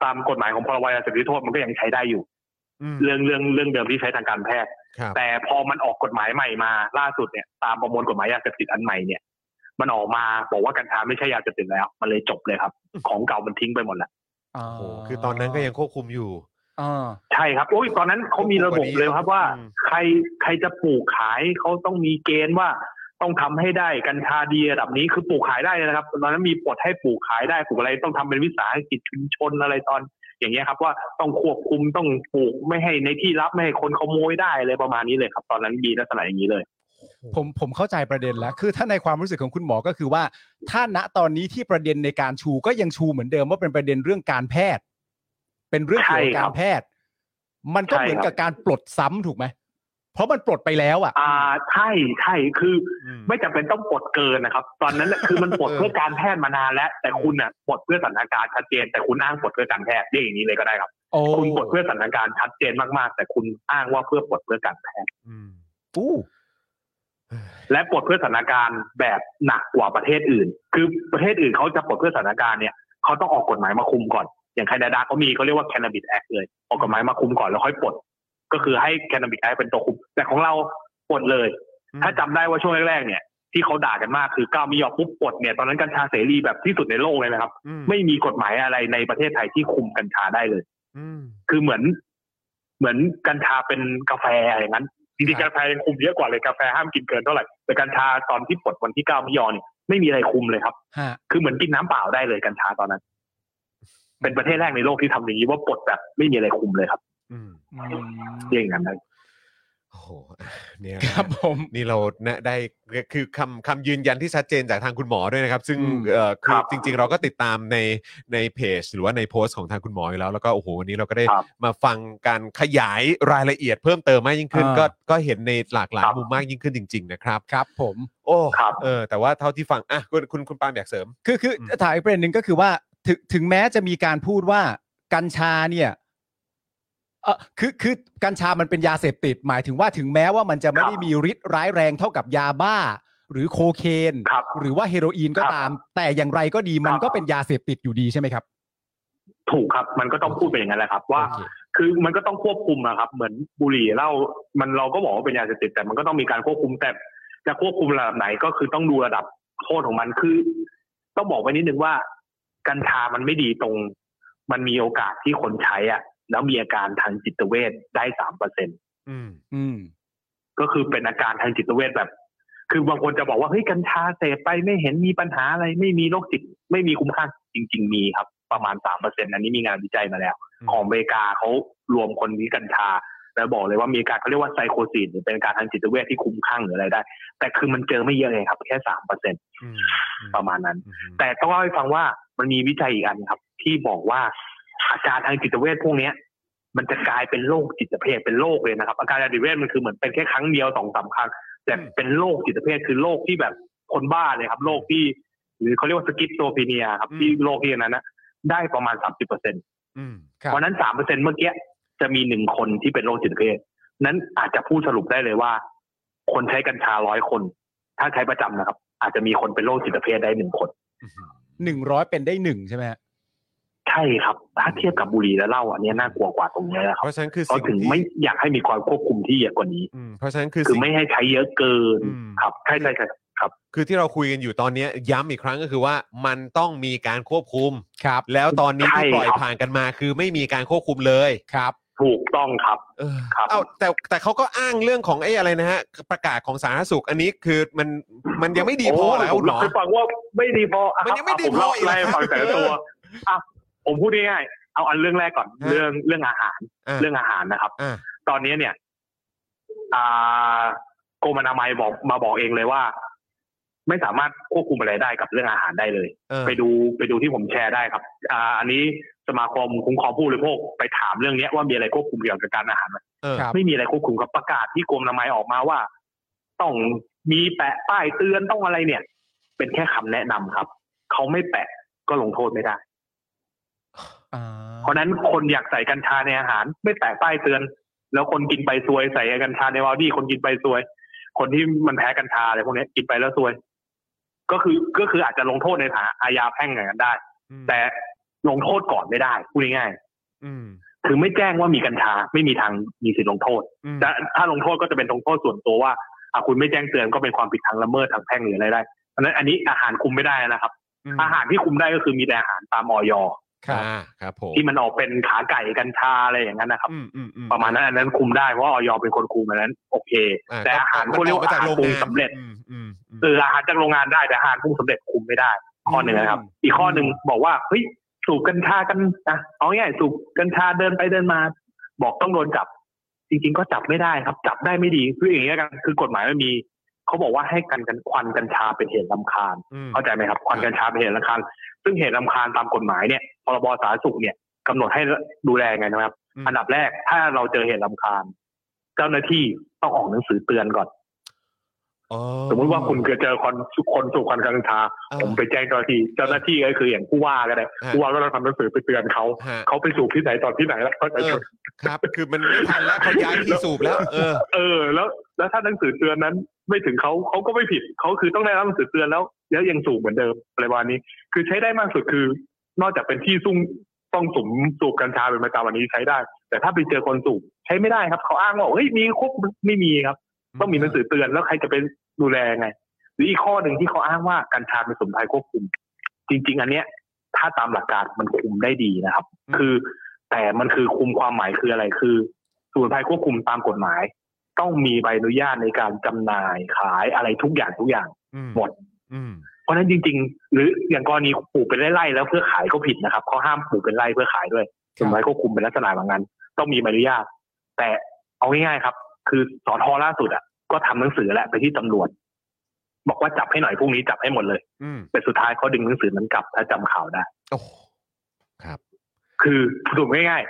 Speaker 9: ตามกฎหมายของพรบยาเสพติดโทษมันก็ยังใช้ได้อยู่
Speaker 3: อืม
Speaker 9: เรื่องเรื่องเรื่องเดิมที่ใช้ทางการแพทย์
Speaker 3: ครับ
Speaker 9: แต่พอมันออกกฎหมายใหม่มาล่าสุดเนี่ยตามประมวลกฎหมายยาเสพติดอันใหม่เนี่ย มันออกมาบอกว่ากัญชาไม่ใช่ยาเสพติดแล้ว มันเลยจบเลยครับ ของเก่ามันทิ้งไปหมดแล้ว
Speaker 4: า
Speaker 3: โอ้โหคือตอนนั้นก็ยังควบคุมอยู่
Speaker 4: อ่า
Speaker 9: ใช่ครับโอ้ยตอนนั้นเขามีระบบเลยครับว่า
Speaker 3: อืม
Speaker 9: ใครใครจะปลูกขายเขาต้องมีเกณฑ์ว่าต้องทำให้ได้กัญชาดีระดับนี้คือปลูกขายได้เลยนะครับ ตอนนั้นมีปลดให้ปลูกขายได้ปลูกอะไรต้องทำเป็นวิสาหกิจชุมชนอะไรตอน อย่างเงี้ยครับว่าต้องควบคุมต้องปลูกไม่ให้ในที่ลับไม่ให้คนขโมยได้เลยประมาณนี้เลยครับ ตอนนั้นมีลักษณะอย่างนี้เลย
Speaker 4: ผมผมเข้าใจประเด็นแล้ว คือถ้าในความรู้สึกของคุณหมอก็คือว่า ถ้าณตอนนี้ที่ประเด็นในการชูก็ยังชูเหมือนเดิมว่าเป็นประเด็นเรื่องการแพทย์ เป็นเรื่องเกี่ยวกับ
Speaker 9: ใช่
Speaker 4: การ
Speaker 9: คั
Speaker 4: ร
Speaker 9: บ
Speaker 4: แพทย์ มันก็เหมือน
Speaker 9: ใช่ครับ
Speaker 4: กับการปลดซ้ำถูกไหมเพราะมันปลดไปแล้วอ่ะ
Speaker 9: อ่าใช่ใช่คือ
Speaker 3: อืม
Speaker 9: ไม่จำเป็นต้องปลดเกินนะครับ ตอนนั้นน่ะคือมันปลด
Speaker 3: เออ
Speaker 9: เพื่อการแพทย์มานานแล้ว แต่คุณน่ะปลดเพื่อสถานการณ์ชัดเจน แต่คุณอ้างปลดเพื่อการแพทย์เรียกอย่างนี้เลยก็ได้ครับ
Speaker 4: โอ้
Speaker 9: คุณปลดเพื่อสถานการณ์ชัดเจนมากๆ แต่คุณอ้างว่าเพื่อปลดเพื่อการแพทย์
Speaker 3: อืม
Speaker 4: อู้
Speaker 9: และปลดเพื่อสถานการณ์แบบหนักกว่าประเทศอื่น คือประเทศอื่นเขาจะปลดเพื่อสถานการณ์เนี่ยเขาต้องออกกฎหมายมาคุมก่อน อย่างแคนาดาเขามีเขาเรียกว่า cannabis act เลยออกกฎหมายมาคุมก่อนแล้วค่อยปลด ก็คือให้ cannabis act เป็นตัวคุม แต่ของเราปลดเลย ถ้าจำได้ว่าช่วงแรกๆเนี่ยที่เขาด่ากันมากคือก้าวมิยอมปุ๊บปลดเนี่ยตอนนั้นกัญชาเสรีแบบที่สุดในโลกเลยนะครับ
Speaker 3: อื
Speaker 9: ไม่มีกฎหมายอะไรในประเทศไทยที่คุมกัญชาได้เลย
Speaker 3: อืม
Speaker 9: คือเหมือน เหมือนกัญชาเป็นกาแฟอย่างนั้นจริง
Speaker 3: ค
Speaker 9: ๆ
Speaker 3: รับ
Speaker 9: กาแฟยังคุมเยอะกว่าเลยกาแฟห้ามกินเกินเท่าไหร่แต่กัญชาตอนที่ปลดวันที่ก้าวมิยอมเนี่ยไม่มีอะไรคุมเลยครับ
Speaker 4: ฮะ
Speaker 9: คือเหมือนกินน้ำเปล่าได้เลยกัญชาตอนนั้น เป็นประเทศแรกในโลกที่ทำอย่างนี้ว่าปลดแบบไม่มีอะไรคุมเลยครับ
Speaker 3: อืม
Speaker 4: อืม
Speaker 9: เรียกอย่างนั้นเลย
Speaker 3: โอ้โหอ่ะเนี่ย
Speaker 4: ครับผม
Speaker 3: นี่เรานะได้คือคำคำยืนยันที่ชัดเจนจากทางคุณหมอด้วยนะครับ ซึ่ง
Speaker 4: อืม
Speaker 3: เอ่อคื
Speaker 9: ค
Speaker 3: อ
Speaker 9: รับ
Speaker 3: จริง ๆ เราก็ติดตามในในเพจ หรือว่าในโพสต์ของทางคุณหมออยู่แล้วแล้วก็โอ้โหวันนี้เราก็ได้
Speaker 9: ครับ
Speaker 3: มาฟังการขยายรายละเอียดเพิ่มเติมมากยิ่งขึ้น
Speaker 4: อ่า
Speaker 3: ก็ก็เห็นในหลากหลาย
Speaker 9: ครับ
Speaker 3: มุมมากยิ่งขึ้นจริง ๆ นะครับ
Speaker 4: ครับผม
Speaker 3: โอ้
Speaker 9: ครับ
Speaker 3: เออแต่ว่าเท่าที่ฟังอ่ะคุณคุณคุณปาล์มอยากเสริม
Speaker 4: คือคือ
Speaker 3: อืม
Speaker 4: ถ่ายประเด็นหนึ่งก็คือว่า ถึงถึงแม้จะมีการพูดว่ากัญชาเนี่ย เออคือคือกัญชามันเป็นยาเสพติด หมายถึงว่าถึงแม้ว่ามันจะไม่ได้มีฤทธิ์ร้ายแรงเท่ากับยาบ้า หรือโคเคน
Speaker 9: ครับ
Speaker 4: หรือว่าเฮโรอีนก็ตาม แต่อย่างไรก็ดีมันก็เป็นยาเสพติดอยู่ดีใช่ไหมครับ
Speaker 9: ถูกครับ มันก็ต้องพูดไปอย่างนั้นแหละครับ ว่า
Speaker 4: โอเค
Speaker 9: คือมันก็ต้องควบคุมอะครับ เหมือนบุหรี่เหล้ามันเราก็บอกว่าเป็นยาเสพติดแต่มันก็ต้องมีการควบคุมแต่จะควบคุมระดับไหนก็คือต้องดูระดับโทษของมันคือ ต้องบอกไว้นิดนึงว่า กัญชามันไม่ดีตรง มันมีโอกาสที่คนใช้อ่ะ แล้วมีอาการทางจิตเวชได้สามเปอร์เซ็นต
Speaker 2: อืม
Speaker 4: อืม
Speaker 9: ก็คือเป็นอาการทางจิตเวชแบบ คือบางคนจะบอกว่าเฮ้ยกัญชาเสพไปไม่เห็นมีปัญหาอะไรไม่มีโรคจิต ไม่มีคุ้มค่าจริง ๆ มีครับ ประมาณสามเปอร์เซ็นอันนี้มีงานวิจัยมาแล้ว
Speaker 2: อืม
Speaker 9: ของอเมริกาเขารวมคนที่กัญชา แล้วบอกเลยว่ามีอาการเขาเรียกว่าไซโคซีนหรือเป็นอาการทางจิตเวชที่คุ้มข้างหรืออะไรได้ แต่คือมันเจอไม่เยอะเลยครับ แค่สามเปอร์เซ็น
Speaker 2: อืม
Speaker 9: ประมาณนั้น
Speaker 2: อืม
Speaker 9: แต่ต้องเล่าให้ฟังว่ามันมีวิจัยอีกอันครับ ที่บอกว่าอาการทางจิตเวชพวกเนี้ย มันจะกลายเป็นโรคจิตเภทเป็นโรคเลยนะครับ อาการทางจิตเวชมันคือเหมือนเป็นแค่ครั้งเดียวสองสามครั้ง แต่เป็นโรคจิตเภทคือโรคที่แบบคนบ้าเลยครับโรคที่ หรือเขาเรียกว่าสกิปโตพีเนียครับที่โรคที่อันนั้นนะได้ประมาณสามสิบเปอร์เซ็น
Speaker 2: อืม
Speaker 4: ครับ
Speaker 9: เพราะฉะนั้นสามเปอร์เซ็นเมื่อกี้จะมีหนึ่งคนที่เป็นโรคจิตเภทนั้นอาจจะพูดสรุปได้เลยว่า คนใช้กัญชาร้อยคน ถ้าใช้ประจำนะครับ อาจจะมีคนเป็นโรคจิตเภทได้หนึ่งคน
Speaker 4: หนึ่งร้อยเป็นได้หนึ่งใช่ไหมฮะ
Speaker 9: ใช่ครับ ถ้าเทียบกับบุหรี่และเหล้าอันเนี้ยน่ากลัวกว่าตรงเนี้ยนะค
Speaker 2: เพ
Speaker 9: รับ
Speaker 2: ราะฉะนั้นคือ
Speaker 9: เขา
Speaker 2: สิ่ง
Speaker 9: ถึง
Speaker 2: ที่
Speaker 9: ไม่อยากให้มีความควบคุมที่เยอะกว่านี้
Speaker 2: อืมเพราะฉะนั้นคือ
Speaker 9: คือ
Speaker 2: สิ่ง
Speaker 9: ไม่ให้ใช้เยอะเกิน
Speaker 2: อืม
Speaker 9: ครับใช่ใช่ใช่ครับ
Speaker 2: คือที่เราคุยกันอยู่ตอนเนี้ยย้ำอีกครั้งก็คือว่ามันต้องมีการควบคุม
Speaker 4: ครับ
Speaker 2: แล้วตอนนี้ที่
Speaker 9: ใช่
Speaker 2: ปล่อย
Speaker 9: ครับ
Speaker 2: ผ่านกันมาคือไม่มีการควบคุมเลย
Speaker 4: ครับ
Speaker 9: ถูกต้องครับ
Speaker 2: เออ
Speaker 9: ครับ
Speaker 2: เอาแต่แต่เขาก็อ้างเรื่องของไอ้อะไรนะฮะ ประกาศของสาธารณสุขอันนี้คือมันมันยังไม่ดีพอแล้ว
Speaker 9: ผม
Speaker 2: หรอ
Speaker 9: ไปฟังว่าไม่ดีพออ่ะ
Speaker 2: มันยังไม่ดีพออีก
Speaker 9: ะ
Speaker 2: เหรอ
Speaker 9: ผมไล่ฟังแต่ละตัวอ่ะผมพูดง่ายๆเอาอันเรื่องแรกก่อน
Speaker 2: ฮะ
Speaker 9: เรื่องเรื่องอาหาร
Speaker 2: อ่ะ
Speaker 9: เรื่องอาหารนะครับ
Speaker 2: อ่ะ
Speaker 9: ตอนนี้เนี่ยอ่ากรมอนามัยบอกมาบอกเองเลยว่า ไม่สามารถควบคุมอะไรได้กับเรื่องอาหารได้เลย
Speaker 2: เออ
Speaker 9: ไปดูไปดูที่ผมแชร์ได้ครับ อ่า อันนี้สมาคมคุ้มครองผู้บริโภคไปถามเรื่องเนี้ยว่ามีอะไรควบคุมเกี่ยวกับการอาหารไหม
Speaker 2: เออ
Speaker 4: ครับ
Speaker 9: ไม่มีอะไรควบคุมครับประกาศที่กรมอนามัยออกมาว่า ต้องมีแปะป้ายเตือนต้องอะไรเนี่ย เป็นแค่คำแนะนำครับเขาไม่แปะก็ลงโทษไม่ได้
Speaker 4: อ่า
Speaker 9: เพราะฉะนั้นคนอยากใส่กัญชาในอาหาร ไม่แตะป้ายเตือน แล้วคนกินไปซวยใส่กัญชาในวาวดี้คนกินไปซวย คนที่มันแพ้กัญชาอะไรพวกเนี้ยกินไปแล้วซวย ก็คือก็คืออาจจะลงโทษในฐานอาญาแพ่งอย่างนั้นได้
Speaker 2: อืม
Speaker 9: แต่ลงโทษก่อนไม่ได้พูดง่าย
Speaker 2: อืม
Speaker 9: ๆคือไม่แจ้งว่ามีกัญชาไม่มีทางมีสิทธิลงโทษ
Speaker 2: อืม
Speaker 9: แต่ถ้าลงโทษก็จะเป็นลงโทษส่วนตัวว่าอ่ะคุณไม่แจ้งเตือนก็เป็นความผิดทางละเมิดทางแพ่งหรืออะไรได้เพราะฉะนั้นอันนี้อาหารคุมไม่ได้นะครับ
Speaker 2: ม
Speaker 9: อาหารที่คุมได้ก็คือมีแต่อาหารตามออย
Speaker 4: ครับ
Speaker 2: อ่าครับผม
Speaker 9: ที่มันออกเป็นขาไก่กัญชาอะไรอย่างนั้นนะครับ
Speaker 2: อืมอืมอืม
Speaker 9: ประมาณนั้นอันนั้นคุมได้เพราะออยเป็นคนคุมอันนั้น โอเค แต่อาหารพวกเรียกว่าอาหารปรุงสำเร็จ
Speaker 2: อืมอืมอืม
Speaker 9: เอออาหารจากโรงงานได้แต่อาหารปรุงสำเร็จคุมไม่ได้ ข้อหนึ่งนะครับ อีกข้อหนึ่งบอกว่าเฮ้ยสูบกัญชากันนะเอาง่ายๆสูบกัญชาเดินไปเดินมา บอกต้องโดนจับ จริง ๆ ก็จับไม่ได้ครับ จับได้ไม่ดีคืออย่างนี้ยกันคือกฎหมายมันมีเขาบอกว่าให้กันกันควันกัญชาเป็นเหตุลำคาญ
Speaker 2: อืม
Speaker 9: เข้าใจไหมครับควันกัญชาเป็นเหตุรำคาญ ซึ่งเหตุรำคาญตามกฎหมายเนี่ยพรบสาธารณสุขเนี่ยกำหนดให้ดูแลไงนะครับ อันดับแรกถ้าเราเจอเหตุรำคาญ เจ้าหน้าที่ต้องออกหนังสือเตือนก่อน
Speaker 2: อ๋อ
Speaker 9: สมมุติว่าคุณเกิดเจอคนคนสูบควันกัญชา
Speaker 2: เออ
Speaker 9: ผมไปแจ้งเจ้าหน้าที่เจ้าหน้าที่ก็คืออย่างผู้ว่าก็ได้
Speaker 2: ฮะ
Speaker 9: ผู้ว่าก็ต้องทำหนังสือไปเตือนเขา
Speaker 2: ฮะ
Speaker 9: เขาไปสูบที่ไหนตอนที่ไหนแล้วเขาจะ
Speaker 2: เออครับ คือมันไม่ทันแล้วเขาย้ายที่สูบแล้ว เออ
Speaker 9: เออแล้ว แล้วถ้าหนังสือเตือนนั้น ไม่ถึงเขาเขาก็ไม่ผิดเขาคือต้องได้รับหนังสือเตือนแล้วแล้วยังสูบเหมือนเดิมอะไรประมาณนี้ คือใช้ได้มากสุดคือ นอกจากเป็นที่ซุ่มต้องสุมสูบกัญชาเป็นประจำวันนี้ใช้ได้ แต่ถ้าไปเจอคนสูบใช้ไม่ได้ครับเขาอ้างว่าเฮ้ยมีควบไม่มีครับ ต้องมีหนังสือเตือนแล้วใครจะไปดูแลไง หรืออีกข้อหนึ่งที่เขาอ้างว่ากัญชาเป็นสมุนไพรควบคุม จริง ๆ อันเนี้ย ถ้าตามหลักการมันคุมได้ดีนะครับ
Speaker 2: อืม
Speaker 9: คือแต่มันคือคุมความหมายคืออะไรคือสมุนไพรควบคุมตามกฎหมาย ต้องมีใบอนุญาตในการจำหน่ายขายอะไรทุกอย่างทุกอย่าง
Speaker 2: อื
Speaker 9: หมด
Speaker 2: อืม
Speaker 9: เพราะฉะนั้นจริง ๆ หรืออย่างกรณีปลูกเป็นไร่ๆแล้วเพื่อขายก็ผิดนะครับเขาห้ามปลูกเป็นไร่เพื่อขายด้วยสมุนไพรควบคุมเป็นลักษณะแบบนั้นต้องมีใบอนุญาต แต่เอาง่ายๆครับ คือสอทอล่าสุดอ่ะก็ทำหนังสือแหละไปที่ตำรวจ บอกว่าจับให้หน่อยพรุ่งนี้จับให้หมดเลย
Speaker 2: อืม
Speaker 9: แต่สุดท้ายเขาดึงหนังสือนั้นกลับถ้าจำข่าวได้
Speaker 2: โอ้โหครับ
Speaker 9: คือถูกง่าย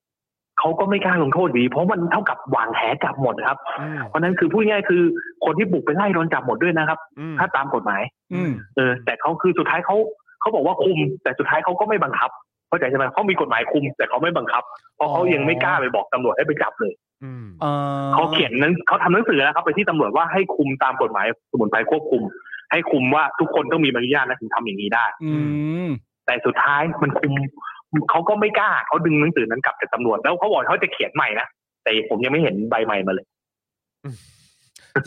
Speaker 9: ๆเขาก็ไม่กล้าลงโทษดี เพราะมันเท่ากับวางแหจับหมดนะครับ
Speaker 2: อืม
Speaker 9: เพราะฉะนั้นคือพูดง่ายๆคือคนที่บุกไปไล่โดนจับหมดด้วยนะครับ
Speaker 2: อืม
Speaker 9: ถ้าตามกฎหมาย
Speaker 4: อืม
Speaker 9: เออแต่เขาคือสุดท้ายเขาเขาบอกว่าคุม แต่สุดท้ายเขาก็ไม่บังคับ เข้าใจใช่ไหมเขามีกฎหมายคุม แต่เขาไม่บังคับ เพราะเขายังไม่กล้าไปบอกตำรวจให้ไปจับเลย
Speaker 3: อืม
Speaker 4: อ่อ
Speaker 9: เขาเขียนนั้นเขาทำหนังสือแล้วครับไปที่ตำรวจว่าให้คุมตามกฎหมายสมุนไพรควบคุม ให้คุมว่าทุกคนต้องมีใบอนุญาตนะถึงทำอย่างนี้ได้
Speaker 4: อืม
Speaker 9: แต่สุดท้ายมันคุมเขาก็ไม่กล้าเขาดึงหนังสือนั้นกลับจากตำรวจแล้วเขาบอกเขาจะเขียนใหม่นะแต่ผมยังไม่เห็นใบใหม่มาเลย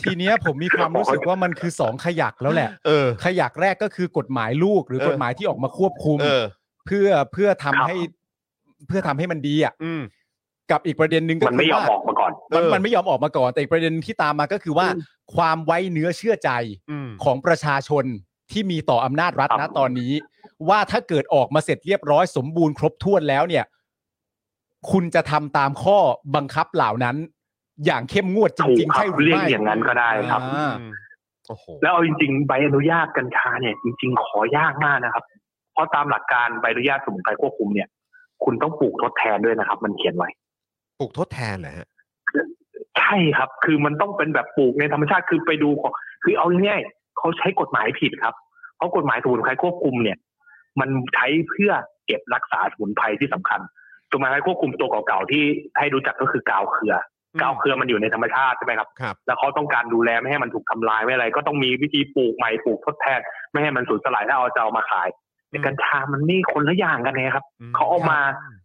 Speaker 4: ทีเนี้ยผมมีความรู้สึกว่ามันคือสองขยักแล้วแหละ
Speaker 3: เออ
Speaker 4: ขยักแรกก็คือกฎหมายลูกหรือ
Speaker 3: เออ
Speaker 4: กฎหมายที่ออกมาควบคุม
Speaker 3: เออ
Speaker 4: เพื่อเพื่อทำ
Speaker 9: ครับ
Speaker 4: ให้ เพื่อทำให้มันดีอ่ะ
Speaker 3: อืม
Speaker 4: กับอีกประเด็นหนึ่งก็
Speaker 9: มันไม่
Speaker 4: คื
Speaker 9: ยอม
Speaker 4: ว่า
Speaker 9: ออกมาก่อน
Speaker 4: มัน
Speaker 3: เออ
Speaker 4: มันไม่ยอมออกมาก่อนแต่อีกประเด็นที่ตามมาก็คือว่า ความไว้เนื้อเชื่อใจ
Speaker 3: อืม
Speaker 4: ของประชาชนที่มีต่ออำนาจรัฐ
Speaker 9: ครั
Speaker 4: นะ
Speaker 9: บ
Speaker 4: ตอนนี้ ว่าถ้าเกิดออกมาเสร็จเรียบร้อยสมบูรณ์ครบถ้วนแล้วเนี่ย คุณจะทำตามข้อบังคับเหล่านั้น อย่างเข้มงวดจ
Speaker 9: ถูก
Speaker 4: ริงๆ
Speaker 9: ครั
Speaker 4: ใช่
Speaker 9: บ
Speaker 4: หรือ
Speaker 9: เรียก
Speaker 4: ไม่
Speaker 9: อย่างนั้นก็ได้ครับ
Speaker 4: อ่า
Speaker 3: อืมโอ้โห
Speaker 9: แล้วเอาจริงๆใบอนุญาตกัญชาเนี่ยจริง ๆ ขอยากมากนะครับ เพราะตามหลักการใบอนุญาตสมุนไพรควบคุมเนี่ย คุณต้องปลูกทดแทนด้วยนะครับ มันเขียนไว้
Speaker 3: ปลูกทดแทนเหรอฮะ
Speaker 9: ใช่ครับ คือมันต้องเป็นแบบปลูกในธรรมชาติคือไปดูของคือเอาง่ายๆเขาใช้กฎหมายผิดครับ เพราะกฎหมายสมุนไพรควบคุมเนี่ย มันใช้เพื่อเก็บรักษาสมุนไพรที่สำคัญกฎหมายควบคุมตัวเก่าๆที่ให้รู้จักก็คือกาวเครือ กาวเครือมันอยู่ในธรรมชาติใช่ไหมครับ
Speaker 3: ครับ
Speaker 9: แล้วเขาต้องการดูแลไม่ให้มันถูกทำลายไม่อะไร ก็ต้องมีวิธีปลูกใหม่ปลูกทดแทน ไม่ให้มันสูญสลายถ้าเอาจะเอามาขายแต่กัญชามันนี่คนละอย่างกันไงครับ เขาเอามา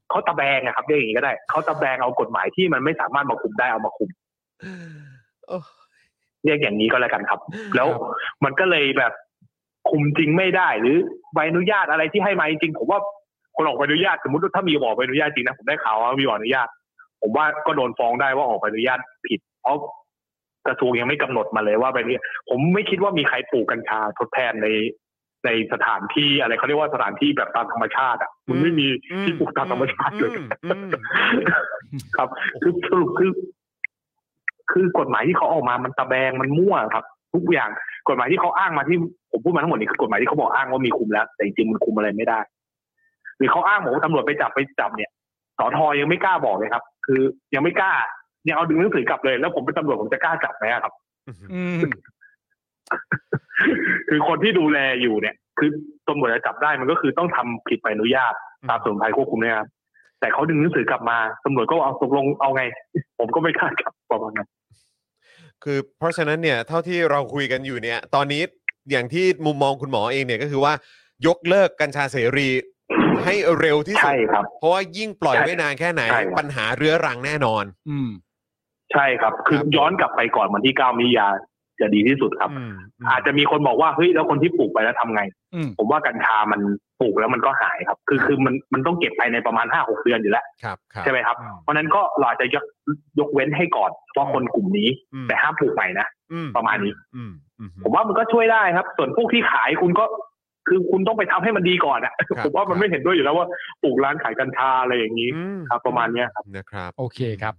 Speaker 9: เขาตะแบงนะครับเรียกอย่างนี้ก็ได้เขาตะแบงเอากฎหมายที่มันไม่สามารถมาคุมได้เอามาคุม
Speaker 3: โอ้ย
Speaker 9: เรียกอย่างนี้ก็แล้วกันครับ แล้ว
Speaker 3: ครับ
Speaker 9: มันก็เลยแบบคุมจริงไม่ได้ หรือใบอนุญาตอะไรที่ให้มาจริงๆผมว่าคนออกใบอนุญาตสมมติว่าถ้ามีออกใบอนุญาตจริงนะผมได้ข่าวว่ามีออกใบอนุญาต ผมว่าก็โดนฟ้องได้ว่าออกใบอนุญาตผิด เพราะกระทรวงยังไม่กำหนดมาเลยว่าใบอนุญาตผมไม่คิดว่ามีใครปลูกกัญชาทดแทนในในสถานที่อะไรเขาเรียกว่าสถานที่แบบตามธรรมชาติอ่ะมันไม่มีที่ปลูกตามธรรมชาติเลย
Speaker 3: อืมอืม
Speaker 9: ครับคือสรุปคือ คือกฎหมายที่เขาออกมามันตะแบงมันมั่วครับ ทุกอย่างกฎหมายที่เขาอ้างมาที่ผมพูดมาทั้งหมดนี่คือกฎหมายที่เขาบอกอ้างว่ามีคุมแล้ว แต่จริงๆมันคุมอะไรไม่ได้ หรือเขาอ้างบอกว่าตำรวจไปจับไปจับเนี่ยสอทอยังไม่กล้าบอกเลยครับ คือยังไม่กล้ายังเอาดึงหนังสือกลับเลย แล้วผมเป็นตำรวจผมจะกล้าจับไหมอะครับ
Speaker 4: อืม
Speaker 9: คือคนที่ดูแลอยู่เนี่ย คือตำรวจจะจับได้มันก็คือต้องทำผิดใบอนุญาตตามสมุนไพรควบคุมเนี่ยครับแต่เขาดึงหนังสือกลับมาตำรวจก็เอาตกลงเอาไง ผมก็ไม่กล้ากลับประมาณนั้น
Speaker 3: คือเพราะฉะนั้นเนี่ยเท่าที่เราคุยกันอยู่เนี่ย ตอนนี้อย่างที่มุมมองคุณหมอเองเนี่ยก็คือว่ายกเลิกกัญชาเสรีให้เร็วที่สุ
Speaker 9: ใช่
Speaker 3: ด
Speaker 9: ครับ
Speaker 3: เพราะว่ายิ่งปล่อย
Speaker 9: ใช่
Speaker 3: ไว้นานแค่ไหน
Speaker 9: ใช่ครับ
Speaker 3: ปัญหาเรื้อรังแน่นอน
Speaker 4: อืม
Speaker 9: ใช่ครับ คือ
Speaker 3: ครับ
Speaker 9: ย้อนกลับไปก่อนวันที่เก้ามิถุนายาจะดีที่สุดครับ
Speaker 3: อืม
Speaker 9: อาจจะมีคนบอกว่าเฮ้ยแล้วคนที่ปลูกไปแล้วทำไง
Speaker 4: อืม
Speaker 9: ผมว่ากัญชามันปลูกแล้วมันก็หายครับ คือคือมันมันต้องเก็บภายในประมาณห้าหกเดือนอยู่แล้ว
Speaker 3: ครับครับ
Speaker 9: ใช่ไหมครับ
Speaker 3: อืม
Speaker 9: เพราะฉะนั้นก็เราอาจจะยกยกเว้นให้ก่อนเฉพาะคนกลุ่มนี้
Speaker 3: อืม
Speaker 9: แต่ห้ามปลูกใหม่นะ
Speaker 3: อื
Speaker 9: ประมาณนี้
Speaker 3: อืมอืม
Speaker 9: ผมว่ามันก็ช่วยได้ครับ ส่วนพวกที่ขายคุณก็ คือคุณต้องไปทำให้มันดีก่อนอะ
Speaker 3: ครับ
Speaker 9: ผมว่ามันไม่เห็นด้วยอยู่แล้วว่าปลูกร้านขายกัญชาอะไรอย่างนี้
Speaker 3: อืม
Speaker 9: ครับ ประมาณเนี้ยครับ
Speaker 3: นะครับ
Speaker 4: โอเคครับ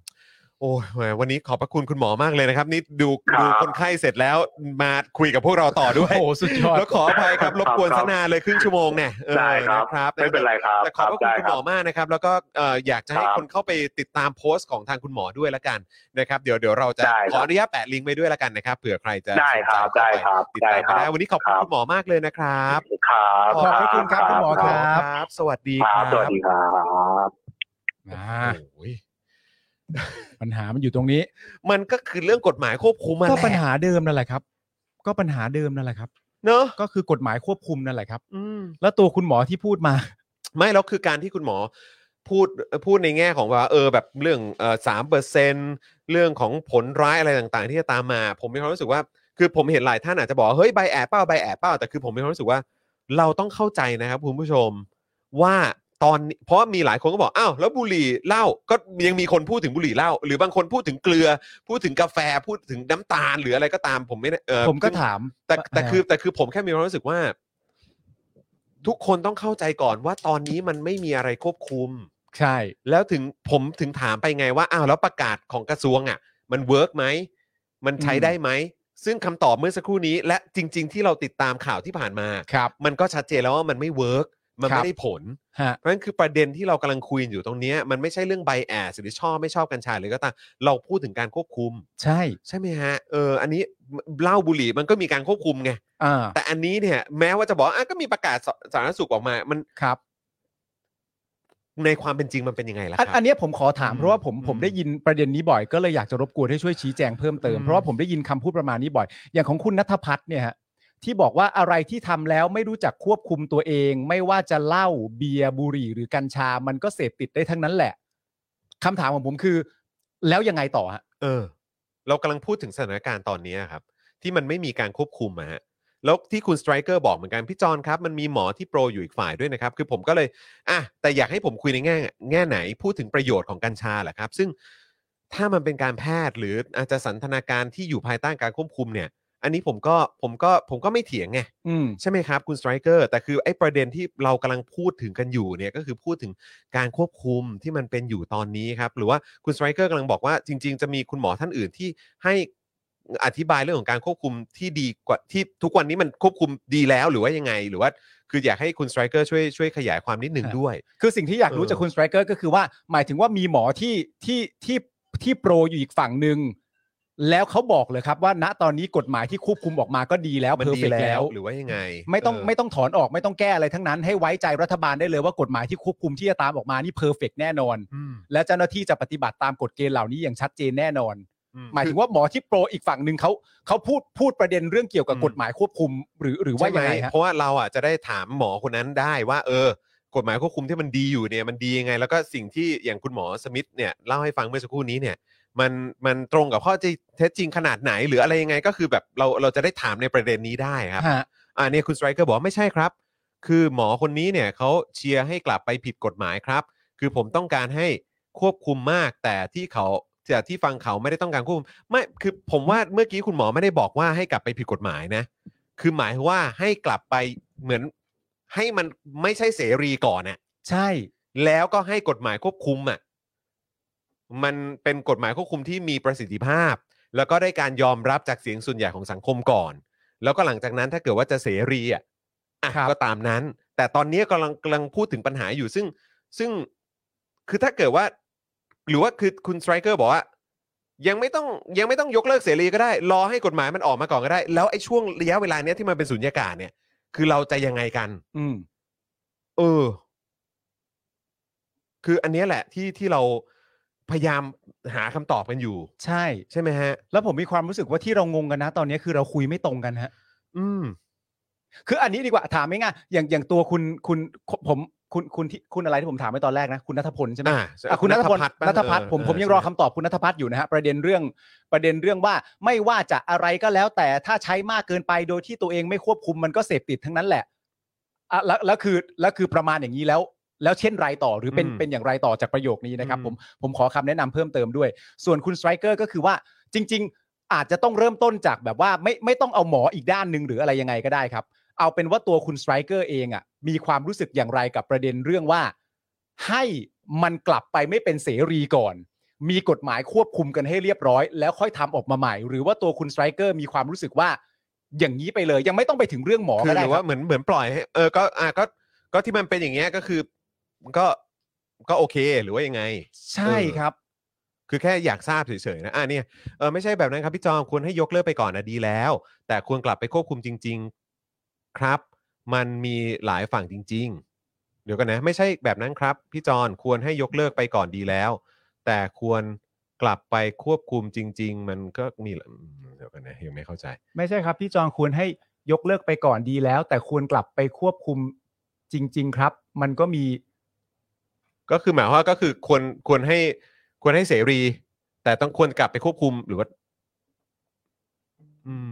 Speaker 3: โอ้ยแหมวันนี้ขอบพระคุณคุณหมอมากเลยนะครับ นี่ดู
Speaker 9: ครับ
Speaker 3: ดูคนไข้เสร็จแล้วมาคุยกับพวกเราต่อด้วย
Speaker 4: โอ้โหสุดยอด
Speaker 3: แล้วขออภัยครับรบกวนสกนานเลยครึ่งชั่วโมงเนี่ยเออ
Speaker 9: ได้ครับ
Speaker 3: นะครับ
Speaker 9: ไม่เป็นไรครับ
Speaker 3: แต่ขอบพระคุณ
Speaker 9: ได้
Speaker 3: คุณ
Speaker 9: ค
Speaker 3: หม
Speaker 9: รั
Speaker 3: อบ มากนะครับ แล้วก็เอ่ออยากจะให้
Speaker 9: ครับ
Speaker 3: คนเข้าไปติดตามโพสต์ของทางคุณหมอด้วยละกันนะครับเดี๋ยวเดี๋ยวเราจะ
Speaker 9: ได้ครับ
Speaker 3: ขออนุญาตแปะลิงก์ไปด้วยละกันนะครับเผื่อใครจะ
Speaker 9: ได้ครับ
Speaker 3: สนใจเข้าป
Speaker 9: ได้ค
Speaker 3: ติดตาม
Speaker 9: รับได้ครับ
Speaker 3: ได้วันนี้ขอบคุณ
Speaker 9: ครับ
Speaker 3: คุณหมอมากเลยนะครับ
Speaker 9: ครับ
Speaker 4: ขอบพระคุณครับคุณหมอ
Speaker 9: ค
Speaker 4: รั
Speaker 9: ร
Speaker 3: ค
Speaker 9: ับ
Speaker 3: รับ สวัสดี
Speaker 9: ค
Speaker 3: ค
Speaker 9: รั
Speaker 3: รั
Speaker 9: บบสวัสดีครับ
Speaker 4: อ่า
Speaker 3: โอ้ย
Speaker 4: ปัญหามันอยู่ตรงนี้
Speaker 3: มันก็คือเรื่องกฎหมายควบคุมมา
Speaker 4: ก็
Speaker 3: แห
Speaker 4: ปัญ
Speaker 3: ละ
Speaker 4: หาเดิมนั่นแหละครับ ก็ปัญหาเดิมนั่นแหละครับ
Speaker 3: เนอะ
Speaker 4: ก็คือกฎหมายควบคุมนั่นแหละครับ
Speaker 3: อืม
Speaker 4: แล้วตัวคุณหมอที่พูดมา
Speaker 3: ไม่แล้วคือการที่คุณหมอพูดพูดในแง่ของว่าเออแบบเรื่องสามเปอร์เซนเรื่องของผลร้ายอะไรต่างๆ ที่จะตามมา ผมมีความรู้สึกว่า คือผมเห็นหลายท่านอาจจะบอกว่าเฮ้ยใบแอบเป้าใบแอบเป้าแต่คือผมมีความรู้สึกว่า เราต้องเข้าใจนะครับคุณผู้ชมว่าตอนนี้เพราะมีหลายคนก็บอกอ้าวแล้วบุหรี่เหล้าก็ยังมีคนพูดถึงบุหรี่เหล้าหรือบางคนพูดถึงเกลือ พูดถึงกาแฟพูดถึงน้ำตาลหรืออะไรก็ตามผมไม่แน่เออ
Speaker 4: ผมก็ถาม
Speaker 3: แต่แต่
Speaker 4: อ่า
Speaker 3: คือแต่คือผมแค่มีความรู้สึกว่า ทุกคนต้องเข้าใจก่อนว่าตอนนี้มันไม่มีอะไรควบคุม
Speaker 4: ใช่
Speaker 3: แล้วถึงผมถึงถามไปไงว่าอ้าวแล้วประกาศของกระทรวงอ่ะ มันเวิร์กไหมมันใช้ได้ไหม ซึ่งคำตอบเมื่อสักครู่นี้ และจริง ๆ ที่เราติดตามข่าวที่ผ่านมา
Speaker 4: ครับ
Speaker 3: มันก็ชัดเจนแล้วว่ามันไม่เวิร์กมัน
Speaker 4: ครั
Speaker 3: ไม่
Speaker 4: บ
Speaker 3: ได้ผล
Speaker 4: ฮะ
Speaker 3: เพราะฉะนั้นคือประเด็นที่เรากำลังคุยอยู่ตรงเนี้ยมันไม่ใช่เรื่องใบแอสหรือชอบไม่ชอบกัญชาหรือก็ตามเราพูดถึงการควบคุม
Speaker 4: ใช่
Speaker 3: ใช่ไหมฮะเอออันนี้เหล้าบุหรี่มันก็มีการควบคุมไง
Speaker 4: อ่า
Speaker 3: แต่อันนี้เนี่ยแม้ว่าจะบอกว่าอ่ะก็มีประกาศสาธารณสุขออกมา มัน
Speaker 4: ครับ
Speaker 3: ในความเป็นจริงมันเป็นยังไงล่ะค
Speaker 4: อันอั
Speaker 3: รับ
Speaker 4: นเนี้ยผมขอถาม
Speaker 3: อืม
Speaker 4: เพราะว่าผม
Speaker 3: อืม
Speaker 4: ผมได้ยินประเด็นนี้บ่อย ก็เลยอยากจะรบกวนให้ช่วยชี้แจงเพิ่มเติม
Speaker 3: อืม
Speaker 4: เพราะว่าผมได้ยินคำพูดประมาณนี้บ่อย อย่างของคุณนัทพัฒน์เนี่ยฮะที่บอกว่าอะไรที่ทำแล้วไม่รู้จักควบคุมตัวเอง ไม่ว่าจะเหล้าเบียร์บุหรี่หรือกัญชา มันก็เสพติดได้ทั้งนั้นแหละคำถามของผมคือ แล้วยังไงต่อฮะ
Speaker 3: เออ เรากำลังพูดถึงสถานการณ์ตอนนี้ครับ ที่มันไม่มีการควบคุมอะฮะแล้วที่คุณสไตรเกอร์บอกเหมือนกันพี่จอนครับ มันมีหมอที่โปรอยู่อีกฝ่ายด้วยนะครับ คือผมก็เลยอ่ะแต่อยากให้ผมคุยในแง่แง่ไหนพูดถึงประโยชน์ของกัญชาแหละครับ ซึ่งถ้ามันเป็นการแพทย์หรืออาจจะสันทนาการที่อยู่ภายใต้การควบคุมเนี่ย อันนี้ผมก็ผมก็ผมก็ไม่เถียงไง
Speaker 4: อืม
Speaker 3: ใช่ไหมครับคุณสไตรเกอร์แต่คือไอ้ประเด็นที่เรากำลังพูดถึงกันอยู่เนี่ยก็คือพูดถึงการควบคุมที่มันเป็นอยู่ตอนนี้ครับ หรือว่าคุณสไตรเกอร์กำลังบอกว่าจริง ๆ จะมีคุณหมอท่านอื่นที่ให้อธิบายเรื่องของการควบคุมที่ดีกว่าที่ทุกวันนี้มันควบคุมดีแล้วหรือว่ายังไง หรือว่าคืออยากให้คุณสไตรเกอร์ช่วยช่วยขยายความนิดหนึ่ง
Speaker 4: อ่ะ
Speaker 3: ด้วย
Speaker 4: คือสิ่งที่อยากรู้
Speaker 3: เออ
Speaker 4: จากคุณสไตรเกอร์ก็คือว่า หมายถึงว่ามีหมอที่ที่ที่ที่โปรอยู่อีกฝั่งหนึ่งแล้วเขาบอกเลยครับว่าณตอนนี้กฎหมายที่ควบคุมออกมาก็ดีแล้ว
Speaker 3: มัน
Speaker 4: เพอร์
Speaker 3: ดี
Speaker 4: เฟกแล้ว
Speaker 3: หรือว่ายังไง
Speaker 4: ไม่ต้อง
Speaker 3: เ
Speaker 4: ไม่ต้องถอนออกไม่ต้องแก้อะไรทั้งนั้น ให้ไว้ใจรัฐบาลได้เลยว่ากฎหมายที่ควบคุมที่จะตามออกมานี่เพอร์เฟกแน่นอน
Speaker 3: อืม
Speaker 4: และเจ้าหน้าที่จะปฏิบัติตามกฎเกณฑ์เหล่านี้อย่างชัดเจนแน่น อน
Speaker 3: อืม
Speaker 4: หมายถึงว่าหมอที่โปรอีกฝั่งหนึ่งเขาเขาพูดพูดประเด็นเรื่องเกี่ยวกับกฎหมายควบคุม หรือหรือว่า
Speaker 3: ใช่ไห
Speaker 4: ยั
Speaker 3: ม
Speaker 4: งไงฮะ
Speaker 3: เพราะว่าเราอ่ะจะได้ถามหมอคนนั้นได้ว่า เออ กฎหมายควบคุมที่มันดีอยู่เนี่ยมันดียังไง แล้วก็สิ่งที่อย่างคุณหมอสมิธเนี่ยเล่าให้ฟังเมื่อสักครู่นี้เนี่ย มันมันตรงกับข้อเท็จจริงขนาดไหน หรืออะไรยังไงก็คือแบบเราเราจะได้ถามในประเด็นนี้ได้ครับ
Speaker 4: ฮะ
Speaker 3: อ่าเนี่ยคุณสไตรเกอร์บอกว่าไม่ใช่ครับ คือหมอคนนี้เนี่ยเขาเชียร์ให้กลับไปผิดกฎหมายครับ คือผมต้องการให้ควบคุมมาก แต่ที่เขาแต่ที่ฟังเขาไม่ได้ต้องการควบคุมไม่คือผมว่าเมื่อกี้คุณหมอไม่ได้บอกว่าให้กลับไปผิดกฎหมายนะ คือหมายว่าให้กลับไปเหมือนให้มันไม่ใช่เสรีก่อนน่ะ
Speaker 4: ใช่
Speaker 3: แล้วก็ให้กฎหมายควบคุมอ่ะมันเป็นกฎหมายควบคุมที่มีประสิทธิภาพ แล้วก็ได้การยอมรับจากเสียงส่วนใหญ่ของสังคมก่อน แล้วก็หลังจากนั้นถ้าเกิดว่าจะเสรีอ่ะอ่ะ
Speaker 4: ครับ
Speaker 3: ก็ตามนั้น แต่ตอนนี้กำลังกำลังพูดถึงปัญหาอยู่ซึ่งซึ่งคือถ้าเกิดว่า หรือว่าคือคุณสไตรเกอร์บอกว่า ยังไม่ต้องยังไม่ต้องยกเลิกเสรีก็ได้ รอให้กฎหมายมันออกมาก่อนก็ได้ แล้วไอ้ช่วงระยะเวลาเนี้ยที่มันเป็นสุญญากาศเนี่ย คือเราจะยังไงกัน
Speaker 4: อืม
Speaker 3: เออ คืออันเนี้ยแหละที่ที่เราพยายามหาคำตอบกันอยู่
Speaker 4: ใช่
Speaker 3: ใช่ไหมฮะ
Speaker 4: แล้วผมมีความรู้สึกว่าที่เรางงกันนะ ตอนนี้คือเราคุยไม่ตรงกันฮะ
Speaker 3: อืม
Speaker 4: คืออันนี้ดีกว่าถามไม่ง่ายๆอย่างอย่างตัวคุณคุณผมคุณคุณที่คุณอะไรที่ผมถามไปตอนแรกนะ คุณนัทพลใช่ไหม
Speaker 3: อ่า
Speaker 4: อ่ะคุณนัทพล
Speaker 3: ป่ะ
Speaker 4: นัทพัฒน์
Speaker 3: เออ
Speaker 4: ผมผมยัง
Speaker 3: เใช่
Speaker 4: รอคำตอบคุณนัทพัฒน์อยู่นะฮะประเด็นเรื่องประเด็นเรื่องว่าไม่ว่าจะอะไรก็แล้ว แต่ถ้าใช้มากเกินไปโดยที่ตัวเองไม่ควบคุมมันก็เสพติดทั้งนั้นแหละอ่ะแล้วแล้วคือแล้วคือประมาณอย่างนี้แล้ว แล้วเช่นไรต่อหรือเป็นเป็นอย่างไรต่อจากประโยคนี้นะครับผมผมขอคำแนะนำเพิ่มเติมด้วย ส่วนคุณสไตรเกอร์ก็คือว่าจริง ๆ อาจจะต้องเริ่มต้นจากแบบว่าไม่ไม่ต้องเอาหมออีกด้านหนึ่งหรืออะไรยังไงก็ได้ครับ เอาเป็นว่าตัวคุณสไตรเกอร์เองอะ่ะมีความรู้สึกอย่างไรกับประเด็นเรื่องว่า ให้มันกลับไปไม่เป็นเสรีก่อน มีกฎหมายควบคุมกันให้เรียบร้อย แล้วค่อยทำออกมาใหม่ หรือว่าตัวคุณสไตรเกอร์มีความรู้สึกว่า อย่างนี้ไปเลย ยังไม่ต้องไปถึงเรื่องหมอ
Speaker 3: คื
Speaker 4: ก็
Speaker 3: อห
Speaker 4: ได้
Speaker 3: รือ
Speaker 4: ค
Speaker 3: ว่า
Speaker 4: รับ
Speaker 3: เหมือนเหมือนปล่อยให้เออก็อ่ะก็ก็ที่มันเป็นอย่างเงี้ยก็คือก็ก็โอเคหรือว่ายังไง
Speaker 4: ใช่ครับ
Speaker 3: คือแค่อยากทราบเฉยๆนะอ่ะเนี่ยเออไม่ใช่แบบนั้นครับพี่จอมควรให้ยกเลิกไปก่อนนะดีแล้ว แต่ควรกลับไปควบคุมจริง ๆครับ มันมีหลายฝั่งจริง ๆ เดี๋ยวกันนะ ไม่ใช่แบบนั้นครับพี่จอนควรให้ยกเลิกไปก่อนดีแล้ว แต่ควรกลับไปควบคุมจริง ๆ มันก็มีหลายอืมเดี๋ยวกันนะยังไม่เข้าใจ
Speaker 4: ไม่ใช่ครับพี่จองควรให้ยกเลิกไปก่อนดีแล้ว แต่ควรกลับไปควบคุมจริง ๆ ครับ มันก็มี
Speaker 3: ก็คือหมายความว่าก็คือควรควรให้ควรให้เสรี แต่ต้องควรกลับไปควบคุมหรือว่า อืม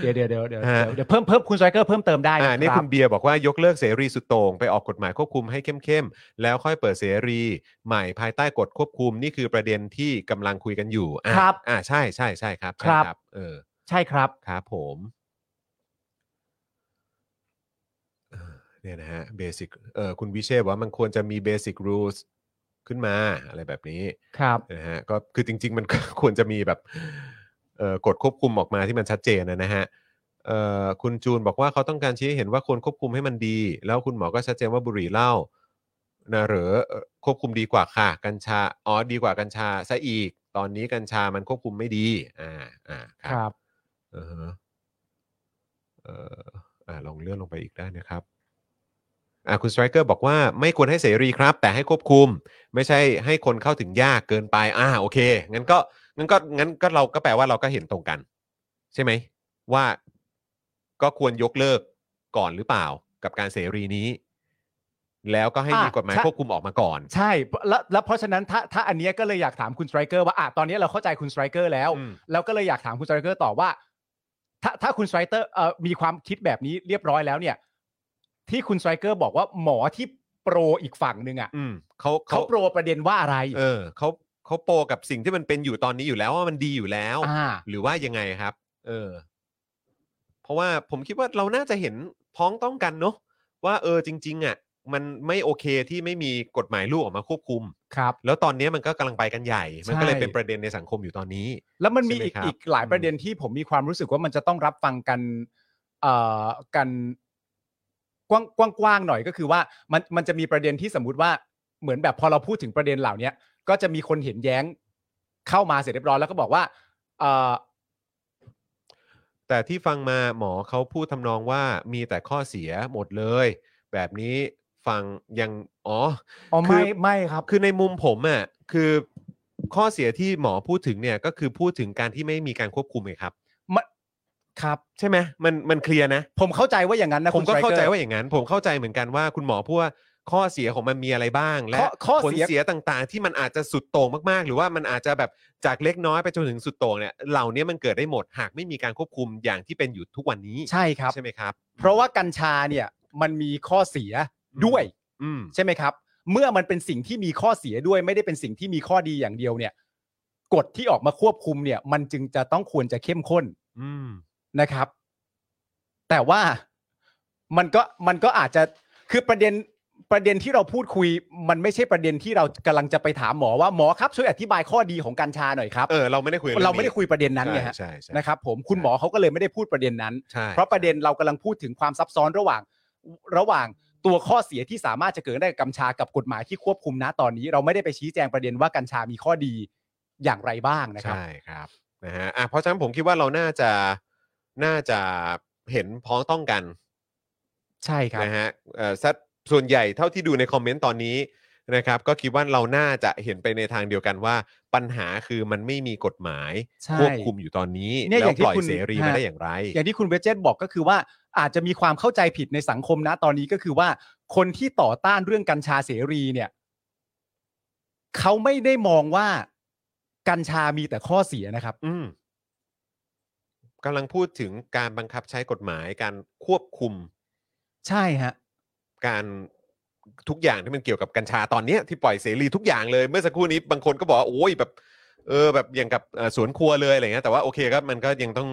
Speaker 4: เดี๋ยวเดี๋ยวเดี๋ยวเดี๋ยว
Speaker 3: ฮะ
Speaker 4: เดี๋ยวเพิ่มเพิ่มคุณสไตรเกอร์เพิ่มเติมได้
Speaker 3: อ่า
Speaker 4: นะ
Speaker 3: นี่
Speaker 4: ครั
Speaker 3: คุ
Speaker 4: บ
Speaker 3: ณเบียร์บอกว่ายกเลิกเสรีสุดโต่งไปออกกฎหมายควบคุมให้เข้มๆแล้วค่อยเปิดเสรี ใหม่ภายใต้กฎควบคุมนี่คือประเด็นที่กำลังคุยกันอยู่อ่ะ
Speaker 4: ครับ
Speaker 3: อ่าใช่ใช่ใช่ครับใช่
Speaker 4: ครับ
Speaker 3: เออ
Speaker 4: ใช่ครับ
Speaker 3: ครับผมเออเนี่ยนะฮะเบสิกเออคุณวิเชษบอกว่ามันควรจะมีเบสิกรูสขึ้นมาอะไรแบบนี้
Speaker 4: ครับ
Speaker 3: นะฮะก็คือจริง ๆ มันก็ ควรจะมีแบบเอ่อกฎควบคุมออกมาที่มันชัดเจนนะนะฮะเอ่อคุณจูนบอกว่าเขาต้องการชี้ให้เห็นว่าควรควบคุมให้มันดี แล้วคุณหมอก็ชัดเจนว่าบุหรี่เหล้านะหรือเอ่อควบคุมดีกว่าค่ะกัญชาอ๋อดีกว่ากัญชาซะอีก ตอนนี้กัญชามันควบคุมไม่ดีอ่าอ่าค
Speaker 4: ครับรับ
Speaker 3: อือฮะเอ่ออ่าลองเลื่อนลงไปอีกได้นะครับ อ่ะคุณสไตรเกอร์บอกว่าไม่ควรให้เสรีครับ แต่ให้ควบคุม ไม่ใช่ให้คนเข้าถึงยากเกินไป อ่าโอเค งั้นก็งั้นก็งั้นก็เราก็แปลว่าเราก็เห็นตรงกัน ใช่ไหม ว่าก็ควรยกเลิกก่อนหรือเปล่ากับการเสรีนี้ แล้วก็ให้มี
Speaker 4: อ่ะ
Speaker 3: กฎหมาย
Speaker 4: ใช่
Speaker 3: ควบคุมออกมาก่อน
Speaker 4: ใช่แล้วแล้วเพราะฉะนั้นถ้าถ้าอันเนี้ยก็เลยอยากถามคุณสไตรเกอร์ว่าอ่ะตอนนี้เราเข้าใจคุณสไตรเกอร์แล้ว
Speaker 3: อืม
Speaker 4: แล้วก็เลยอยากถามคุณสไตรเกอร์ต่อว่า ถ้าถ้าคุณสไตรเกอร์เอ่อมีความคิดแบบนี้เรียบร้อยแล้วเนี่ย ที่คุณสไตรเกอร์บอกว่าหมอที่โปรอีกฝั่งหนึ่งอ่ะ
Speaker 3: อืมเขา
Speaker 4: เขาโปรประเด็นว่าอะไร
Speaker 3: เออเขาเขาโปรกับสิ่งที่มันเป็นอยู่ตอนนี้อยู่แล้วว่ามันดีอยู่แล้ว
Speaker 4: อ่า
Speaker 3: หรือว่ายังไงครับ เออ เพราะว่าผมคิดว่าเราน่าจะเห็นพ้องต้องกันเนอะว่าเออจริง ๆ อ่ะ มันไม่โอเคที่ไม่มีกฎหมายลูกออกมาควบคุม
Speaker 4: ครับ
Speaker 3: แล้วตอนนี้มันก็กำลังไปกันใหญ่ มันก็เลย
Speaker 4: ใช่
Speaker 3: เป็นประเด็นในสังคมอยู่ตอนนี้
Speaker 4: แล้วมันมี
Speaker 3: ใช่ไหม
Speaker 4: อีก
Speaker 3: ครับ
Speaker 4: อีกหลายประเด็นที่ผมมีความรู้สึกว่ามันจะต้องรับฟังกันเอ่อกันกว้างกว้างกว้างหน่อยก็คือว่ามันมันจะมีประเด็นที่สมมติว่าเหมือนแบบพอเราพูดถึงประเด็นเหล่าเนี้ยก็จะมีคนเห็นแย้งเข้ามาเสร็จเรียบร้อยแล้วก็บอกว่าเอ่อ
Speaker 3: แต่ที่ฟังมาหมอเขาพูดทำนองว่ามีแต่ข้อเสียหมดเลย แบบนี้ฟังยังอ๋อ
Speaker 4: อ๋อ
Speaker 3: คือ
Speaker 4: ไม่ไม่ครับ
Speaker 3: คือในมุมผมอ่ะคือข้อเสียที่หมอพูดถึงเนี่ย ก็คือพูดถึงการที่ไม่มีการควบคุมไงครับ
Speaker 4: มันครับ
Speaker 3: ใช่ไหมมันมันเคลียร์นะ
Speaker 4: ผมเข้าใจว่าอย่างนั้นนะ
Speaker 3: ผม
Speaker 4: คุณ
Speaker 3: ก็เข้าใจ
Speaker 4: ไตรกอร์
Speaker 3: ว่าอย่างนั้น ผมเข้าใจเหมือนกันว่าคุณหมอพูดว่าข้อเสียของมันมีอะไรบ้าง และ
Speaker 4: ข้อข้อ
Speaker 3: ผล
Speaker 4: เสีย
Speaker 3: เสียต่างๆ ที่มันอาจจะสุดโต่งมากๆ หรือว่ามันอาจจะแบบจากเล็กน้อยไปจนถึงสุดโต่งเนี่ยเหล่านี้มันเกิดได้หมดหากไม่มีการควบคุมอย่างที่เป็นอยู่ทุกวันนี้
Speaker 4: ใช่ครับ
Speaker 3: ใช่ไหมครับ
Speaker 4: เพราะว่ากัญชาเนี่ยมันมีข้อเสีย
Speaker 3: อืม
Speaker 4: ด้วย
Speaker 3: อืม
Speaker 4: ใช่ไหมครับ เมื่อมันเป็นสิ่งที่มีข้อเสียด้วยไม่ได้เป็นสิ่งที่มีข้อดีอย่างเดียวเนี่ยกฎที่ออกมาควบคุมเนี่ย มันจึงจะต้องควรจะเข้มข้น
Speaker 3: อืม
Speaker 4: นะครับ แต่ว่ามันก็มันก็อาจจะคือประเด็นประเด็นที่เราพูดคุย มันไม่ใช่ประเด็นที่เรากำลังจะไปถามหมอว่าหมอครับช่วยอธิบายข้อดีของกัญชาหน่อยครับ
Speaker 3: เออเราไม่ได้คุยองนี้
Speaker 4: เราไม่ได้คุยประเด็นนั้นไงฮะ
Speaker 3: ใช่ใช่
Speaker 4: นะ
Speaker 3: ใช่
Speaker 4: ครับผมคุณหมอเขาก็เลยไม่ได้พูดประเด็นนั้น
Speaker 3: ใช่
Speaker 4: เพราะประเด็นเรากำลังพูดถึงความซับซ้อนระหว่างระหว่างตัวข้อเสียที่สามารถจะเกิดได้กับกัญชากับกฎหมายที่ควบคุมนะตอนนี้ เราไม่ได้ไปชี้แจงประเด็นว่ากัญชามีข้อดีอย่างไรบ้างนะครับ
Speaker 3: ใช่ครับนะฮะอ่ะเพราะฉะนั้นผมคิดว่าเราน่าจะน่าจะเห็นพ้องต้องกัน
Speaker 4: ใช่ครับ
Speaker 3: นะฮะเอ่อสัดส่วนใหญ่เท่าที่ดูในคอมเมนต์ตอนนี้นะครับก็คิดว่าเราน่าจะเห็นไปในทางเดียวกันว่า ปัญหาคือมันไม่มีกฎหมาย
Speaker 4: ใช่
Speaker 3: ควบคุมอยู่ตอนนี้
Speaker 4: เนี่ย
Speaker 3: แล้ว
Speaker 4: อย่างที่
Speaker 3: ปล่อย
Speaker 4: คุณ
Speaker 3: เสรีมา
Speaker 4: ฮะ
Speaker 3: ได้อย่างไร
Speaker 4: อย่างที่คุณเวจเจตบอกก็คือว่าอาจจะมีความเข้าใจผิดในสังคมนะตอนนี้ก็คือว่า คนที่ต่อต้านเรื่องกัญชาเสรีเนี่ยเขาไม่ได้มองว่ากัญชามีแต่ข้อเสียนะครับ
Speaker 3: อืมกำลังพูดถึงการบังคับใช้กฎหมายการควบคุม
Speaker 4: ใช่ฮะ
Speaker 3: การทุกอย่างที่มันเกี่ยวกับกัญชาตอนเนี้ยที่ปล่อยเสรีทุกอย่างเลย เมื่อสักครู่นี้บางคนก็บอกว่าโอ้ยแบบ เออ แบบอย่างกับเอ่อสวนครัวเลยอะไรเงี้ยแต่ว่าโอเคครับมันก็ยังต้อง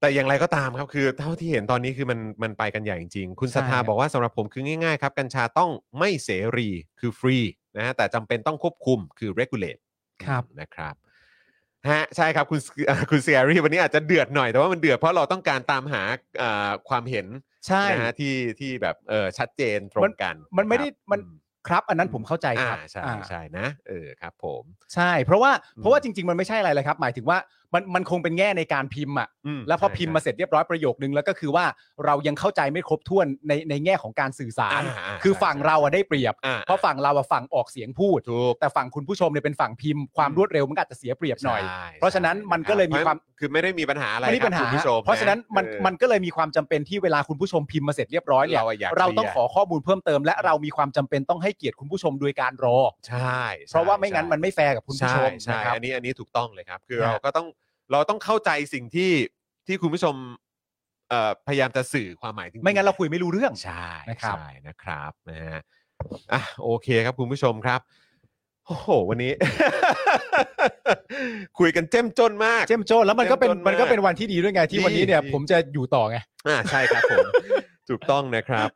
Speaker 3: แต่อย่างไรก็ตามครับ คือ เท่าที่เห็นตอนนี้คือมันมันไปกันใหญ่จริงๆคุณ
Speaker 4: ใช่
Speaker 3: ศรัทธา
Speaker 4: ครับ
Speaker 3: บอกว่าสำหรับผมคือง่ายๆครับ กัญชาต้องไม่เสรีคือฟรีนะฮะแต่จำเป็นต้องควบคุมคือ regulate
Speaker 4: ครับ
Speaker 3: นะครับฮะใช่ครับคุณเอ่อคุณเซียรี่วันนี้อาจจะเดือดหน่อยแต่ว่ามันเดือดเพราะเราต้องการตามหาเอ่อความเห็น
Speaker 4: ใช่
Speaker 3: นะฮะที่ที่แบบเออชัดเจนตรงกัน
Speaker 4: มันไม่ได้มัน
Speaker 3: อื
Speaker 4: ครับ อันนั้นผมเข้าใจ
Speaker 3: อ่า
Speaker 4: ครับ
Speaker 3: ใช่
Speaker 4: อ่า
Speaker 3: ใช่นะเออครับ ผม
Speaker 4: ใช่ เพราะว่า
Speaker 3: อืม
Speaker 4: เพราะว่าจริง ๆ มันไม่ใช่อะไรเลยครับ หมายถึงว่ามันมันคงเป็นแง่ในการพิมพ์อ่ะ
Speaker 3: ม
Speaker 4: แล้วพอ
Speaker 3: ใช่
Speaker 4: พิมพ์มา
Speaker 3: ใช่
Speaker 4: เสร็จเรียบร้อยประโยคนึงแล้วก็คือว่าเรายังเข้าใจไม่ครบถ้วนในในแง่ของการสื่อสาร
Speaker 3: อ่าอ่า
Speaker 4: คือ
Speaker 3: ใช่
Speaker 4: ฝั่ง
Speaker 3: ใช่
Speaker 4: เราอ่ะได้เปรียบ
Speaker 3: อ่า
Speaker 4: เพราะฝั่งเราอ่ะฝั่งออกเสียงพูด
Speaker 3: ถูก
Speaker 4: แต่ฝั่งคุณผู้ชมเนี่ยเป็นฝั่งพิมพ์ความรวดเร็วมันก็อาจจะเสียเปรียบหน่อย
Speaker 3: ใช่
Speaker 4: เพราะฉะนั้น
Speaker 3: ใช่
Speaker 4: มันก็เลยมี
Speaker 3: รับ
Speaker 4: ความ
Speaker 3: พระคือไม่ได้มีปัญหาอะไร
Speaker 4: ไม่มีปัญ
Speaker 3: ค
Speaker 4: หา
Speaker 3: บคุณผู้ชม
Speaker 4: เพราะฉะนั้นมัน
Speaker 3: เออ
Speaker 4: มันก็เลยมีความจำเป็นที่เวลาคุณผู้ชมพิมพ์มาเสร็จเรียบร้อยเนี่ย
Speaker 3: เราอะอยาก
Speaker 4: เราต้อง
Speaker 3: เคลียร์
Speaker 4: ขอข้อมูลเพิ่มเติม และเรามีความจำเป็นต้องให้เกียรติคุณผู้ชมโดยการรอ
Speaker 3: ใช่ใช่
Speaker 4: เพราะว่าไม่งั้น
Speaker 3: ใช่
Speaker 4: มันไม่แฟร์กับคุณผู้ชม
Speaker 3: ใใช่
Speaker 4: นะครับ
Speaker 3: อันนี้อันนี้ถูกต้องเลยครับ คือ
Speaker 4: นะ
Speaker 3: เราก็ต้องเราต้องเข้าใจสิ่งที่ที่คุณผู้ชมเอ่อพยายามจะสื่อความหมายจริงๆ
Speaker 4: ไม่งั้นเราคุยไม่รู้เรื่อง
Speaker 3: ใช่
Speaker 4: นะครับ
Speaker 3: ใช่นะครับนะฮะอ่ะโอเคครับคุณผู้ชมครับโอ้โหวันนี้ คุยกันเจ้มจนมาก
Speaker 4: เจ้มโจนแล้วมันก็เป็น
Speaker 3: เจ้มโจนมาก
Speaker 4: มันก็เป็นวันที่ดีด้วยไงที่
Speaker 3: ดี
Speaker 4: วันนี้เนี่ย
Speaker 3: ดี
Speaker 4: ผมจะอยู่ต่อไง
Speaker 3: อ่าใช่ครับผม ถูกต้องนะครับ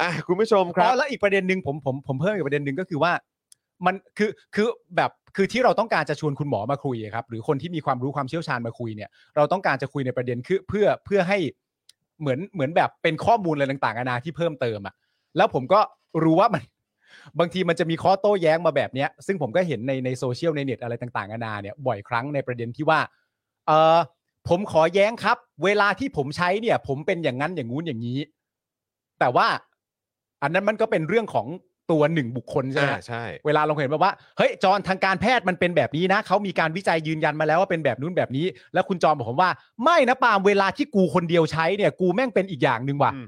Speaker 3: อ่ะคุณผู้ชมค
Speaker 4: อ๋
Speaker 3: รับ
Speaker 4: อแล้วอีกประเด็นหนึ่งผมผมผมเพิ่มอีกประเด็นหนึ่งก็คือว่า มันคือคือแบบคือที่เราต้องการจะชวนคุณหมอมาคุยอะครับ หรือคนที่มีความรู้ความเชี่ยวชาญมาคุยเนี่ย เราต้องการจะคุยในประเด็นคือเพื่อเพื่อให้เหมือนเหมือนแบบเป็นข้อมูลอะไรต่างๆนานาที่เพิ่มเติมอะแล้วผมก็รู้ว่ามัน บางทีมันจะมีข้อโต้แย้งมาแบบเนี้ย ซึ่งผมก็เห็นในในโซเชียลในเน็ตอะไรต่างๆนานาเนี่ยบ่อยครั้งในประเด็นที่ว่า เออผมขอแย้งครับ เวลาที่ผมใช้เนี่ย ผมเป็นอย่างนั้นอย่างงู้นอย่างนี้ แต่ว่า อันนั้นมันก็เป็นเรื่องของตัวหนึ่งบุคคลใช่ไหม
Speaker 3: อ่า
Speaker 4: ฮะ
Speaker 3: ใช่
Speaker 4: เวลาเราเห็นแบบว่าเฮ้ยจอนทางการแพทย์มันเป็นแบบนี้นะเขามีการวิจัยยืนยันมาแล้วว่าเป็นแบบนู้นแบบนี้ แล้วคุณจอนบอกผมว่า ไม่นะปาล์มเวลาที่กูคนเดียวใช้เนี่ย กูแม่งเป็นอีกอย่างหนึ่งว่ะ
Speaker 3: อืม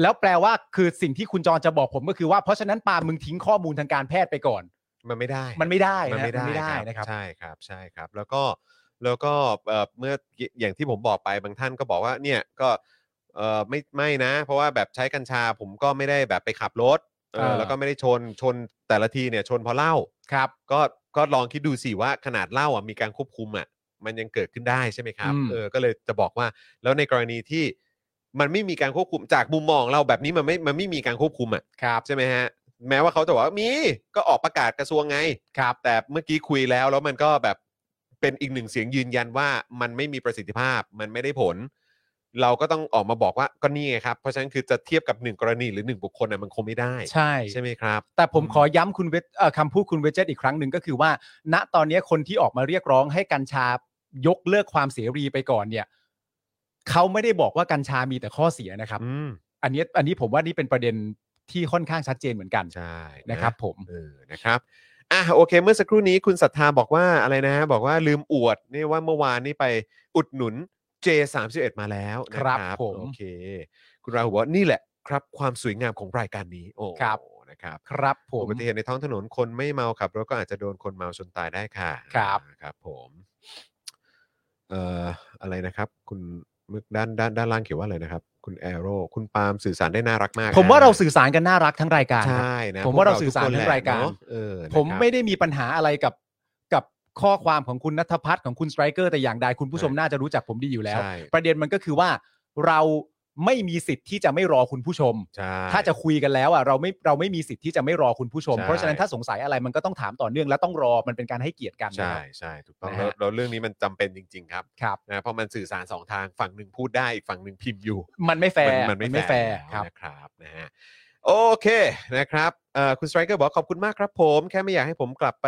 Speaker 4: แล้วแปลว่าคือสิ่งที่คุณจอนจะบอกผมก็คือว่าเพราะฉะนั้นปาล์มมึงทิ้งข้อมูลทางการแพทย์ไปก่อน
Speaker 3: มันไม่ได้
Speaker 4: มันไม่ได้
Speaker 3: มัน
Speaker 4: นะ
Speaker 3: ไม่ได้
Speaker 4: มันไม่ได้
Speaker 3: ครับ
Speaker 4: นะครับ
Speaker 3: ใช่ครับใช่ครับ แล้วก็แล้วก็เอ่อเมื่ออย่างที่ผมบอกไปบางท่านก็บอกว่าเนี่ยก็เอ่อไม่ไม่นะ เพราะว่าแบบใช้กัญชาผมก็ไม่ได้แบบไปขับรถเออ
Speaker 4: เออ
Speaker 3: แล้วก็ไม่ได้ชนชนแต่ละทีเนี่ยชนเพราะเหล้า
Speaker 4: ครับ
Speaker 3: ก็ก็ลองคิดดูสิว่าขนาดเหล้าอ่ะมีการควบคุมอ่ะมันยังเกิดขึ้นได้ใช่ไหมครับ
Speaker 4: อืม
Speaker 3: เออก็เลยจะบอกว่าแล้วในกรณีที่มันไม่มีการควบคุมจากมุมมองเราแบบนี้มันไม่มันไม่มีการควบคุมอ่ะ
Speaker 4: ครับ
Speaker 3: ใช่ไหมฮะ แม้ว่าเขาจะบอกว่ามีก็ออกประกาศกระทรวงไง
Speaker 4: ครับ
Speaker 3: แต่เมื่อกี้คุยแล้วแล้วมันก็แบบเป็นอีกหนึ่งเสียงยืนยันว่ามันไม่มีประสิทธิภาพมันไม่ได้ผล เราก็ต้องออกมาบอกว่าก็นี่ไงครับ เพราะฉะนั้นคือจะเทียบกับหนึ่งกรณีหรือหนึ่งบุคคลน่ะมันคงไม่ได้
Speaker 4: ใช่
Speaker 3: ใช่ไหมครับ
Speaker 4: แต่ผมขอย้ำคุณเวทเอ่อคำพูดคุณเวจเจตอีกครั้งหนึ่งก็คือว่า ณตอนนี้คนที่ออกมาเรียกร้องให้กัญชายกเลิกความเสรีไปก่อนเนี่ยเขาไม่ได้บอกว่ากัญชามีแต่ข้อเสียนะครับ
Speaker 3: อืม
Speaker 4: อันนี้อันนี้ผมว่านี่เป็นประเด็นที่ค่อนข้างชัดเจนเหมือนกัน
Speaker 3: ใช่
Speaker 4: นะครับ ผม
Speaker 3: เออนะครับอ่ะโอเค เมื่อสักครู่นี้คุณศรัทธาบอกว่าอะไรนะฮะบอกว่าลืมอวดนี่ว่าเมื่อวานนี่ไปอุดหนุน J31 มาแล้วนะครับ
Speaker 4: ผม
Speaker 3: โอเค คุณราหูบอกว่านี่แหละครับความสวยงามของรายการนี้ โอ้
Speaker 4: ครับ
Speaker 3: นะครับ
Speaker 4: ครับผม
Speaker 3: อุบัติเหตุในท้องถนนคนไม่เมาขับรถก็อาจจะโดนคนเมาชนตายได้ค่ะ
Speaker 4: ครับ
Speaker 3: ครับผมเอ่ออะไรนะครับ คุณมึกด้านด้านด้านล่างเขียนว่าอะไรนะครับ คุณแอโร่คุณปาล์มสื่อสารได้น่ารักมาก
Speaker 4: ผมว่าเรา
Speaker 3: อ่ะ
Speaker 4: สื่อสารกันน่ารักทั้งรายการครับ
Speaker 3: ใช่นะ
Speaker 4: ผมว่าเรา
Speaker 3: พวก
Speaker 4: สื่อสาร
Speaker 3: ทุ
Speaker 4: ทั้ง
Speaker 3: คนแหละ
Speaker 4: รายการ
Speaker 3: เนอะเออนะครับ
Speaker 4: ผมไม่ได้มีปัญหาอะไรกับกับข้อความของคุณนัทพัฒน์ของคุณสไตรเกอร์แต่อย่างใดคุณผู้ชมน่าจะรู้จักผมดีอยู่แล้ว
Speaker 3: ใช่
Speaker 4: ประเด็นมันก็คือว่าเราไม่มีสิทธิ์ที่จะไม่รอคุณผู้ชม
Speaker 3: ใช่
Speaker 4: ถ้าจะคุยกันแล้วอ่ะเราไม่เราไม่มีสิทธิ์ที่จะไม่รอคุณผู้ชม
Speaker 3: ใช่
Speaker 4: เพราะฉะนั้นถ้าสงสัยอะไรมันก็ต้องถามต่อเนื่องและต้องรอมันเป็นการให้เกียรติกันนะ
Speaker 3: ใช่
Speaker 4: ครับ
Speaker 3: ใช่ถูกต้อง
Speaker 4: นะ
Speaker 3: แล้ว
Speaker 4: ฮะ
Speaker 3: แล้วเรื่องนี้มันจำเป็นจริง ๆ ครับ
Speaker 4: ครับ
Speaker 3: นะเพราะมันสื่อสารสองทางฝั่งหนึ่งพูดได้อีกฝั่งหนึ่งพิมพ์อยู่
Speaker 4: มันไม่แฟร์
Speaker 3: มันมันไม่แฟร์อยู่แล้ว
Speaker 4: ครับ
Speaker 3: นะครับนะฮะโอเคนะครับเอ่อคุณสไตรเกอร์บอกขอบคุณมากครับผม แค่ไม่อยากให้ผมกลับไป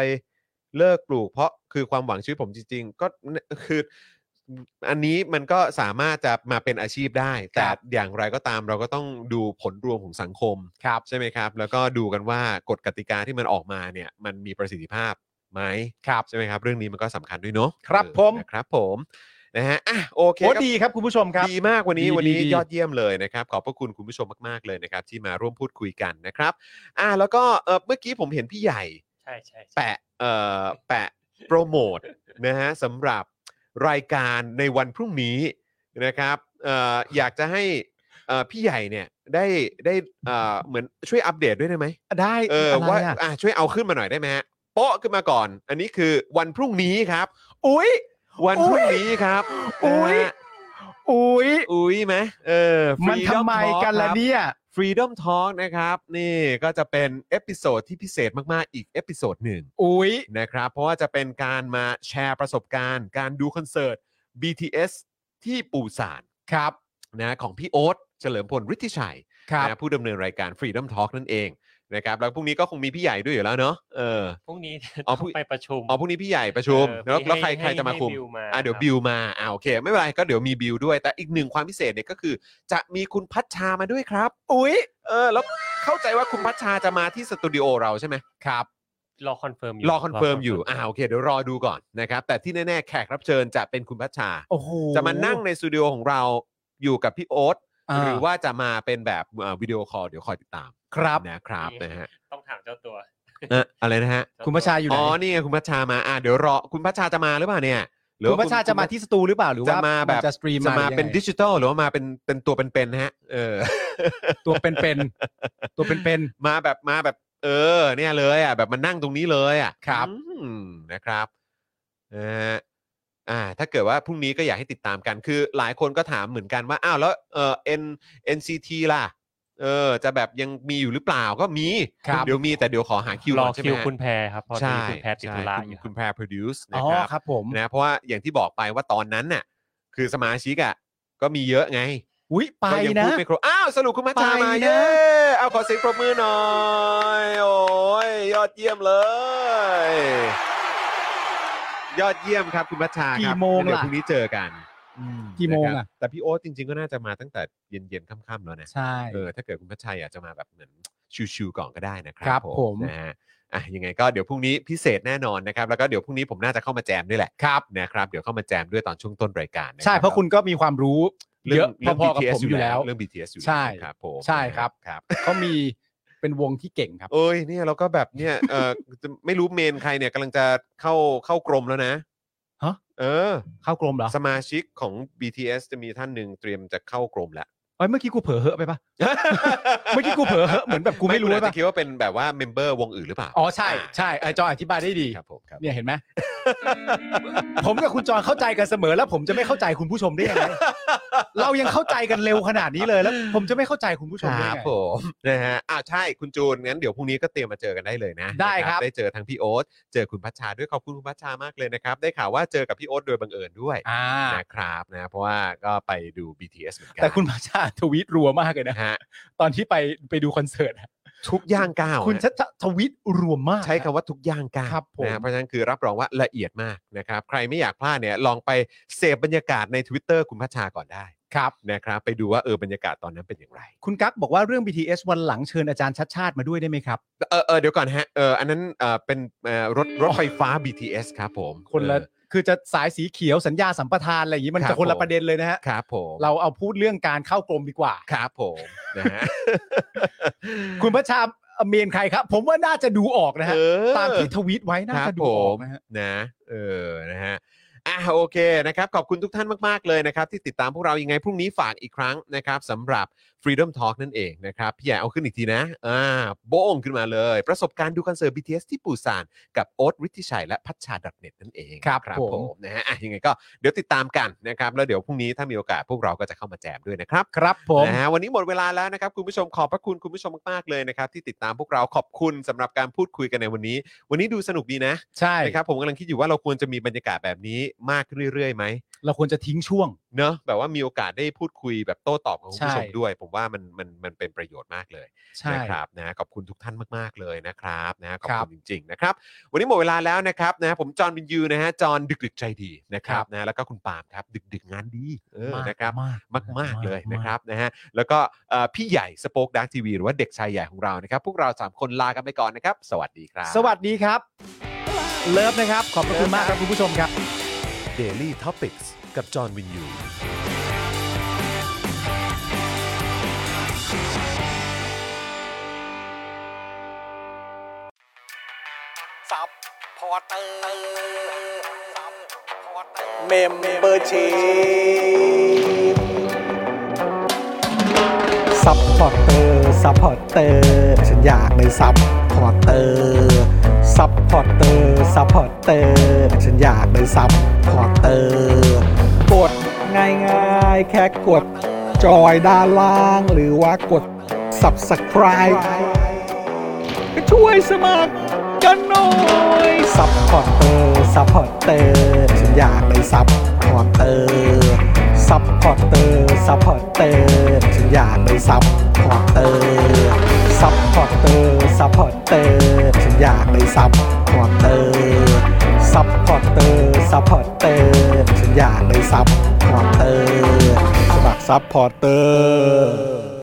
Speaker 3: เลิกปลูก เพราะคือความหวังชีวิตผมจริง ๆ ก็คืออันนี้มันก็สามารถจะมาเป็นอาชีพได้ แต่
Speaker 4: ครับ
Speaker 3: อย่างไรก็ตามเราก็ต้องดูผลรวมของสังคม
Speaker 4: ครับ
Speaker 3: ใช่ไหมครับ แล้วก็ดูกันว่ากฎกติกาที่มันออกมาเนี่ยมันมีประสิทธิภาพไหม
Speaker 4: ครับ
Speaker 3: ใช่ไหมครับ เรื่องนี้มันก็สำคัญด้วยเนาะ
Speaker 4: ครับ
Speaker 3: เออ
Speaker 4: ผม
Speaker 3: นะครับผมนะฮะอ่ะโอเคค
Speaker 4: โอ้
Speaker 3: รับ
Speaker 4: ดีครับคุณผู้ชมครับ
Speaker 3: ดีมากวันนี้
Speaker 4: ดี
Speaker 3: วันนี้
Speaker 4: ดีดี
Speaker 3: ยอดเยี่ยมเลยนะครับขอบพระคุณคุณผู้ชมมากๆเลยนะครับที่มาร่วมพูดคุยกันนะครับอ่าแล้วก็เอ่อเมื่อกี้ผมเห็นพี่ใหญ่
Speaker 5: ใช่ใช่ใช่
Speaker 3: แปะเอ่อแปะโปรโมทนะฮะสำหรับรายการในวันพรุ่งนี้นะครับเอ่ออยากจะให้เอ่อพี่ใหญ่เนี่ยได้ได้เอ่อเหมือนช่วยอัปเดตด้วยได้ไหม
Speaker 4: ได้
Speaker 3: เออ
Speaker 4: อะไร
Speaker 3: ว่า
Speaker 4: อ่ะ
Speaker 3: อ่ะช่วยเอาขึ้นมาหน่อยได้ไหมฮะโป๊ะขึ้นมาก่อน อันนี้คือวันพรุ่งนี้ครับ
Speaker 4: อุ้ย
Speaker 3: วันพรุ่งนี้ครับ
Speaker 4: อุ๊ย
Speaker 3: นะฮะ
Speaker 4: อุ้ย
Speaker 3: อุ้ยไหมเออ
Speaker 4: มัน
Speaker 3: Freedom
Speaker 4: ทำไม
Speaker 3: Talk
Speaker 4: กันล่ะ
Speaker 3: ครับ
Speaker 4: เนี่ย
Speaker 3: Freedom Talk นะครับ นี่ก็จะเป็นเอพิโซดที่พิเศษมาก ๆ อีกเอพิโซดหนึ่ง
Speaker 4: อุ้ย
Speaker 3: นะครับ เพราะว่าจะเป็นการมาแชร์ประสบการณ์ การดูคอนเสิร์ต BTS ที่ปู่สาร
Speaker 4: ครับ
Speaker 3: นะของพี่โอ๊ตเฉลิมพลฤทธิชัย
Speaker 4: ครับ
Speaker 3: นะผู้ดำเนินรายการ Freedom Talk นั่นเองนะครับแล้วพรุ่งนี้ก็คงมีพี่ใหญ่ด้วยอยู่แล้วเนาะเออ
Speaker 5: พรุ่งนี้
Speaker 3: อ๋อ
Speaker 5: ต้
Speaker 3: พรุ่
Speaker 5: อง งไปประชุม
Speaker 3: อ๋อพรุ่งนี้พี่ใหญ่ประชุม
Speaker 5: เออ
Speaker 3: แล้วแล้ว
Speaker 5: ให้
Speaker 3: ใครใครจะมาคุม
Speaker 5: ให้บิวมา
Speaker 3: อ่ะเดี๋ย
Speaker 5: ครับ
Speaker 3: วิวมาอ่าโอเค ไม่เป็นไรก็เดี๋ยวมีบิวด้วย แต่อีกหนึ่งความพิเศษเนี่ยก็คือ จะมีคุณพัชชามาด้วยครับ อุ้ยเออ แล้วเข้าใจว่าคุณพัชชาจะมาที่สตูดิโอเราใช่ไหมครับ
Speaker 5: รอคอนเฟิร์มอยู่
Speaker 3: รอคอนเฟิร์มอยู่
Speaker 5: ค
Speaker 3: อ่า
Speaker 5: เฟิ
Speaker 3: โอ
Speaker 5: ร์ม
Speaker 3: เค เดี๋ยวรอดูก่อนนะครับ แต่ที่แน่ๆแขกรับเชิญจะเป็นคุณพัชชา
Speaker 4: โอ้โห
Speaker 3: จะมานั่งในสตูดิโอของเราอยู่กับพี่โอ๊ต
Speaker 4: อ่
Speaker 3: หรือว่าจะมาเป็นแบบเอ่อวิดีโอคอลเดี๋ยวคอยติดตาม
Speaker 4: ครับ
Speaker 3: นะครับนะฮะ
Speaker 5: ต้องถามเจ้าตัว
Speaker 3: เอ่ออะไรนะฮะ
Speaker 5: เจ้ตัว
Speaker 4: คุณประชาอยู่ไหน
Speaker 3: อ๋อ นี่ไงคุณพัชชามาอ่ะเดี๋ยวรอ คุณพัชชาจะมาหรือเปล่าเนี่ยหอ
Speaker 4: คุ
Speaker 3: ว่
Speaker 4: ณประชาจะมาที่สตูหรือเปล่าหรือว่า
Speaker 3: จะมาแบบ
Speaker 4: นจะสตรีม
Speaker 3: จะมา
Speaker 4: หรือยังไง
Speaker 3: เป็นดิจิทัลหรือว่ามาเป็นเป็นตัวเป็นๆฮะ เออ
Speaker 4: ตัวเป็น ๆตัวเป็น
Speaker 3: มาแบบมาแบบ เออ เนี่ยเลยอ่ะแบบมานั่งตรงนี้เลยอ่ะ
Speaker 4: ครับ
Speaker 3: อืมนะครับนะฮะอ่า ถ้าเกิดว่าพรุ่งนี้ก็อยากให้ติดตามกันคือ หลายคนก็ถามเหมือนกันว่าอ้าวแล้วเออ N NCT ล่ะ เออ จะแบบยังมีอยู่หรือเปล่าก็มี
Speaker 4: ครับ
Speaker 3: เดี๋ยวมีแต่เดี๋ยวขอหาคิว
Speaker 5: ร
Speaker 3: ก่
Speaker 5: อน
Speaker 3: ใช่ไห
Speaker 5: คิ
Speaker 3: ม
Speaker 5: ว
Speaker 3: ฮะ
Speaker 5: คุณแพรครับเพอ
Speaker 3: ใช่
Speaker 5: ดีคุณแพรติดธุระ
Speaker 3: ใช่คุณ
Speaker 5: อยู่
Speaker 3: คุณแพร produce
Speaker 4: ๆ
Speaker 3: นะ
Speaker 4: อ๋อ
Speaker 3: ครับ
Speaker 4: ครับผม
Speaker 3: นะเพราะว่าอย่างที่บอกไปว่าตอนนั้นน่ะ คือสมาชิกอ่ะก็มีเยอะไง
Speaker 4: อุ้ยไป
Speaker 3: ก็ยัง
Speaker 4: นะ
Speaker 3: พูดไม่ครบอ้าวสรุปคุณมัชชามา
Speaker 4: ไปนะ
Speaker 3: เย้เอาขอเสียงปรบมือหน่อยโอ้ยยอดเยี่ยมเลย ยอดเยี่ยมครับคุณมัชชาครับ
Speaker 4: กี่โมง
Speaker 3: แล้วเดี๋ยว
Speaker 4: ล่ะ
Speaker 3: พรุ่งนี้เจอกัน
Speaker 4: กี่โมง
Speaker 3: นครั
Speaker 4: อ่ะ
Speaker 3: บแต่พี่โอ๊ตจริงๆก็น่าจะมาตั้งแต่เย็นๆค่ำๆแล้วนะ
Speaker 4: ใช่
Speaker 3: เออถ้าเกิดคุณพัชชัยอยากจะมาแบบเหมือนชิวๆก่อนก็ได้นะครั
Speaker 4: ครับผม
Speaker 3: นะฮะอ่ะยังไงก็เดี๋ยวพรุ่งนี้พิเศษแน่นอนนะครับแล้วก็เดี๋ยวพรุ่งนี้ผมน่าจะเข้ามาแจมด้วยแหละครับนะครับเดี๋ยวเข้ามาแจมด้วยตอนช่วงต้นรายการนบ
Speaker 4: ใช่เพราะคุณก็มีความรู้เย
Speaker 3: เรื่อ
Speaker 4: อะ
Speaker 3: งเรื่อง
Speaker 4: พอๆกับ
Speaker 3: BTS
Speaker 4: ผมอยู่แล้ว
Speaker 3: เรื่อง BTS อยู่แล้ว
Speaker 4: ใช่
Speaker 3: ครับผม
Speaker 4: ใช่ครับ
Speaker 3: ครับ
Speaker 4: เขามีเป็นวงที่เก่งครับ
Speaker 3: เอ้ยเนี่ยเราก็แบบเนี่ยเออจะไม่รู้เมนใครเนี่ยกำลังจะเข้าเข้ากรมแล้วนะ
Speaker 4: ฮะ
Speaker 3: เออ
Speaker 4: เข้ากลมเหรอ
Speaker 3: สมาชิกของ BTS จะมีท่านหนึ่งเตรียมจะเข้ากรมแล้ว
Speaker 4: เอ้ยเมื่อกี้กูเผลอเหอะไป ปะ เมื่อกี้กูเผลอเหอะเหมือนแบบกูไม่รู้
Speaker 3: คุณอาจ
Speaker 4: ไว้
Speaker 3: จะ
Speaker 4: ปะ
Speaker 3: คิดว่าเป็นแบบว่าเมมเบอร์วงอื่นหรือเปล่า
Speaker 4: อ๋อใช่ใช่เออจอยอธิบายได้ดี
Speaker 3: ครับผมครับ
Speaker 4: เนี่ยเห็นไหม ผมกับคุณจอยเข้าใจกันเสมอแล้วผมจะไม่เข้าใจคุณผู้ชมได้ยังไงเรายังเข้าใจกันเร็วขนาดนี้เลยแล้ว ผมจะไม่เข้าใจคุณผู้ชม
Speaker 3: ค
Speaker 4: ได้
Speaker 3: รับ
Speaker 4: ยังไง
Speaker 3: ผมนะฮะอ่าใช่คุณจูนงั้นเดี๋ยวพรุ่งนี้ก็เตรียมมาเจอกันได้เลยนะ
Speaker 4: ได้
Speaker 3: นะครับ ได้เจอทั้งพี่โอ๊ตเจอคุณพัชชาด้วยขอบคุณคุณพัชชามากเลยนะครับได้ข่าวว่าเจอกับพี่โอ๊ตโดยบังเอิญด้วย
Speaker 4: อ่า
Speaker 3: นะครับนะเพราะว่าก็ไปดู BTS เหมือนกั
Speaker 4: แต่คุณพัชชาทวีตรัวมากเลยนะ
Speaker 3: นะฮะ
Speaker 4: ตอนที่ไปไปดูคอนเสิร์ตอะ
Speaker 3: ทุกย่างก้าว
Speaker 4: คุณ
Speaker 3: นะ
Speaker 4: ชัชชาทวีตรัวมาก
Speaker 3: ใช้คำว่าทุกย่างก้าว
Speaker 4: ครับผม
Speaker 3: นะฮะเพราะฉะนั้นคือรับรองว่าละเอียดมากนะครับ ใครไม่อยากพลาดเนี่ยลองไปเสพบรรยากาศใน Twitter คุณพัชชาก่อนได้
Speaker 4: ครับ
Speaker 3: นะครับ ไปดูว่าเออบรรยากาศตอนนั้นเป็นอย่างไร
Speaker 4: คุณกั๊กบอกว่าเรื่อง BTS วันหลังเชิญอาจารย์ชัดชาติมาด้วยได้ไหมครับ
Speaker 3: เออเออเดี๋ยวก่อนฮะเอออันนั้นเออเป็นเออรถรถไฟฟ้า BTS ครับผม
Speaker 4: คนละ
Speaker 3: เออ
Speaker 4: คือจะสายสีเขียวสัญญาสัมปทานอะไรอย่างนี้มัน
Speaker 3: ครับ
Speaker 4: จะคน
Speaker 3: ผ
Speaker 4: ละ
Speaker 3: ม
Speaker 4: ประเด็นเลยนะฮะ
Speaker 3: ครับผม
Speaker 4: เราเอาพูดเรื่องการเข้ากรมดีกว่า
Speaker 3: ครับผมนะฮะ
Speaker 4: คุณพระชาเมนใครครับ ผมว่าน่าจะดูออกนะฮะ
Speaker 3: เออ
Speaker 4: ตามที่ทวีตไว้น่า
Speaker 3: ครั
Speaker 4: จะ
Speaker 3: บ
Speaker 4: ดู
Speaker 3: ผ
Speaker 4: ออ
Speaker 3: ม
Speaker 4: กนะฮะ
Speaker 3: นะเออนะฮะอ่ะโอเคนะครับ ขอบคุณทุกท่านมาก ๆ เลยนะครับ ที่ติดตามพวกเรายังไงพรุ่งนี้ฝากอีกครั้งนะครับสำหรับ Freedom Talk นั่นเองนะครับ พี่ใหญ่เอาขึ้นอีกทีนะอ่าโบ้งขึ้นมาเลย ประสบการณ์ดูคอนเสิร์ต BTS ที่ปูซาน กับโอ๊ตริธิชัยและพัชชาดับเน็ตนั่นเอง
Speaker 4: ครับผม
Speaker 3: นะฮะอ่ะยังไงก็เดี๋ยวติดตามกันนะครับ แล้วเดี๋ยวพรุ่งนี้ถ้ามีโอกาสพวกเราก็จะเข้ามาแจมด้วยนะครับ
Speaker 4: ครับผม
Speaker 3: นะฮะวันนี้หมดเวลาแล้วนะครับ คุณผู้ชมขอบพระคุณคุณผู้ชมมากๆเลยนะครับ ที่ติดตามพวกเราขอบคุณสำหรับการพูดคุยกันในวันนี้ วันนี้ดูสนุกดีนะ
Speaker 4: ใช่
Speaker 3: นะครับผมกำลังคิดอยู่ว่าเราควรจะมีบรรยากาศแบบนี้มากขึ้นเรื่อยๆไหม
Speaker 4: เราควรจะทิ้งช่วง
Speaker 3: เนอะแบบว่ามีโอกาสได้พูดคุยแบบโต้ตอบกับคุณผู้ชม
Speaker 4: ใช่
Speaker 3: ด้วย ผมว่ามันมันมันเป็นประโยชน์มากเลย
Speaker 4: ใช่
Speaker 3: นะครับนะขอบคุณทุกท่านมาก ๆ เลยนะครับนะขอบ
Speaker 4: ครั
Speaker 3: คุ
Speaker 4: บ
Speaker 3: ณจริง ๆ นะครับ วันนี้หมดเวลาแล้วนะครับนะผมจอห์นบินยูนะฮะจอห์นดึก ๆ ใจดีนะครับ
Speaker 4: ครับ
Speaker 3: นะแล้วก็คุณปาล์มครับ ดึก ๆ งานดีเออ
Speaker 4: มาก
Speaker 3: นะครับ
Speaker 4: มาก
Speaker 3: มาก ๆ เลย
Speaker 4: มาก
Speaker 3: นะครับนะฮะแล้วก็เอ่อพี่ใหญ่สป็อคดักทีวีหรือว่าเด็กชายใหญ่ของเรานะครับ พวกเรา 3 คนลากันไปก่อนนะครับ สวัสดีครับ
Speaker 4: สวัสดีครับ เลิฟนะครับ ขอบพระคุณมากครับคุณผู้ชมครับ
Speaker 3: Daily Topics กับจอห์นวินยู
Speaker 10: ซับพอร์เตอร์ซับพอร์เตอร์
Speaker 1: เมมเบอร์ชีซัพพอร์เตอร์ซัพพอร์เตอร์ฉันอยากเป็นซัพพอร์เตอร์ซัพพอร์เตอร์ซัพพอร์เตอร์ฉันอยากเป็นซัพพอร์เตอร์กดง่ายๆ แค่กดจอยด้านล่าง หรือว่ากด subscribe ก็ช่วยสมัครกันหน่อยซัพพอร์เตอร์ซัพพอร์เตอร์ฉันอยากเป็นซัพพอร์เตอร์ซัพพอร์เตอร์ซัพพอร์เตอร์ฉันอยากเป็นซัพพอร์เตอร์ซัพพอร์เตอร์ซัพพอร์เตอร์ฉันอยากเป็นซัพพอร์เตอร์ซัพพอร์เตอร์ซัพพอร์เตอร์ฉันอยากเป็นซัพพอร์เตอร์สมัครซัพพอร์เตอร์